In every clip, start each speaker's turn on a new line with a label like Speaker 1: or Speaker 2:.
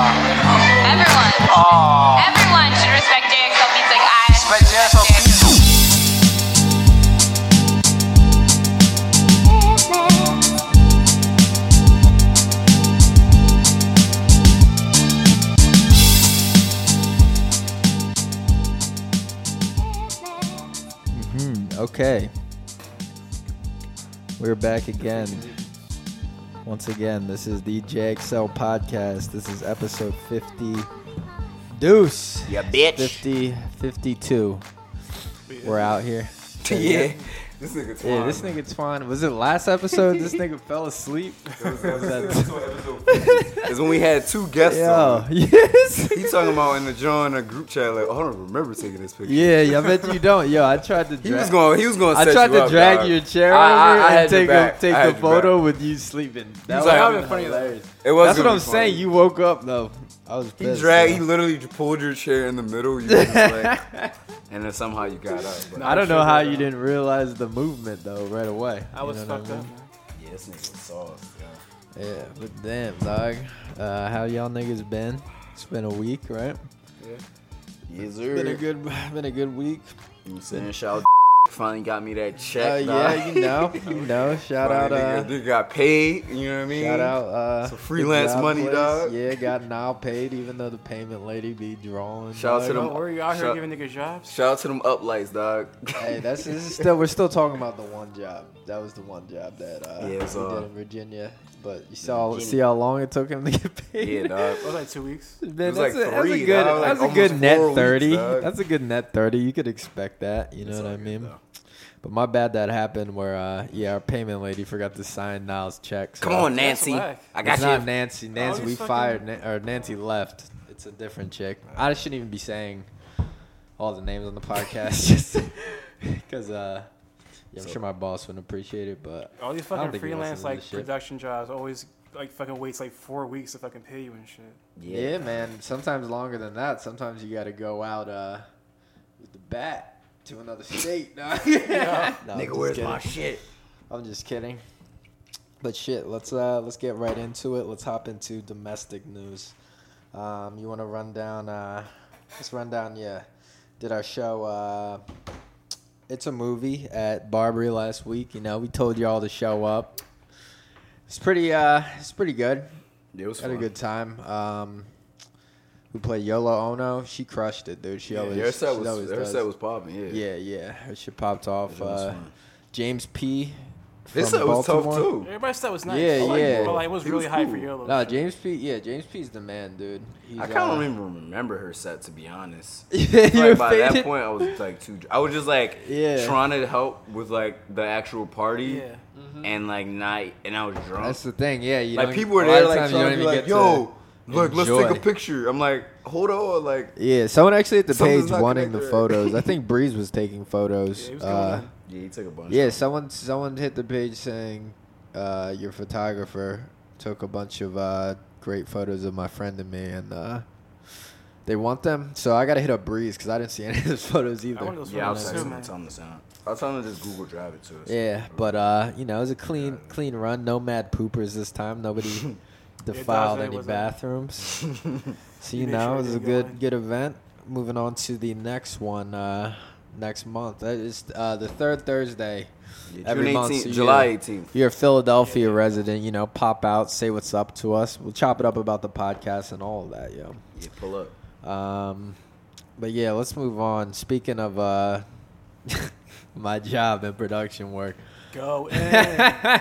Speaker 1: Everyone.
Speaker 2: Oh.
Speaker 1: Everyone should respect JXL Beats like I
Speaker 2: Respect JXL
Speaker 3: Okay. We're back again. Once again, this is the JXL podcast. This is episode 50. Deuce.
Speaker 2: You bitch.
Speaker 3: 50, 52. We're out here.
Speaker 2: Yeah.
Speaker 4: This nigga twine.
Speaker 3: Yeah, this nigga Twan. Was it last episode? this nigga fell asleep.
Speaker 4: It's when we had two guests
Speaker 3: Yo,
Speaker 4: on.
Speaker 3: yes.
Speaker 4: He talking about in the joint a group chat like, oh, I don't remember taking this picture.
Speaker 3: Yeah, yeah, I bet you don't. Yo, I tried to. Dra-
Speaker 4: He was going. He was going.
Speaker 3: I
Speaker 4: set
Speaker 3: tried
Speaker 4: you
Speaker 3: to
Speaker 4: up,
Speaker 3: drag
Speaker 4: dog.
Speaker 3: your chair over
Speaker 4: I- I- I had
Speaker 3: and
Speaker 4: your
Speaker 3: take a,
Speaker 4: back. I
Speaker 3: take
Speaker 4: had
Speaker 3: a
Speaker 4: your
Speaker 3: photo with you sleeping. That
Speaker 4: was
Speaker 3: would
Speaker 4: like,
Speaker 3: have
Speaker 4: "I'm
Speaker 3: been hilarious.
Speaker 4: It was
Speaker 3: That's what
Speaker 4: gonna
Speaker 3: I'm
Speaker 4: be
Speaker 3: saying.
Speaker 4: funny.
Speaker 3: You woke up though. I was
Speaker 4: He
Speaker 3: pissed,
Speaker 4: dragged.
Speaker 3: yo.
Speaker 4: He literally pulled your chair in the middle. You was like, and then somehow you got up. But
Speaker 3: I don't know how you didn't realize the movement though right away.
Speaker 5: I
Speaker 3: You
Speaker 5: was
Speaker 3: know what
Speaker 5: fucked
Speaker 3: mean?
Speaker 5: up.
Speaker 4: yeah, this nigga was sauce. yo.
Speaker 3: Yeah, but damn, dog. Uh, how y'all niggas been? It's been a week, right?
Speaker 4: Yes,
Speaker 3: Been a
Speaker 4: sir.
Speaker 3: good, been a good week.
Speaker 4: You saying shout? Finally got me that
Speaker 3: Uh,
Speaker 4: check.
Speaker 3: yeah,
Speaker 4: dog.
Speaker 3: you know, you know. Shout out,
Speaker 4: Finally
Speaker 3: uh,
Speaker 4: nigga, nigga got paid. You know what I mean?
Speaker 3: shout out. Uh,
Speaker 4: Some freelance
Speaker 3: the job
Speaker 4: money,
Speaker 3: place.
Speaker 4: dog.
Speaker 3: Yeah, got now paid, even though the payment lady be drawing.
Speaker 4: Shout out to
Speaker 3: dog.
Speaker 4: them.
Speaker 5: Don't worry, you out here
Speaker 4: Shut-
Speaker 5: giving niggas jobs.
Speaker 4: Shout out to them uplights, dog.
Speaker 3: Hey, that's this is still we're still talking about the one job. That was the one job that uh,
Speaker 4: Yeah, it's,
Speaker 3: we
Speaker 4: uh,
Speaker 3: did in Virginia. But you saw
Speaker 4: Virginia.
Speaker 3: see how long it took him to get paid.
Speaker 4: yeah, dog.
Speaker 5: It was like two weeks.
Speaker 3: Man,
Speaker 4: It was
Speaker 3: that's,
Speaker 4: like
Speaker 3: a, that's a
Speaker 4: three,
Speaker 3: good,
Speaker 4: dog, like
Speaker 3: that's a good
Speaker 4: almost
Speaker 3: net
Speaker 4: four weeks,
Speaker 3: 30.
Speaker 4: dog.
Speaker 3: that's a good net 30. You could expect that. You know what I mean? But my bad that happened where, uh, yeah, our payment lady forgot to sign Niles' check. so-
Speaker 4: Come on, Nancy.
Speaker 5: whack.
Speaker 4: I got
Speaker 3: It's
Speaker 4: you.
Speaker 3: not Nancy. Nancy,
Speaker 5: you
Speaker 3: we
Speaker 5: fucking-
Speaker 3: fired, Na- or Nancy left. It's a different chick. I shouldn't even be saying all the names on the podcast just because, uh, yeah, I'm sure my boss wouldn't appreciate it, but
Speaker 5: All these
Speaker 3: I don't
Speaker 5: fucking
Speaker 3: think he
Speaker 5: freelance
Speaker 3: listens to
Speaker 5: like
Speaker 3: this shit.
Speaker 5: production jobs always like fucking waits like four weeks to fucking pay you and shit.
Speaker 3: Yeah, man. Sometimes longer than that. Sometimes you got to go out uh, with the bat to another state. No, No, I'm
Speaker 4: Nigga,
Speaker 3: just
Speaker 4: where's
Speaker 3: kidding.
Speaker 4: my shit?
Speaker 3: I'm just kidding. But shit, let's uh, let's get right into it. Let's hop into domestic news. Um, you want to run down? Uh, let's run down. Yeah, did our show. Uh, it's a movie at Barbary last week. You know, we told y'all to show up. It's pretty. Uh, it's pretty good.
Speaker 4: It was
Speaker 3: Had a
Speaker 4: fun.
Speaker 3: good time. Um, who played Yolo Ono? She crushed it, dude. She
Speaker 4: Yeah,
Speaker 3: always.
Speaker 4: their set
Speaker 3: she
Speaker 4: was,
Speaker 3: always
Speaker 4: their
Speaker 3: does.
Speaker 4: set was popping. Yeah,
Speaker 3: Yeah, yeah. Her shit popped off.
Speaker 4: That was
Speaker 3: Uh,
Speaker 4: fun.
Speaker 3: James P.
Speaker 4: This
Speaker 3: from
Speaker 4: set was tough
Speaker 3: Baltimore.
Speaker 4: too.
Speaker 5: Everybody said it was nice.
Speaker 3: Yeah,
Speaker 5: I liked it,
Speaker 3: yeah.
Speaker 5: But like it was
Speaker 4: He
Speaker 5: really
Speaker 4: was
Speaker 5: high for
Speaker 4: cool.
Speaker 5: Yolo.
Speaker 3: Nah, James P. Yeah, James P's the man, dude. He's,
Speaker 4: I kind
Speaker 3: uh,
Speaker 4: of don't even remember her set to be honest.
Speaker 3: you were
Speaker 4: Like, by that
Speaker 3: faded?
Speaker 4: point, I was like too. I was just like
Speaker 3: Yeah.
Speaker 4: trying to help with like the actual party,
Speaker 5: Yeah.
Speaker 4: and like night, and I was drunk.
Speaker 3: Mm-hmm. That's the thing. Yeah, you
Speaker 4: like
Speaker 3: don't-
Speaker 4: people were
Speaker 3: a lot
Speaker 4: there
Speaker 3: of
Speaker 4: like
Speaker 3: times you
Speaker 4: trying to
Speaker 3: don't
Speaker 4: be
Speaker 3: even
Speaker 4: like,
Speaker 3: get
Speaker 4: "Yo, look, let's
Speaker 3: enjoy."
Speaker 4: take a picture." I'm like, "Hold on," like
Speaker 3: Yeah, someone actually at the
Speaker 4: Something's
Speaker 3: page
Speaker 4: not
Speaker 3: wanting the
Speaker 4: connected.
Speaker 3: photos. I think Breeze was taking photos.
Speaker 5: Yeah, he was going
Speaker 3: uh,
Speaker 5: in.
Speaker 4: yeah, you took a bunch.
Speaker 3: Yeah, someone someone hit the page saying uh, your photographer took a bunch of uh, great photos of my friend and me, and uh, they want them. So I gotta hit up Breeze because I didn't see any of those photos either.
Speaker 5: I wanted those
Speaker 4: yeah. I'll
Speaker 5: photos
Speaker 4: text
Speaker 5: too,
Speaker 4: him
Speaker 5: man.
Speaker 4: and tell him to send. it. I'll tell him to just Google Drive it to us.
Speaker 3: yeah, but uh, you know, it was a clean clean run. No mad poopers this time. Nobody defiled
Speaker 5: Dodge
Speaker 3: any
Speaker 5: wasn't-
Speaker 3: bathrooms. so you
Speaker 5: made
Speaker 3: know,
Speaker 5: sure
Speaker 3: it was
Speaker 5: they
Speaker 3: a
Speaker 5: go in.
Speaker 3: good good event. Moving on to the next one. Uh, Next month, that is uh, the third Thursday.
Speaker 4: Yeah,
Speaker 3: every
Speaker 4: June
Speaker 3: month, so
Speaker 4: 18th,
Speaker 3: you-
Speaker 4: July 18th.
Speaker 3: you're a Philadelphia resident, you know, pop out, say what's up to us. We'll chop it up about the podcast and all of that, yo.
Speaker 4: Yeah, pull up.
Speaker 3: Um, but yeah, let's move on. Speaking of uh, my job and production work,
Speaker 5: Go in.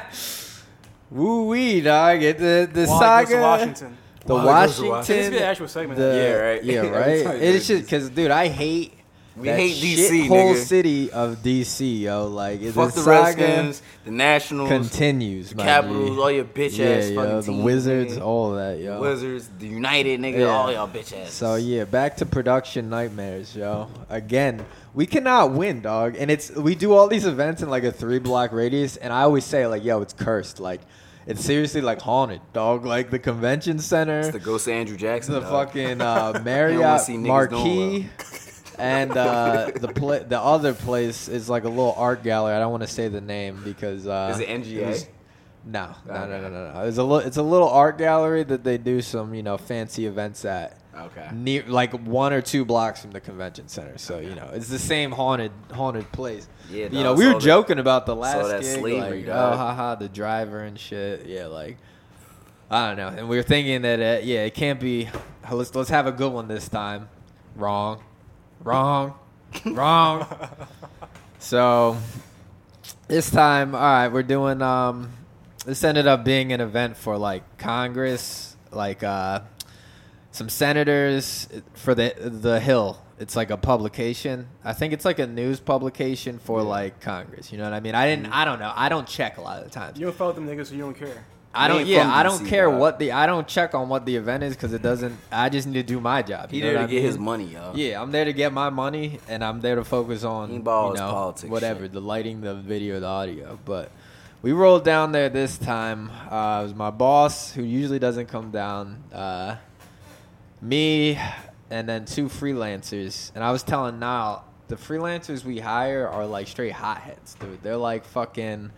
Speaker 3: woo wee, dog. It, the the
Speaker 5: Wally goes
Speaker 3: saga,
Speaker 5: to Washington.
Speaker 3: the
Speaker 4: Wally goes to
Speaker 3: Washington,
Speaker 5: This should be an actual segment.
Speaker 3: the-
Speaker 4: Yeah, right.
Speaker 3: yeah,
Speaker 4: Every time
Speaker 3: right.
Speaker 4: you
Speaker 3: it's
Speaker 4: go to
Speaker 3: just because, dude, I hate.
Speaker 4: We
Speaker 3: that
Speaker 4: hate DC,
Speaker 3: whole
Speaker 4: nigga.
Speaker 3: city of DC, yo. Like the,
Speaker 4: Fuck the
Speaker 3: saga
Speaker 4: Redskins, the Nationals,
Speaker 3: continues,
Speaker 4: the
Speaker 3: my
Speaker 4: Capitals,
Speaker 3: G.
Speaker 4: all your bitch
Speaker 3: yeah,
Speaker 4: ass
Speaker 3: yo,
Speaker 4: fucking
Speaker 3: the
Speaker 4: teams,
Speaker 3: Wizards,
Speaker 4: nigga.
Speaker 3: all that, yo.
Speaker 4: Wizards, the United, nigga,
Speaker 3: Yeah.
Speaker 4: all y'all bitch ass.
Speaker 3: So yeah, back to production nightmares, yo. Again, we cannot win, dog. And it's we do all these events in like a three block radius, and I always say like, yo, it's cursed. Like, it's seriously like haunted, dog. Like the convention center,
Speaker 4: it's the ghost of Andrew Jackson.
Speaker 3: the
Speaker 4: dog.
Speaker 3: fucking uh,
Speaker 4: You don't
Speaker 3: Marriott
Speaker 4: see niggas doing
Speaker 3: marquee, and uh, the pla- the other place is like a little art gallery. I don't want to say the name because uh,
Speaker 4: Is it NGA?
Speaker 3: was- No, no, no,
Speaker 4: Okay.
Speaker 3: no, no, no. It's a little, it's a little art gallery that they do some, you know, fancy events at,
Speaker 4: Okay.
Speaker 3: near like one or two blocks from the convention center. So you know, it's the same haunted, haunted place.
Speaker 4: Yeah,
Speaker 3: you
Speaker 4: dog,
Speaker 3: know, we
Speaker 4: saw
Speaker 3: were
Speaker 4: that-
Speaker 3: joking about the last
Speaker 4: that
Speaker 3: gig,
Speaker 4: slavery,
Speaker 3: like,
Speaker 4: dog.
Speaker 3: oh, haha, the driver and shit. Yeah, like I don't know. And we were thinking that, uh, yeah, it can't be. Let's let's have a good one this time. Wrong, wrong, wrong. So this time, all right, we're doing. Um, this ended up being an event for like Congress, like uh, some senators for the the Hill. It's like a publication. I think it's like a news publication for like Congress. You know what I mean? I
Speaker 4: Mm-hmm.
Speaker 3: didn't. I don't know. I don't check a lot of the times.
Speaker 5: You don't follow them niggas, so you don't care.
Speaker 3: I
Speaker 4: You
Speaker 3: don't.
Speaker 4: ain't
Speaker 3: Yeah,
Speaker 4: from
Speaker 3: I don't
Speaker 4: DC,
Speaker 3: care
Speaker 4: dog.
Speaker 3: what the. I don't check on what the event is because it doesn't. I just need to do my job.
Speaker 4: He
Speaker 3: you know
Speaker 4: there to
Speaker 3: what I
Speaker 4: get his
Speaker 3: mean?
Speaker 4: money, yo.
Speaker 3: Yeah, I'm there to get my money, and I'm there to focus on
Speaker 4: Uh-huh. He
Speaker 3: you
Speaker 4: balls
Speaker 3: know,
Speaker 4: politics
Speaker 3: whatever
Speaker 4: shit.
Speaker 3: the lighting, the video, the audio. But we rolled down there this time. Uh, it was my boss who usually doesn't come down. Uh, me, and then two freelancers. And I was telling Niall, the freelancers we hire are like straight hotheads, dude. They're like fucking.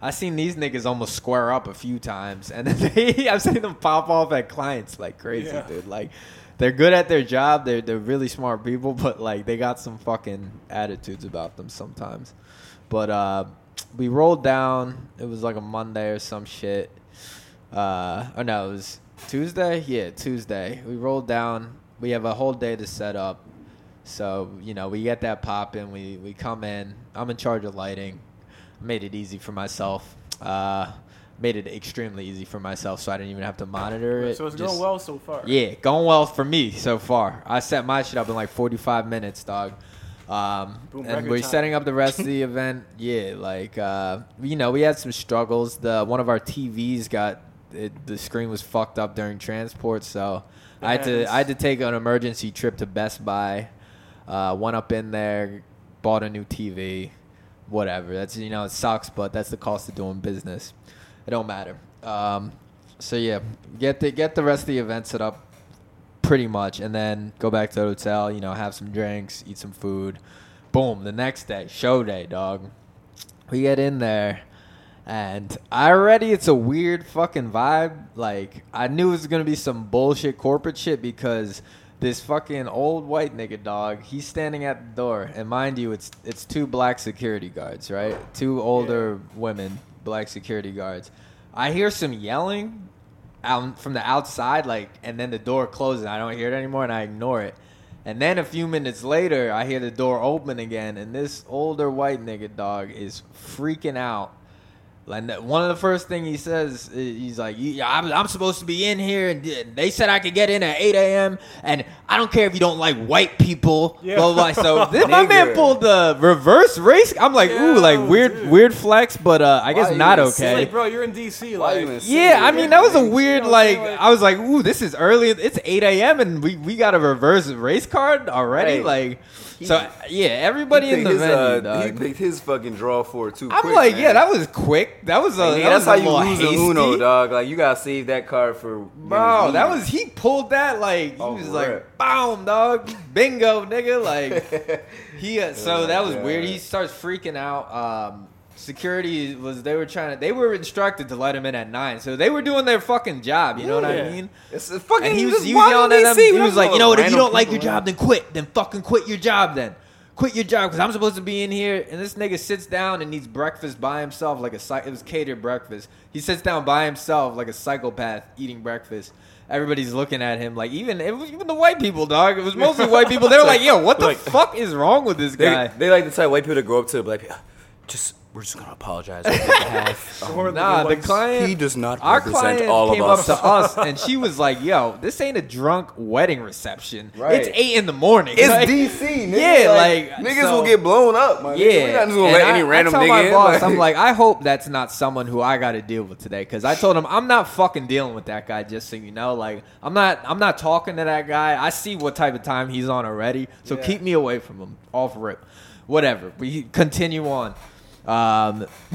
Speaker 3: I seen these niggas almost square up a few times, and then they, I've seen them pop off at clients like crazy,
Speaker 5: Yeah.
Speaker 3: dude. Like, they're good at their job. They're they're really smart people, but like they got some fucking attitudes about them sometimes. But uh, we rolled down. It was like a Monday or some shit. Uh, or no, it was Tuesday. Yeah, Tuesday. We rolled down. We have a whole day to set up. So you know, we get that popping. We we come in. I'm in charge of lighting. Made it easy for myself. Uh, made it extremely easy for myself, so I didn't even have to monitor it.
Speaker 5: So it's
Speaker 3: Just-
Speaker 5: going well so far.
Speaker 3: yeah, going well for me so far. I set my shit up in like 45 minutes, dog. Um,
Speaker 5: Boom,
Speaker 3: and
Speaker 5: record
Speaker 3: we're
Speaker 5: time.
Speaker 3: setting up the rest of the event. Yeah, like uh, you know, we had some struggles. The one of our TVs got it, the screen was fucked up during transport, so I had to
Speaker 5: Yes.
Speaker 3: I had to take an emergency trip to Best Buy. Uh, went up in there, bought a new TV, whatever. That's you know it sucks, but that's the cost of doing business. It don't matter. Um, so yeah, get the get the rest of the event set up pretty much, and then go back to the hotel. You know, have some drinks, eat some food. Boom, the next day, show day, dog. We get in there, and already it's a weird fucking vibe. Like I knew it was gonna be some bullshit corporate shit because this fucking old white nigga dog, he's standing at the door, and mind you, it's it's two black security guards, right? Two older women, black security guards. I hear some yelling out from the outside, like, and then the door closes. I don't hear it anymore, and I ignore it. And then a few minutes later, I hear the door open again, and this older white nigga dog is freaking out. Like that- one of the first thing he says, i- he's like, "You- "I'm, I'm supposed to be in here, and th- they said I could get in at 8 a.m. And I don't care if you don't like white people."
Speaker 5: Yeah.
Speaker 3: Blah, blah, blah. So then my man
Speaker 4: Nigger.
Speaker 3: pulled the reverse race. I'm like, "Ooh,
Speaker 5: Yo,
Speaker 3: like weird,
Speaker 5: dude.
Speaker 3: weird flex," but uh, I guess
Speaker 4: you
Speaker 3: not
Speaker 4: even say
Speaker 3: okay.
Speaker 5: It's like, bro, you're in DC.
Speaker 4: Why
Speaker 5: Like,
Speaker 4: you even say
Speaker 3: Yeah, I mean that was a
Speaker 5: You
Speaker 3: weird
Speaker 5: know what I'm
Speaker 3: like.
Speaker 5: saying? Like-
Speaker 3: I was like, "Ooh, this is early. It's 8 a.m. and we, we got a reverse race card already."
Speaker 4: Right.
Speaker 3: Like, so yeah, everybody
Speaker 4: He
Speaker 3: in
Speaker 4: picked
Speaker 3: the
Speaker 4: his,
Speaker 3: venue.
Speaker 4: uh, he
Speaker 3: dog.
Speaker 4: picked his fucking draw for it too.
Speaker 3: I'm
Speaker 4: quick,
Speaker 3: like,
Speaker 4: man.
Speaker 3: yeah, that was quick. That was a.
Speaker 4: Like, nigga,
Speaker 3: that
Speaker 4: that's
Speaker 3: was
Speaker 4: how
Speaker 3: a
Speaker 4: you
Speaker 3: little
Speaker 4: lose
Speaker 3: hasty.
Speaker 4: in Uno, dog. Like you gotta save that card for. when
Speaker 3: Bro,
Speaker 4: it's
Speaker 3: that
Speaker 4: needed.
Speaker 3: was he pulled that like he
Speaker 4: Oh,
Speaker 3: was
Speaker 4: for real.
Speaker 3: like, "Boom, dog, bingo, nigga!" Like. He uh, so
Speaker 4: Oh my
Speaker 3: that was
Speaker 4: God.
Speaker 3: weird. He starts freaking out. Um, security was they were trying to they were instructed to let him in at nine, so they were doing their fucking job. You know what I
Speaker 5: Yeah.
Speaker 3: mean?
Speaker 4: It's a fucking.
Speaker 3: And he was,
Speaker 4: just
Speaker 3: he was yelling
Speaker 4: wild
Speaker 3: at them.
Speaker 4: DC.
Speaker 3: He
Speaker 4: We
Speaker 3: was
Speaker 4: don't
Speaker 3: like, you know what? If you
Speaker 4: random
Speaker 3: don't like your
Speaker 4: people, man.
Speaker 3: job, then quit. Then fucking quit your job. Then quit your job because I'm supposed to be in here. And this nigga sits down and eats breakfast by himself, like a psych. It was catered breakfast. He sits down by himself, like a psychopath, eating breakfast. Everybody's looking at him, like even it was even the white people, dog. It was mostly white people. They were like, "Yo, what the
Speaker 4: Like-
Speaker 3: fuck is wrong with this guy?"
Speaker 4: They, they like to tell white people to grow up to the black people. Just we're just gonna apologize. on your behalf. Um,
Speaker 5: Or
Speaker 3: Nah, the
Speaker 5: like,
Speaker 3: client.
Speaker 4: he does not
Speaker 3: Our
Speaker 4: represent
Speaker 3: client
Speaker 4: all of
Speaker 3: came
Speaker 4: us.
Speaker 3: up to us, and she was like, "Yo, this ain't a drunk wedding reception.
Speaker 4: Right.
Speaker 3: It's eight in the morning.
Speaker 4: it's
Speaker 3: Like,
Speaker 4: DC. Nigga.
Speaker 3: Yeah,
Speaker 4: like,
Speaker 3: like,
Speaker 4: niggas
Speaker 3: so-
Speaker 4: will get blown up. My
Speaker 3: Yeah,
Speaker 4: nigga. we're not just gonna
Speaker 3: And
Speaker 4: let
Speaker 3: I-
Speaker 4: any random
Speaker 3: I tell
Speaker 4: nigga
Speaker 3: my
Speaker 4: in.
Speaker 3: boss,
Speaker 4: like-
Speaker 3: I'm like, I hope that's not someone who I got to deal with today, because I told him I'm not fucking dealing with that guy. Just so you know, like, I'm not, I'm not talking to that guy. I see what type of time he's on already, so
Speaker 5: Yeah.
Speaker 3: keep me away from him. Off rip, whatever. We continue on. Um,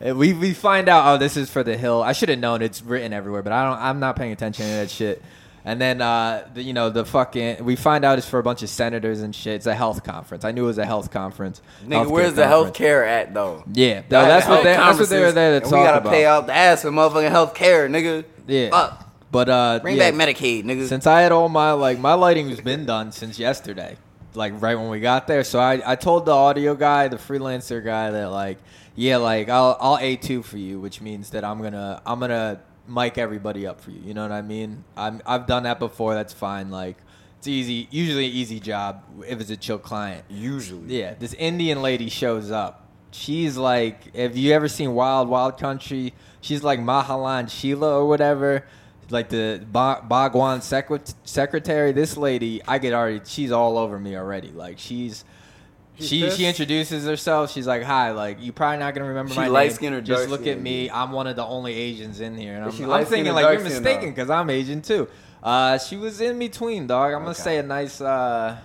Speaker 3: and we we find out. Oh, this is for the hill. I should have known it's written everywhere, but I don't. I'm not paying attention to that shit. And then, uh, the, you know, the fucking we find out it's for a bunch of senators and shit. It's a health conference. I knew it was a health conference.
Speaker 4: Nigga,
Speaker 3: Healthcare
Speaker 4: where's the
Speaker 3: conference.
Speaker 4: healthcare at though?
Speaker 3: Yeah, no, that's what
Speaker 4: Health
Speaker 3: they, that's what they were
Speaker 4: conferences,
Speaker 3: there to
Speaker 4: and
Speaker 3: talk
Speaker 4: We gotta
Speaker 3: about.
Speaker 4: pay out the ass for motherfucking health care, nigga.
Speaker 3: Yeah,
Speaker 4: Fuck.
Speaker 3: but uh,
Speaker 4: Bring
Speaker 3: yeah,
Speaker 4: back Medicaid, nigga.
Speaker 3: Since I had all my like my lighting has been done since yesterday, like right when we got there. So I, I told the audio guy, the freelancer guy, that like yeah, like I'll I'll a two for you, which means that I'm gonna I'm gonna mic everybody up for you. You know what I mean? I'm I've done that before. That's fine. Like it's easy, usually an easy job if it's a chill client.
Speaker 4: Usually.
Speaker 3: Yeah, this Indian lady shows up. She's like, have you ever seen Wild Wild Country? She's like Mahalan Sheila or whatever, like the Ba- Bhagwan secret- secretary. This lady, I could already, she's all over me already. Like she's. She,
Speaker 5: pissed?
Speaker 3: she introduces herself. She's like, "Hi, like you probably not gonna remember
Speaker 4: She
Speaker 3: my name.
Speaker 4: light-skinned or
Speaker 3: Just look at
Speaker 4: dark-skinned?
Speaker 3: me. I'm one of the only Asians in here." And
Speaker 4: Is she
Speaker 3: I'm, I'm
Speaker 4: light-skinned
Speaker 3: thinking
Speaker 4: or
Speaker 3: like you're
Speaker 4: dark-skinned, though?
Speaker 3: mistaken because I'm Asian too. Uh, she was in between, dog. I'm gonna
Speaker 4: Okay.
Speaker 3: say a nice, uh,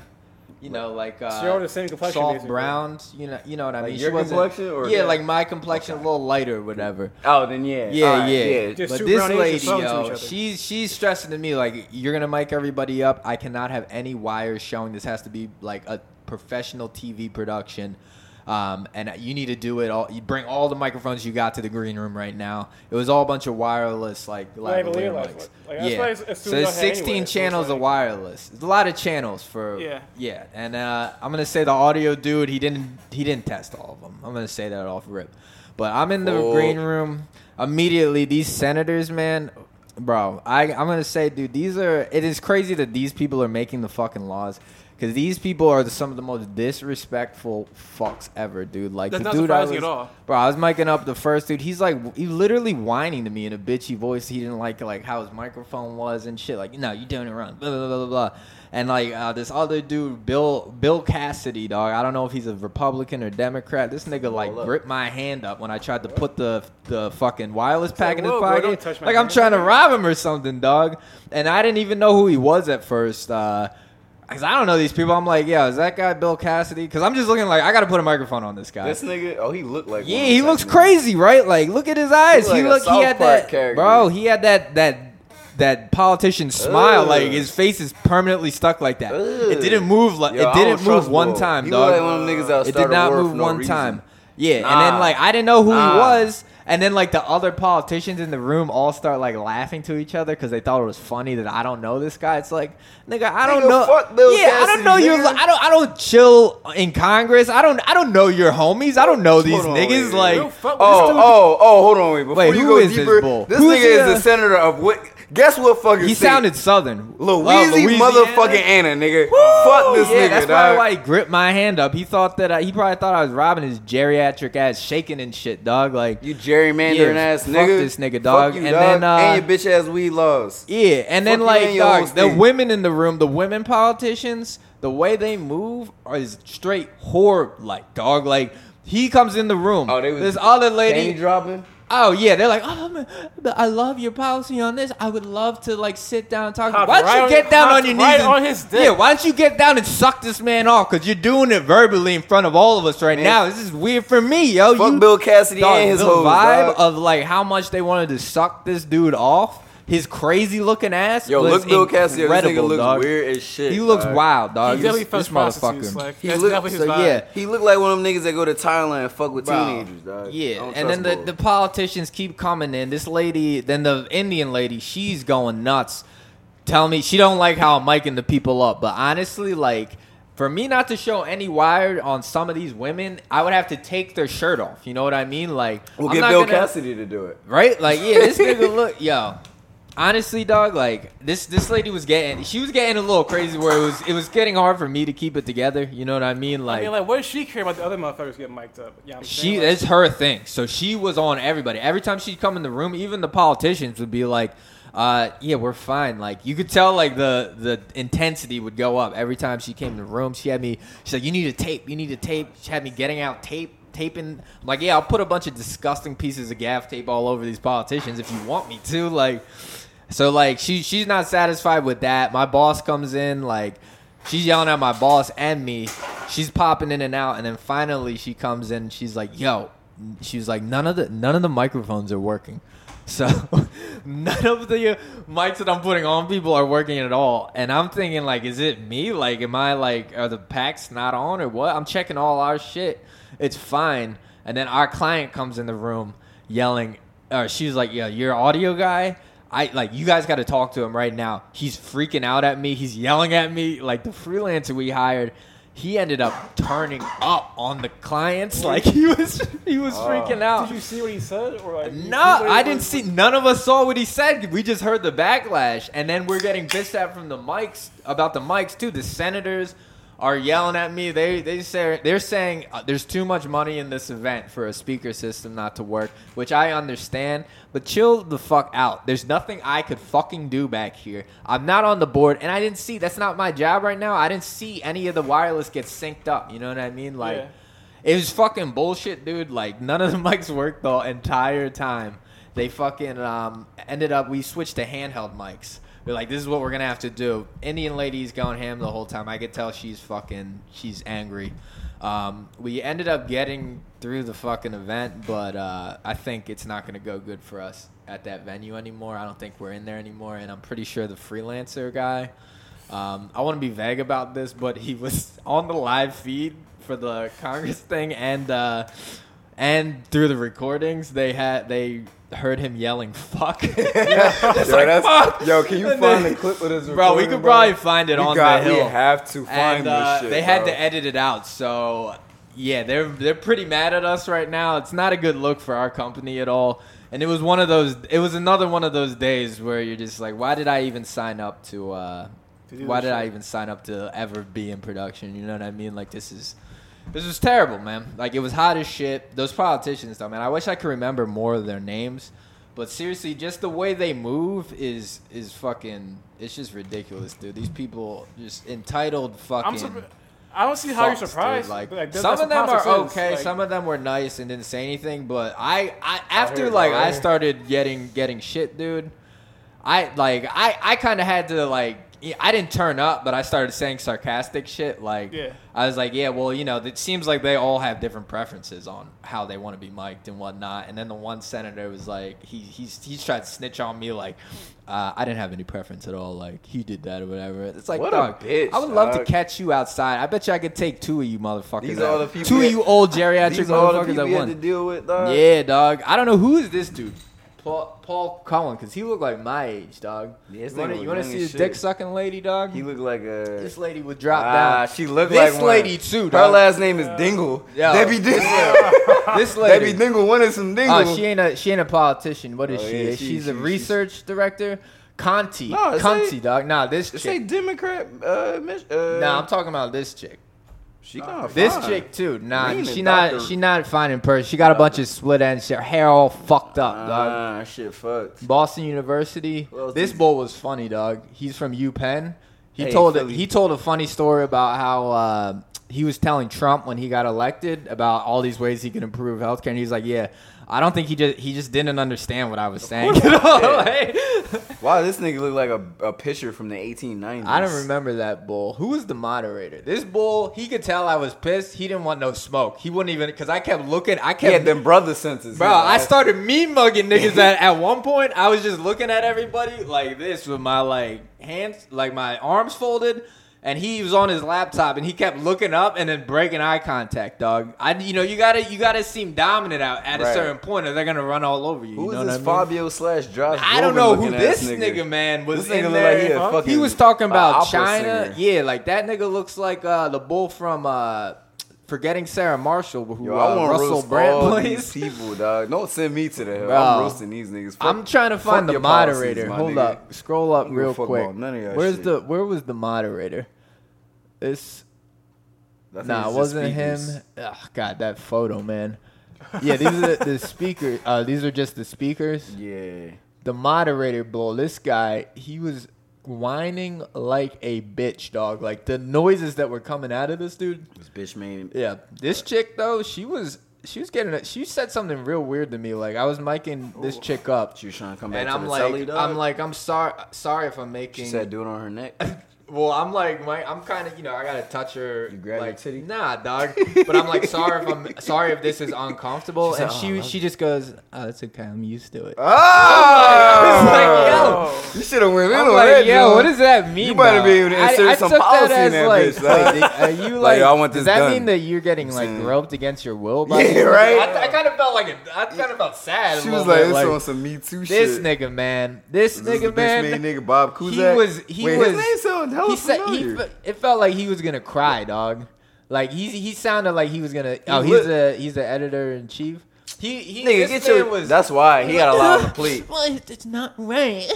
Speaker 3: you know, like uh,
Speaker 5: They're all the same complexion,
Speaker 3: soft
Speaker 5: basically.
Speaker 3: brown. You know, you know what I
Speaker 4: Like
Speaker 3: mean.
Speaker 4: your
Speaker 3: wasn't-
Speaker 4: complexion or-
Speaker 3: yeah, like my complexion, a little lighter, or whatever.
Speaker 4: Oh, then yeah.
Speaker 3: Yeah,
Speaker 4: Alright,
Speaker 3: yeah.
Speaker 5: Just
Speaker 3: but
Speaker 5: two
Speaker 3: this
Speaker 5: brown Asians talking to
Speaker 3: lady,
Speaker 5: each
Speaker 3: yo,
Speaker 5: other.
Speaker 3: she's she's stressing to me like you're gonna mic everybody up. I cannot have any wires showing. This has to be like a professional TV production. Um, and you need to do it all. You bring all the microphones you got to the green room right now. It was all a bunch of wireless, like lavalier
Speaker 5: like,
Speaker 3: mics.
Speaker 5: like, that's
Speaker 3: yeah.
Speaker 5: what I assumed
Speaker 3: so
Speaker 5: y'all
Speaker 3: there's
Speaker 5: had anyway,
Speaker 3: 16
Speaker 5: so it's
Speaker 3: channels of
Speaker 5: like-
Speaker 3: wireless. There's a lot of channels for
Speaker 5: Yeah.
Speaker 3: yeah. And uh, I'm gonna say the audio dude, he didn't he didn't test all of them. I'm gonna say that off rip. But I'm in the
Speaker 4: Oh.
Speaker 3: green room immediately. These senators, man, bro, I I'm gonna say, dude, these are. It is crazy that these people are making the fucking laws. Cause these people are the, some of the most disrespectful fucks ever, dude. Like
Speaker 5: That's
Speaker 3: the
Speaker 5: not
Speaker 3: dude I was,
Speaker 5: surprising at all.
Speaker 3: bro. I was miking up the first dude. He's like, he literally whining to me in a bitchy voice. He didn't like like how his microphone was and shit. Like, no, you doing it wrong. Blah blah blah blah. blah. And like uh, this other dude, Bill Bill Cassidy, dog. I don't know if he's a Republican or Democrat. This nigga like
Speaker 4: up.
Speaker 3: gripped my hand up when I tried to put the the fucking wireless pack in his
Speaker 5: "Whoa, bro,
Speaker 3: pocket.
Speaker 5: don't touch my
Speaker 3: like I'm
Speaker 5: hand."
Speaker 3: trying to rob him or something, dog. And I didn't even know who he was at first. Uh, Cause I don't know these people. I'm like, yeah, is that guy Bill Cassidy? Cause I'm just looking like I gotta put a microphone on this guy.
Speaker 4: This nigga, oh, he looked like.
Speaker 3: Yeah,
Speaker 4: one
Speaker 3: he
Speaker 4: of
Speaker 3: looks
Speaker 4: them.
Speaker 3: crazy, right? Like, look at his eyes.
Speaker 4: He
Speaker 3: He
Speaker 4: look like
Speaker 3: look.
Speaker 4: a
Speaker 3: He
Speaker 4: South
Speaker 3: had
Speaker 4: Park
Speaker 3: that.
Speaker 4: character.
Speaker 3: Bro, he had that that that politician smile.
Speaker 4: Ugh.
Speaker 3: Like his face is permanently stuck like that. It
Speaker 4: Ugh.
Speaker 3: didn't move. Like
Speaker 4: Yo,
Speaker 3: it
Speaker 4: I don't
Speaker 3: didn't move
Speaker 4: trust
Speaker 3: one
Speaker 4: Will.
Speaker 3: time,
Speaker 4: he
Speaker 3: dog.
Speaker 4: Look like one of them niggas that'll
Speaker 3: it
Speaker 4: start
Speaker 3: did
Speaker 4: a
Speaker 3: not
Speaker 4: war
Speaker 3: move
Speaker 4: for no
Speaker 3: one
Speaker 4: reason.
Speaker 3: time. Yeah, and then
Speaker 4: Nah.
Speaker 3: like I didn't know who
Speaker 4: Nah.
Speaker 3: he was, and then like the other politicians in the room all start like laughing to each other because they thought it was funny that I don't know this guy. It's like, nigga, I don't
Speaker 4: Nigga,
Speaker 3: know.
Speaker 4: fuck Bill
Speaker 3: yeah, I
Speaker 4: Cassidy,
Speaker 3: don't know your.
Speaker 4: nigga.
Speaker 3: I don't. I don't chill in Congress. I don't. I don't know your homies. I don't know these
Speaker 4: Hold on,
Speaker 3: niggas.
Speaker 4: wait.
Speaker 5: Yo,
Speaker 3: Like,
Speaker 5: fuck with
Speaker 4: Oh,
Speaker 5: this dude.
Speaker 4: oh, oh! Hold on, wait. Before
Speaker 3: Wait,
Speaker 4: you
Speaker 3: who
Speaker 4: go
Speaker 3: is this
Speaker 4: deeper,
Speaker 3: bull?
Speaker 4: this
Speaker 3: Who's
Speaker 4: nigga
Speaker 3: the,
Speaker 4: is
Speaker 3: uh,
Speaker 4: the senator of what? Guess what fucking
Speaker 3: he
Speaker 4: state?
Speaker 3: sounded southern. Uh,
Speaker 4: Louisiana,
Speaker 3: Louisiana?
Speaker 4: motherfucking Anna, nigga. Fuck this
Speaker 3: yeah,
Speaker 4: nigga,
Speaker 3: that's
Speaker 4: dog.
Speaker 3: probably why he gripped my hand up. He thought that I, he probably thought I was robbing his geriatric ass, shaking and shit, dog. Like
Speaker 4: you gerrymandering
Speaker 3: Yeah,
Speaker 4: ass
Speaker 3: fuck
Speaker 4: nigga.
Speaker 3: this nigga, dog.
Speaker 4: Fuck you,
Speaker 3: And
Speaker 4: dog.
Speaker 3: then, uh,
Speaker 4: and your bitch ass weed laws.
Speaker 3: Yeah,
Speaker 4: Fuck
Speaker 3: and then
Speaker 4: you
Speaker 3: like
Speaker 4: and your whole
Speaker 3: dog, the
Speaker 4: state.
Speaker 3: women in the room, the women politicians, the way they move are is straight whore like dog. Like he comes in the room.
Speaker 4: Oh, they was
Speaker 3: this other
Speaker 4: Candy
Speaker 3: lady.
Speaker 4: dropping.
Speaker 3: oh yeah, they're like, oh, man, but I love your policy on this. I would love to like sit down and talk.
Speaker 5: Hopped
Speaker 3: why don't
Speaker 5: right
Speaker 3: you
Speaker 5: on-
Speaker 3: get down on
Speaker 5: hopped
Speaker 3: your knees?
Speaker 5: right
Speaker 3: and-
Speaker 5: on his dick.
Speaker 3: Yeah, why don't you get down and suck this man off? Because you're doing it verbally in front of all of us right
Speaker 4: Man.
Speaker 3: now. This is weird for me, yo.
Speaker 4: Fuck
Speaker 3: you,
Speaker 4: Bill Cassidy
Speaker 3: Dog,
Speaker 4: and his
Speaker 3: the
Speaker 4: hoes, dog.
Speaker 3: vibe of like how much they wanted to suck this dude off. His crazy looking ass.
Speaker 4: Yo,
Speaker 3: was
Speaker 4: look, Bill Cassidy. This
Speaker 3: incredible,
Speaker 4: nigga looks
Speaker 3: dog.
Speaker 4: weird as shit.
Speaker 3: He looks
Speaker 4: dog.
Speaker 3: wild, dog.
Speaker 5: He
Speaker 3: This-
Speaker 5: definitely
Speaker 3: this
Speaker 5: fucks prostitutes.
Speaker 3: motherfucker.
Speaker 5: Like,
Speaker 4: He
Speaker 5: that's
Speaker 4: look-
Speaker 5: definitely his
Speaker 3: so,
Speaker 5: vibe.
Speaker 3: yeah.
Speaker 4: He looked like one of them niggas that go to Thailand and fuck with
Speaker 3: Bro.
Speaker 4: teenagers, dog. I
Speaker 3: Yeah,
Speaker 4: don't
Speaker 3: and
Speaker 4: trust
Speaker 3: then the,
Speaker 4: Bill.
Speaker 3: the politicians keep coming in. This lady, then the Indian lady, she's going nuts. Tell me she don't like how I'm miking the people up. But honestly, like for me not to show any wire on some of these women, I would have to take their shirt off. You know what I mean? Like
Speaker 4: We'll
Speaker 3: I'm
Speaker 4: get
Speaker 3: not
Speaker 4: Bill
Speaker 3: gonna-
Speaker 4: Cassidy to do it.
Speaker 3: Right? Like, yeah, this nigga look, yo. Honestly, dog, like this this lady was getting she was getting a little crazy where it was it was getting hard for me to keep it together. You know what I mean?
Speaker 5: I
Speaker 3: Like,
Speaker 5: mean, like, what does she care about the other motherfuckers getting mic'd up? Yeah, I'm
Speaker 3: she
Speaker 5: saying, like,
Speaker 3: it's her thing. So she was on everybody. Every time she'd come in the room, even the politicians would be like, uh, yeah, we're fine. Like you could tell like the the intensity would go up every time she came in the room. She had me she's like, You need a tape, you need a tape. She had me getting out tape. Taping, I'm like, yeah, I'll put a bunch of disgusting pieces of gaff tape all over these politicians if you want me to. Like, so like she she's not satisfied with that. My boss comes in like she's yelling at my boss and me. She's popping in and out and then finally she comes in and she's like, "Yo." She was like, "None of the none of the microphones are working." So none of the mics that I'm putting on people are working at all. And I'm thinking like, is it me? Like, am I like, are the packs not on or what? I'm checking all our shit. It's fine. And then our client comes in the room yelling, or she was like, yeah, you're audio guy. I like you guys got to talk to him right now. He's freaking out at me. He's yelling at me. Like the freelancer we hired, he ended up turning up on the clients. Like he was, he was freaking out.
Speaker 5: Did you see what he said? Or like,
Speaker 3: Oh. No, I didn't see. None of us saw what he said. We just heard the backlash, and then we're getting bitched at from the mics about the mics too. The senators are yelling at me. They they say they're saying uh, there's too much money in this event for a speaker system not to work, which I understand. But chill the fuck out. There's nothing I could fucking do back here. I'm not on the board, and I didn't see. That's not my job right now. I didn't see any of the wireless get synced up. You know what I mean? Like.
Speaker 5: Yeah.
Speaker 3: It was fucking bullshit, dude. Like none of the mics worked the entire time. They fucking um, ended up. We switched to handheld mics. We're like, this is what we're gonna have to do. Indian lady's going ham the whole time. I could tell she's fucking. She's angry. Um, we ended up getting through the fucking event, but uh, I think it's not gonna go good for us at that venue anymore. I don't think we're in there anymore, and I'm pretty sure the freelancer guy. Um, I want to be vague about this, but he was on the live feed for the Congress thing, and uh, and through the recordings, they had they heard him yelling "fuck." It's
Speaker 4: yo,
Speaker 3: like,
Speaker 4: that's-
Speaker 3: "Fuck!"
Speaker 4: yo, can you
Speaker 3: And
Speaker 4: find
Speaker 3: then-
Speaker 4: the clip of this?
Speaker 3: Bro, we
Speaker 4: recording,
Speaker 3: could
Speaker 4: bro?
Speaker 3: probably find it
Speaker 4: We
Speaker 3: on
Speaker 4: got-
Speaker 3: the hill.
Speaker 4: We have to find
Speaker 3: and uh,
Speaker 4: this shit.
Speaker 3: they had
Speaker 4: bro.
Speaker 3: to edit it out, so yeah, they're they're pretty mad at us right now. It's not a good look for our company at all. And it was one of those. It was another one of those days where you're just like, why did I even sign up to? Uh,
Speaker 5: To do
Speaker 3: why
Speaker 5: this
Speaker 3: did I
Speaker 5: shit.
Speaker 3: even sign up to ever be in production? You know what I mean? Like this is. This was terrible, man. Like it was hot as shit. Those politicians, though, man. I wish I could remember more of their names, but seriously, just the way they move is is fucking. It's just ridiculous, dude. These people just entitled fucking.
Speaker 5: I'm surpri- I don't see how you're
Speaker 3: fucks, dude.
Speaker 5: surprised.
Speaker 3: Like,
Speaker 5: that-
Speaker 3: some
Speaker 5: that's what
Speaker 3: of them are
Speaker 5: politics is.
Speaker 3: okay.
Speaker 5: Like,
Speaker 3: some of them were nice and didn't say anything. But I, I after
Speaker 4: hear-
Speaker 3: like
Speaker 4: I
Speaker 3: I
Speaker 4: hear.
Speaker 3: started getting getting shit, dude. I like I I kind of had to like yeah, I didn't turn up, but I started saying sarcastic shit. Like
Speaker 5: Yeah.
Speaker 3: I was like, yeah, well, you know, it seems like they all have different preferences on how they want to be mic'd and whatnot. And then the one senator was like, he he's he's tried to snitch on me like. Uh, I didn't have any preference at all. Like he did that or whatever. It's like,
Speaker 4: What a
Speaker 3: dog,
Speaker 4: bitch,
Speaker 3: I would love to
Speaker 4: dog.
Speaker 3: catch you outside. I bet you I could take two of you motherfuckers.
Speaker 4: These
Speaker 3: out.
Speaker 4: are the people
Speaker 3: two of
Speaker 4: that-
Speaker 3: you old geriatric
Speaker 4: These are all the
Speaker 3: motherfuckers
Speaker 4: people
Speaker 3: at
Speaker 4: we had to
Speaker 3: one.
Speaker 4: deal with, dog.
Speaker 3: Yeah, dog. I don't know who is this dude. Paul, Paul Collin, because he looked like my age, dog.
Speaker 4: Yeah, this
Speaker 3: you wanna,
Speaker 4: nigga
Speaker 3: you
Speaker 4: look
Speaker 3: wanna
Speaker 4: young
Speaker 3: see
Speaker 4: as
Speaker 3: this
Speaker 4: shit.
Speaker 3: dick sucking lady, dog?
Speaker 4: He looked like a.
Speaker 3: this lady would drop
Speaker 4: Ah,
Speaker 3: down.
Speaker 4: she looked
Speaker 3: This
Speaker 4: like one.
Speaker 3: lady too,
Speaker 4: Her
Speaker 3: dog.
Speaker 4: last name is Dingle.
Speaker 3: Yo.
Speaker 4: Debbie Dingle.
Speaker 3: this
Speaker 4: Debbie
Speaker 3: lady.
Speaker 4: Dingle wanted some Dingle.
Speaker 3: Oh, she ain't a she ain't a politician. What is
Speaker 4: Oh,
Speaker 3: she?
Speaker 4: yeah, she-
Speaker 3: She's
Speaker 4: she-
Speaker 3: a
Speaker 4: she's-
Speaker 3: research director. Conti,
Speaker 4: No, it's
Speaker 3: Conti,
Speaker 4: like-
Speaker 3: dog. Nah, this
Speaker 4: It's a
Speaker 3: chick.
Speaker 4: Democrat. Uh, Mich- uh,
Speaker 3: Nah, I'm talking about this chick.
Speaker 4: she not
Speaker 3: This
Speaker 4: Oh, fine.
Speaker 3: chick too. Nah,
Speaker 4: Green
Speaker 3: she
Speaker 4: and
Speaker 3: not
Speaker 4: Dr.
Speaker 3: she not fine in person. She got a bunch of split ends. Her hair all fucked up, dog.
Speaker 4: Ah, shit, fucked.
Speaker 3: Boston University.
Speaker 4: Who else
Speaker 3: This
Speaker 4: is-
Speaker 3: boy was funny, dog. He's from UPenn. He
Speaker 4: Hey,
Speaker 3: told a,
Speaker 4: Philly.
Speaker 3: he told a funny story about how uh, he was telling Trump when he got elected about all these ways he could improve healthcare, and he's like, "Yeah, I don't think he just he just didn't understand what I was saying." You know, like-
Speaker 4: Wow, this nigga looked like a, a picture from the 1890s.
Speaker 3: I don't remember that bull. Who was the moderator? This bull, he could tell I was pissed. He didn't want no smoke. He wouldn't even because I kept looking. I
Speaker 4: He
Speaker 3: kept
Speaker 4: had them brother senses.
Speaker 3: Bro, I started me mugging niggas at, at one point. I was just looking at everybody like this with my like hands, like my arms folded, and he was on his laptop and he kept looking up and then breaking eye contact, dog. I, you know, you gotta you gotta seem dominant out at a
Speaker 4: Right.
Speaker 3: certain point or they're gonna run all over you.
Speaker 4: Who
Speaker 3: you
Speaker 4: is
Speaker 3: know
Speaker 4: this
Speaker 3: what I mean?
Speaker 4: Fabio slash Josh?
Speaker 3: I don't
Speaker 4: Groban
Speaker 3: know who
Speaker 4: looking
Speaker 3: this
Speaker 4: ass
Speaker 3: nigga, man was
Speaker 4: This nigga
Speaker 3: in
Speaker 4: look like he
Speaker 3: there.
Speaker 4: a
Speaker 3: Huh? he
Speaker 4: fucking,
Speaker 3: was talking
Speaker 4: uh,
Speaker 3: about
Speaker 4: opera
Speaker 3: China.
Speaker 4: singer.
Speaker 3: Yeah, like that nigga looks like uh, the bull from uh, Forgetting Sarah Marshall, who
Speaker 4: Yo,
Speaker 3: uh,
Speaker 4: I want
Speaker 3: Russell
Speaker 4: roast
Speaker 3: Brand
Speaker 4: all
Speaker 3: plays.
Speaker 4: these people, dog. Don't send me to the hell.
Speaker 3: Bro.
Speaker 4: I'm roasting these niggas. Fuck-
Speaker 3: I'm trying to
Speaker 4: fuck
Speaker 3: find the
Speaker 4: your policies,
Speaker 3: moderator.
Speaker 4: my
Speaker 3: Hold
Speaker 4: nigga.
Speaker 3: up, scroll up
Speaker 4: don't give a
Speaker 3: real
Speaker 4: fuck
Speaker 3: quick.
Speaker 4: about none of that
Speaker 3: Where's
Speaker 4: shit.
Speaker 3: the where was the moderator? This
Speaker 4: I think
Speaker 3: nah,
Speaker 4: it's
Speaker 3: it
Speaker 4: just
Speaker 3: wasn't him.
Speaker 4: speakers.
Speaker 3: Ugh, God, that photo, man. Yeah, these are the, the speakers. Uh, these are just the speakers.
Speaker 4: Yeah.
Speaker 3: The moderator, bull. This guy, he was whining like a bitch, dog. Like the noises that were coming out of this dude.
Speaker 4: This bitch made
Speaker 3: Yeah, this chick though, she was she was getting. it. She said something real weird to me. Like I was miking this chick up.
Speaker 4: She was trying to come back
Speaker 3: And
Speaker 4: to
Speaker 3: I'm
Speaker 4: the
Speaker 3: like,
Speaker 4: telly, dog.
Speaker 3: I'm like, I'm sorry, sorry if I'm making.
Speaker 4: She said, do it on her neck.
Speaker 3: Well, I'm like, my, I'm kind of, you know, I gotta touch her.
Speaker 4: You grab
Speaker 3: like,
Speaker 4: your titty?
Speaker 3: Nah, dog. But I'm like, sorry if I'm sorry if this is uncomfortable.
Speaker 4: She's
Speaker 3: and
Speaker 4: like, "Oh, I
Speaker 3: she
Speaker 4: love
Speaker 3: she just goes, oh, it's okay. I'm used to it.
Speaker 4: Oh!
Speaker 3: It's like, yo.
Speaker 4: you should have went in
Speaker 3: I'm
Speaker 4: on
Speaker 3: like,
Speaker 4: that.
Speaker 3: yo,
Speaker 4: John.
Speaker 3: what does that mean?
Speaker 4: You better be
Speaker 3: though?
Speaker 4: able to insert
Speaker 3: I, I
Speaker 4: some
Speaker 3: took
Speaker 4: policy
Speaker 3: that
Speaker 4: in
Speaker 3: as
Speaker 4: that
Speaker 3: like,
Speaker 4: bitch, dog.
Speaker 3: like, are you like,
Speaker 4: Like, I want
Speaker 3: does
Speaker 4: this
Speaker 3: that
Speaker 4: done.
Speaker 3: mean that you're getting like
Speaker 4: Saying.
Speaker 3: groped against your will? By
Speaker 4: Yeah,
Speaker 3: this?
Speaker 4: right?
Speaker 3: I, I kind of felt like it. I kind of felt sad.
Speaker 4: She
Speaker 3: a
Speaker 4: was
Speaker 3: little
Speaker 4: like,
Speaker 3: bit,
Speaker 4: "This
Speaker 3: like,
Speaker 4: on some Me Too
Speaker 3: this
Speaker 4: shit."
Speaker 3: nigga, man, this,
Speaker 4: This is the
Speaker 3: nigga, man,
Speaker 4: bitch made nigga Bob
Speaker 3: he
Speaker 4: Kuzak.
Speaker 3: was- he
Speaker 4: Wait,
Speaker 3: was-
Speaker 4: His name sound hella
Speaker 3: he said he,
Speaker 4: familiar.
Speaker 3: fe- it felt like he was gonna cry, dog. Like he he sounded like he was gonna. oh, he's
Speaker 4: lit.
Speaker 3: the he's the editor in chief. He he.
Speaker 4: Nigga,
Speaker 3: this
Speaker 4: get
Speaker 3: man
Speaker 4: your.
Speaker 3: was.
Speaker 4: That's why he got a lot of plea.
Speaker 3: Well, it- it's not right.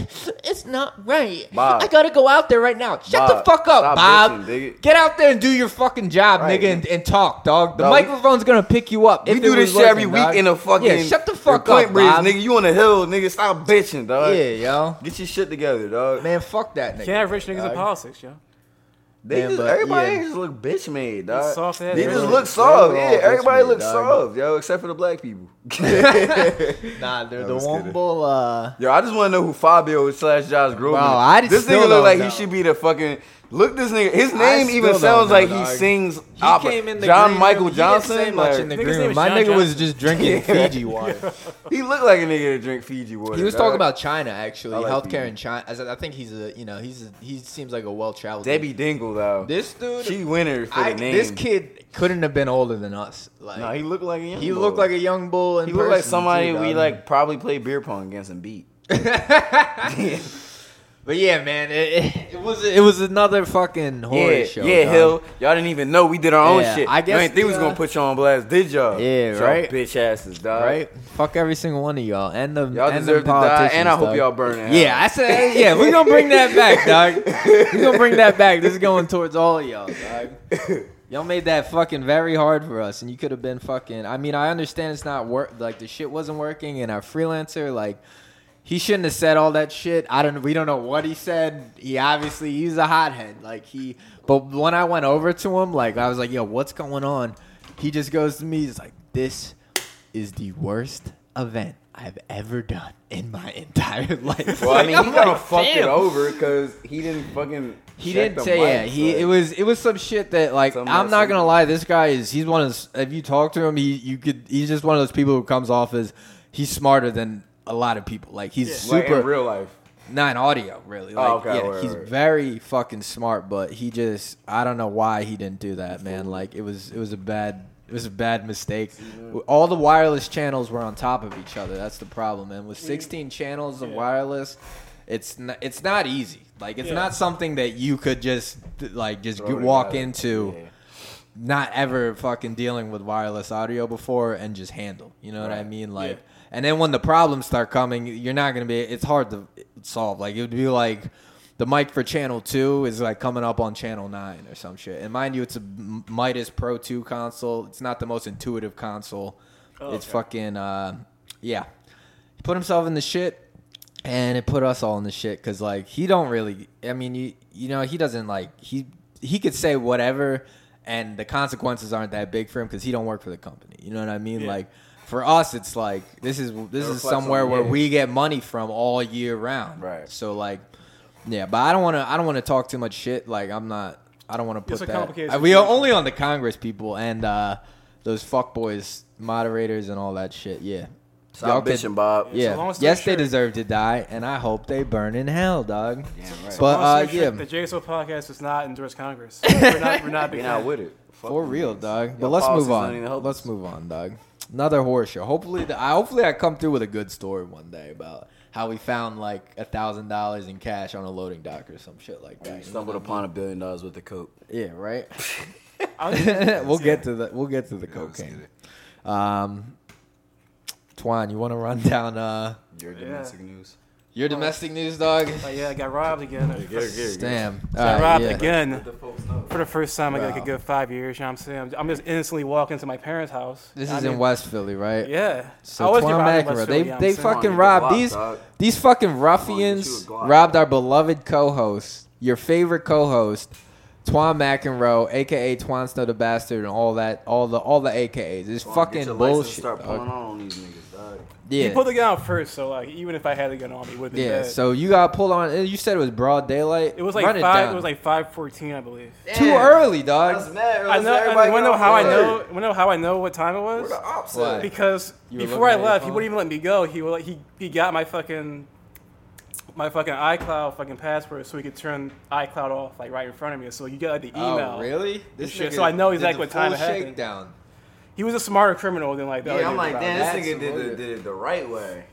Speaker 3: It's not right.
Speaker 4: Bob.
Speaker 3: I gotta go out there right now. Shut
Speaker 4: Bob,
Speaker 3: the fuck up,
Speaker 4: stop
Speaker 3: Bob.
Speaker 4: bitching, dig it.
Speaker 3: Get out there and do your fucking job,
Speaker 4: Right.
Speaker 3: nigga, and, and talk, dog. The
Speaker 4: Dog, we-
Speaker 3: microphone's gonna pick you up.
Speaker 4: We
Speaker 3: if
Speaker 4: do
Speaker 3: it
Speaker 4: this
Speaker 3: was
Speaker 4: shit every
Speaker 3: working,
Speaker 4: week
Speaker 3: dog.
Speaker 4: in a fucking.
Speaker 3: Yeah, shut the
Speaker 4: in
Speaker 3: fuck
Speaker 4: Point
Speaker 3: up,
Speaker 4: Breeze,
Speaker 3: Bob.
Speaker 4: nigga. You on the hill, nigga. Stop bitching, dog.
Speaker 3: Yeah, yo,
Speaker 4: Get your shit together, dog.
Speaker 3: man, fuck that nigga.
Speaker 5: Can't have rich niggas in
Speaker 4: Dog.
Speaker 5: politics, yo.
Speaker 3: Uh,
Speaker 4: They
Speaker 3: Man,
Speaker 4: just,
Speaker 3: but,
Speaker 4: everybody
Speaker 3: yeah.
Speaker 4: just look bitch made, dog.
Speaker 5: soft ass
Speaker 4: they
Speaker 5: bitch
Speaker 4: just
Speaker 5: made.
Speaker 4: look soft.
Speaker 6: They
Speaker 4: Yeah,
Speaker 6: were all bitch
Speaker 4: everybody
Speaker 6: made,
Speaker 4: looks
Speaker 6: dog.
Speaker 4: soft, yo, except for the black people.
Speaker 3: Nah,
Speaker 4: I
Speaker 3: they're the
Speaker 4: was
Speaker 3: one
Speaker 4: kidding.
Speaker 3: bull. Uh,
Speaker 4: Yo, I just want to know who Fabio slash Josh Groban.
Speaker 3: Bro,
Speaker 4: is.
Speaker 3: I just
Speaker 4: this
Speaker 3: still
Speaker 4: nigga
Speaker 3: don't
Speaker 4: look like
Speaker 3: know.
Speaker 4: he should be the fucking. Look, this nigga. His
Speaker 3: I
Speaker 4: name
Speaker 3: still
Speaker 4: even
Speaker 3: don't
Speaker 4: sounds
Speaker 3: know,
Speaker 4: like
Speaker 3: dog.
Speaker 4: he sings. opera. John Michael Johnson.
Speaker 3: He didn't say much
Speaker 4: like,
Speaker 3: in the
Speaker 5: Nigga's
Speaker 3: green
Speaker 5: name
Speaker 3: room.
Speaker 5: is
Speaker 3: My
Speaker 5: John
Speaker 3: nigga was
Speaker 5: Johnson.
Speaker 3: just drinking Fiji water.
Speaker 4: he looked like a nigga that drink Fiji water.
Speaker 3: He was
Speaker 4: dog.
Speaker 3: talking about China actually,
Speaker 4: I like
Speaker 3: healthcare
Speaker 4: Fiji.
Speaker 3: in China. As I I think he's a you know he's a, he seems like a well traveled.
Speaker 4: Debbie Dingle though.
Speaker 3: this dude,
Speaker 4: she winner for
Speaker 3: I,
Speaker 4: the name.
Speaker 3: this kid couldn't have been older than us. Like
Speaker 4: No, he looked like a young
Speaker 3: he
Speaker 4: boy.
Speaker 3: looked like a young bull. In
Speaker 4: He looked like
Speaker 3: person,
Speaker 4: somebody
Speaker 3: too,
Speaker 4: we
Speaker 3: dog.
Speaker 4: like probably played beer pong against and beat.
Speaker 3: But yeah, man, it, it, it was it was another fucking horror
Speaker 4: yeah,
Speaker 3: show.
Speaker 4: yeah,
Speaker 3: dog.
Speaker 4: Hill. Y'all didn't even know we did our own
Speaker 3: Yeah,
Speaker 4: shit.
Speaker 3: I guess
Speaker 4: y'all didn't think we was
Speaker 3: the, uh,
Speaker 4: gonna put you on blast, did y'all?
Speaker 3: Yeah,
Speaker 4: Y'all
Speaker 3: right.
Speaker 4: Bitch asses, dog.
Speaker 3: Right? Fuck every single one of y'all and them.
Speaker 4: Y'all
Speaker 3: and
Speaker 4: deserve to
Speaker 3: them
Speaker 4: die, and I hope
Speaker 3: politicians, dog.
Speaker 4: y'all burn in hell.
Speaker 3: Yeah, I said. Yeah, we're gonna bring that back, dog. We're gonna bring that back. This is going towards all of y'all, dog. Y'all made that fucking very hard for us, and you could have been fucking. I mean, I understand it's not work. Like the shit wasn't working, and our freelancer, like, he shouldn't have said all that shit. I don't. We don't know what he said. He obviously he's a hothead. Like he. But when I went over to him, like I was like, "Yo, what's going on?" He just goes to me. He's like, "This is the worst event." I've ever done in my entire life.
Speaker 4: Well, I mean,
Speaker 3: I'm
Speaker 4: he kind
Speaker 3: like,
Speaker 4: of fucked
Speaker 3: "Damn."
Speaker 4: it over because he didn't fucking.
Speaker 3: He
Speaker 4: check
Speaker 3: didn't
Speaker 4: the
Speaker 3: say yeah.
Speaker 4: mics,
Speaker 3: He
Speaker 4: like-
Speaker 3: it was it was some shit that like
Speaker 4: Some-
Speaker 3: I'm not
Speaker 4: some-
Speaker 3: gonna lie. This guy is he's one of those, if you talk to him, he you could he's just one of those people who comes off as he's smarter than a lot of people. Like he's
Speaker 4: like,
Speaker 3: super
Speaker 4: in real life.
Speaker 3: not in audio really. Like
Speaker 4: Oh, okay,
Speaker 3: yeah,
Speaker 4: word,
Speaker 3: he's
Speaker 4: word.
Speaker 3: very fucking smart, but he just I don't know why he didn't do that, man. Like it was it was a bad it was a bad mistake. All the wireless channels were on top of each other. That's the problem, man. With 16 channels of wireless, it's not, it's not easy. Like it's
Speaker 5: Yeah.
Speaker 3: not something that you could just like just
Speaker 4: Throw it
Speaker 3: walk
Speaker 4: together.
Speaker 3: into
Speaker 4: Yeah.
Speaker 3: not ever fucking dealing with wireless audio before and just handle. You know what I
Speaker 4: Right.
Speaker 3: mean? Like,
Speaker 5: Yeah.
Speaker 3: and then when the problems start coming, you're not gonna be. It's hard to solve. Like it would be like the mic for channel two is like coming up on channel nine or some shit. And mind you, it's a M- Midas Pro two console. It's not the most intuitive console.
Speaker 5: Oh,
Speaker 3: it's
Speaker 5: okay.
Speaker 3: fucking uh, yeah. He put himself in the shit. And it put us all in the shit because, like, he don't really. I mean, you you know, he doesn't like he he could say whatever and the consequences aren't that big for him because he don't work for the company you know what i mean
Speaker 5: Yeah.
Speaker 3: like for us it's like this is this is
Speaker 4: reflects
Speaker 3: somewhere
Speaker 4: on-
Speaker 3: where
Speaker 4: yeah.
Speaker 3: we get money from all year round
Speaker 4: Right.
Speaker 3: so like yeah but i don't want to i don't want to talk too much shit like i'm not i don't want to
Speaker 5: It's
Speaker 3: put
Speaker 5: a
Speaker 3: that
Speaker 5: complicated
Speaker 3: Uh, we are
Speaker 5: situation.
Speaker 3: only on the congress people and uh those fuckboys moderators and all that shit yeah
Speaker 4: Stop
Speaker 3: could-
Speaker 4: bitching, Bob.
Speaker 5: a
Speaker 3: yeah.
Speaker 5: long story
Speaker 3: Yes, they
Speaker 5: short.
Speaker 3: deserve to die, and I hope they burn in hell, dog.
Speaker 4: Damn right.
Speaker 3: But uh,
Speaker 5: Honestly,
Speaker 3: yeah,
Speaker 5: The JSO podcast does not endorse Congress. We're not, we're not big
Speaker 4: You're not
Speaker 5: fans.
Speaker 4: with it. Fuck
Speaker 3: For
Speaker 4: you
Speaker 3: real,
Speaker 4: niggas.
Speaker 3: dog. But
Speaker 4: Y'all
Speaker 3: let's
Speaker 4: policies
Speaker 3: move
Speaker 4: don't even
Speaker 3: on.
Speaker 4: help
Speaker 3: Let's
Speaker 4: us.
Speaker 3: move on, dog. Another horror show. Hopefully, the, I hopefully I come through with a good story one day about how we found like a thousand dollars in cash on a loading dock or some shit like that.
Speaker 4: You stumbled upon a billion dollars with the coke.
Speaker 3: Yeah, right.
Speaker 5: I'll
Speaker 3: we'll get to the we'll get to the
Speaker 4: Yeah, let's
Speaker 3: cocaine.
Speaker 4: get
Speaker 3: Um, Twan, you want to run down uh,
Speaker 4: it. Your
Speaker 5: Yeah.
Speaker 4: domestic news.
Speaker 3: your domestic news, dog?
Speaker 5: Like, yeah, I got robbed again.
Speaker 3: Damn,
Speaker 5: I
Speaker 3: All right,
Speaker 5: robbed
Speaker 3: uh, yeah.
Speaker 5: again for the first time. I got like
Speaker 3: Wow.
Speaker 5: a good five years. You know what I'm saying? I'm- I'm just innocently walking to my parents' house.
Speaker 3: This
Speaker 5: I
Speaker 3: is
Speaker 5: mean,
Speaker 3: in West Philly, right?
Speaker 5: Yeah. I
Speaker 3: So
Speaker 5: always get
Speaker 3: Twan
Speaker 5: robbed in
Speaker 3: McEnroe,
Speaker 5: West
Speaker 3: they
Speaker 5: Philly, you know what I'm
Speaker 3: they
Speaker 5: saying?
Speaker 4: Come on,
Speaker 3: fucking
Speaker 4: you
Speaker 3: robbed
Speaker 4: Glock,
Speaker 3: these
Speaker 4: dog.
Speaker 3: these fucking
Speaker 4: you
Speaker 3: ruffians
Speaker 4: shoot a Glock.
Speaker 3: robbed our beloved co-host, your favorite co-host, Twan McEnroe, aka Twan Snow the Bastard, and all that, all the all the AKAs. It's fucking
Speaker 4: Get your license,
Speaker 3: bullshit.
Speaker 4: Start
Speaker 3: dog.
Speaker 4: pulling on on these niggas, dog.
Speaker 3: Yeah.
Speaker 5: He put the gun out first, so like even if I had the gun on me, would have been
Speaker 3: yeah,
Speaker 5: dead.
Speaker 3: so you got pulled on. and You said it was broad daylight.
Speaker 5: it was like
Speaker 3: Run
Speaker 5: five. It,
Speaker 3: down.
Speaker 5: was like five fourteen, I believe.
Speaker 3: too
Speaker 7: Damn.
Speaker 3: early,
Speaker 7: I was
Speaker 3: dog.
Speaker 7: mad.
Speaker 5: I know.
Speaker 7: Everybody
Speaker 5: I want to know
Speaker 7: got
Speaker 5: how I
Speaker 7: off
Speaker 5: know.
Speaker 7: work.
Speaker 5: Want to know how I know what time it was?
Speaker 7: We're the opposite.
Speaker 3: What?
Speaker 5: Because
Speaker 3: You were
Speaker 5: before I
Speaker 3: looking at your
Speaker 5: left, he
Speaker 3: phone?
Speaker 5: wouldn't even let me go. He would, he he got my fucking my fucking iCloud fucking password so he could turn iCloud off like right in front of me. So you got like, the email.
Speaker 3: Oh, really?
Speaker 5: shit, so I know
Speaker 3: did
Speaker 5: exactly
Speaker 3: the
Speaker 5: what time
Speaker 3: full
Speaker 5: it happened.
Speaker 3: shakedown.
Speaker 5: He was a smarter criminal than like the other
Speaker 7: Yeah, I'm
Speaker 5: dude
Speaker 7: like,
Speaker 5: that I
Speaker 7: damn,
Speaker 3: that's
Speaker 7: this nigga did,
Speaker 3: familiar.
Speaker 7: the, did it the right way.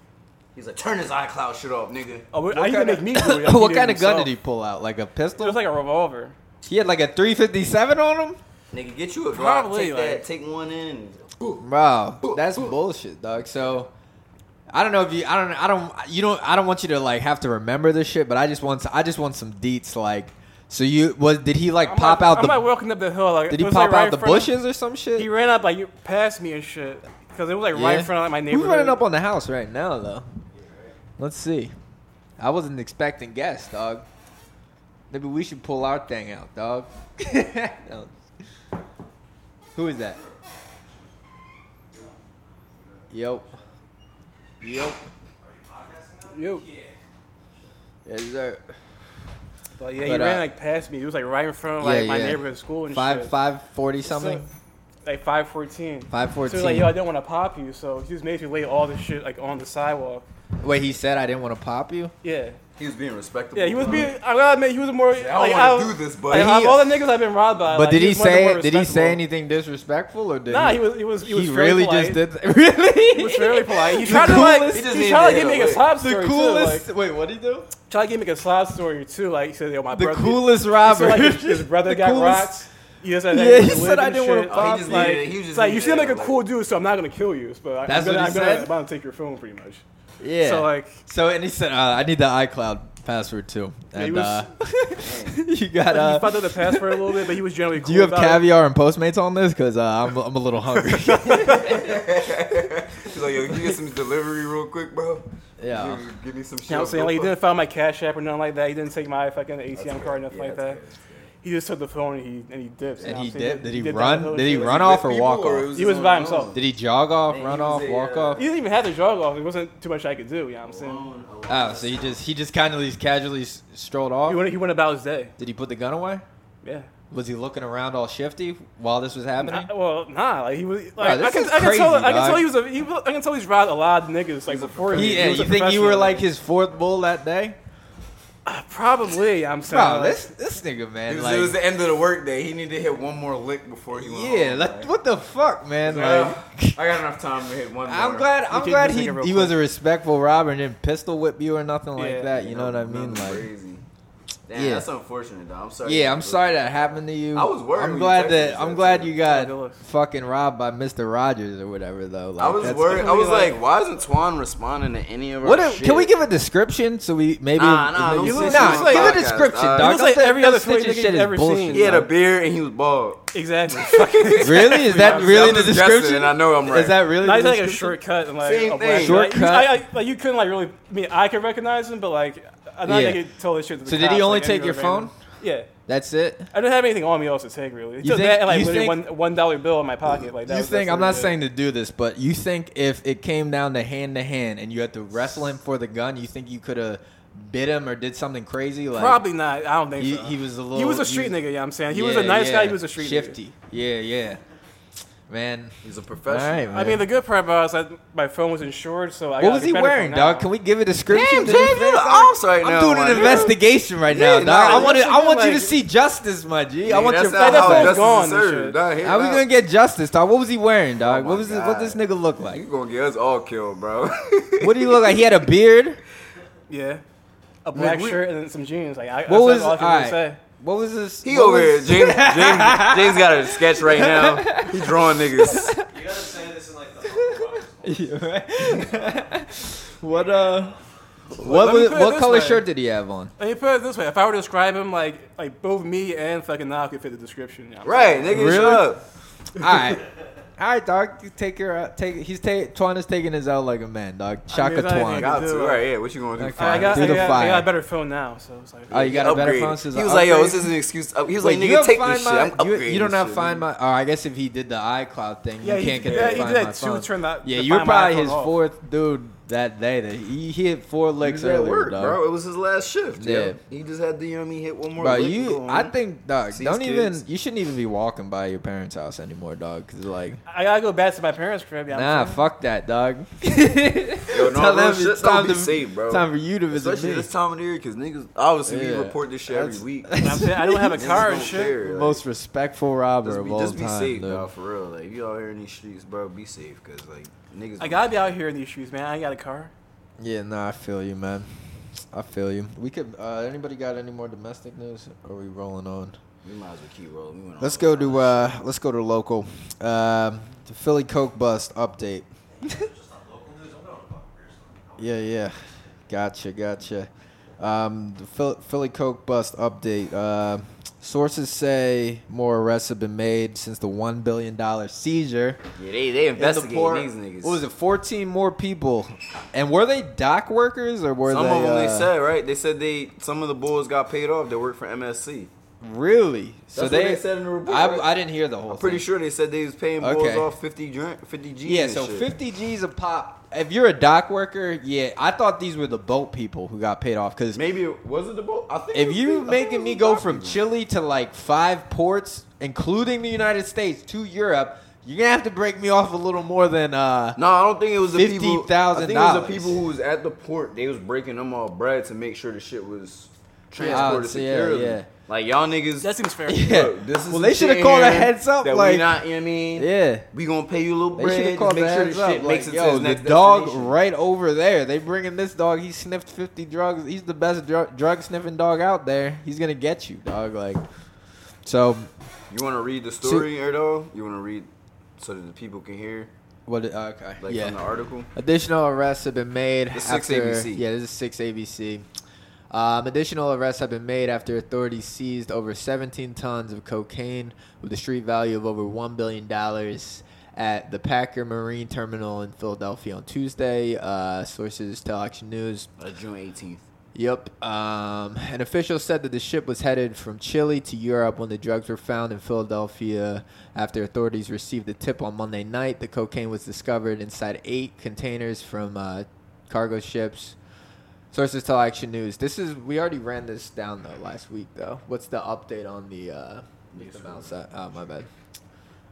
Speaker 7: He's like, turn his iCloud shit off, nigga.
Speaker 5: Oh, what,
Speaker 3: What
Speaker 5: he
Speaker 3: kind
Speaker 5: gonna
Speaker 3: of,
Speaker 5: make me do it. He
Speaker 3: what
Speaker 5: did it
Speaker 3: kind of gun
Speaker 5: himself.
Speaker 3: did he pull out? Like a
Speaker 5: It
Speaker 3: pistol?
Speaker 5: was like a revolver.
Speaker 3: he had like a 357 on him.
Speaker 7: Nigga, get you a Glock.
Speaker 5: Probably,
Speaker 7: take
Speaker 5: like-
Speaker 7: that. Take one in.
Speaker 3: Bro, that's bullshit, dog. So I don't know if you I don't I don't you don't I don't want you to like have to remember this shit, but I just want I just want some deets like so you was did he like
Speaker 5: I'm
Speaker 3: pop
Speaker 5: like,
Speaker 3: out
Speaker 5: I'm
Speaker 3: the
Speaker 5: like walking up the hill. Like,
Speaker 3: did
Speaker 5: it
Speaker 3: he
Speaker 5: was,
Speaker 3: pop
Speaker 5: like,
Speaker 3: out
Speaker 5: right in
Speaker 3: the
Speaker 5: front of-
Speaker 3: bushes or some shit?
Speaker 5: he ran up like you- past me and shit because it was like right in front of like, my
Speaker 3: Who's
Speaker 5: neighborhood.
Speaker 3: running up on the house right now though? Let's see. I wasn't expecting guests, dog. Maybe we should pull our thing out, dog. No. Who is that? Yo. Yo.
Speaker 5: you?
Speaker 3: Yes, sir.
Speaker 5: But yeah, he
Speaker 3: But, uh,
Speaker 5: ran like past me. He was like right in front of like
Speaker 3: Yeah,
Speaker 5: my
Speaker 3: yeah.
Speaker 5: neighborhood school and
Speaker 3: Five
Speaker 5: shit.
Speaker 3: five forty something.
Speaker 5: So, like five fourteen.
Speaker 3: 5:14.
Speaker 5: So he was like, yo, I don't want to pop you, so he just made me lay all this shit like on the sidewalk.
Speaker 3: Wait, he said I didn't want to pop you.
Speaker 5: Yeah,
Speaker 4: He was being respectable.
Speaker 5: yeah, he was being. I gotta admit, he was more.
Speaker 4: I don't
Speaker 5: like,
Speaker 4: wanna
Speaker 5: was-
Speaker 4: do this, but
Speaker 5: Like,
Speaker 4: he-
Speaker 5: out of all the niggas I've been robbed by.
Speaker 3: But
Speaker 5: like,
Speaker 3: did he
Speaker 5: was one of the
Speaker 3: say
Speaker 5: more
Speaker 3: did he say
Speaker 5: respectable.
Speaker 3: anything disrespectful or did
Speaker 5: Nah,
Speaker 3: he,
Speaker 5: he was. He was. He was very
Speaker 3: really
Speaker 5: polite.
Speaker 3: just did that. really
Speaker 5: He was very polite. He
Speaker 3: The
Speaker 5: tried to like.
Speaker 3: coolest-
Speaker 5: He,
Speaker 7: He just
Speaker 5: tried to
Speaker 7: needed
Speaker 5: give
Speaker 7: to
Speaker 5: me a
Speaker 7: lick.
Speaker 5: sob
Speaker 3: the
Speaker 5: story
Speaker 3: coolest
Speaker 5: too. Like,
Speaker 3: wait what did he do
Speaker 5: tried to give me a sob story too. Like he said, yo, my
Speaker 3: the
Speaker 5: brother. he
Speaker 3: coolest
Speaker 5: said,
Speaker 3: robber
Speaker 5: like, his, his brother
Speaker 3: The
Speaker 5: got
Speaker 3: coolest-
Speaker 5: rocked. He just had,
Speaker 3: Yeah, he
Speaker 5: like,
Speaker 3: said,
Speaker 5: lip
Speaker 3: "I
Speaker 5: and
Speaker 3: didn't wanna
Speaker 5: shit."
Speaker 7: Oh, he just
Speaker 5: Like,
Speaker 7: needed it. He was
Speaker 5: it's
Speaker 7: just
Speaker 5: like you
Speaker 7: needed
Speaker 5: seem
Speaker 7: it,
Speaker 5: like a
Speaker 7: like-
Speaker 5: cool dude, so I'm not gonna kill you, but I-
Speaker 3: That's
Speaker 5: I'm, gonna,
Speaker 3: what he
Speaker 5: I'm, gonna,
Speaker 3: said?
Speaker 5: I'm gonna take your phone pretty much.
Speaker 3: yeah
Speaker 5: So like,
Speaker 3: So, and he said uh, I need the iCloud password too
Speaker 5: he
Speaker 3: and
Speaker 5: was-
Speaker 3: uh, you got
Speaker 5: he
Speaker 3: uh
Speaker 5: fucked up the password a little bit, but he was generally cool.
Speaker 3: do you have
Speaker 5: about it.
Speaker 3: caviar and Postmates on this? Because uh, I'm, I'm a little hungry.
Speaker 4: He's like, yo, can you get some delivery real quick, bro?
Speaker 3: yeah.
Speaker 4: Give, give me some
Speaker 5: oh, You
Speaker 4: shit.
Speaker 5: know what I'm saying? Like, he didn't find my Cash App or nothing like that. He didn't take my fucking ATM
Speaker 4: That's
Speaker 5: card or
Speaker 4: good.
Speaker 5: nothing
Speaker 4: Yeah,
Speaker 5: like that.
Speaker 4: that's good.
Speaker 5: He just took the phone and he and he dipped.
Speaker 3: And
Speaker 5: you know
Speaker 3: he
Speaker 5: what I'm saying?
Speaker 3: did. Did he
Speaker 5: dipped down the
Speaker 3: run?
Speaker 5: hill
Speaker 3: Did he
Speaker 5: and shit.
Speaker 3: run off or walk off?
Speaker 5: He was by himself.
Speaker 3: Did he jog off,
Speaker 7: Yeah, he
Speaker 3: run
Speaker 7: was
Speaker 3: off,
Speaker 7: a,
Speaker 3: walk
Speaker 7: uh,
Speaker 3: off?
Speaker 5: He didn't even have to jog off. There wasn't too much I could do. You know what I'm saying?
Speaker 7: Alone, alone.
Speaker 3: Oh, so he just he just kind of just casually s- strolled off.
Speaker 5: He went, he went about his day.
Speaker 3: Did he put the gun away?
Speaker 5: Yeah.
Speaker 3: Was he looking around all shifty while this was happening?
Speaker 5: Nah, well, nah. Like he was.
Speaker 3: Bro,
Speaker 5: Like,
Speaker 3: this
Speaker 5: I can,
Speaker 3: is
Speaker 5: I can
Speaker 3: crazy,
Speaker 5: tell. I can
Speaker 3: dog.
Speaker 5: tell he was. A, he was I can tell he's robbed a lot of niggas. Like before me.
Speaker 3: He- yeah,
Speaker 5: He was a
Speaker 3: you think you were
Speaker 5: professional.
Speaker 3: like his fourth bull that day?
Speaker 5: Probably. I'm saying.
Speaker 3: Bro,
Speaker 5: like,
Speaker 3: this this nigga
Speaker 4: Uh, It
Speaker 3: man,
Speaker 4: was,
Speaker 3: like,
Speaker 4: it was the end of the workday. He needed to hit one more lick before he went.
Speaker 3: yeah,
Speaker 4: home,
Speaker 3: like,
Speaker 4: right?
Speaker 3: what the fuck, man? Like,
Speaker 4: Yeah, I got enough time to hit one. More.
Speaker 3: I'm glad I'm
Speaker 5: can
Speaker 3: glad
Speaker 5: just
Speaker 3: he
Speaker 5: take it real
Speaker 3: he
Speaker 5: quick.
Speaker 3: was a respectful robber and didn't pistol whip you or nothing like
Speaker 5: Yeah,
Speaker 3: that. You know what I mean?
Speaker 4: nothing
Speaker 3: Like,
Speaker 4: crazy. Damn,
Speaker 3: Yeah.
Speaker 4: that's unfortunate, though. I'm sorry.
Speaker 3: yeah, I'm sorry that happened to you.
Speaker 4: I was worried when
Speaker 3: I'm
Speaker 4: you
Speaker 3: glad
Speaker 4: texted
Speaker 3: that
Speaker 4: us
Speaker 3: I'm
Speaker 4: that
Speaker 3: glad
Speaker 4: shit.
Speaker 3: you got
Speaker 5: Ridiculous.
Speaker 3: fucking robbed by Mr. Rogers or whatever though. Like,
Speaker 4: I was
Speaker 3: that's-
Speaker 4: worried. I was
Speaker 5: like-
Speaker 4: like, why isn't Twan responding to any of our
Speaker 3: What
Speaker 4: Oh, shit?
Speaker 3: if- can we give a description so we maybe
Speaker 4: Nah, nah,
Speaker 3: maybe-
Speaker 4: don't
Speaker 5: say
Speaker 3: nah,
Speaker 5: shit on
Speaker 3: give
Speaker 5: the
Speaker 3: a
Speaker 4: podcast, dog.
Speaker 3: description, dog.
Speaker 4: You
Speaker 5: look
Speaker 3: Don't
Speaker 5: like
Speaker 3: say-
Speaker 5: every
Speaker 3: don't
Speaker 5: other
Speaker 3: snitch
Speaker 5: snitch
Speaker 3: and
Speaker 5: nigga
Speaker 3: shit
Speaker 5: you've
Speaker 3: is
Speaker 5: ever
Speaker 3: bullshit,
Speaker 5: seen.
Speaker 4: He had a
Speaker 3: dog.
Speaker 4: beard and he was bald.
Speaker 5: exactly.
Speaker 3: Really? Is that
Speaker 4: I'm
Speaker 3: really
Speaker 4: just guessing,
Speaker 3: the description?
Speaker 4: and I know I'm right.
Speaker 3: Is that really?
Speaker 5: Now he's
Speaker 3: the
Speaker 5: like a
Speaker 3: description?
Speaker 5: shortcut and like
Speaker 4: Same
Speaker 5: a
Speaker 4: thing.
Speaker 5: black-
Speaker 3: Shortcut.
Speaker 5: Like, I, I, like you couldn't like really. I mean, I could recognize him, but like I don't
Speaker 3: Yeah.
Speaker 5: think he told this shit. To the
Speaker 3: So did he
Speaker 5: cops,
Speaker 3: only
Speaker 5: like,
Speaker 3: take
Speaker 5: any
Speaker 3: your
Speaker 5: other random-
Speaker 3: phone?
Speaker 5: Yeah,
Speaker 3: That's it.
Speaker 5: I didn't have anything on me else to take really. It
Speaker 3: You
Speaker 5: took
Speaker 3: think-
Speaker 5: that and like
Speaker 3: you
Speaker 5: literally
Speaker 3: think-
Speaker 5: one one dollar bill in my pocket. Like that
Speaker 3: you
Speaker 5: was-
Speaker 3: think
Speaker 5: that's
Speaker 3: I'm not
Speaker 5: literally it.
Speaker 3: saying to do this, but you think if it came down to hand to hand and you had to wrestle him for the gun, you think you could have bit him or did something crazy? Like
Speaker 5: Probably not. I don't think
Speaker 3: He-
Speaker 5: so.
Speaker 3: he was a
Speaker 5: He was
Speaker 3: little-
Speaker 5: a street
Speaker 3: he-
Speaker 5: nigga. Yeah, I'm saying he
Speaker 3: Yeah,
Speaker 5: was a nice guy.
Speaker 3: yeah.
Speaker 5: He was a street Nigga.
Speaker 3: shifty. Yeah, yeah, man.
Speaker 4: He's a
Speaker 3: All
Speaker 4: professional.
Speaker 3: right, man.
Speaker 5: I mean, the good part about it is that my phone was insured, so I got
Speaker 3: what was
Speaker 5: the
Speaker 3: he
Speaker 5: credit for
Speaker 3: wearing,
Speaker 5: it
Speaker 3: dog?
Speaker 5: now.
Speaker 3: Can we give a description?
Speaker 4: Damn,
Speaker 3: to this
Speaker 4: James, you're
Speaker 3: thing?
Speaker 4: the ops right
Speaker 3: I'm
Speaker 4: now,
Speaker 3: doing
Speaker 4: my
Speaker 3: an
Speaker 4: dude.
Speaker 3: investigation right
Speaker 4: Yeah,
Speaker 3: now, dog.
Speaker 4: nah,
Speaker 3: I want to.
Speaker 4: listen,
Speaker 3: I want you to
Speaker 4: like-
Speaker 3: see justice, my G. I want
Speaker 4: that's
Speaker 3: your.
Speaker 4: not
Speaker 5: That
Speaker 4: how
Speaker 5: phone's
Speaker 4: justice
Speaker 5: gone
Speaker 4: is
Speaker 5: and
Speaker 4: served.
Speaker 5: shit.
Speaker 4: Nah, hear
Speaker 3: How we
Speaker 4: that.
Speaker 3: gonna get justice, dog? What was he wearing, dog?
Speaker 4: Oh my
Speaker 3: what was this, what
Speaker 4: God.
Speaker 3: this nigga look like?
Speaker 4: You gonna get us all killed, bro?
Speaker 3: What do you look like? He had a beard.
Speaker 5: Yeah, a black
Speaker 4: we-
Speaker 5: shirt and then some jeans. Like I,
Speaker 3: What
Speaker 5: that's
Speaker 3: was
Speaker 5: all I could really
Speaker 3: alright.
Speaker 5: say.
Speaker 3: What was this?
Speaker 4: He
Speaker 3: what
Speaker 4: over here.
Speaker 3: was-
Speaker 4: James, James, James got a sketch right now. He drawing niggas.
Speaker 7: You gotta say this in like the Uncle Rock.
Speaker 3: what uh? What
Speaker 5: let me
Speaker 3: was,
Speaker 5: put it
Speaker 3: what
Speaker 5: this
Speaker 3: color
Speaker 5: way.
Speaker 3: shirt did he have on?
Speaker 5: Let me put it this way: if I were to describe him, like like both me and fucking Nah could fit the description. you know what I'm
Speaker 4: Right, nigga,
Speaker 3: Really?
Speaker 4: shut up.
Speaker 3: All right, All right, dog. You Take your uh, take. He's take Twan is taking his out like a man, dog. Shaka
Speaker 5: it's not
Speaker 3: Twan.
Speaker 5: anything.
Speaker 4: Got
Speaker 5: do
Speaker 4: to.
Speaker 5: it.
Speaker 4: Right, yeah. What you gonna do?
Speaker 3: Okay.
Speaker 5: I got,
Speaker 3: Do
Speaker 5: I,
Speaker 3: the
Speaker 5: got, I
Speaker 3: fire.
Speaker 5: got a better phone now, so it's like
Speaker 3: Oh, you got a better
Speaker 4: Upgrade.
Speaker 3: phone. so it's
Speaker 4: He
Speaker 3: an
Speaker 4: was like, "Yo,
Speaker 3: upgrade?
Speaker 4: this is an excuse. To up- he was
Speaker 3: Wait,
Speaker 4: like,
Speaker 3: you
Speaker 4: nigga,
Speaker 3: don't
Speaker 4: take
Speaker 3: find
Speaker 4: this
Speaker 3: my,
Speaker 4: shit. I'm
Speaker 3: you,
Speaker 4: upgrading
Speaker 3: you don't
Speaker 4: this
Speaker 3: have
Speaker 4: shit,
Speaker 3: find
Speaker 4: nigga.
Speaker 3: my. Oh, I guess if he did the iCloud thing,
Speaker 5: Yeah,
Speaker 3: you
Speaker 5: he-
Speaker 3: can't get
Speaker 5: yeah,
Speaker 3: the
Speaker 5: he
Speaker 3: find
Speaker 5: did
Speaker 3: my
Speaker 5: that too,
Speaker 3: phone.
Speaker 5: turn that-
Speaker 3: yeah,
Speaker 5: the
Speaker 3: you're
Speaker 5: find my
Speaker 3: probably
Speaker 5: iPhone
Speaker 3: his
Speaker 5: off.
Speaker 3: fourth dude that day. That he hit four
Speaker 4: He
Speaker 3: licks
Speaker 4: was at
Speaker 3: earlier,
Speaker 4: work,
Speaker 3: dog.
Speaker 4: bro. It was his last shift.
Speaker 3: Yeah.
Speaker 4: Yeah, he just had the you know, what I mean, hit one more.
Speaker 3: Bro,
Speaker 4: lick
Speaker 3: you,
Speaker 4: going.
Speaker 3: I think, dog,
Speaker 4: See his
Speaker 3: don't even,
Speaker 4: kids.
Speaker 3: you shouldn't even be walking by your parents' house anymore, dog. Cause like,
Speaker 5: I gotta go back to my parents' crib. Yeah,
Speaker 3: nah,
Speaker 5: I'm saying.
Speaker 3: fuck that, dog.
Speaker 4: Yo, no,
Speaker 3: Tell
Speaker 4: real
Speaker 3: them
Speaker 4: shit,
Speaker 3: it's
Speaker 4: though,
Speaker 3: time
Speaker 4: be
Speaker 3: to-
Speaker 4: safe, bro.
Speaker 3: Time for you to visit
Speaker 4: Especially
Speaker 3: me.
Speaker 4: this time of the year, because niggas obviously we
Speaker 3: Yeah,
Speaker 4: report this shit every
Speaker 3: that's-
Speaker 4: week.
Speaker 5: I'm saying I don't have a
Speaker 4: Niggas
Speaker 5: car
Speaker 4: don't
Speaker 5: and shit.
Speaker 4: care, like,
Speaker 3: Most respectful robber
Speaker 4: just
Speaker 3: of
Speaker 4: be,
Speaker 3: all
Speaker 4: just be
Speaker 3: time,
Speaker 4: safe,
Speaker 3: dude.
Speaker 4: dog, for real. Like, if you out here in these streets, bro, be safe, because, like, niggas.
Speaker 5: I gotta be out here in these shoes, man. I ain't got a car.
Speaker 3: Yeah, nah, I feel you, man. I feel you.
Speaker 6: We could. Uh, anybody got any more domestic news? Or are we rolling on?
Speaker 4: We might as well keep rolling. We went on
Speaker 6: Let's
Speaker 4: a-
Speaker 6: go to. Uh, let's go to local. Um, the Philly Coke bust update. yeah, yeah. Gotcha, gotcha. Um, the Phil- Philly Coke bust update. Uh, sources say more arrests have been made since the one billion dollar seizure.
Speaker 4: Yeah, they, they
Speaker 3: In the
Speaker 4: investigate
Speaker 3: port-
Speaker 4: these niggas.
Speaker 3: What was it? Fourteen more people, and were they dock workers or were
Speaker 4: Some
Speaker 3: they?
Speaker 4: of them they
Speaker 3: uh,
Speaker 4: said, right? They said they some of the bulls got paid off. They worked for MSC.
Speaker 3: Really? so
Speaker 4: what
Speaker 3: they,
Speaker 4: they said in the report,
Speaker 3: I,
Speaker 4: right?
Speaker 3: I didn't hear the whole.
Speaker 4: I'm pretty
Speaker 3: thing.
Speaker 4: sure they said they was paying bulls
Speaker 3: Okay.
Speaker 4: off 50 drink, 50 G.
Speaker 3: Yeah, so 50 G's a pop. If you're a dock worker, yeah, I thought these were the boat people who got paid off because
Speaker 4: Maybe it was it the bull. I think it
Speaker 3: if
Speaker 4: was
Speaker 3: you
Speaker 4: the- I think it
Speaker 3: making
Speaker 4: was
Speaker 3: me
Speaker 4: the
Speaker 3: go
Speaker 4: dock
Speaker 3: from
Speaker 4: people.
Speaker 3: Chile to like five ports, including the United States, to Europe, you're gonna have to break me off a little more than uh.
Speaker 4: No, I don't think it was the people. I
Speaker 3: $50,000.
Speaker 4: think it was the people who was at the port. They was breaking them all bread to make sure the shit was transported
Speaker 3: Yeah, yeah,
Speaker 4: securely.
Speaker 3: yeah.
Speaker 4: Like y'all niggas.
Speaker 5: That seems fair.
Speaker 3: Yeah.
Speaker 4: Look, this is
Speaker 3: well,
Speaker 4: some
Speaker 3: they should have
Speaker 4: shit
Speaker 3: called a
Speaker 4: here
Speaker 3: heads up,
Speaker 4: that
Speaker 3: like
Speaker 4: we not. You know what I mean,
Speaker 3: yeah.
Speaker 4: we gonna pay you a little
Speaker 3: They should
Speaker 4: bread.
Speaker 3: have
Speaker 4: Just
Speaker 3: called
Speaker 4: make
Speaker 3: the
Speaker 4: sure the
Speaker 3: heads
Speaker 4: shit
Speaker 3: up.
Speaker 4: makes
Speaker 3: Like,
Speaker 4: it to
Speaker 3: yo,
Speaker 4: his
Speaker 3: the
Speaker 4: next
Speaker 3: dog
Speaker 4: destination.
Speaker 3: right over there. They bringing this dog. He sniffed fifty drugs. He's the best drug, drug sniffing dog out there. He's gonna get you, dog. Like, so
Speaker 4: You want to read the story, Erdo? You want to read so that the people can hear,
Speaker 3: what? uh, Okay,
Speaker 4: like
Speaker 3: yeah.
Speaker 4: from the article.
Speaker 3: Additional arrests have been made.
Speaker 4: This is 6
Speaker 3: after-
Speaker 4: ABC.
Speaker 3: Yeah, this is 6 ABC. Um, additional arrests have been made after authorities seized over 17 tons of cocaine with a street value of over $1 billion at the Packer Marine Terminal in Philadelphia on Tuesday. Uh, sources tell Action News.
Speaker 4: Uh, June 18th.
Speaker 3: Yep. Um, an official said that the ship was headed from Chile to Europe when the drugs were found in Philadelphia after authorities received a tip on Monday night. The cocaine was discovered inside eight containers from uh, cargo ships. Sources tell Action News. This is we already ran this down though last week though. What's the update on the uh, the mouse? Oh my bad.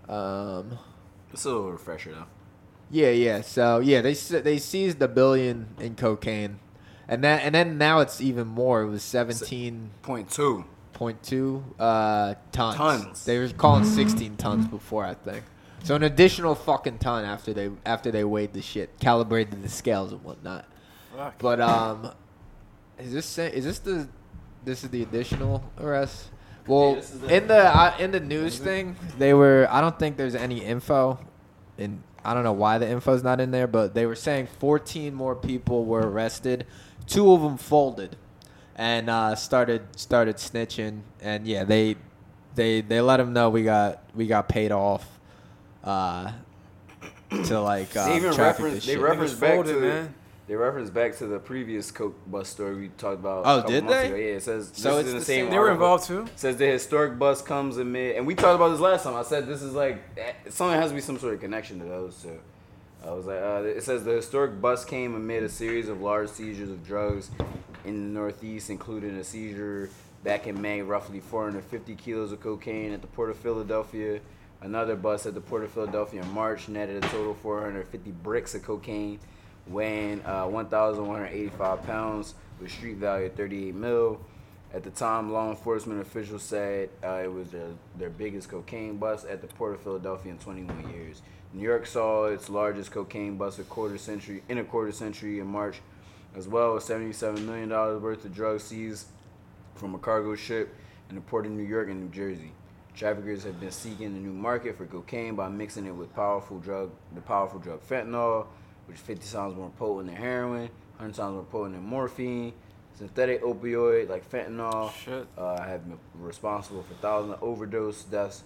Speaker 3: Um,
Speaker 4: It's a little refresher though.
Speaker 3: yeah, yeah. So yeah, they se- they seized a billion in cocaine, and that and then now it's even more. It was seventeen
Speaker 4: Point two.
Speaker 3: point two uh, tons.
Speaker 4: Tons.
Speaker 3: They were calling sixteen tons before, I think. So an additional fucking ton after they after they weighed the shit, calibrated the scales and whatnot.
Speaker 5: Fuck.
Speaker 3: But um, is this sa- is this the this is the additional arrest? Well, in the uh, in the news thing, they were. I don't think there's any info, and I don't know why the info's not in there. But they were saying 14 more people were arrested. Two of them folded, and uh, started started snitching. And yeah, they they they let them know we got we got paid off. Uh, to like uh,
Speaker 4: they even
Speaker 3: traffic
Speaker 4: reference.
Speaker 3: this
Speaker 4: They
Speaker 3: shit.
Speaker 4: reference
Speaker 5: Niggas
Speaker 4: back
Speaker 5: folded,
Speaker 4: to.
Speaker 5: man.
Speaker 4: They reference back to the previous Coke bus story we talked about.
Speaker 3: Oh,
Speaker 4: a couple
Speaker 3: did
Speaker 4: months
Speaker 3: they?
Speaker 4: ago. Yeah, it says
Speaker 3: So
Speaker 4: this is in
Speaker 3: it's the
Speaker 4: the same.
Speaker 3: same-
Speaker 5: They were
Speaker 4: article.
Speaker 5: involved too.
Speaker 4: Says the historic bus comes amid, and we talked about this last time. I said this is like eh, something has to be some sort of connection to those two. I was like, uh, it says the historic bus came amid a series of large seizures of drugs in the Northeast, including a seizure back in May, roughly 450 kilos of cocaine at the Port of Philadelphia. Another bus at the Port of Philadelphia in March netted a total 450 bricks of cocaine, weighing uh, 1,185 pounds, with street value of 38 mil. At the time, law enforcement officials said uh, it was their, their biggest cocaine bust at the Port of Philadelphia in 21 years. New York saw its largest cocaine bust a quarter century in a quarter century in March, as well as 77 million dollars worth of drugs seized from a cargo ship in the port of New York and New Jersey. Traffickers have been seeking a new market for cocaine by mixing it with powerful drug, the powerful drug fentanyl, which is 50 times more potent than heroin, 100 times more potent than morphine. Synthetic opioid like fentanyl
Speaker 5: Shit.
Speaker 4: Uh, have been responsible for thousands of overdose deaths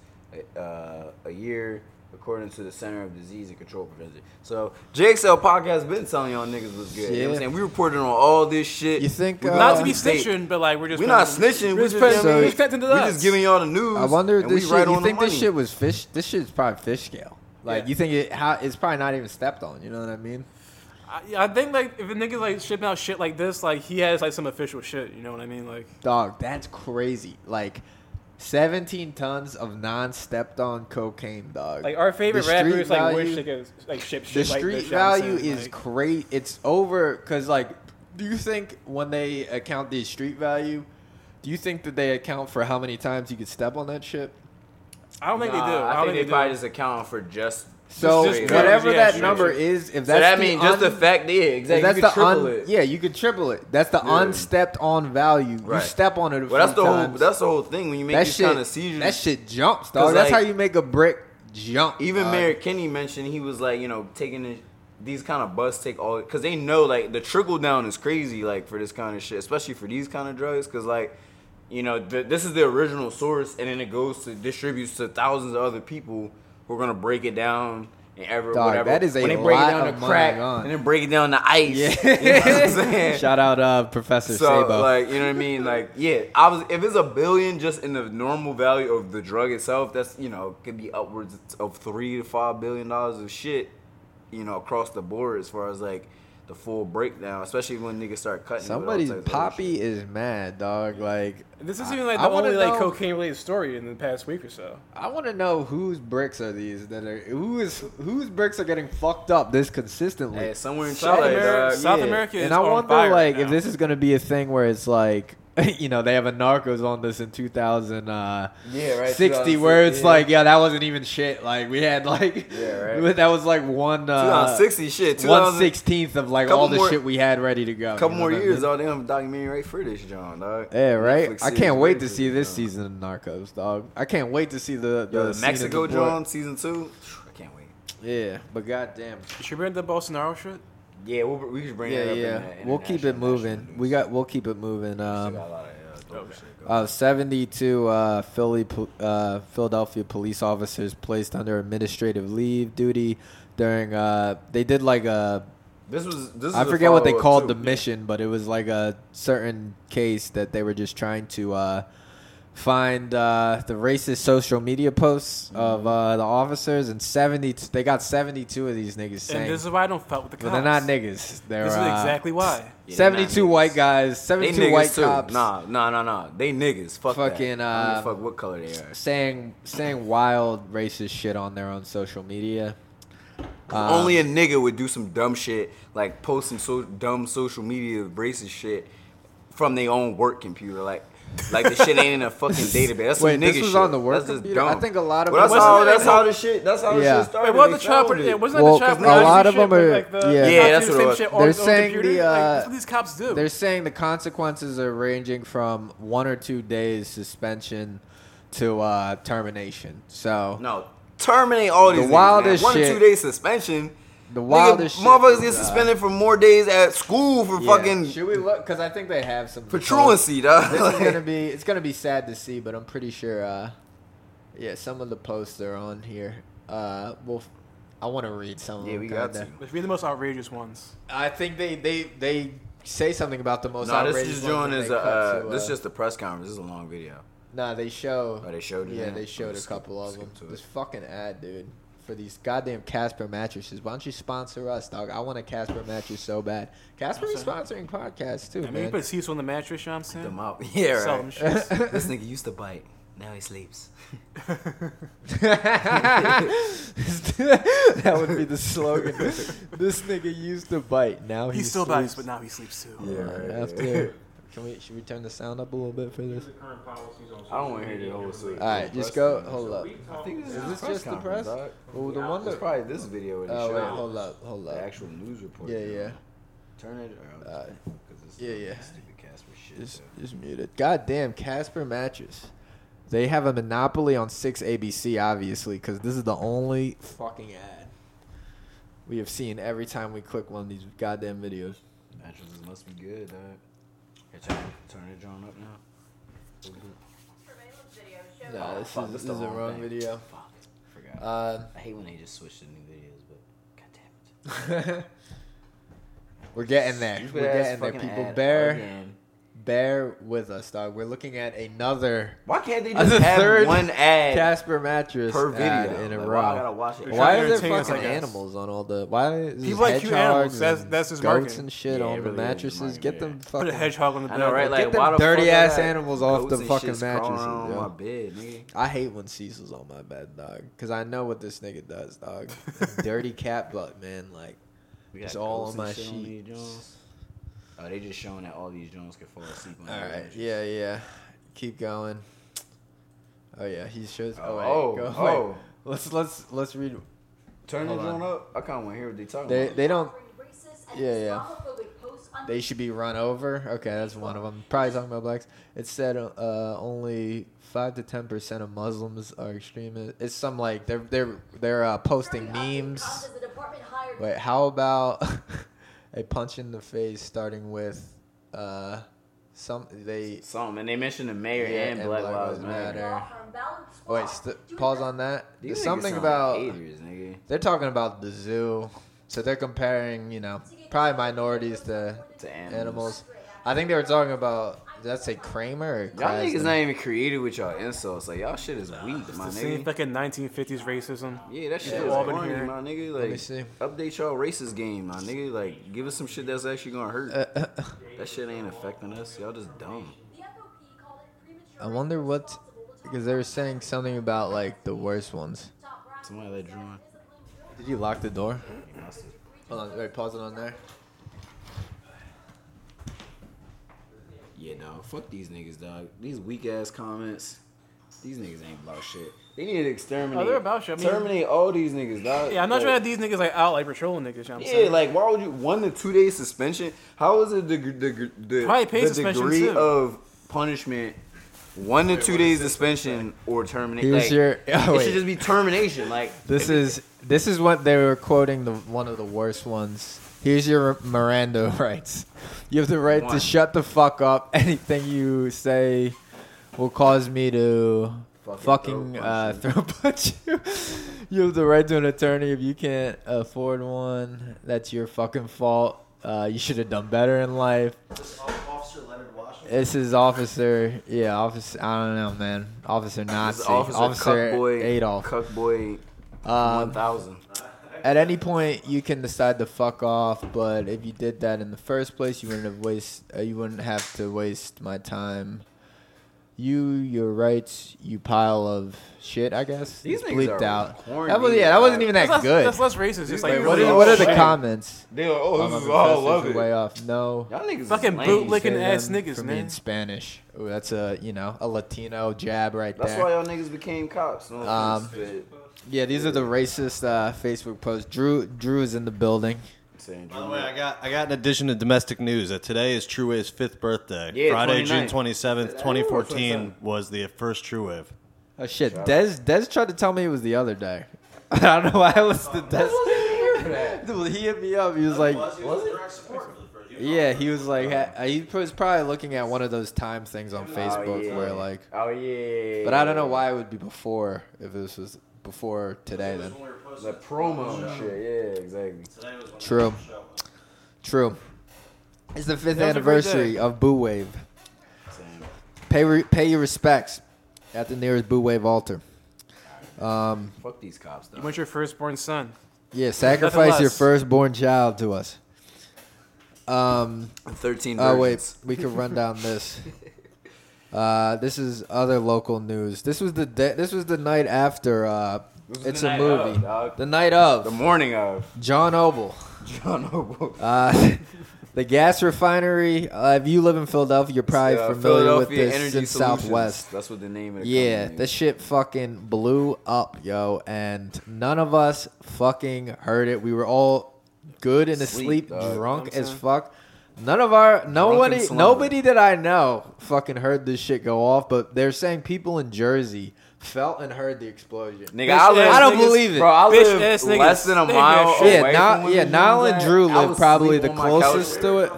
Speaker 4: uh, a year. according to the Center of Disease and Control Prevention. So JXL podcast has been telling y'all niggas was good. You know what
Speaker 3: Yeah.
Speaker 4: I'm saying? We reported on all this shit.
Speaker 3: You think,
Speaker 4: We-
Speaker 3: uh,
Speaker 5: Not to be
Speaker 4: we state.
Speaker 5: snitching, but like we're just
Speaker 4: We're not
Speaker 5: kinda-
Speaker 4: snitching.
Speaker 5: We're
Speaker 4: We're
Speaker 5: just,
Speaker 4: just,
Speaker 5: pressing-
Speaker 4: damn,
Speaker 5: we're
Speaker 4: we-
Speaker 5: just connecting the
Speaker 4: we
Speaker 5: dots.
Speaker 4: just giving y'all the news.
Speaker 3: I wonder if
Speaker 4: and
Speaker 3: this
Speaker 4: we
Speaker 3: shit.
Speaker 4: right
Speaker 3: you
Speaker 4: on
Speaker 3: think
Speaker 4: the
Speaker 3: this
Speaker 4: money.
Speaker 3: shit was fish? This shit's probably fish scale. Like
Speaker 5: Yeah.
Speaker 3: you think it? How it's probably not even stepped on. You know what I mean?
Speaker 5: I, yeah, I think like if a nigga's like shipping out shit like this, like he has like some official shit. You know what I mean? Like
Speaker 3: Dog, that's crazy. Like. 17 tons of non-stepped on cocaine, dog.
Speaker 5: like our favorite
Speaker 3: The street
Speaker 5: rappers like
Speaker 3: value-
Speaker 5: wish they could like ship
Speaker 3: the
Speaker 5: shit. like
Speaker 3: street
Speaker 5: this, you know what I'm
Speaker 3: value
Speaker 5: saying?
Speaker 3: is
Speaker 5: Like,
Speaker 3: great. It's over because, like, do you think when they account the street value, do you think that they account for how many times you could step on that shit?
Speaker 5: I don't think
Speaker 4: Nah,
Speaker 5: they do. I,
Speaker 4: I,
Speaker 5: don't
Speaker 4: think they,
Speaker 5: do.
Speaker 4: probably just accounting for just.
Speaker 3: So
Speaker 5: just coverage,
Speaker 3: whatever
Speaker 5: yeah,
Speaker 3: that
Speaker 5: sure,
Speaker 3: number
Speaker 5: sure.
Speaker 3: is, if that's
Speaker 4: so that
Speaker 3: the
Speaker 4: means just
Speaker 3: un-
Speaker 4: the fact, yeah,
Speaker 3: if
Speaker 4: exactly.
Speaker 3: that's
Speaker 4: you could
Speaker 3: the un-
Speaker 4: triple it.
Speaker 3: yeah, you could triple it. That's the
Speaker 4: Yeah.
Speaker 3: unstepped on value.
Speaker 4: Right.
Speaker 3: You step on it a
Speaker 4: Well, that's
Speaker 3: few
Speaker 4: the whole.
Speaker 3: times.
Speaker 4: That's the whole thing when you make
Speaker 3: that
Speaker 4: these
Speaker 3: shit.
Speaker 4: kind of seizures.
Speaker 3: that shit jumps,
Speaker 4: 'Cause,
Speaker 3: dog. That's
Speaker 4: like,
Speaker 3: how you make a brick jump.
Speaker 4: Even
Speaker 3: dog.
Speaker 4: Mayor Kenny mentioned he was like, you know, taking the, these kind of busts take all because they know like the trickle down is crazy like for this kind of shit, especially for these kind of drugs because like, you know, th- this is the original source and then it goes to distributes to thousands of other people who are gonna break it down. And ever,
Speaker 3: Dog,
Speaker 4: whatever.
Speaker 3: that is a
Speaker 4: when they break
Speaker 3: lot
Speaker 4: it down
Speaker 3: of
Speaker 4: to
Speaker 3: money
Speaker 4: crack
Speaker 3: gone.
Speaker 4: and then break it down to ice.
Speaker 3: Yeah.
Speaker 4: You know what I'm saying?
Speaker 3: Shout out uh, Professor
Speaker 4: So
Speaker 3: Sabo.
Speaker 4: like you know what I mean? Like yeah, I was if it's a billion just in the normal value of the drug itself, that's you know could be upwards of three to five billion dollars of shit, you know across the board as far as like the full breakdown, especially when niggas start cutting. it with all
Speaker 3: Somebody's
Speaker 4: types of other
Speaker 3: poppy is mad, dog. Like
Speaker 5: This
Speaker 3: I-
Speaker 5: isn't even like
Speaker 3: I
Speaker 5: the
Speaker 3: wanna
Speaker 5: only like
Speaker 3: know-
Speaker 5: cocaine related story in the past week or so.
Speaker 3: I want to know whose bricks are these that are who is whose bricks are getting fucked up this consistently.
Speaker 4: shit. Hey, somewhere in
Speaker 5: South
Speaker 4: Chile,
Speaker 5: America-
Speaker 4: dog,
Speaker 5: South
Speaker 4: yeah.
Speaker 5: America is
Speaker 3: and I
Speaker 5: on
Speaker 3: wonder
Speaker 5: fire
Speaker 3: like
Speaker 5: right
Speaker 3: if
Speaker 5: now.
Speaker 3: this is gonna be a thing where it's like you know they have a Narcos on this in 2000 uh,
Speaker 4: Yeah, right,
Speaker 3: 60
Speaker 4: 2006,
Speaker 3: where it's
Speaker 4: yeah.
Speaker 3: like yeah that wasn't even shit like we had like
Speaker 4: Yeah, right.
Speaker 3: that was like one uh,
Speaker 4: 2060 shit,
Speaker 3: 1
Speaker 4: 2000
Speaker 3: 16th of like
Speaker 4: couple
Speaker 3: all the
Speaker 4: more-
Speaker 3: shit we had ready to go.
Speaker 4: couple
Speaker 3: you know
Speaker 4: more
Speaker 3: what I
Speaker 4: years,
Speaker 3: mean?
Speaker 4: all them documentary right for this, John, dog.
Speaker 3: Yeah, right.
Speaker 4: Netflix
Speaker 3: I
Speaker 4: series
Speaker 3: can't wait
Speaker 4: ready
Speaker 3: to
Speaker 4: for
Speaker 3: see this
Speaker 4: John.
Speaker 3: season of Narcos, dog. I can't wait to see the the,
Speaker 4: Yo, the
Speaker 3: scene of
Speaker 4: Mexico
Speaker 3: the boy-
Speaker 4: John season two. I can't wait.
Speaker 3: Yeah, but goddamn.
Speaker 5: Should we bring the Bolsonaro shit?
Speaker 4: Yeah, we'll, we should bring it
Speaker 3: Yeah,
Speaker 4: up. in
Speaker 3: yeah.
Speaker 4: the
Speaker 3: We'll keep it
Speaker 4: international
Speaker 3: moving.
Speaker 4: news.
Speaker 3: We got. We'll keep it moving.
Speaker 4: Still
Speaker 3: Um,
Speaker 4: got a lot of, uh, dope shit going.
Speaker 3: uh, seventy-two uh, Philly, po- uh, Philadelphia police officers placed under administrative leave duty during. Uh, they did like a.
Speaker 4: This was this.
Speaker 3: I
Speaker 4: is a
Speaker 3: forget what they
Speaker 4: follow-up,
Speaker 3: called
Speaker 4: too.
Speaker 3: the mission, but it was like a certain case that they were just trying to uh, find uh, the racist social media posts
Speaker 5: Mm-hmm.
Speaker 3: of uh, the officers, and seventy. They got seventy-two of these niggas saying,
Speaker 5: And this is why I don't fuck with the cops.
Speaker 3: but they're not niggas. They're
Speaker 5: This is
Speaker 3: uh,
Speaker 5: exactly why.
Speaker 4: Yeah, they're not
Speaker 3: 72
Speaker 4: niggas.
Speaker 3: white guys,
Speaker 4: They
Speaker 3: 72
Speaker 4: niggas
Speaker 3: white
Speaker 4: too.
Speaker 3: cops
Speaker 4: Nah, nah, nah, nah. They niggas. Fuck
Speaker 3: Fucking,
Speaker 4: That. I don't give a
Speaker 3: uh,
Speaker 4: fuck what color they are.
Speaker 3: saying saying wild racist shit on their own social media. uh,
Speaker 4: Only a nigga would do some dumb shit like post some so dumb social media racist shit from their own work computer, like. like the shit ain't in a fucking database. That's some
Speaker 3: Wait,
Speaker 4: nigga
Speaker 3: this was
Speaker 4: shit.
Speaker 3: on the work
Speaker 4: that's just
Speaker 3: computer?
Speaker 4: dumb.
Speaker 3: I think a lot of
Speaker 4: Well, that's
Speaker 5: them-
Speaker 4: how.
Speaker 5: Wasn't it
Speaker 4: That's
Speaker 5: a-
Speaker 4: how this shit. That's how
Speaker 3: Yeah.
Speaker 4: this shit started.
Speaker 5: Wait, what the
Speaker 4: They
Speaker 5: trial?
Speaker 4: found
Speaker 5: Yeah,
Speaker 4: it.
Speaker 5: wasn't that
Speaker 3: Well,
Speaker 5: the trial?
Speaker 3: 'cause a lot of
Speaker 5: shit
Speaker 3: them are-
Speaker 5: with, like, the,
Speaker 3: yeah.
Speaker 4: Yeah,
Speaker 5: copy
Speaker 4: that's
Speaker 5: the
Speaker 4: what it
Speaker 5: same
Speaker 4: was.
Speaker 5: shit on
Speaker 3: They're
Speaker 5: the
Speaker 3: saying
Speaker 5: computer?
Speaker 3: the,
Speaker 5: Like,
Speaker 3: uh,
Speaker 5: that's what these cops do.
Speaker 3: They're saying the consequences are ranging from one or two days suspension to uh, termination. So
Speaker 4: No, terminate all
Speaker 3: The
Speaker 4: these. niggas, man.
Speaker 3: wildest
Speaker 4: One
Speaker 3: shit.
Speaker 4: or two day suspension.
Speaker 3: The
Speaker 4: Nigga,
Speaker 3: wildest shit
Speaker 4: Motherfuckers
Speaker 3: is,
Speaker 4: get
Speaker 3: uh,
Speaker 4: suspended for more days at school for
Speaker 3: yeah.
Speaker 4: fucking
Speaker 3: should we look? Because I think they have some
Speaker 4: for truancy, dog.
Speaker 3: This is gonna
Speaker 4: Like,
Speaker 3: be it's gonna be sad to see, but I'm pretty sure. Uh, yeah, some of the posts are on here. Uh, well, f- I want to read some.
Speaker 4: Yeah,
Speaker 3: of them
Speaker 4: we got
Speaker 3: kinda.
Speaker 4: to.
Speaker 5: Let's read the most outrageous ones.
Speaker 3: I think they they they say something about the most.
Speaker 4: Nah, this
Speaker 3: outrageous
Speaker 4: is
Speaker 3: ones
Speaker 4: doing
Speaker 3: and
Speaker 4: is
Speaker 3: they
Speaker 4: a,
Speaker 3: cut
Speaker 4: uh,
Speaker 3: to,
Speaker 4: this
Speaker 3: uh,
Speaker 4: just a press conference. This is a long video.
Speaker 3: Nah, they show.
Speaker 4: Oh, they showed it.
Speaker 3: Yeah,
Speaker 4: now?
Speaker 3: they showed a
Speaker 4: Skip-
Speaker 3: couple of them.
Speaker 4: skip to
Speaker 3: This
Speaker 4: it.
Speaker 3: fucking ad, dude, for these goddamn Casper mattresses. Why don't you sponsor us, dog? I want a Casper mattress so bad. Casper is sponsoring podcasts too,
Speaker 5: I mean, you
Speaker 3: man.
Speaker 5: put Cecil on the mattress, you know what I'm saying?
Speaker 4: Them out. Yeah,
Speaker 5: Sell them
Speaker 4: right.
Speaker 5: shits.
Speaker 4: this nigga used to bite. Now he sleeps.
Speaker 3: that would be the slogan. this nigga used to bite. Now he,
Speaker 5: He still
Speaker 3: sleeps.
Speaker 5: bites, but now he sleeps too.
Speaker 4: Yeah,
Speaker 3: Alright,
Speaker 4: right.
Speaker 3: after- can we should we turn the sound up a little bit for this?
Speaker 4: I don't want to hear the whole story.
Speaker 3: All right, just go. Hold up.
Speaker 4: I think this
Speaker 3: Is
Speaker 4: is,
Speaker 3: this just the press? Well, the one
Speaker 4: That's
Speaker 3: that.
Speaker 4: probably this video. where they
Speaker 3: Oh
Speaker 4: showed
Speaker 3: wait, Oh, hold up, hold
Speaker 4: The
Speaker 3: up.
Speaker 4: actual news report.
Speaker 3: Yeah, yeah.
Speaker 4: Turn it around.
Speaker 3: Uh,
Speaker 4: Cause it's
Speaker 3: yeah, yeah.
Speaker 4: Stupid Casper shit.
Speaker 3: Just,
Speaker 4: though.
Speaker 3: just muted. God damn, Casper mattress. They have a monopoly on six ABC, obviously, because this is the only fucking ad we have seen every time we click one of these goddamn videos.
Speaker 4: Mattresses must be good, dog. Here, turn, turn it on up now. Oh,
Speaker 3: Nah, this
Speaker 4: fuck,
Speaker 3: is,
Speaker 4: that's
Speaker 3: this
Speaker 4: the
Speaker 3: is the
Speaker 4: wrong
Speaker 3: wrong
Speaker 4: thing.
Speaker 3: video.
Speaker 4: Fuck. Forgot.
Speaker 3: Uh,
Speaker 4: I hate when they just switch to new videos, but god damn
Speaker 3: we're getting
Speaker 4: it.
Speaker 3: there.
Speaker 4: Stupid
Speaker 3: We're
Speaker 4: ass
Speaker 3: getting there,
Speaker 4: fucking
Speaker 3: people.
Speaker 4: ad
Speaker 3: Bear,
Speaker 4: again.
Speaker 3: bear with us, dog. We're looking at another
Speaker 4: Why can't they
Speaker 3: That's
Speaker 4: just
Speaker 3: the
Speaker 4: have
Speaker 3: third
Speaker 4: one ad
Speaker 3: Casper mattress
Speaker 4: per video
Speaker 3: ad in a
Speaker 4: Like,
Speaker 3: row.
Speaker 4: Why I gotta watch it.
Speaker 3: Why
Speaker 5: Trying
Speaker 3: are
Speaker 5: to
Speaker 3: there
Speaker 5: entertain us,
Speaker 3: fucking
Speaker 5: I guess.
Speaker 3: animals on all the? Why is
Speaker 5: People like cute animals.
Speaker 3: hedgehogs
Speaker 5: That's-
Speaker 3: and
Speaker 5: that's his
Speaker 3: goats
Speaker 5: marketing.
Speaker 3: and shit
Speaker 4: Yeah,
Speaker 3: on
Speaker 4: it
Speaker 3: the
Speaker 4: really is his
Speaker 3: mattresses?
Speaker 4: marketing,
Speaker 3: Get
Speaker 4: yeah.
Speaker 3: them
Speaker 5: Put
Speaker 3: fucking
Speaker 5: a hedgehog on the
Speaker 4: I
Speaker 5: bed.
Speaker 4: know,
Speaker 5: Like,
Speaker 4: right? Like,
Speaker 3: Get
Speaker 4: why
Speaker 3: them
Speaker 4: the fuck
Speaker 3: dirty
Speaker 4: I
Speaker 3: ass
Speaker 4: got
Speaker 3: animals off
Speaker 4: goats
Speaker 3: the
Speaker 4: and
Speaker 3: fucking
Speaker 4: shits crawling
Speaker 3: mattresses,
Speaker 4: around
Speaker 3: yo.
Speaker 4: my bed, nigga.
Speaker 3: I hate when Cecil's on my bed, dog, because I know what this nigga does, dog. Dirty cat blood, man. Like
Speaker 4: We
Speaker 3: It's
Speaker 4: got
Speaker 3: all
Speaker 4: goats
Speaker 3: on my
Speaker 4: and shit on
Speaker 3: sheet.
Speaker 4: these joints. Oh, they just showing that all these Jones can fall asleep on
Speaker 3: All
Speaker 4: their
Speaker 3: right.
Speaker 4: own shit.
Speaker 3: Yeah, yeah. Keep going. Oh yeah, he shows. Oh, wait,
Speaker 4: Oh,
Speaker 3: go-
Speaker 4: oh.
Speaker 3: wait. Let's let's let's read.
Speaker 4: Turn the
Speaker 3: Hold on.
Speaker 4: joint up. I kind of want to hear what they talking
Speaker 3: They
Speaker 4: about.
Speaker 3: they don't.
Speaker 8: Yeah,
Speaker 3: Yeah, yeah.
Speaker 8: yeah.
Speaker 3: They should be run over. Okay, that's one of them. Probably talking about blacks. It said uh, only five to ten percent of Muslims are extremists. It's some like they're they're they're uh, posting memes. Wait, how about a punch in the face starting with uh, some they
Speaker 4: Some and they mentioned the mayor
Speaker 3: Yeah,
Speaker 4: and, Black Lives Matter.
Speaker 3: wait st- pause on that.
Speaker 4: These
Speaker 3: There's
Speaker 4: niggas
Speaker 3: something
Speaker 4: sound
Speaker 3: about
Speaker 4: like haters, nigga.
Speaker 3: they're talking about the zoo, so they're comparing you know probably minorities to
Speaker 4: To animals.
Speaker 3: animals. I think they were talking about did that say Kramer or
Speaker 4: Y'all niggas
Speaker 3: Krasner?
Speaker 4: not even creative with y'all insults. Like y'all shit is weak, my
Speaker 5: the same
Speaker 4: nigga.
Speaker 5: fucking 1950s racism.
Speaker 4: Yeah, that shit
Speaker 5: Yeah.
Speaker 4: is
Speaker 5: All been
Speaker 4: corny,
Speaker 5: here.
Speaker 4: my nigga. Like,
Speaker 3: me see.
Speaker 4: update y'all racist game, my nigga. Like, give us some shit that's actually gonna hurt. that shit ain't affecting us. Y'all just dumb.
Speaker 3: I wonder what because they were saying something about like the worst ones.
Speaker 4: Somebody that drawing.
Speaker 3: Did you lock the door?
Speaker 4: They must have-
Speaker 3: Hold on, wait, pause it on there.
Speaker 4: Yeah, dog. Fuck these niggas, dog. These weak ass comments. These niggas ain't about shit. They need to exterminate.
Speaker 5: Oh, they're about shit. I mean-
Speaker 4: Terminate all these niggas, dog.
Speaker 5: Yeah, I'm not
Speaker 4: Like-
Speaker 5: trying to these niggas like out like patrolling niggas. You know what I'm
Speaker 4: Yeah,
Speaker 5: saying?
Speaker 4: like why would you one to two day suspension? How is it the the, the,
Speaker 5: Probably paid
Speaker 4: the
Speaker 5: suspension,
Speaker 4: degree
Speaker 5: too.
Speaker 4: of punishment? One to two days suspension or termination.
Speaker 3: Here's
Speaker 4: like,
Speaker 3: your- oh,
Speaker 4: it
Speaker 3: wait.
Speaker 4: should just be termination. Like
Speaker 3: This is this is what they were quoting the one of the worst ones. Here's your Miranda rights. You have the right
Speaker 4: One.
Speaker 3: to shut the fuck up. Anything you say will cause me to fucking
Speaker 4: Fucking throw
Speaker 3: uh,
Speaker 4: punch
Speaker 3: throw punch you. You have the right to an attorney if you can't afford one. That's your fucking fault. Uh, you should have done better in life.
Speaker 7: Officer Leonard Washington.
Speaker 3: This is officer, yeah, officer. I don't know, man. Officer
Speaker 4: this
Speaker 3: Nazi,
Speaker 4: is officer, Cuckboy
Speaker 3: Adolf.
Speaker 4: Cuckboy
Speaker 3: Um,
Speaker 4: one thousand.
Speaker 3: At any point, you can decide to fuck off, but if you did that in the first place, you wouldn't have waste. Uh, you wouldn't have to waste my time. You, your rights, you pile of shit. I guess
Speaker 4: These
Speaker 3: It's
Speaker 4: niggas
Speaker 3: bleeped
Speaker 4: are
Speaker 3: out.
Speaker 4: corny,
Speaker 3: that was yeah. That wasn't
Speaker 4: dog.
Speaker 3: even
Speaker 5: that's,
Speaker 3: that
Speaker 5: less,
Speaker 3: good.
Speaker 5: that's less racist. It's like
Speaker 4: Wait,
Speaker 3: what,
Speaker 4: literally
Speaker 3: are, what are the
Speaker 4: shit.
Speaker 3: comments?
Speaker 4: They like,
Speaker 3: Oh,
Speaker 4: oh, this
Speaker 3: my
Speaker 4: is all
Speaker 3: professors
Speaker 4: love
Speaker 3: are
Speaker 4: it.
Speaker 3: way off. No.
Speaker 4: Y'all niggas is
Speaker 5: Fucking
Speaker 4: lame.
Speaker 5: bootleg-
Speaker 3: Say
Speaker 5: Licking ass
Speaker 3: them
Speaker 5: niggas,
Speaker 3: for me
Speaker 5: man.
Speaker 3: in Spanish. Ooh, that's a you know a Latino jab right
Speaker 4: That's
Speaker 3: there.
Speaker 4: why y'all niggas became cops. No
Speaker 3: Um,
Speaker 4: offense, but-
Speaker 3: Yeah, these are the racist uh, Facebook posts. Drew Drew is in the building.
Speaker 4: saying
Speaker 7: By the way, I got I got an addition to domestic news. That today is True Wave's fifth birthday.
Speaker 4: Yeah,
Speaker 7: Friday,
Speaker 4: 29th.
Speaker 7: June twenty seventh,
Speaker 4: Ooh,
Speaker 7: twenty fourteen
Speaker 4: 27.
Speaker 7: was the first True Wave.
Speaker 3: Oh shit, Des Des tried to tell me it was the other day. I don't know why I listened to Des. Dude, he hit me up. He was like, yeah, he was like, ha- he was probably looking at one of those time things
Speaker 5: Oh,
Speaker 3: on Facebook
Speaker 4: yeah.
Speaker 3: where like,
Speaker 4: Oh yeah.
Speaker 3: but I don't know why it would be before if this was before today. Then
Speaker 4: The promo and shit. Yeah, exactly.
Speaker 3: true, true. It's the fifth
Speaker 5: That was a great
Speaker 3: anniversary
Speaker 5: day.
Speaker 3: of Boo Wave.
Speaker 4: Same.
Speaker 3: Pay re- pay your respects at the nearest Boo Wave altar.
Speaker 4: Fuck these cops though.
Speaker 5: you want your firstborn son?
Speaker 3: Yeah, sacrifice your
Speaker 5: less.
Speaker 3: firstborn child to us. Um.
Speaker 4: 13
Speaker 3: Oh wait,
Speaker 4: versions.
Speaker 3: we could run down this. Uh, this is other local news. This was the day, this was the night after. Uh,
Speaker 4: was
Speaker 3: it's
Speaker 4: the
Speaker 3: a
Speaker 4: night
Speaker 3: movie.
Speaker 4: of, dog.
Speaker 3: the night of
Speaker 4: The morning of
Speaker 3: John Oble.
Speaker 4: John Noble.
Speaker 3: Uh, the gas refinery. Uh, if you live in Philadelphia, you're probably familiar with this in Southwest.
Speaker 4: That's what the name of the
Speaker 3: Yeah,
Speaker 4: company
Speaker 3: this shit fucking blew up, yo, and none of us fucking heard it. We were all good and
Speaker 4: Sleep,
Speaker 3: asleep,
Speaker 4: dog.
Speaker 3: drunk
Speaker 5: You know what I'm
Speaker 3: as
Speaker 5: saying?
Speaker 3: fuck. None of our nobody
Speaker 4: slumber.
Speaker 3: nobody that I know fucking heard this shit go off, but they're saying people in Jersey felt and heard the explosion.
Speaker 4: Nigga, I,
Speaker 5: Bitch
Speaker 4: live,
Speaker 5: ass
Speaker 3: I don't
Speaker 5: niggas-
Speaker 3: believe it.
Speaker 4: Bro, I
Speaker 5: Bitch
Speaker 4: live
Speaker 5: ass niggas.
Speaker 4: less than a
Speaker 5: They
Speaker 4: mile
Speaker 5: have shit.
Speaker 4: away from
Speaker 3: yeah, Nile,
Speaker 4: when
Speaker 3: yeah,
Speaker 4: we
Speaker 3: Nile
Speaker 4: was
Speaker 3: and
Speaker 4: at.
Speaker 3: Drew
Speaker 4: I
Speaker 3: live
Speaker 4: was
Speaker 3: probably
Speaker 4: asleep
Speaker 3: the
Speaker 4: on my couch.
Speaker 3: closest to it.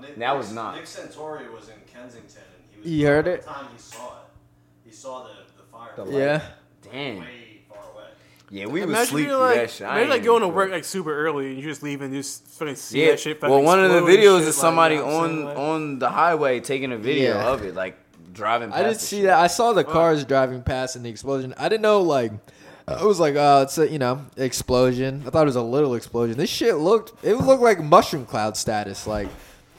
Speaker 9: Nick,
Speaker 4: That was
Speaker 9: Nick-
Speaker 4: not.
Speaker 9: Nick Santori was in Kensington, and he was.
Speaker 3: You heard it?
Speaker 9: By the time he saw it, he saw the the fire
Speaker 3: Yeah.
Speaker 4: Damn.
Speaker 9: way far away.
Speaker 4: Yeah, we was
Speaker 5: Imagine
Speaker 4: sleep
Speaker 5: you're
Speaker 4: through
Speaker 5: like,
Speaker 4: that shit. I
Speaker 5: imagine
Speaker 4: ain't
Speaker 5: like
Speaker 4: even
Speaker 5: going to
Speaker 4: feel-
Speaker 5: work like super early and you just leaving, you just fucking see
Speaker 4: Yeah.
Speaker 5: that shit. fucking
Speaker 4: Well, one of the
Speaker 5: explode and
Speaker 4: videos
Speaker 5: shit,
Speaker 4: is
Speaker 5: like,
Speaker 4: somebody
Speaker 5: you know what I'm
Speaker 4: on
Speaker 5: saying? Like-
Speaker 4: on the highway taking a video
Speaker 3: Yeah.
Speaker 4: of it, like driving. Past
Speaker 3: I didn't
Speaker 4: the
Speaker 3: see
Speaker 4: shit.
Speaker 3: that. I saw the cars driving past and the explosion. I didn't know like I was like, oh, it's a you know explosion. I thought it was a little explosion. This shit looked it looked like mushroom cloud status. Like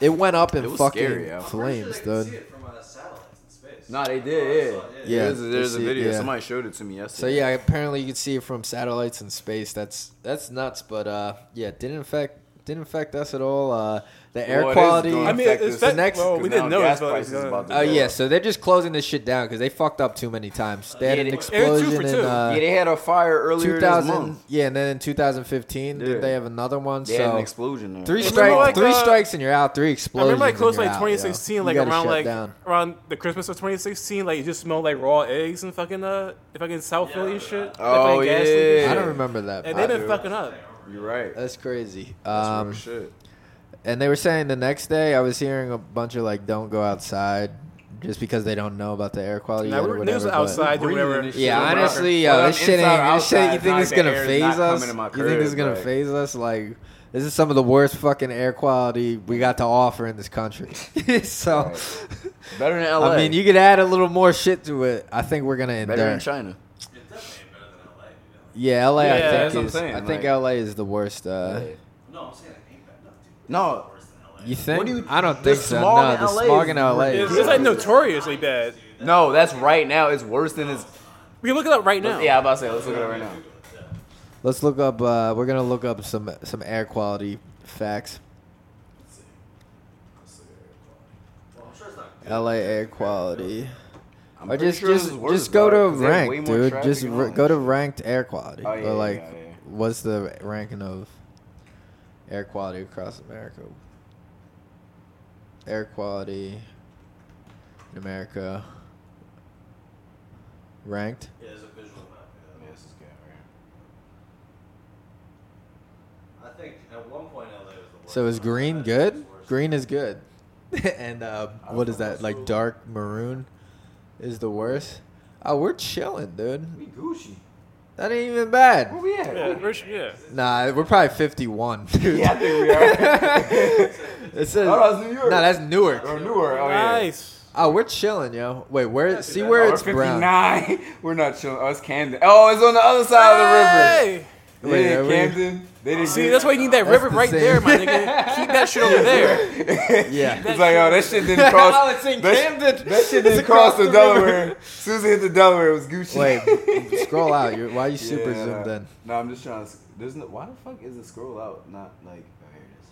Speaker 3: it went up in
Speaker 4: It was
Speaker 3: fucking
Speaker 4: scary, yo.
Speaker 3: flames,
Speaker 7: They can see
Speaker 3: dude.
Speaker 7: it from uh, satellites in space.
Speaker 4: No, they did. Yeah,
Speaker 7: Yeah.
Speaker 3: Yeah,
Speaker 4: There's, a-
Speaker 3: they
Speaker 4: there's a
Speaker 3: see it,
Speaker 4: video.
Speaker 3: yeah.
Speaker 4: Somebody showed it to me yesterday.
Speaker 3: So yeah, apparently you can see it from satellites in space. That's that's nuts. But uh, yeah, didn't affect didn't affect us at all. Uh, the air
Speaker 4: Well, it is
Speaker 3: quality.
Speaker 4: going
Speaker 5: I mean,
Speaker 4: affect
Speaker 5: it's
Speaker 4: us
Speaker 5: that-
Speaker 4: now,
Speaker 5: well,
Speaker 4: 'cause
Speaker 5: we didn't
Speaker 4: now
Speaker 5: know
Speaker 4: gas
Speaker 5: it was
Speaker 4: prices
Speaker 5: going-
Speaker 4: about to
Speaker 3: Oh
Speaker 4: go
Speaker 3: yeah,
Speaker 4: up.
Speaker 3: so they're just closing this shit down because they fucked up too many times. They had
Speaker 4: Yeah,
Speaker 3: an
Speaker 4: they- it was two
Speaker 5: for
Speaker 3: explosion in
Speaker 5: two.
Speaker 3: uh,
Speaker 4: yeah, they had a fire earlier this
Speaker 3: 2000
Speaker 4: month.
Speaker 3: yeah and then in 2015
Speaker 4: Yeah.
Speaker 3: did they have another one
Speaker 4: They had
Speaker 3: so
Speaker 4: an explosion there.
Speaker 3: three
Speaker 5: Remember,
Speaker 3: strikes
Speaker 5: like,
Speaker 3: three
Speaker 5: uh,
Speaker 3: strikes and you're out three
Speaker 5: I
Speaker 3: explosions
Speaker 5: remember like close
Speaker 3: and
Speaker 5: to, like
Speaker 3: you're out, yo.
Speaker 5: 2016,
Speaker 3: You
Speaker 5: like
Speaker 3: gotta
Speaker 5: around
Speaker 3: shut
Speaker 5: like
Speaker 3: down.
Speaker 5: around the Christmas of 2016, like it just smelled like raw eggs and fucking uh fucking South Philly and shit.
Speaker 4: Oh,
Speaker 5: like, fucking gas leak
Speaker 4: yeah.
Speaker 3: i
Speaker 5: and shit.
Speaker 3: don't remember that
Speaker 5: And
Speaker 3: I-
Speaker 5: they've been fucking up.
Speaker 4: You're right.
Speaker 3: that's crazy
Speaker 4: That's real
Speaker 3: um
Speaker 4: shit.
Speaker 3: and they were saying the next day i was hearing a bunch of like don't go outside just because they don't know about the air quality
Speaker 5: Now
Speaker 3: yet
Speaker 5: we
Speaker 3: or
Speaker 5: were
Speaker 3: whatever,
Speaker 5: news
Speaker 3: but-
Speaker 5: outside or
Speaker 4: Breathing
Speaker 5: whatever.
Speaker 4: and shit.
Speaker 3: yeah,
Speaker 4: Whether I'm-
Speaker 3: honestly,
Speaker 4: whether
Speaker 3: yo,
Speaker 4: I'm
Speaker 3: this shit ain't.
Speaker 4: inside or
Speaker 3: This shit,
Speaker 4: outside,
Speaker 3: you
Speaker 4: it's
Speaker 3: think
Speaker 4: not
Speaker 3: this
Speaker 4: like
Speaker 3: gonna
Speaker 4: the air is
Speaker 3: phase
Speaker 4: not
Speaker 3: us?
Speaker 4: coming to my
Speaker 3: You think this is
Speaker 4: crib,
Speaker 3: gonna
Speaker 4: like-
Speaker 3: phase us? Like, this is some of the worst fucking air quality we got to offer in this country. so,
Speaker 4: Better than LA.
Speaker 3: I mean, you could add a little more shit to it. I think we're gonna
Speaker 4: better
Speaker 3: endure.
Speaker 4: than China.
Speaker 7: It definitely ain't better than LA. You know?
Speaker 3: Yeah, LA.
Speaker 4: Yeah,
Speaker 3: I
Speaker 4: that's what
Speaker 3: think
Speaker 4: I'm
Speaker 3: is.
Speaker 4: saying,
Speaker 3: I think
Speaker 4: like-
Speaker 3: LA is the worst. Uh,
Speaker 7: No, I'm saying it ain't better. No, dude.
Speaker 4: No.
Speaker 7: It's worse than LA.
Speaker 3: You think?
Speaker 4: What do you-
Speaker 3: I don't
Speaker 4: the
Speaker 3: think so.
Speaker 4: smog
Speaker 3: No,
Speaker 4: in
Speaker 3: the
Speaker 4: LA
Speaker 3: smog
Speaker 4: is
Speaker 3: in LA.
Speaker 5: It's,
Speaker 3: is-
Speaker 5: it's like notoriously bad.
Speaker 4: No, that's right now. It's worse than it's.
Speaker 5: We can look it up right now.
Speaker 4: Yeah, I'm about to say. Let's look at it right now.
Speaker 3: Let's look up. Uh, we're gonna look up some some air quality facts.
Speaker 7: Well, I'm sure it's not good.
Speaker 3: LA air quality.
Speaker 4: I'm
Speaker 3: Or
Speaker 4: pretty
Speaker 3: just
Speaker 4: sure this
Speaker 3: just
Speaker 4: is worse,
Speaker 3: just go
Speaker 4: bro,
Speaker 3: to
Speaker 4: 'cause they have way
Speaker 3: rank,
Speaker 4: more
Speaker 3: dude.
Speaker 4: traffic
Speaker 3: Just
Speaker 4: and all
Speaker 3: r
Speaker 4: that
Speaker 3: go to
Speaker 4: shit.
Speaker 3: ranked air quality.
Speaker 4: Oh, yeah,
Speaker 3: Or, like,
Speaker 4: yeah, yeah.
Speaker 3: what's the ranking of air quality across America? Air quality in America ranked.
Speaker 7: Yeah, there's a visual map. Yeah.
Speaker 4: Yeah, this is good,
Speaker 7: I think at one point LA was the worst.
Speaker 3: So is green
Speaker 7: It's
Speaker 3: good?
Speaker 7: worse.
Speaker 3: Green is good. and uh, what is that? Like dark maroon is the worst. Oh, we're chilling, dude.
Speaker 4: right? We Gucci.
Speaker 3: That ain't even bad.
Speaker 4: Where we at?
Speaker 5: Yeah, we're- yeah.
Speaker 3: Nah, we're probably 51. Dude.
Speaker 4: Yeah, I think we are.
Speaker 3: it says,
Speaker 4: Oh, that's New York.
Speaker 3: No, that's Newark.
Speaker 4: or newer. Oh, yeah.
Speaker 5: Nice.
Speaker 3: Oh, we're chilling, yo. Wait, where? see
Speaker 4: Oh,
Speaker 3: where
Speaker 4: we're
Speaker 3: it's brown.
Speaker 4: 59. We're not chilling. Oh, it's Camden. Oh, it's on the other side
Speaker 5: Hey!
Speaker 4: of the river.
Speaker 3: Wait,
Speaker 4: yeah,
Speaker 3: are we-
Speaker 4: Camden. They didn't
Speaker 5: See,
Speaker 4: do-
Speaker 5: that's why you need that river
Speaker 3: the
Speaker 5: right
Speaker 3: same.
Speaker 5: there, my nigga. Keep that shit over there.
Speaker 3: Yeah.
Speaker 4: It's like, oh, that shit didn't cross.
Speaker 10: Oh, it's in
Speaker 4: that, sh-
Speaker 10: Camden.
Speaker 4: that shit didn't cross the, Delaware. As soon as it hit the Delaware, it was Gucci.
Speaker 3: Wait, scroll out. You're, why are you
Speaker 4: Yeah,
Speaker 3: super
Speaker 4: nah.
Speaker 3: zoomed in?
Speaker 4: No, I'm just trying to. sc- There's no. Why the fuck is it scroll out? Not like. Oh, here it is.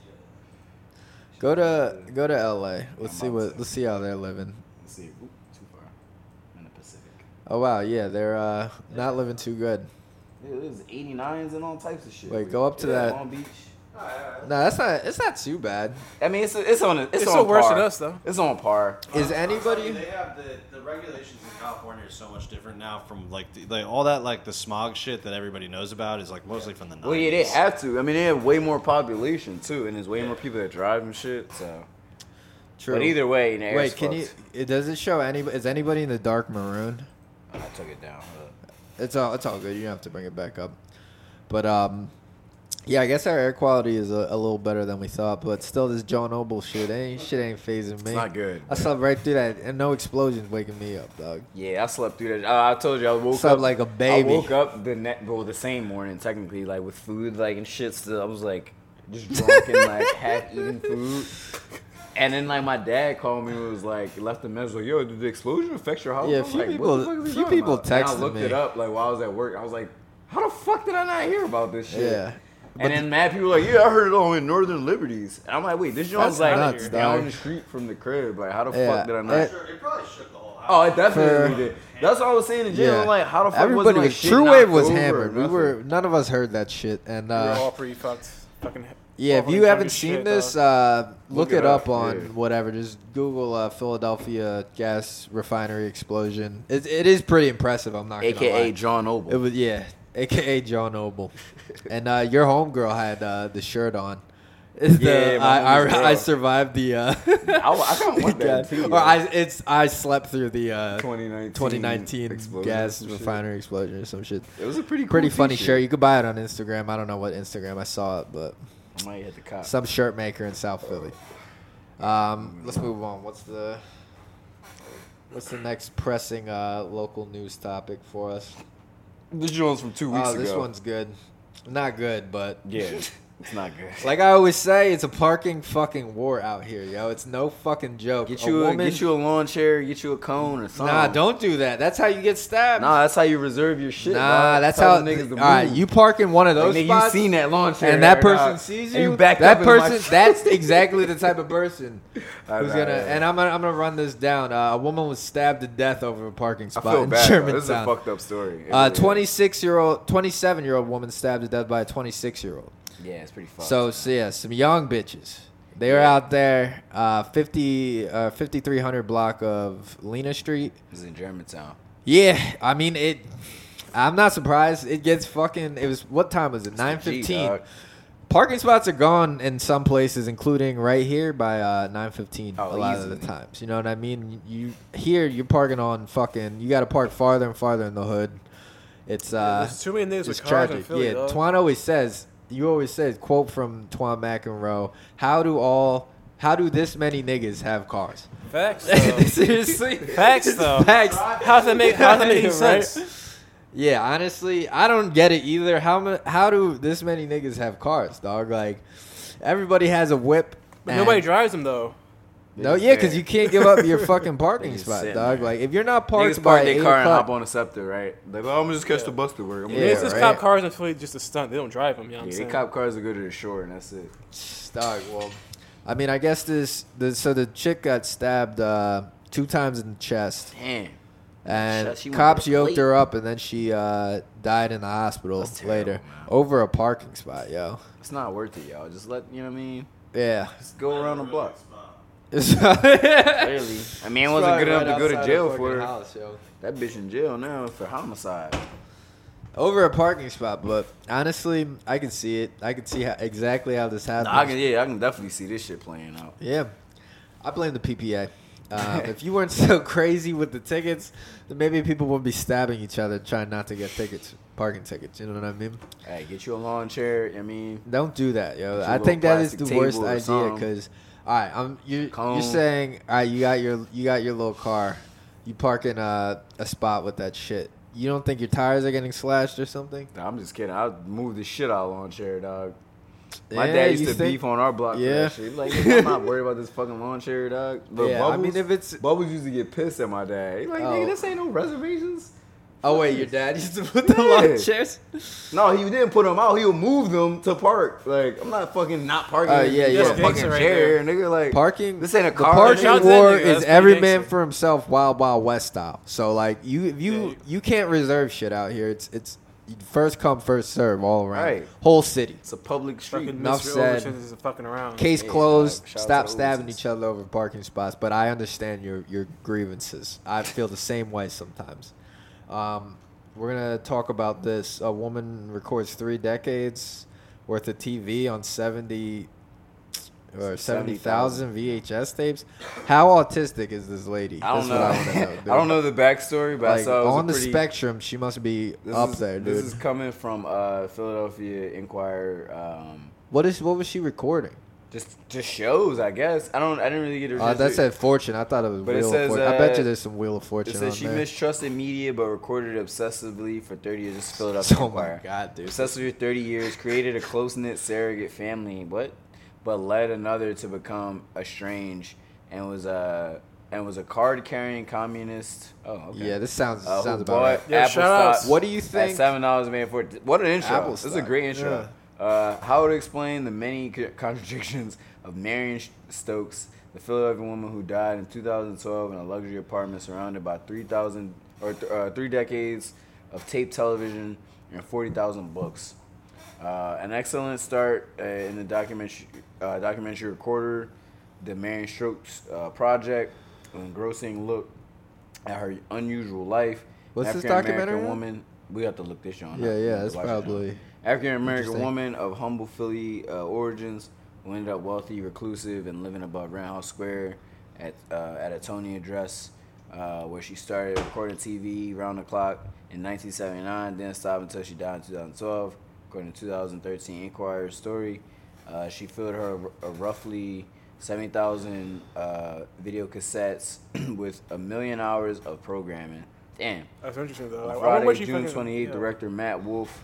Speaker 3: Go to go to LA. Let's
Speaker 4: I'm
Speaker 3: see
Speaker 4: out
Speaker 3: what
Speaker 4: too.
Speaker 3: let's see how they're living.
Speaker 4: Let's see. Oop, too far. I'm in the Pacific.
Speaker 3: Oh wow, yeah, they're uh, not living too good.
Speaker 4: Dude, there's 89s and all types of shit.
Speaker 3: Wait, go up to
Speaker 4: Yeah,
Speaker 3: that.
Speaker 4: Long Beach.
Speaker 3: No, that's not. It's not too bad.
Speaker 4: I mean, it's it's on it's,
Speaker 5: It's
Speaker 4: on
Speaker 5: still
Speaker 4: par.
Speaker 5: worse than us, though.
Speaker 4: It's on par.
Speaker 3: Is
Speaker 7: Honestly,
Speaker 3: anybody?
Speaker 7: They have the, the regulations in California are so much different now from like.
Speaker 11: Like, the, like all that like the smog shit that everybody knows about is like mostly from the 90s.
Speaker 4: Well, yeah, they have to. I mean, they have way more population too, and there's way more people that drive and shit. So,
Speaker 3: True.
Speaker 4: but either way, you know, air's
Speaker 3: Wait, can you?
Speaker 4: fucked.
Speaker 3: It, does it show any? Is anybody in the dark maroon?
Speaker 4: I took it down. Hold up.
Speaker 3: It's all it's all good. You don't have to bring it back up. But um, yeah, I guess our air quality is a, a little better than we thought. But still, this John Noble shit ain't shit ain't phasing me.
Speaker 4: not good,
Speaker 3: I slept right through that, and no explosions waking me up, dog.
Speaker 4: Yeah, I slept through that. Uh, I, I told you I woke
Speaker 3: Slept
Speaker 4: up
Speaker 3: like a baby.
Speaker 4: I woke up the ne- well the same morning technically, like with food, like and shit. Still, I was like just drunk and like half eating food. And then like my dad called me and was like left a message like, "Yo, did the explosion affect your house?"
Speaker 3: Yeah,
Speaker 4: I was
Speaker 3: few
Speaker 4: like, what
Speaker 3: people-
Speaker 4: the fuck is he
Speaker 3: few
Speaker 4: talking
Speaker 3: people
Speaker 4: about? And I
Speaker 3: texted
Speaker 4: looked
Speaker 3: me.
Speaker 4: it up like while I was at work. I was like, "How the fuck did I not hear about this shit?"
Speaker 3: Yeah.
Speaker 4: And then mad people were like, "Yeah, I heard it all in Northern Liberties." And I'm like, "Wait, this joint
Speaker 3: That's
Speaker 4: was like
Speaker 3: nuts,
Speaker 4: down
Speaker 3: dog.
Speaker 4: the street from the crib. Like, how the
Speaker 3: Yeah,
Speaker 4: fuck did I not?"
Speaker 3: it-
Speaker 7: Sure, it probably shook the whole house.
Speaker 4: Oh, it definitely
Speaker 3: For-
Speaker 4: did. That's what I was saying in jail.
Speaker 3: Yeah.
Speaker 4: I'm like, how the fuck
Speaker 3: Everybody
Speaker 4: wasn't, like,
Speaker 3: was
Speaker 4: shit
Speaker 3: True Wave
Speaker 4: knocked
Speaker 3: was
Speaker 4: over or
Speaker 3: hammered. We
Speaker 4: nothing?
Speaker 3: were none of us heard that shit. And
Speaker 5: We're
Speaker 3: uh,
Speaker 5: all pretty fucked. Fucking.
Speaker 3: yeah,
Speaker 5: all
Speaker 3: if
Speaker 5: pretty
Speaker 3: you
Speaker 5: drunk
Speaker 3: haven't
Speaker 5: as
Speaker 3: seen
Speaker 5: shit,
Speaker 3: this,
Speaker 5: dog.
Speaker 3: uh, look,
Speaker 4: Look
Speaker 3: it
Speaker 4: it
Speaker 3: up,
Speaker 4: up,
Speaker 3: on
Speaker 4: yeah.
Speaker 3: whatever. Just Google uh, Philadelphia gas refinery explosion. It, it is pretty impressive. I'm not gonna lie.
Speaker 4: AKA John Noble.
Speaker 3: It was yeah, aka John Noble, and uh, your homegirl had uh, the shirt on. Is
Speaker 4: Yeah,
Speaker 3: the,
Speaker 4: my
Speaker 3: I,
Speaker 4: homie's
Speaker 3: I,
Speaker 4: girl.
Speaker 3: I survived the. Uh,
Speaker 4: I, I kind of want that too.
Speaker 3: or I it's I slept through the uh,
Speaker 4: 2019,
Speaker 3: 2019
Speaker 4: explosion
Speaker 3: gas
Speaker 4: and shit.
Speaker 3: refinery explosion or some shit.
Speaker 4: It was a pretty cool
Speaker 3: Pretty funny
Speaker 4: t-shirt.
Speaker 3: shirt. You could buy it on Instagram. I don't know what Instagram I saw it, but
Speaker 4: I might hit the cop.
Speaker 3: some shirt maker in South Philly. Um, let's move on. What's the what's the next pressing uh, local news topic for us?
Speaker 4: this one's from two
Speaker 3: Oh, this one's good. Not good, but
Speaker 4: yeah, it's not good.
Speaker 3: like I always say, it's a parking fucking war out here, yo. It's no fucking joke.
Speaker 4: Get you a, get you a lawn chair, get you a cone or something.
Speaker 3: Nah, don't do that. That's how you get stabbed.
Speaker 4: Nah, that's how you reserve your shit.
Speaker 3: Nah,
Speaker 4: dog.
Speaker 3: that's
Speaker 4: Tell
Speaker 3: how.
Speaker 4: the niggas to
Speaker 3: all right,
Speaker 4: move.
Speaker 3: you park in one of
Speaker 4: Like,
Speaker 3: those
Speaker 4: nigga,
Speaker 3: spots,
Speaker 4: you seen that lawn chair,
Speaker 3: and that person
Speaker 4: dog.
Speaker 3: sees
Speaker 4: And
Speaker 3: you.
Speaker 4: you backed up
Speaker 3: that
Speaker 4: into my
Speaker 3: person,
Speaker 4: shit.
Speaker 3: that's exactly the type of person who's
Speaker 4: All
Speaker 3: gonna.
Speaker 4: right, all right.
Speaker 3: And I'm gonna, I'm gonna run this down. Uh, a woman was stabbed to death over a parking
Speaker 4: I
Speaker 3: spot
Speaker 4: feel
Speaker 3: in
Speaker 4: bad. bro. This is a
Speaker 3: Germantown.
Speaker 4: fucked up story. It
Speaker 3: uh,
Speaker 4: really is.
Speaker 3: 26 year old, 27 year old woman stabbed to death by a 26 year old.
Speaker 4: Yeah, it's pretty fucked.
Speaker 3: So, so yeah, some young bitches. They were out there, uh, 50, uh, 5300 block of Lena Street.
Speaker 4: it's in Germantown.
Speaker 3: Yeah, I mean it. I'm not surprised. It gets fucking. It was what time was it? Nine
Speaker 4: G,
Speaker 3: fifteen.
Speaker 4: dog.
Speaker 3: Parking spots are gone in some places, including right here by uh, nine fifteen.
Speaker 4: Oh,
Speaker 3: a lot
Speaker 4: easily.
Speaker 3: of the times, you know what I mean. You here, you're parking on fucking. You got to park farther and farther in the hood. It's uh,
Speaker 5: There's too many niggas
Speaker 3: it's
Speaker 5: with cars in
Speaker 3: tragic.
Speaker 5: Philly,
Speaker 3: yeah,
Speaker 5: dog.
Speaker 3: Twan always says. You always said quote from Twan McEnroe. How do all? How do this many niggas have cars?
Speaker 5: Facts, though.
Speaker 3: Seriously,
Speaker 5: Facts, though.
Speaker 3: facts.
Speaker 5: How's that make, how's that make any
Speaker 3: Right?
Speaker 5: sense?
Speaker 3: Yeah, honestly, I don't get it either. How mu- how do this many niggas have cars, dog? Like everybody has a whip.
Speaker 5: But
Speaker 3: and-
Speaker 5: nobody drives them, though.
Speaker 3: No, yeah, because you can't give up your fucking parking
Speaker 4: Niggas
Speaker 3: spot,
Speaker 4: sitting
Speaker 3: dog.
Speaker 4: there.
Speaker 3: Like if you're not
Speaker 4: Niggas
Speaker 3: parked by
Speaker 4: park
Speaker 3: eight
Speaker 4: their car and
Speaker 3: o'clock,
Speaker 4: hop on a scepter, right? Like, oh, I'm gonna just catch the bus to work. I'm gonna
Speaker 3: Yeah,
Speaker 5: Niggas
Speaker 4: do
Speaker 5: just
Speaker 4: that.
Speaker 3: right.
Speaker 5: cop cars in Philly just a stunt. They don't drive them, you know what I'm
Speaker 4: Yeah, they
Speaker 5: saying?
Speaker 4: cop cars to go to the shore and that's it.
Speaker 3: dog. Well, I mean, I guess this. The, so the chick got stabbed uh, two times in the chest,
Speaker 4: Damn.
Speaker 3: and
Speaker 4: Shit, she went
Speaker 3: cops
Speaker 4: to
Speaker 3: yoked
Speaker 4: sleep.
Speaker 3: her up, and then she uh, died in the hospital
Speaker 4: That's terrible,
Speaker 3: later
Speaker 4: man.
Speaker 3: over a parking spot, yo.
Speaker 4: It's not worth it, y'all. Just let you know what I mean.
Speaker 3: Yeah.
Speaker 4: Just go around the block. Clearly, I mean, it wasn't
Speaker 3: Probably
Speaker 4: good enough
Speaker 3: right
Speaker 4: to go to
Speaker 3: outside
Speaker 4: jail
Speaker 3: her
Speaker 4: for
Speaker 3: fucking
Speaker 4: it.
Speaker 3: house, yo.
Speaker 4: That bitch in jail now for homicide.
Speaker 3: over a parking spot. But honestly, I can see it. I can see how, exactly how this happened.
Speaker 4: Nah, I can, yeah, I can definitely see this shit playing out.
Speaker 3: yeah, I blame the PPA. Um, if you weren't so crazy with the tickets, then maybe people wouldn't be stabbing each other trying not to get tickets, parking tickets. You know what I mean?
Speaker 4: Hey, get you a lawn chair. I mean,
Speaker 3: Don't do that, yo.
Speaker 4: Get you a
Speaker 3: I think
Speaker 4: little
Speaker 3: that is the
Speaker 4: plastic
Speaker 3: worst
Speaker 4: table or
Speaker 3: idea
Speaker 4: something.
Speaker 3: because all right, I'm you.
Speaker 4: Cone.
Speaker 3: You're saying all right, you got your you got your little car. You park in a, a spot with that shit. You don't think your tires are getting slashed or something?
Speaker 4: nah, I'm just kidding. I move the shit out of lawn chair, dog. My
Speaker 3: Yeah,
Speaker 4: dad used
Speaker 3: you
Speaker 4: to
Speaker 3: think-
Speaker 4: beef on our block for
Speaker 3: Yeah.
Speaker 4: that shit. Like, I'm not worried about this fucking lawn chair, dog. But
Speaker 3: Yeah, I
Speaker 4: Bubbles,
Speaker 3: mean, if it's-
Speaker 4: Bubbles used to get pissed at my dad. He like,
Speaker 3: Oh.
Speaker 4: nigga, this ain't no reservations.
Speaker 3: Oh wait, your dad used to put the
Speaker 4: Yeah.
Speaker 3: lawn chairs.
Speaker 4: No, he didn't put them out. He'll move them to park. Like, I'm not fucking not parking.
Speaker 3: Oh, yeah,
Speaker 4: You got
Speaker 3: yeah.
Speaker 4: a fucking
Speaker 5: Gangster right
Speaker 4: chair, nigga. Like,
Speaker 3: Parking.
Speaker 4: This ain't a
Speaker 3: the
Speaker 4: car.
Speaker 5: Shout out
Speaker 3: parking
Speaker 5: to that
Speaker 3: war
Speaker 5: nigga. That's
Speaker 3: is
Speaker 5: pretty
Speaker 3: every
Speaker 5: gangster.
Speaker 3: man for himself, Wild Wild West style. So like you, if you you can't reserve shit out here. It's it's first come first serve all around.
Speaker 4: Right.
Speaker 3: Whole city.
Speaker 4: It's a public street.
Speaker 5: Fucking
Speaker 3: Enough
Speaker 5: Mr.
Speaker 3: said.
Speaker 5: Overton is fucking around.
Speaker 3: Case
Speaker 4: Yeah,
Speaker 3: closed.
Speaker 4: dog. Shout out to
Speaker 3: Stop
Speaker 4: the
Speaker 3: stabbing
Speaker 4: losers.
Speaker 3: each other over parking spots. But I understand your your grievances. I feel the same way sometimes. Um, we're gonna talk about this. A woman records three decades worth of TV on seventy or seventy
Speaker 4: 70,000.
Speaker 3: thousand VHS tapes. How autistic is this lady?
Speaker 4: I don't
Speaker 3: That's
Speaker 4: know.
Speaker 3: what
Speaker 4: I,
Speaker 3: wanna dude.
Speaker 4: don't know the backstory, but I
Speaker 3: Like,
Speaker 4: saw it was a
Speaker 3: on the
Speaker 4: pretty-
Speaker 3: spectrum, she must be
Speaker 4: This
Speaker 3: up
Speaker 4: is-
Speaker 3: there,
Speaker 4: This
Speaker 3: dude.
Speaker 4: is coming from uh, Philadelphia Inquirer. Um,
Speaker 3: what is what was she recording?
Speaker 4: just just shows, I guess. I don't. I didn't really get a.
Speaker 3: Uh, that
Speaker 4: chance to-
Speaker 3: said Fortune. I thought it was
Speaker 4: But it
Speaker 3: Wheel
Speaker 4: says,
Speaker 3: of Fortune. I bet
Speaker 4: uh,
Speaker 3: you there's some Wheel of Fortune.
Speaker 4: It says
Speaker 3: on
Speaker 4: she
Speaker 3: there.
Speaker 4: mistrusted media but recorded obsessively for 30 years. Just Philadelphia
Speaker 3: Oh
Speaker 4: Inquirer.
Speaker 3: my god, dude.
Speaker 4: Obsessively for 30 years, created a close knit surrogate family. What? But led another to become estranged and was a and was a card carrying communist. Oh, okay.
Speaker 3: Yeah, this sounds
Speaker 4: uh,
Speaker 3: sounds
Speaker 4: who
Speaker 3: about right.
Speaker 4: bought
Speaker 5: Yeah,
Speaker 4: Apple
Speaker 5: shout
Speaker 4: stock
Speaker 5: outs.
Speaker 3: What do you
Speaker 4: At
Speaker 3: think?
Speaker 4: seven dollars man for it. What an intro!
Speaker 3: Apple
Speaker 4: this is a
Speaker 3: stock,
Speaker 4: great intro. Uh, how to explain the many co- contradictions of Marion Stokes, the Philadelphia woman who died in 2012 in a luxury apartment surrounded by 3,000 or th- uh, three decades of tape television and 40,000 books. Uh, an excellent start uh, in the documentary uh, documentary recorder, the Marion Stokes uh, project, an engrossing look at her unusual life.
Speaker 3: What's this
Speaker 4: African-American
Speaker 3: documentary on?
Speaker 4: Woman, we have to look this shit on.
Speaker 3: Yeah,
Speaker 4: up. We
Speaker 3: yeah,
Speaker 4: have to
Speaker 3: that's
Speaker 4: watch this shit on.
Speaker 3: probably
Speaker 4: African American
Speaker 3: interesting.
Speaker 4: woman of humble Philly uh, origins who ended up wealthy, reclusive, and living above Rent House Square at uh, at a Tony address, uh, where she started recording TV round the clock in 1979, didn't stop until she died in 2012. According to 2013 Inquirer's story, uh, she filled her uh, roughly 70,000 uh, video cassettes with a million hours of programming. Damn.
Speaker 5: That's interesting though.
Speaker 4: On
Speaker 5: Like, I wonder
Speaker 4: Friday,
Speaker 5: where she
Speaker 4: June
Speaker 5: fucking-
Speaker 4: 28th,
Speaker 5: yeah.
Speaker 4: director Matt Wolf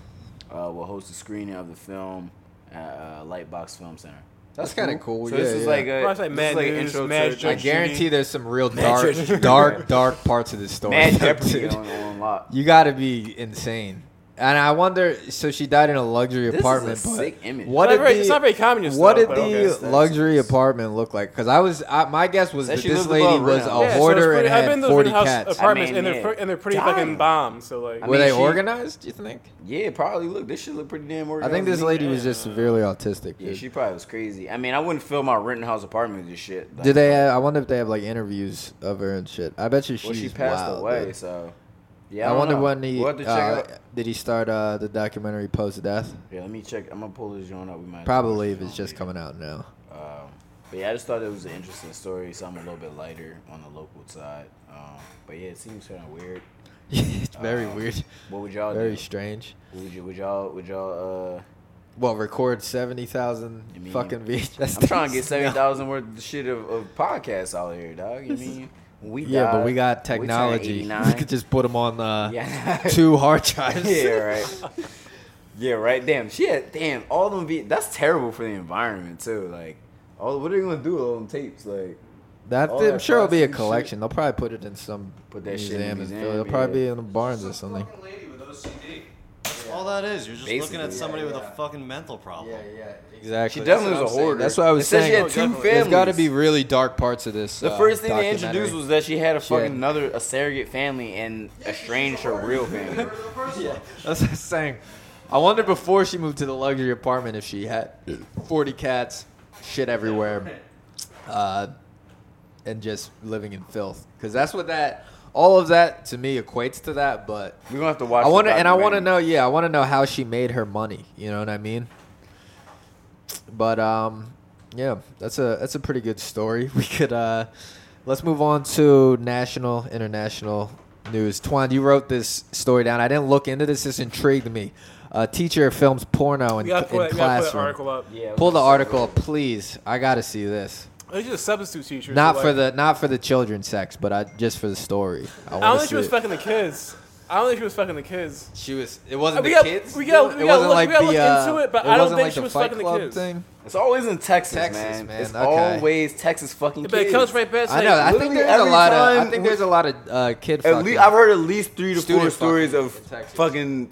Speaker 4: uh, will host a screening of the film at uh, Lightbox Film Center.
Speaker 6: That's kind of cool.
Speaker 4: So
Speaker 6: yeah,
Speaker 4: this is
Speaker 6: yeah.
Speaker 4: like a
Speaker 5: Well, it's like
Speaker 4: this
Speaker 5: Mad
Speaker 4: is like
Speaker 5: News,
Speaker 4: intro
Speaker 5: Mad
Speaker 4: to
Speaker 3: I
Speaker 5: Judge-
Speaker 4: like,
Speaker 3: guarantee there's some real
Speaker 4: Mad
Speaker 3: dark, dark, dark parts of this story.
Speaker 4: Mad
Speaker 3: though,
Speaker 4: Jeopardy
Speaker 3: dude.
Speaker 4: on, on lock.
Speaker 3: You got to be insane. And I wonder. So she died in a luxury
Speaker 4: This is a
Speaker 3: apartment. but
Speaker 4: sick image.
Speaker 3: What
Speaker 5: It's
Speaker 3: did
Speaker 5: not very-
Speaker 3: the,
Speaker 5: it's not very communist
Speaker 3: What
Speaker 5: though,
Speaker 3: did
Speaker 5: but
Speaker 3: the
Speaker 5: okay,
Speaker 4: that's-
Speaker 3: luxury apartment look like? Because I was, I, my guess was
Speaker 4: Said
Speaker 3: that,
Speaker 4: she
Speaker 3: this
Speaker 4: lived
Speaker 3: lady
Speaker 4: above
Speaker 3: was
Speaker 4: ground.
Speaker 3: a
Speaker 4: Yeah, so it's
Speaker 3: hoarder
Speaker 5: pretty-
Speaker 3: and
Speaker 5: I've been
Speaker 3: had
Speaker 5: to
Speaker 3: forty
Speaker 5: house
Speaker 3: cats.
Speaker 5: apartments,
Speaker 4: I mean,
Speaker 5: and they're
Speaker 4: yeah.
Speaker 5: pre- and they're pretty
Speaker 4: Dying.
Speaker 5: fucking bombed. So like,
Speaker 4: I
Speaker 3: Were
Speaker 4: mean,
Speaker 3: they
Speaker 4: she-
Speaker 3: organized? Do you think?
Speaker 4: Yeah, probably. Look, this should look pretty damn
Speaker 3: I
Speaker 4: organized.
Speaker 3: think this
Speaker 4: to me.
Speaker 3: lady was just severely autistic.
Speaker 4: Yeah,
Speaker 3: dude.
Speaker 4: she probably was crazy. I mean, I wouldn't fill my rent house apartment with this shit. Like,
Speaker 3: Did they? Have, I wonder if they have like interviews of her and shit. I bet you she's
Speaker 4: Well, she passed
Speaker 3: wild,
Speaker 4: away,
Speaker 3: dude.
Speaker 4: so. Yeah, I,
Speaker 3: I
Speaker 4: don't
Speaker 3: wonder
Speaker 4: know.
Speaker 3: when he
Speaker 4: We'll have to check
Speaker 3: uh,
Speaker 4: out.
Speaker 3: did he start uh, the documentary post death?
Speaker 4: Yeah, let me check. I'm gonna pull this joint up. We might
Speaker 3: Probably if it's just coming out now.
Speaker 4: Um, but yeah, I just thought it was an interesting story. So I'm a little bit lighter on the local side. Um, but yeah, it seems kind of weird.
Speaker 3: it's very
Speaker 4: Um,
Speaker 3: weird,
Speaker 4: What would y'all
Speaker 3: very
Speaker 4: do?
Speaker 3: strange.
Speaker 4: would, you, would y'all? Would y'all? Uh,
Speaker 3: Well, record seventy thousand
Speaker 4: I mean,
Speaker 3: fucking VHS.
Speaker 4: I'm trying to get
Speaker 3: tapes.
Speaker 4: seventy thousand worth of shit of, of podcasts out here, dog. You mean when we?
Speaker 3: Yeah, but
Speaker 4: die,
Speaker 3: we got
Speaker 4: turn
Speaker 3: technology. We
Speaker 4: 89.
Speaker 3: could just put them on uh,
Speaker 4: yeah.
Speaker 3: two hard drives.
Speaker 4: yeah, right. Yeah, right. Damn, she had damn all them. V- that's terrible for the environment too. Like, all what are you gonna do with all them tapes? Like,
Speaker 3: That,
Speaker 4: All
Speaker 3: I'm
Speaker 4: that
Speaker 3: sure it'll be a
Speaker 4: plastic
Speaker 3: collection. They'll probably put it in some
Speaker 4: Put that shit in
Speaker 3: museum.
Speaker 4: the
Speaker 3: in
Speaker 4: museum,
Speaker 3: Philly. It'll probably
Speaker 4: yeah.
Speaker 3: be in the barns or something.
Speaker 9: Fucking lady with OCD.
Speaker 7: That's all that is. You're just
Speaker 4: Basically,
Speaker 7: looking at
Speaker 4: yeah,
Speaker 7: somebody with
Speaker 4: yeah.
Speaker 7: a fucking mental problem.
Speaker 3: yeah, exactly.
Speaker 4: She definitely was a hoarder.
Speaker 3: That's what I was
Speaker 4: It says
Speaker 3: saying.
Speaker 4: she had two
Speaker 3: There's got to
Speaker 4: families.
Speaker 3: be really dark parts of this.
Speaker 4: The
Speaker 3: uh,
Speaker 4: first thing they
Speaker 3: documentary.
Speaker 4: introduced was that she had a
Speaker 3: She had-
Speaker 4: fucking another a surrogate family and estranged her real family.
Speaker 3: That's what I was saying. I wonder before she moved to the luxury apartment if she had 40 cats, shit everywhere, uh, and just living in filth. Because that's what that, all of that to me equates to that. But
Speaker 4: We're gonna have to watch.
Speaker 3: I
Speaker 4: the
Speaker 3: want to, and I want to know,
Speaker 4: documentary.
Speaker 3: yeah, I want to know how she made her money. You know what I mean? But um, yeah, that's a that's a pretty good story. We could uh, let's move on to national, international news. Twan, you wrote this story down. I didn't look into this. This intrigued me. A teacher films porno in,
Speaker 5: we gotta
Speaker 3: in
Speaker 5: put, we gotta put an
Speaker 3: classroom.
Speaker 5: article up.
Speaker 4: Yeah, we're
Speaker 3: Pull the
Speaker 4: gonna-
Speaker 3: article, up, please. I gotta see this.
Speaker 5: It's just a substitute teacher.
Speaker 3: Not
Speaker 5: so,
Speaker 3: for
Speaker 5: like-
Speaker 3: the not for the children's sex, but I just for the story. I,
Speaker 5: I don't
Speaker 3: wanna
Speaker 5: think
Speaker 3: see
Speaker 5: she was
Speaker 3: it.
Speaker 5: fucking the kids. I don't think she was fucking the kids.
Speaker 3: She was. It wasn't
Speaker 5: We
Speaker 3: the
Speaker 5: got-
Speaker 3: kids.
Speaker 5: we got- we got
Speaker 3: it wasn't
Speaker 5: look-
Speaker 3: like
Speaker 5: we got
Speaker 3: the.
Speaker 5: looked
Speaker 3: uh,
Speaker 5: into it, but
Speaker 3: it
Speaker 5: I don't
Speaker 3: wasn't
Speaker 5: think
Speaker 3: like
Speaker 5: she was
Speaker 3: the Fight
Speaker 5: fucking the
Speaker 3: Club
Speaker 5: kids.
Speaker 3: Thing.
Speaker 4: It's always in Texas,
Speaker 3: Texas,
Speaker 4: man.
Speaker 3: man,
Speaker 4: It's
Speaker 3: okay.
Speaker 4: always Texas fucking.
Speaker 5: But it
Speaker 4: kids.
Speaker 5: comes right back.
Speaker 3: I know. I think
Speaker 4: literally
Speaker 3: there's a
Speaker 4: every
Speaker 3: lot of. I
Speaker 4: time
Speaker 3: think
Speaker 4: we-
Speaker 3: there's a lot of uh, kid.
Speaker 4: At
Speaker 3: fucking.
Speaker 4: least I've heard at least three to four
Speaker 3: Student
Speaker 4: stories
Speaker 3: fucking
Speaker 4: of
Speaker 3: in Texas.
Speaker 4: fucking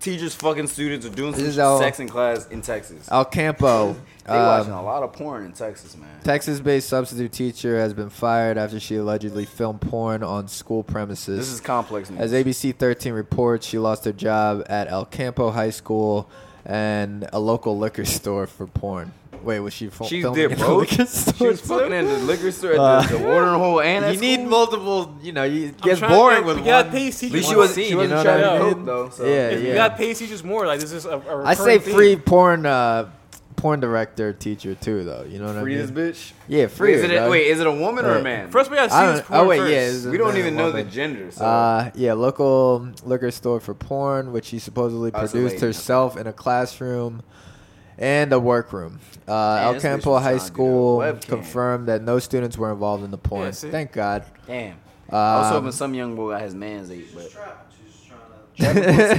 Speaker 4: teachers fucking students or doing
Speaker 3: This
Speaker 4: some
Speaker 3: is all-
Speaker 4: sex in class in Texas.
Speaker 3: Al Campo,
Speaker 4: They watching
Speaker 3: um,
Speaker 4: a lot of porn in Texas, man.
Speaker 3: Texas-based substitute teacher, has been fired after she allegedly filmed porn on school premises.
Speaker 4: This is complex. News.
Speaker 3: As ABC 13 reports, she lost her job at El Campo High School and a local liquor store for porn. Wait, was she fil-
Speaker 4: she
Speaker 3: filming
Speaker 4: did
Speaker 3: in a
Speaker 4: both.
Speaker 3: liquor
Speaker 4: She
Speaker 3: store
Speaker 4: was
Speaker 3: too?
Speaker 4: fucking at the liquor store, at the, the watering hole, and at
Speaker 3: Uh, You need
Speaker 4: school?
Speaker 3: multiple. You know, you it
Speaker 5: I'm
Speaker 3: gets
Speaker 5: trying to
Speaker 3: boring
Speaker 5: get-
Speaker 3: with
Speaker 5: we gotta
Speaker 3: one.
Speaker 5: pay these
Speaker 4: At least
Speaker 5: teachers
Speaker 4: she
Speaker 5: more.
Speaker 4: wasn't. She
Speaker 3: You
Speaker 4: wasn't
Speaker 3: know
Speaker 4: trying
Speaker 5: what I
Speaker 4: to
Speaker 5: mean?
Speaker 4: cope though. So.
Speaker 3: Yeah,
Speaker 5: If
Speaker 3: yeah.
Speaker 5: You gotta pay teachers more. Like this is a, a
Speaker 3: I say
Speaker 5: recurring theme.
Speaker 3: free porn uh, porn director teacher too though. You know what
Speaker 4: Free
Speaker 3: I
Speaker 4: this
Speaker 3: mean?
Speaker 4: bitch.
Speaker 3: Yeah, free.
Speaker 4: Wait, is it
Speaker 3: dog.
Speaker 4: a, wait, is it a woman or a
Speaker 3: Yeah.
Speaker 4: man?
Speaker 5: First, we gotta
Speaker 3: I
Speaker 5: see this
Speaker 3: don't, oh
Speaker 5: porn
Speaker 3: wait,
Speaker 5: first.
Speaker 3: yeah. it's a
Speaker 4: we don't
Speaker 3: man
Speaker 4: even
Speaker 3: and
Speaker 4: know the
Speaker 3: woman.
Speaker 4: gender. So
Speaker 3: Uh, yeah, local liquor store for porn, which she supposedly
Speaker 4: Oh, it's a
Speaker 3: produced
Speaker 4: lady.
Speaker 3: herself in a classroom and a workroom. Uh, El
Speaker 4: this bitch
Speaker 3: Campo
Speaker 4: was
Speaker 3: High
Speaker 4: trying to do the
Speaker 3: School
Speaker 4: webcam.
Speaker 3: confirmed that no students were involved in the porn.
Speaker 5: Yeah, see?
Speaker 3: Thank God.
Speaker 4: damn. I was
Speaker 3: Um,
Speaker 4: hoping some young boy got his man's eight, but
Speaker 9: Trapped. She's just trying to.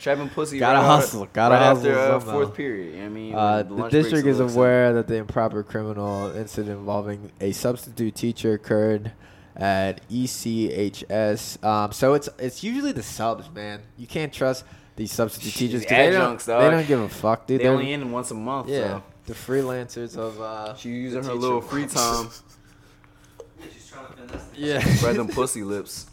Speaker 4: trapping pussy.
Speaker 3: Gotta
Speaker 4: right
Speaker 3: hustle,
Speaker 4: Out,
Speaker 3: gotta
Speaker 4: right
Speaker 3: hustle
Speaker 4: After uh,
Speaker 3: somehow.
Speaker 4: fourth period, you know what I mean,
Speaker 3: Uh,
Speaker 4: When
Speaker 3: the
Speaker 4: lunch breaks
Speaker 3: district
Speaker 4: a
Speaker 3: is
Speaker 4: little
Speaker 3: aware that the improper criminal incident involving a substitute teacher occurred at E ECHS. Um, so it's it's usually the subs, man. You can't trust these substitute
Speaker 4: Shit,
Speaker 3: teachers. 'cause
Speaker 4: adjuncts,
Speaker 3: they, don't, they
Speaker 4: dog.
Speaker 3: don't give a fuck, dude.
Speaker 4: They
Speaker 3: They're-
Speaker 4: only in once a month.
Speaker 3: yeah,
Speaker 4: Yeah.
Speaker 3: the freelancers of uh,
Speaker 4: So. She using
Speaker 3: the
Speaker 4: her
Speaker 3: teacher.
Speaker 4: little free time,
Speaker 9: Yeah, she's trying to finesse the
Speaker 3: Yeah.
Speaker 4: spread them pussy lips